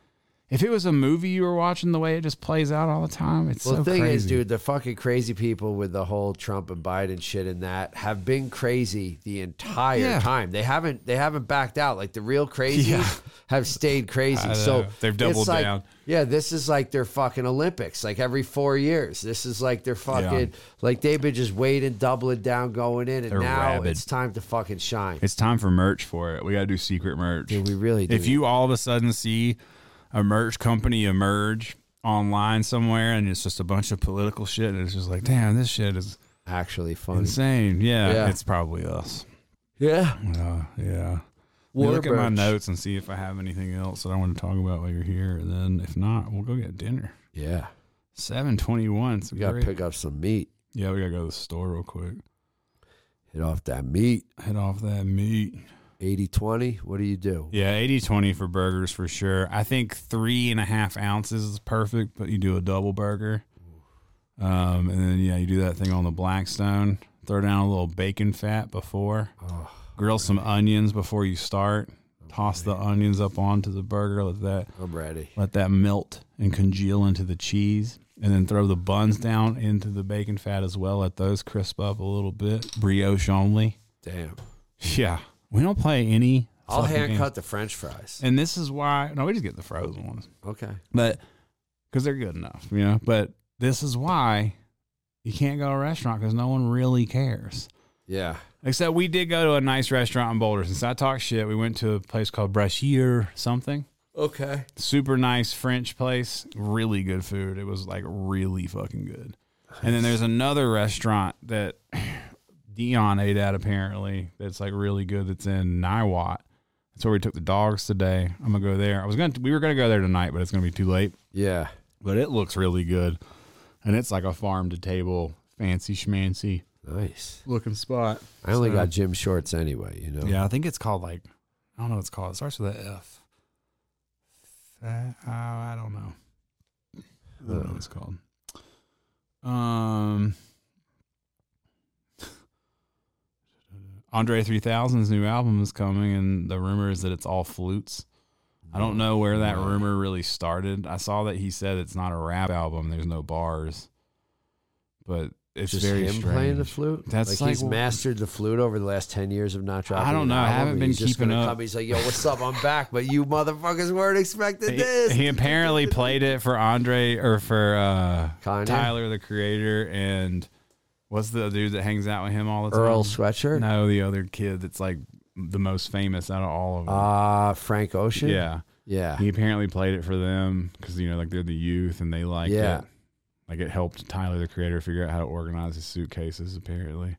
Speaker 3: if it was a movie you were watching, the way it just plays out all the time, it's
Speaker 2: Well,
Speaker 3: so
Speaker 2: the thing
Speaker 3: crazy.
Speaker 2: is, dude, the fucking crazy people with the whole Trump and Biden shit and that have been crazy the entire
Speaker 3: Yeah.
Speaker 2: time. They haven't they haven't backed out. Like the real crazies
Speaker 3: Yeah.
Speaker 2: [LAUGHS] have stayed crazy.
Speaker 3: I
Speaker 2: So
Speaker 3: know. They've
Speaker 2: it's
Speaker 3: doubled
Speaker 2: like-
Speaker 3: down.
Speaker 2: Yeah, this is like their fucking Olympics. Like every four years, this is like their fucking like they've been just waiting, doubling down, going in, and
Speaker 3: They're
Speaker 2: now
Speaker 3: rabid.
Speaker 2: it's time to fucking shine.
Speaker 3: It's time for merch for it. We got to do secret merch.
Speaker 2: Dude, we really do.
Speaker 3: If you all of a sudden see a merch company emerge online somewhere and it's just a bunch of political shit and it's just like, damn, this shit is
Speaker 2: actually funny.
Speaker 3: insane. Yeah,
Speaker 2: Yeah.
Speaker 3: it's probably us.
Speaker 2: Yeah.
Speaker 3: Uh, yeah. Let me
Speaker 2: War
Speaker 3: look at my
Speaker 2: merch.
Speaker 3: notes and see if I have anything else that I want to talk about while you're here. And then if not, we'll go get dinner.
Speaker 2: Yeah.
Speaker 3: Seven twenty-one. It's
Speaker 2: We gotta
Speaker 3: [LAUGHS] great.
Speaker 2: pick up some meat.
Speaker 3: yeah, we gotta go to the store real quick.
Speaker 2: Hit off that meat.
Speaker 3: Head off that meat.
Speaker 2: 80 20. What do you do?
Speaker 3: Yeah, 80 20 for burgers for sure. I think three and a half ounces is perfect, but you do a double burger. Um, and then, yeah, you do that thing on the Blackstone. Throw down a little bacon fat before. Grill some onions before you start. Toss the onions up onto the burger. Let that
Speaker 2: I'm ready.
Speaker 3: let that melt and congeal into the cheese. And then throw the buns down into the bacon fat as well. Let those crisp up a little bit. Brioche only.
Speaker 2: Damn.
Speaker 3: Yeah. We don't play any.
Speaker 2: I'll
Speaker 3: fucking
Speaker 2: hand
Speaker 3: games.
Speaker 2: cut the french fries.
Speaker 3: And this is why no, we just get the frozen ones,
Speaker 2: Okay.
Speaker 3: but because they're good enough, you know. But this is why you can't go to a restaurant because no one really cares.
Speaker 2: Yeah.
Speaker 3: Except we did go to a nice restaurant in Boulder. Since I talk shit, we went to a place called Brashier something.
Speaker 2: Okay.
Speaker 3: Super nice French place. Really good food. It was like really fucking good. And then there's another restaurant that [SIGHS] Dion ate at apparently that's like really good that's in Niwot. That's where we took the dogs today. I'm gonna go there. I was gonna we were gonna go there tonight, but it's gonna be too late.
Speaker 2: Yeah.
Speaker 3: But it looks really good. And it's like a farm to table, fancy schmancy
Speaker 2: Nice.
Speaker 3: looking spot.
Speaker 2: I only
Speaker 3: So-
Speaker 2: got gym shorts anyway, you know?
Speaker 3: Yeah, I think it's called like I don't know what it's called. It starts with a F. Uh, I don't know. I don't know what it's called. Um, Andre 3000's new album is coming, and the rumor is that it's all flutes. I don't know where that rumor really started. I saw that he said it's not a rap album. There's no bars, but it's
Speaker 2: Just
Speaker 3: very
Speaker 2: him
Speaker 3: strange.
Speaker 2: playing the flute.
Speaker 3: That's
Speaker 2: like,
Speaker 3: like
Speaker 2: he's
Speaker 3: wh-
Speaker 2: mastered the flute over the last ten years of not dropping.
Speaker 3: I don't
Speaker 2: an
Speaker 3: know. I
Speaker 2: album,
Speaker 3: haven't
Speaker 2: and
Speaker 3: been
Speaker 2: he's just
Speaker 3: keeping
Speaker 2: gonna
Speaker 3: up.
Speaker 2: Come, he's like, "Yo, what's up? I'm back," but you motherfuckers weren't expecting
Speaker 3: he,
Speaker 2: this. [LAUGHS]
Speaker 3: he apparently played it for Andre or for uh,
Speaker 2: Kanye?
Speaker 3: Tyler the Creator and what's the dude that hangs out with him all the time?
Speaker 2: Earl Sweatshirt.
Speaker 3: No, the other kid that's like the most famous out of all of them.
Speaker 2: Uh Frank Ocean.
Speaker 3: yeah,
Speaker 2: Yeah.
Speaker 3: he apparently played it for them because you know like they're the youth and they like
Speaker 2: Yeah.
Speaker 3: it. Like it helped Tyler the Creator figure out how to organize his suitcases. Apparently,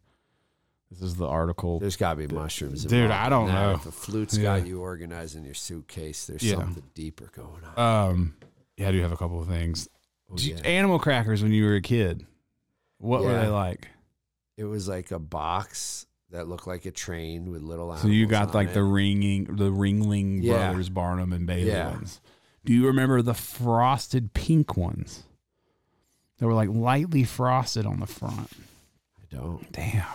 Speaker 3: this is the article.
Speaker 2: There's got to be mushrooms.
Speaker 3: Dude,
Speaker 2: involved
Speaker 3: I
Speaker 2: in
Speaker 3: don't
Speaker 2: that.
Speaker 3: know.
Speaker 2: If the flute's
Speaker 3: Yeah.
Speaker 2: got you organizing your suitcase, there's
Speaker 3: Yeah.
Speaker 2: something deeper going on.
Speaker 3: Um, yeah, I do have a couple of things.
Speaker 2: Oh,
Speaker 3: Did you-
Speaker 2: yeah.
Speaker 3: Animal crackers when you were a kid. What were
Speaker 2: Yeah.
Speaker 3: they like?
Speaker 2: It was like a box that looked like a train with little animals.
Speaker 3: So you got
Speaker 2: on
Speaker 3: like the
Speaker 2: it.
Speaker 3: ringing, the Ringling
Speaker 2: Yeah.
Speaker 3: Brothers, Barnum and Bailey
Speaker 2: Yeah.
Speaker 3: ones. Do you remember the frosted pink ones? They were like lightly frosted on the front.
Speaker 2: I don't.
Speaker 3: Damn.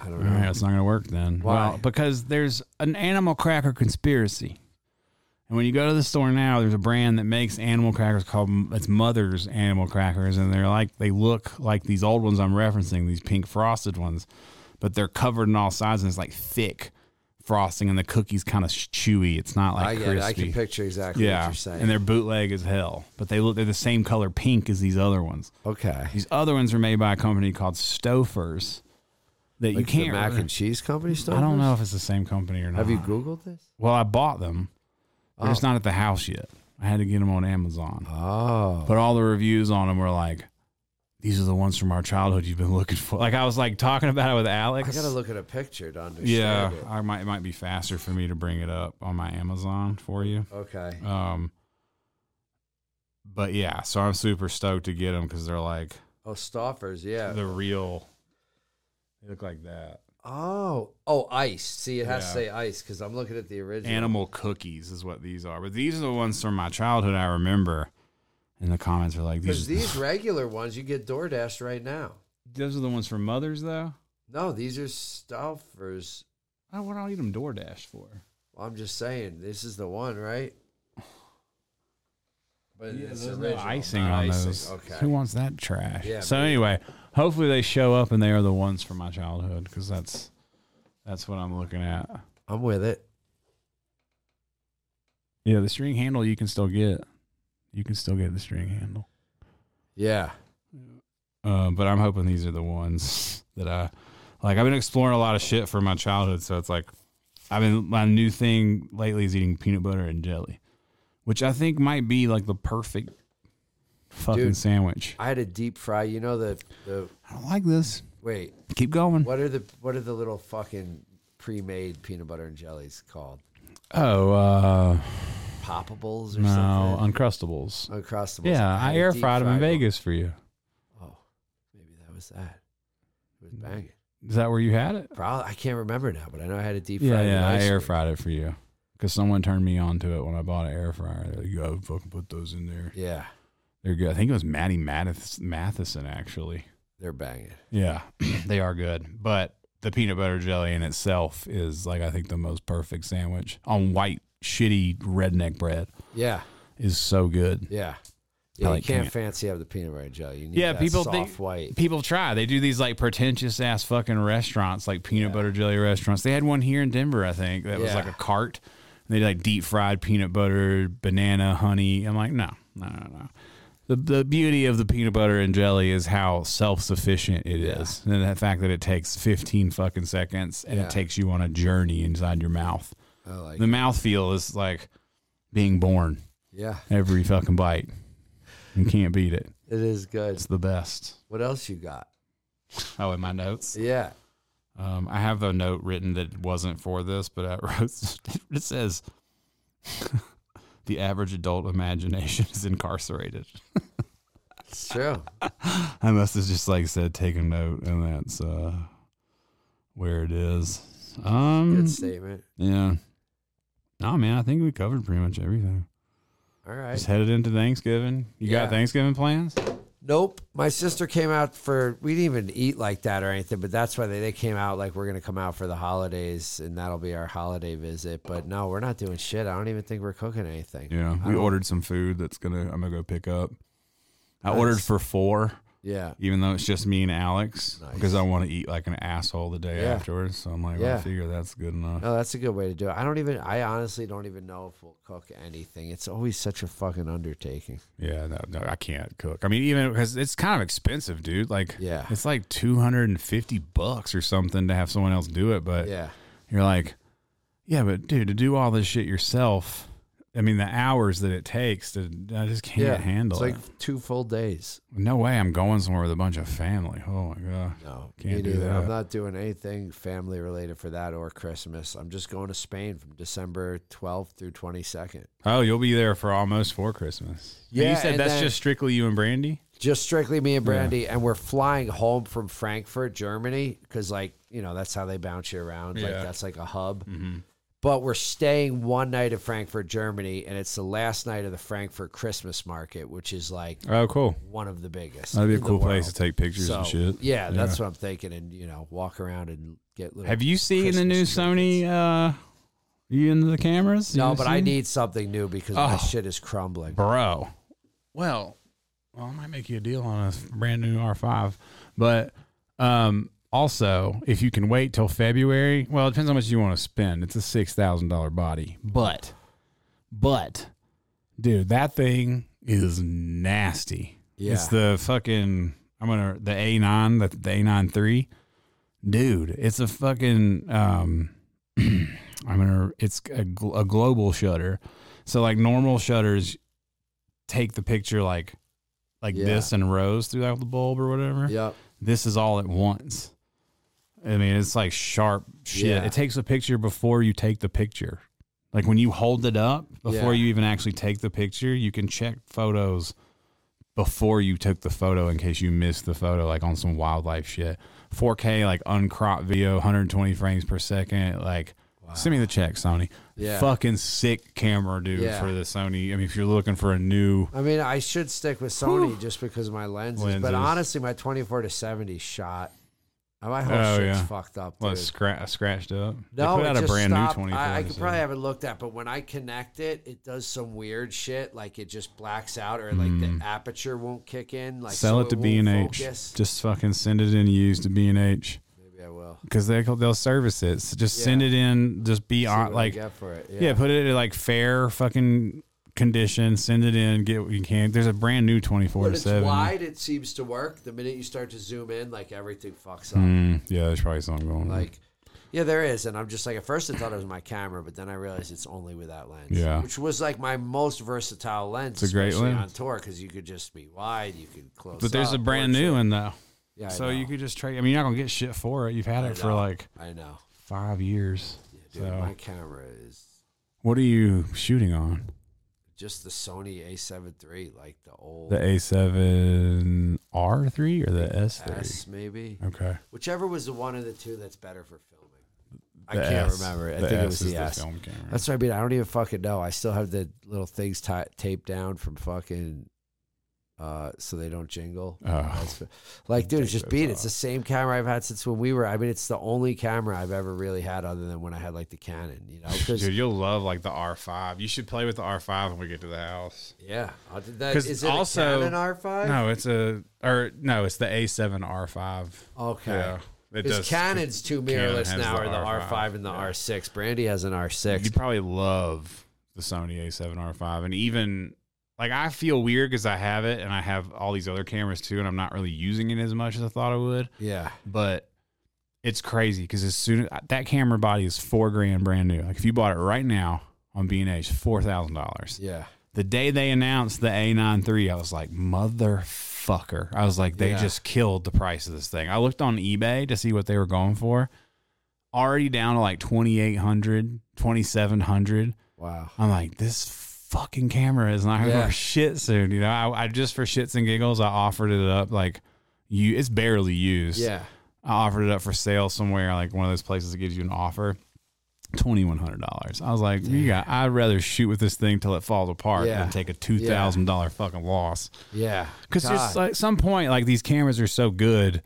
Speaker 2: I don't
Speaker 3: All
Speaker 2: know.
Speaker 3: [LAUGHS] right, it's not gonna work then.
Speaker 2: Why?
Speaker 3: Well, because there's an animal cracker conspiracy, and when you go to the store now, there's a brand that makes animal crackers called it's Mother's Animal Crackers, and they're like they look like these old ones I'm referencing, these pink frosted ones, but they're covered on all sides and it's like thick frosting and the cookie's kind of chewy. It's not like
Speaker 2: I get
Speaker 3: crispy.
Speaker 2: it. I can picture exactly what
Speaker 3: yeah,
Speaker 2: you're saying.
Speaker 3: and they're bootleg as hell, but they look—they're the same color pink as these other ones.
Speaker 2: okay.
Speaker 3: These other ones are made by a company called Stofers that you
Speaker 2: Like the
Speaker 3: can't.
Speaker 2: mac and cheese company stuff.
Speaker 3: I don't know if it's the same company or not.
Speaker 2: Have you Googled this?
Speaker 3: Well, I bought them. They're just not at the house yet. I had to get them on Amazon.
Speaker 2: Oh,
Speaker 3: But all the reviews on them were like, "These are the ones from our childhood you've been looking for." [LAUGHS] Like I was like talking about it with Alex.
Speaker 2: I gotta look at a picture to understand.
Speaker 3: Yeah,
Speaker 2: it.
Speaker 3: I might it might be faster for me to bring it up on my Amazon for you.
Speaker 2: Okay.
Speaker 3: Um, but yeah, so I'm super stoked to get them because they're like
Speaker 2: Oh, Stoffers. Yeah.
Speaker 3: the real. They look like that.
Speaker 2: Oh, oh, ice. See, it has to
Speaker 3: Yeah.
Speaker 2: say ice because I'm looking at the original.
Speaker 3: Animal cookies is what these are, but these are the ones from my childhood I remember. And the comments are like
Speaker 2: Because
Speaker 3: these.
Speaker 2: these regular ones you get DoorDash right now.
Speaker 3: [LAUGHS] those are the ones from mothers though.
Speaker 2: No, these are Stoffers.
Speaker 3: I what do I eat them DoorDash for?
Speaker 2: I'm just saying, this is the one, right? But
Speaker 3: Yeah,
Speaker 2: it's
Speaker 3: there's no
Speaker 2: original,
Speaker 3: icing
Speaker 2: not
Speaker 3: on
Speaker 2: icing.
Speaker 3: those. Who
Speaker 2: Okay.
Speaker 3: wants that trash?
Speaker 2: Yeah,
Speaker 3: so anyway, hopefully they show up and they are the ones from my childhood because that's that's what I'm looking at.
Speaker 2: I'm with it.
Speaker 3: Yeah, the string handle you can still get. You can still get the string handle.
Speaker 2: Yeah.
Speaker 3: Uh, but I'm hoping these are the ones that I like. I've been exploring a lot of shit from my childhood, so it's like I've been my new thing lately is eating peanut butter and jelly, which I think might be like the perfect fucking
Speaker 2: Dude.
Speaker 3: sandwich.
Speaker 2: I had a deep fry. You know the the
Speaker 3: I don't like this.
Speaker 2: wait.
Speaker 3: Keep going.
Speaker 2: What are the what are the little fucking pre-made peanut butter and jellies called?
Speaker 3: Oh, uh,
Speaker 2: Poppables or
Speaker 3: no,
Speaker 2: something?
Speaker 3: Uncrustables.
Speaker 2: Uncrustables.
Speaker 3: Yeah, I
Speaker 2: had a
Speaker 3: air
Speaker 2: deep
Speaker 3: fried them in
Speaker 2: fried one.
Speaker 3: Vegas for you.
Speaker 2: Oh, maybe that was that. It was banging.
Speaker 3: Is that where you had it?
Speaker 2: Probably I can't remember now, but I know I had a deep fry.
Speaker 3: Yeah, yeah, I
Speaker 2: ice
Speaker 3: air
Speaker 2: cream.
Speaker 3: fried it for you because someone turned me on to it when I bought an air fryer. They're like, "You gotta fucking put those in there.
Speaker 2: Yeah,
Speaker 3: They're good." I think it was Maddie Mathis, Matheson actually.
Speaker 2: they're banging.
Speaker 3: Yeah, [CLEARS THROAT] they are good, but the peanut butter jelly in itself is like I think the most perfect sandwich on white shitty redneck bread
Speaker 2: Yeah,
Speaker 3: is so good.
Speaker 2: yeah. Yeah,
Speaker 3: like
Speaker 2: you can't
Speaker 3: peanut-
Speaker 2: fancy have the peanut butter jelly. You need
Speaker 3: Yeah,
Speaker 2: that
Speaker 3: people
Speaker 2: soft
Speaker 3: think-
Speaker 2: white.
Speaker 3: people try. They do these like pretentious ass fucking restaurants, like peanut butter jelly restaurants. They had one here in Denver, I think, that was
Speaker 2: Yeah.
Speaker 3: like a cart. And they like deep fried peanut butter, banana, honey. I'm like, no, no, no, no. The, the beauty of the peanut butter and jelly is how self sufficient it is, and the fact that it takes 15 fucking seconds and
Speaker 2: Yeah.
Speaker 3: it takes you on a journey inside your mouth.
Speaker 2: I like.
Speaker 3: The mouthfeel is like being born
Speaker 2: Yeah,
Speaker 3: every fucking bite. You can't beat it.
Speaker 2: it is good.
Speaker 3: It's the best.
Speaker 2: What else you got?
Speaker 3: Oh, in my notes.
Speaker 2: Yeah.
Speaker 3: Um, I have a note written that wasn't for this, but I [LAUGHS] wrote it says [LAUGHS] the average adult imagination is incarcerated.
Speaker 2: It's true.
Speaker 3: I must have just like said take a note, and that's uh, where it is. Um,
Speaker 2: Good statement.
Speaker 3: yeah. No, man, I think we covered pretty much everything.
Speaker 2: All right.
Speaker 3: Just headed into Thanksgiving. You
Speaker 2: Yeah.
Speaker 3: got Thanksgiving plans?
Speaker 2: Nope. My sister came out for we didn't even eat like that or anything, but that's why they, they came out like we're gonna come out for the holidays and that'll be our holiday visit. But no, we're not doing shit. I don't even think we're cooking anything.
Speaker 1: Yeah,
Speaker 2: I
Speaker 1: we
Speaker 2: don't-
Speaker 1: ordered some food that's gonna I'm gonna go pick up. I ordered
Speaker 2: Nice.
Speaker 1: for four,
Speaker 2: Yeah.
Speaker 1: even though it's just me and Alex,
Speaker 2: Nice.
Speaker 1: because I want to eat like an asshole the day
Speaker 2: Yeah.
Speaker 1: afterwards. So I'm like, well,
Speaker 2: Yeah.
Speaker 1: I figure that's good enough.
Speaker 2: No, that's a good way to do it. I don't even I honestly don't even know if we'll cook anything. It's always such a fucking undertaking.
Speaker 1: Yeah, no, no, I can't cook. I mean, even because it's kind of expensive, dude. Like,
Speaker 2: Yeah.
Speaker 1: it's like two hundred and fifty bucks or something to have someone else do it. But
Speaker 2: Yeah.
Speaker 1: you're like, yeah, but dude, to do all this shit yourself, I mean, the hours that it takes to, I just can't
Speaker 2: yeah.
Speaker 1: handle
Speaker 2: it's
Speaker 1: it.
Speaker 2: like two full days.
Speaker 1: no way, I'm going somewhere with a bunch of family. Oh my god.
Speaker 2: No.
Speaker 1: Can't
Speaker 2: me
Speaker 1: do
Speaker 2: neither. I'm
Speaker 1: that.
Speaker 2: not doing anything family related for that or Christmas. I'm just going to Spain from December twelfth through twenty second.
Speaker 1: Oh, you'll be there for almost for Christmas. And
Speaker 2: Yeah,
Speaker 1: you said
Speaker 2: and
Speaker 1: that's
Speaker 2: then-
Speaker 1: just strictly you and Brandy.
Speaker 2: just strictly me and Brandy, and we're flying home from Frankfurt, Germany, because like you know that's how they bounce you around. Like
Speaker 1: Yeah. Mm-hmm.
Speaker 2: that's like a hub. But we're staying one night at Frankfurt, Germany, and it's the last night of the Frankfurt Christmas market, which is like
Speaker 1: Oh, cool.
Speaker 2: one of the biggest.
Speaker 1: That'd be a
Speaker 2: in the
Speaker 1: cool place to
Speaker 2: world.
Speaker 1: take pictures
Speaker 2: So
Speaker 1: and shit.
Speaker 2: yeah, that's what I'm thinking, and you know, walk around and get little.
Speaker 3: Have you seen the new
Speaker 2: Christmas
Speaker 3: Sony? Uh, you into the cameras? You
Speaker 2: No,
Speaker 3: ever
Speaker 2: but I
Speaker 3: seen?
Speaker 2: need something new because my
Speaker 3: Oh.
Speaker 2: shit is crumbling.
Speaker 3: bro. Well, well, I might make you a deal on a brand new R5, but um, Also, if you can wait till February, well, it depends how much you want to spend. It's a six thousand dollar body, but, but, dude, that thing is nasty.
Speaker 2: Yeah.
Speaker 3: It's the fucking I'm gonna the A nine the the A nine three, dude. It's a fucking um, [CLEARS THROAT] I'm gonna it's a, gl- a global shutter. So like normal shutters take the picture like like
Speaker 2: Yeah.
Speaker 3: this in rows throughout the bulb or whatever
Speaker 2: Yep.
Speaker 3: this is all at once. I mean, it's like sharp shit.
Speaker 2: Yeah.
Speaker 3: It takes a picture before you take the picture. Like when you hold it up before
Speaker 2: Yeah.
Speaker 3: you even actually take the picture, you can check photos before you took the photo in case you missed the photo, like on some wildlife shit. 4K, like uncropped video, 120 frames per second. Like, send me the check, Sony.
Speaker 2: Yeah.
Speaker 3: Fucking sick camera, dude,
Speaker 2: Yeah.
Speaker 3: for the Sony. I mean, if you're looking for a new.
Speaker 2: I mean, I should stick with Sony just because of my lenses,
Speaker 3: Lenses.
Speaker 2: But honestly, my 24 to 70 shot. My whole
Speaker 3: Oh,
Speaker 2: shit's
Speaker 3: yeah.
Speaker 2: fucked up, dude.
Speaker 3: Well, scra- scratched up.
Speaker 2: no,
Speaker 3: they put
Speaker 2: it
Speaker 3: out a
Speaker 2: just
Speaker 3: brand
Speaker 2: stopped.
Speaker 3: new 24.
Speaker 2: I, I could
Speaker 3: so-
Speaker 2: probably haven't looked at, but when I connect it, it does some weird shit. Like it just blacks out, or like the aperture won't kick in. Like
Speaker 3: Mm. Sell
Speaker 2: so
Speaker 3: it to
Speaker 2: won't
Speaker 3: B and H.
Speaker 2: focus.
Speaker 3: Just fucking send it in used to B and H
Speaker 2: Maybe I will.
Speaker 3: because they they'll service it. So just send
Speaker 2: Yeah.
Speaker 3: it in. Just be
Speaker 2: See what I
Speaker 3: on like yeah.
Speaker 2: get for it. Yeah.
Speaker 3: put it in like fair fucking condition. Send it in. Get what you can. There's a brand new twenty four
Speaker 2: when
Speaker 3: to
Speaker 2: it's
Speaker 3: seven.
Speaker 2: wide, it seems to work. The minute you start to zoom in, like everything fucks up.
Speaker 3: Mm, yeah, there's probably something going on.
Speaker 2: Like, Mm-hmm. yeah, there is. And I'm just like, at first I thought it was my camera, but then I realized it's only with that lens.
Speaker 3: Yeah.
Speaker 2: Which was like my most versatile lens.
Speaker 3: It's a great
Speaker 2: especially
Speaker 3: lens.
Speaker 2: on tour because you could just be wide, you could close.
Speaker 3: but there's
Speaker 2: up,
Speaker 3: a brand
Speaker 2: portrait.
Speaker 3: new one though.
Speaker 2: Yeah, I
Speaker 3: so
Speaker 2: know.
Speaker 3: you could just trade. I mean, you're not gonna get shit for it. You've had it for
Speaker 2: know.
Speaker 3: like
Speaker 2: I know.
Speaker 3: five years.
Speaker 2: Dude,
Speaker 3: So-
Speaker 2: my camera is
Speaker 3: What are you shooting on?
Speaker 2: just the Sony A7 III, like the old
Speaker 3: The A7R three or the S3?
Speaker 2: S maybe,
Speaker 3: Okay.
Speaker 2: whichever was the one of the two that's better for filming. I
Speaker 3: The
Speaker 2: can't
Speaker 3: S.
Speaker 2: remember. it. I
Speaker 3: The
Speaker 2: think it
Speaker 3: S
Speaker 2: was
Speaker 3: is
Speaker 2: the S.
Speaker 3: film camera.
Speaker 2: That's what I mean. I don't even fucking know. I still have the little things ti taped down from fucking, uh, so they don't jingle.
Speaker 3: Oh.
Speaker 2: That's- Like, dude, it's just
Speaker 3: those
Speaker 2: beat. it.
Speaker 3: off.
Speaker 2: It's the same camera I've had since when we were. I mean, it's the only camera I've ever really had, other than when I had like the Canon. You know, 'Cause-
Speaker 3: [LAUGHS] Dude, you'll love like the R5. You should play with the R5 when we get to the house.
Speaker 2: yeah, I'll do that.
Speaker 3: 'Cause
Speaker 2: Is it
Speaker 3: also-
Speaker 2: a Canon R5?
Speaker 3: No, it's a or no, it's the A7 R5.
Speaker 2: Okay.
Speaker 3: Yeah, it
Speaker 2: Because Canon's two mirrorless
Speaker 3: has
Speaker 2: now
Speaker 3: the
Speaker 2: are the
Speaker 3: R5,
Speaker 2: R5, and the
Speaker 3: yeah.
Speaker 2: R6. Brandy has an R6.
Speaker 3: You probably love the Sony A7 R5, and even like I feel weird because I have it and I have all these other cameras too, and I'm not really using it as much as I thought I would.
Speaker 2: yeah.
Speaker 3: But it's crazy because as soon uh, that camera body is four grand brand new. Like if you bought it right now on B and H, four thousand dollars.
Speaker 2: Yeah.
Speaker 3: the day they announced the A93, I was like, motherfucker. I was like, they
Speaker 2: Yeah.
Speaker 3: just killed the price of this thing. I looked on eBay to see what they were going for. Already down to like 2800 2700
Speaker 2: Wow.
Speaker 3: I'm like, this fucking camera is not going
Speaker 2: Yeah.
Speaker 3: to shit soon. You know, I, I just for shits and giggles, I offered it up like, you, it's barely used.
Speaker 2: Yeah.
Speaker 3: I offered it up for sale somewhere, like one of those places that gives you an offer. Twenty one hundred dollars. I was like, you got, I'd rather shoot with this thing till it falls apart
Speaker 2: Yeah.
Speaker 3: than take a two thousand thousand dollar fucking loss.
Speaker 2: Yeah.
Speaker 3: Because
Speaker 2: God.
Speaker 3: just like some point, like these cameras are so good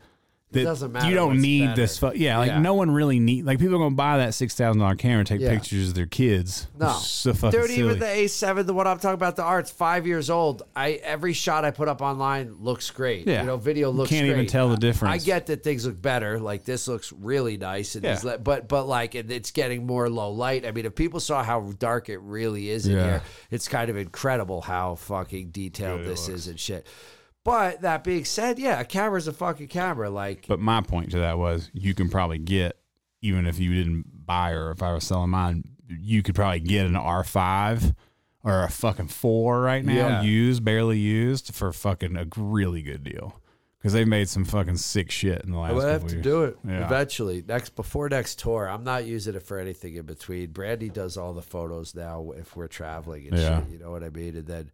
Speaker 3: that
Speaker 2: doesn't matter
Speaker 3: you don't
Speaker 2: what's
Speaker 3: need this.
Speaker 2: better.
Speaker 3: Fu- yeah, like
Speaker 2: Yeah.
Speaker 3: no one really need. Like people are gonna buy that six thousand dollar camera, and take
Speaker 2: Yeah.
Speaker 3: pictures of their kids.
Speaker 2: No.
Speaker 3: It's [LAUGHS] so fucking
Speaker 2: Dude,
Speaker 3: silly.
Speaker 2: even the A7, the one I'm talking about, the art's five years old. I every shot I put up online looks great.
Speaker 3: Yeah.
Speaker 2: you know, video
Speaker 3: You
Speaker 2: looks.
Speaker 3: can't even
Speaker 2: great.
Speaker 3: tell the difference.
Speaker 2: I get that things look better. Like this looks really nice, and
Speaker 3: Yeah.
Speaker 2: these le- but but like and it's getting more low light. I mean, if people saw how dark it really is in
Speaker 3: Yeah.
Speaker 2: here, it's kind of incredible how fucking detailed this is and shit. But that being said, yeah, a camera's a fucking camera. Like,
Speaker 3: But my point to that was you can probably get, even if you didn't buy or if I was selling mine, you could probably get an R5 or a fucking four right now,
Speaker 2: Yeah.
Speaker 3: used, barely used, for fucking a really good deal. Because they've made some fucking sick shit in the last
Speaker 2: I would
Speaker 3: couple
Speaker 2: have to
Speaker 3: years.
Speaker 2: do it
Speaker 3: Yeah.
Speaker 2: eventually. Next before next tour, I'm not using it for anything in between. Brandy does all the photos now if we're traveling and
Speaker 3: Yeah.
Speaker 2: shit. You know what I mean? And then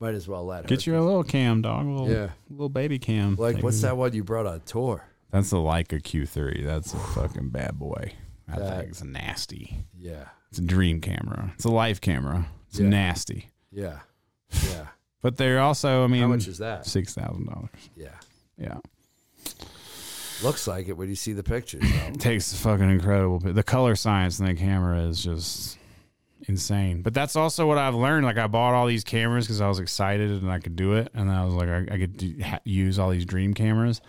Speaker 2: might as well let her.
Speaker 3: Get you a little cam, dog. A little,
Speaker 2: Yeah.
Speaker 3: little baby cam.
Speaker 2: like
Speaker 3: thing.
Speaker 2: what's that one you brought on tour?
Speaker 3: That's a Leica Q3. That's a fucking bad boy. I
Speaker 2: That-
Speaker 3: think it's nasty.
Speaker 2: Yeah,
Speaker 3: It's a dream camera. It's a life camera. It's
Speaker 2: Yeah.
Speaker 3: nasty.
Speaker 2: yeah, yeah.
Speaker 3: But they're also, I mean,
Speaker 2: How much is that?
Speaker 3: six thousand dollars.
Speaker 2: Yeah,
Speaker 3: Yeah.
Speaker 2: looks like it when you see the pictures.
Speaker 3: [LAUGHS]
Speaker 2: though.
Speaker 3: takes fucking incredible. pi- The color science in the camera is just insane. But that's also what I've learned. Like I bought all these cameras because I was excited and I could do it, and I was like, I, I could do, ha- use all these dream cameras.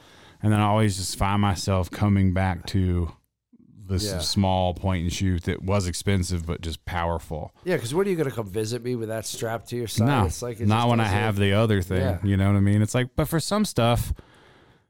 Speaker 3: and then I always just find myself coming back to this
Speaker 2: Yeah.
Speaker 3: small point and shoot that was expensive but just powerful.
Speaker 2: Yeah, because what are you going to come visit me with that strapped to your side?
Speaker 3: no,
Speaker 2: it's like it
Speaker 3: not
Speaker 2: just
Speaker 3: when I
Speaker 2: doesn't-
Speaker 3: have the other thing.
Speaker 2: Yeah.
Speaker 3: You know what I mean? It's like, but for some stuff,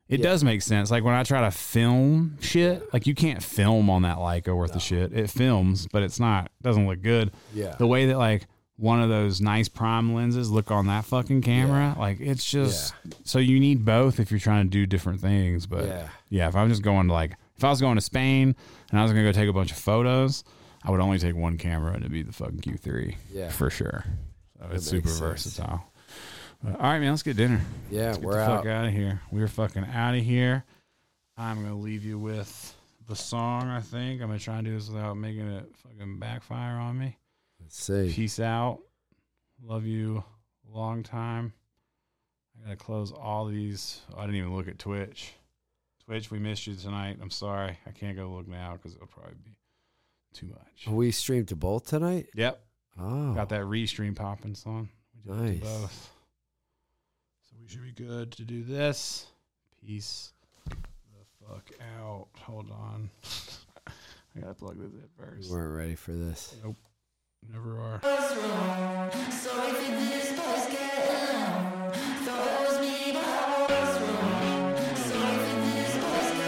Speaker 3: it
Speaker 2: Yeah.
Speaker 3: does make sense. Like when I try to film shit, like you can't film on that Leica worth of shit. It films, but it's not doesn't look good.
Speaker 2: Yeah.
Speaker 3: The way that like one of those nice prime lenses look on that fucking camera, like it's just so you need both if you're trying to do different things. But
Speaker 2: Yeah.
Speaker 3: yeah, if I'm just going to like if I was going to Spain and I was gonna go take a bunch of photos, I would only take one camera and it'd be the fucking Q3.
Speaker 2: Yeah.
Speaker 3: For sure. So
Speaker 2: makes
Speaker 3: it's super
Speaker 2: sense.
Speaker 3: versatile. But, all right, man, let's get dinner.
Speaker 2: Yeah,
Speaker 3: Let's get
Speaker 2: we're
Speaker 3: the
Speaker 2: out.
Speaker 3: fuck out of here. We're fucking out of here. I'm gonna leave you with the song. I think I'm gonna try and do this without making it fucking backfire on me.
Speaker 2: Let's see.
Speaker 3: Peace out. Love you. Long time. I gotta close all these. Oh, I didn't even look at Twitch. Twitch, we missed you tonight. I'm sorry. I can't go look now because it'll probably be too much.
Speaker 2: We streamed to both tonight.
Speaker 3: Yep,
Speaker 2: Oh,
Speaker 3: got that restream popping, son. We did
Speaker 2: Nice.
Speaker 3: both. So we should be good to do this. Peace the fuck out. Hold on. [LAUGHS] I gotta plug this in
Speaker 2: we
Speaker 3: first.
Speaker 2: weren't ready for this.
Speaker 3: Never are.
Speaker 8: Throws me, but I was wrong. Sorry for this, boys.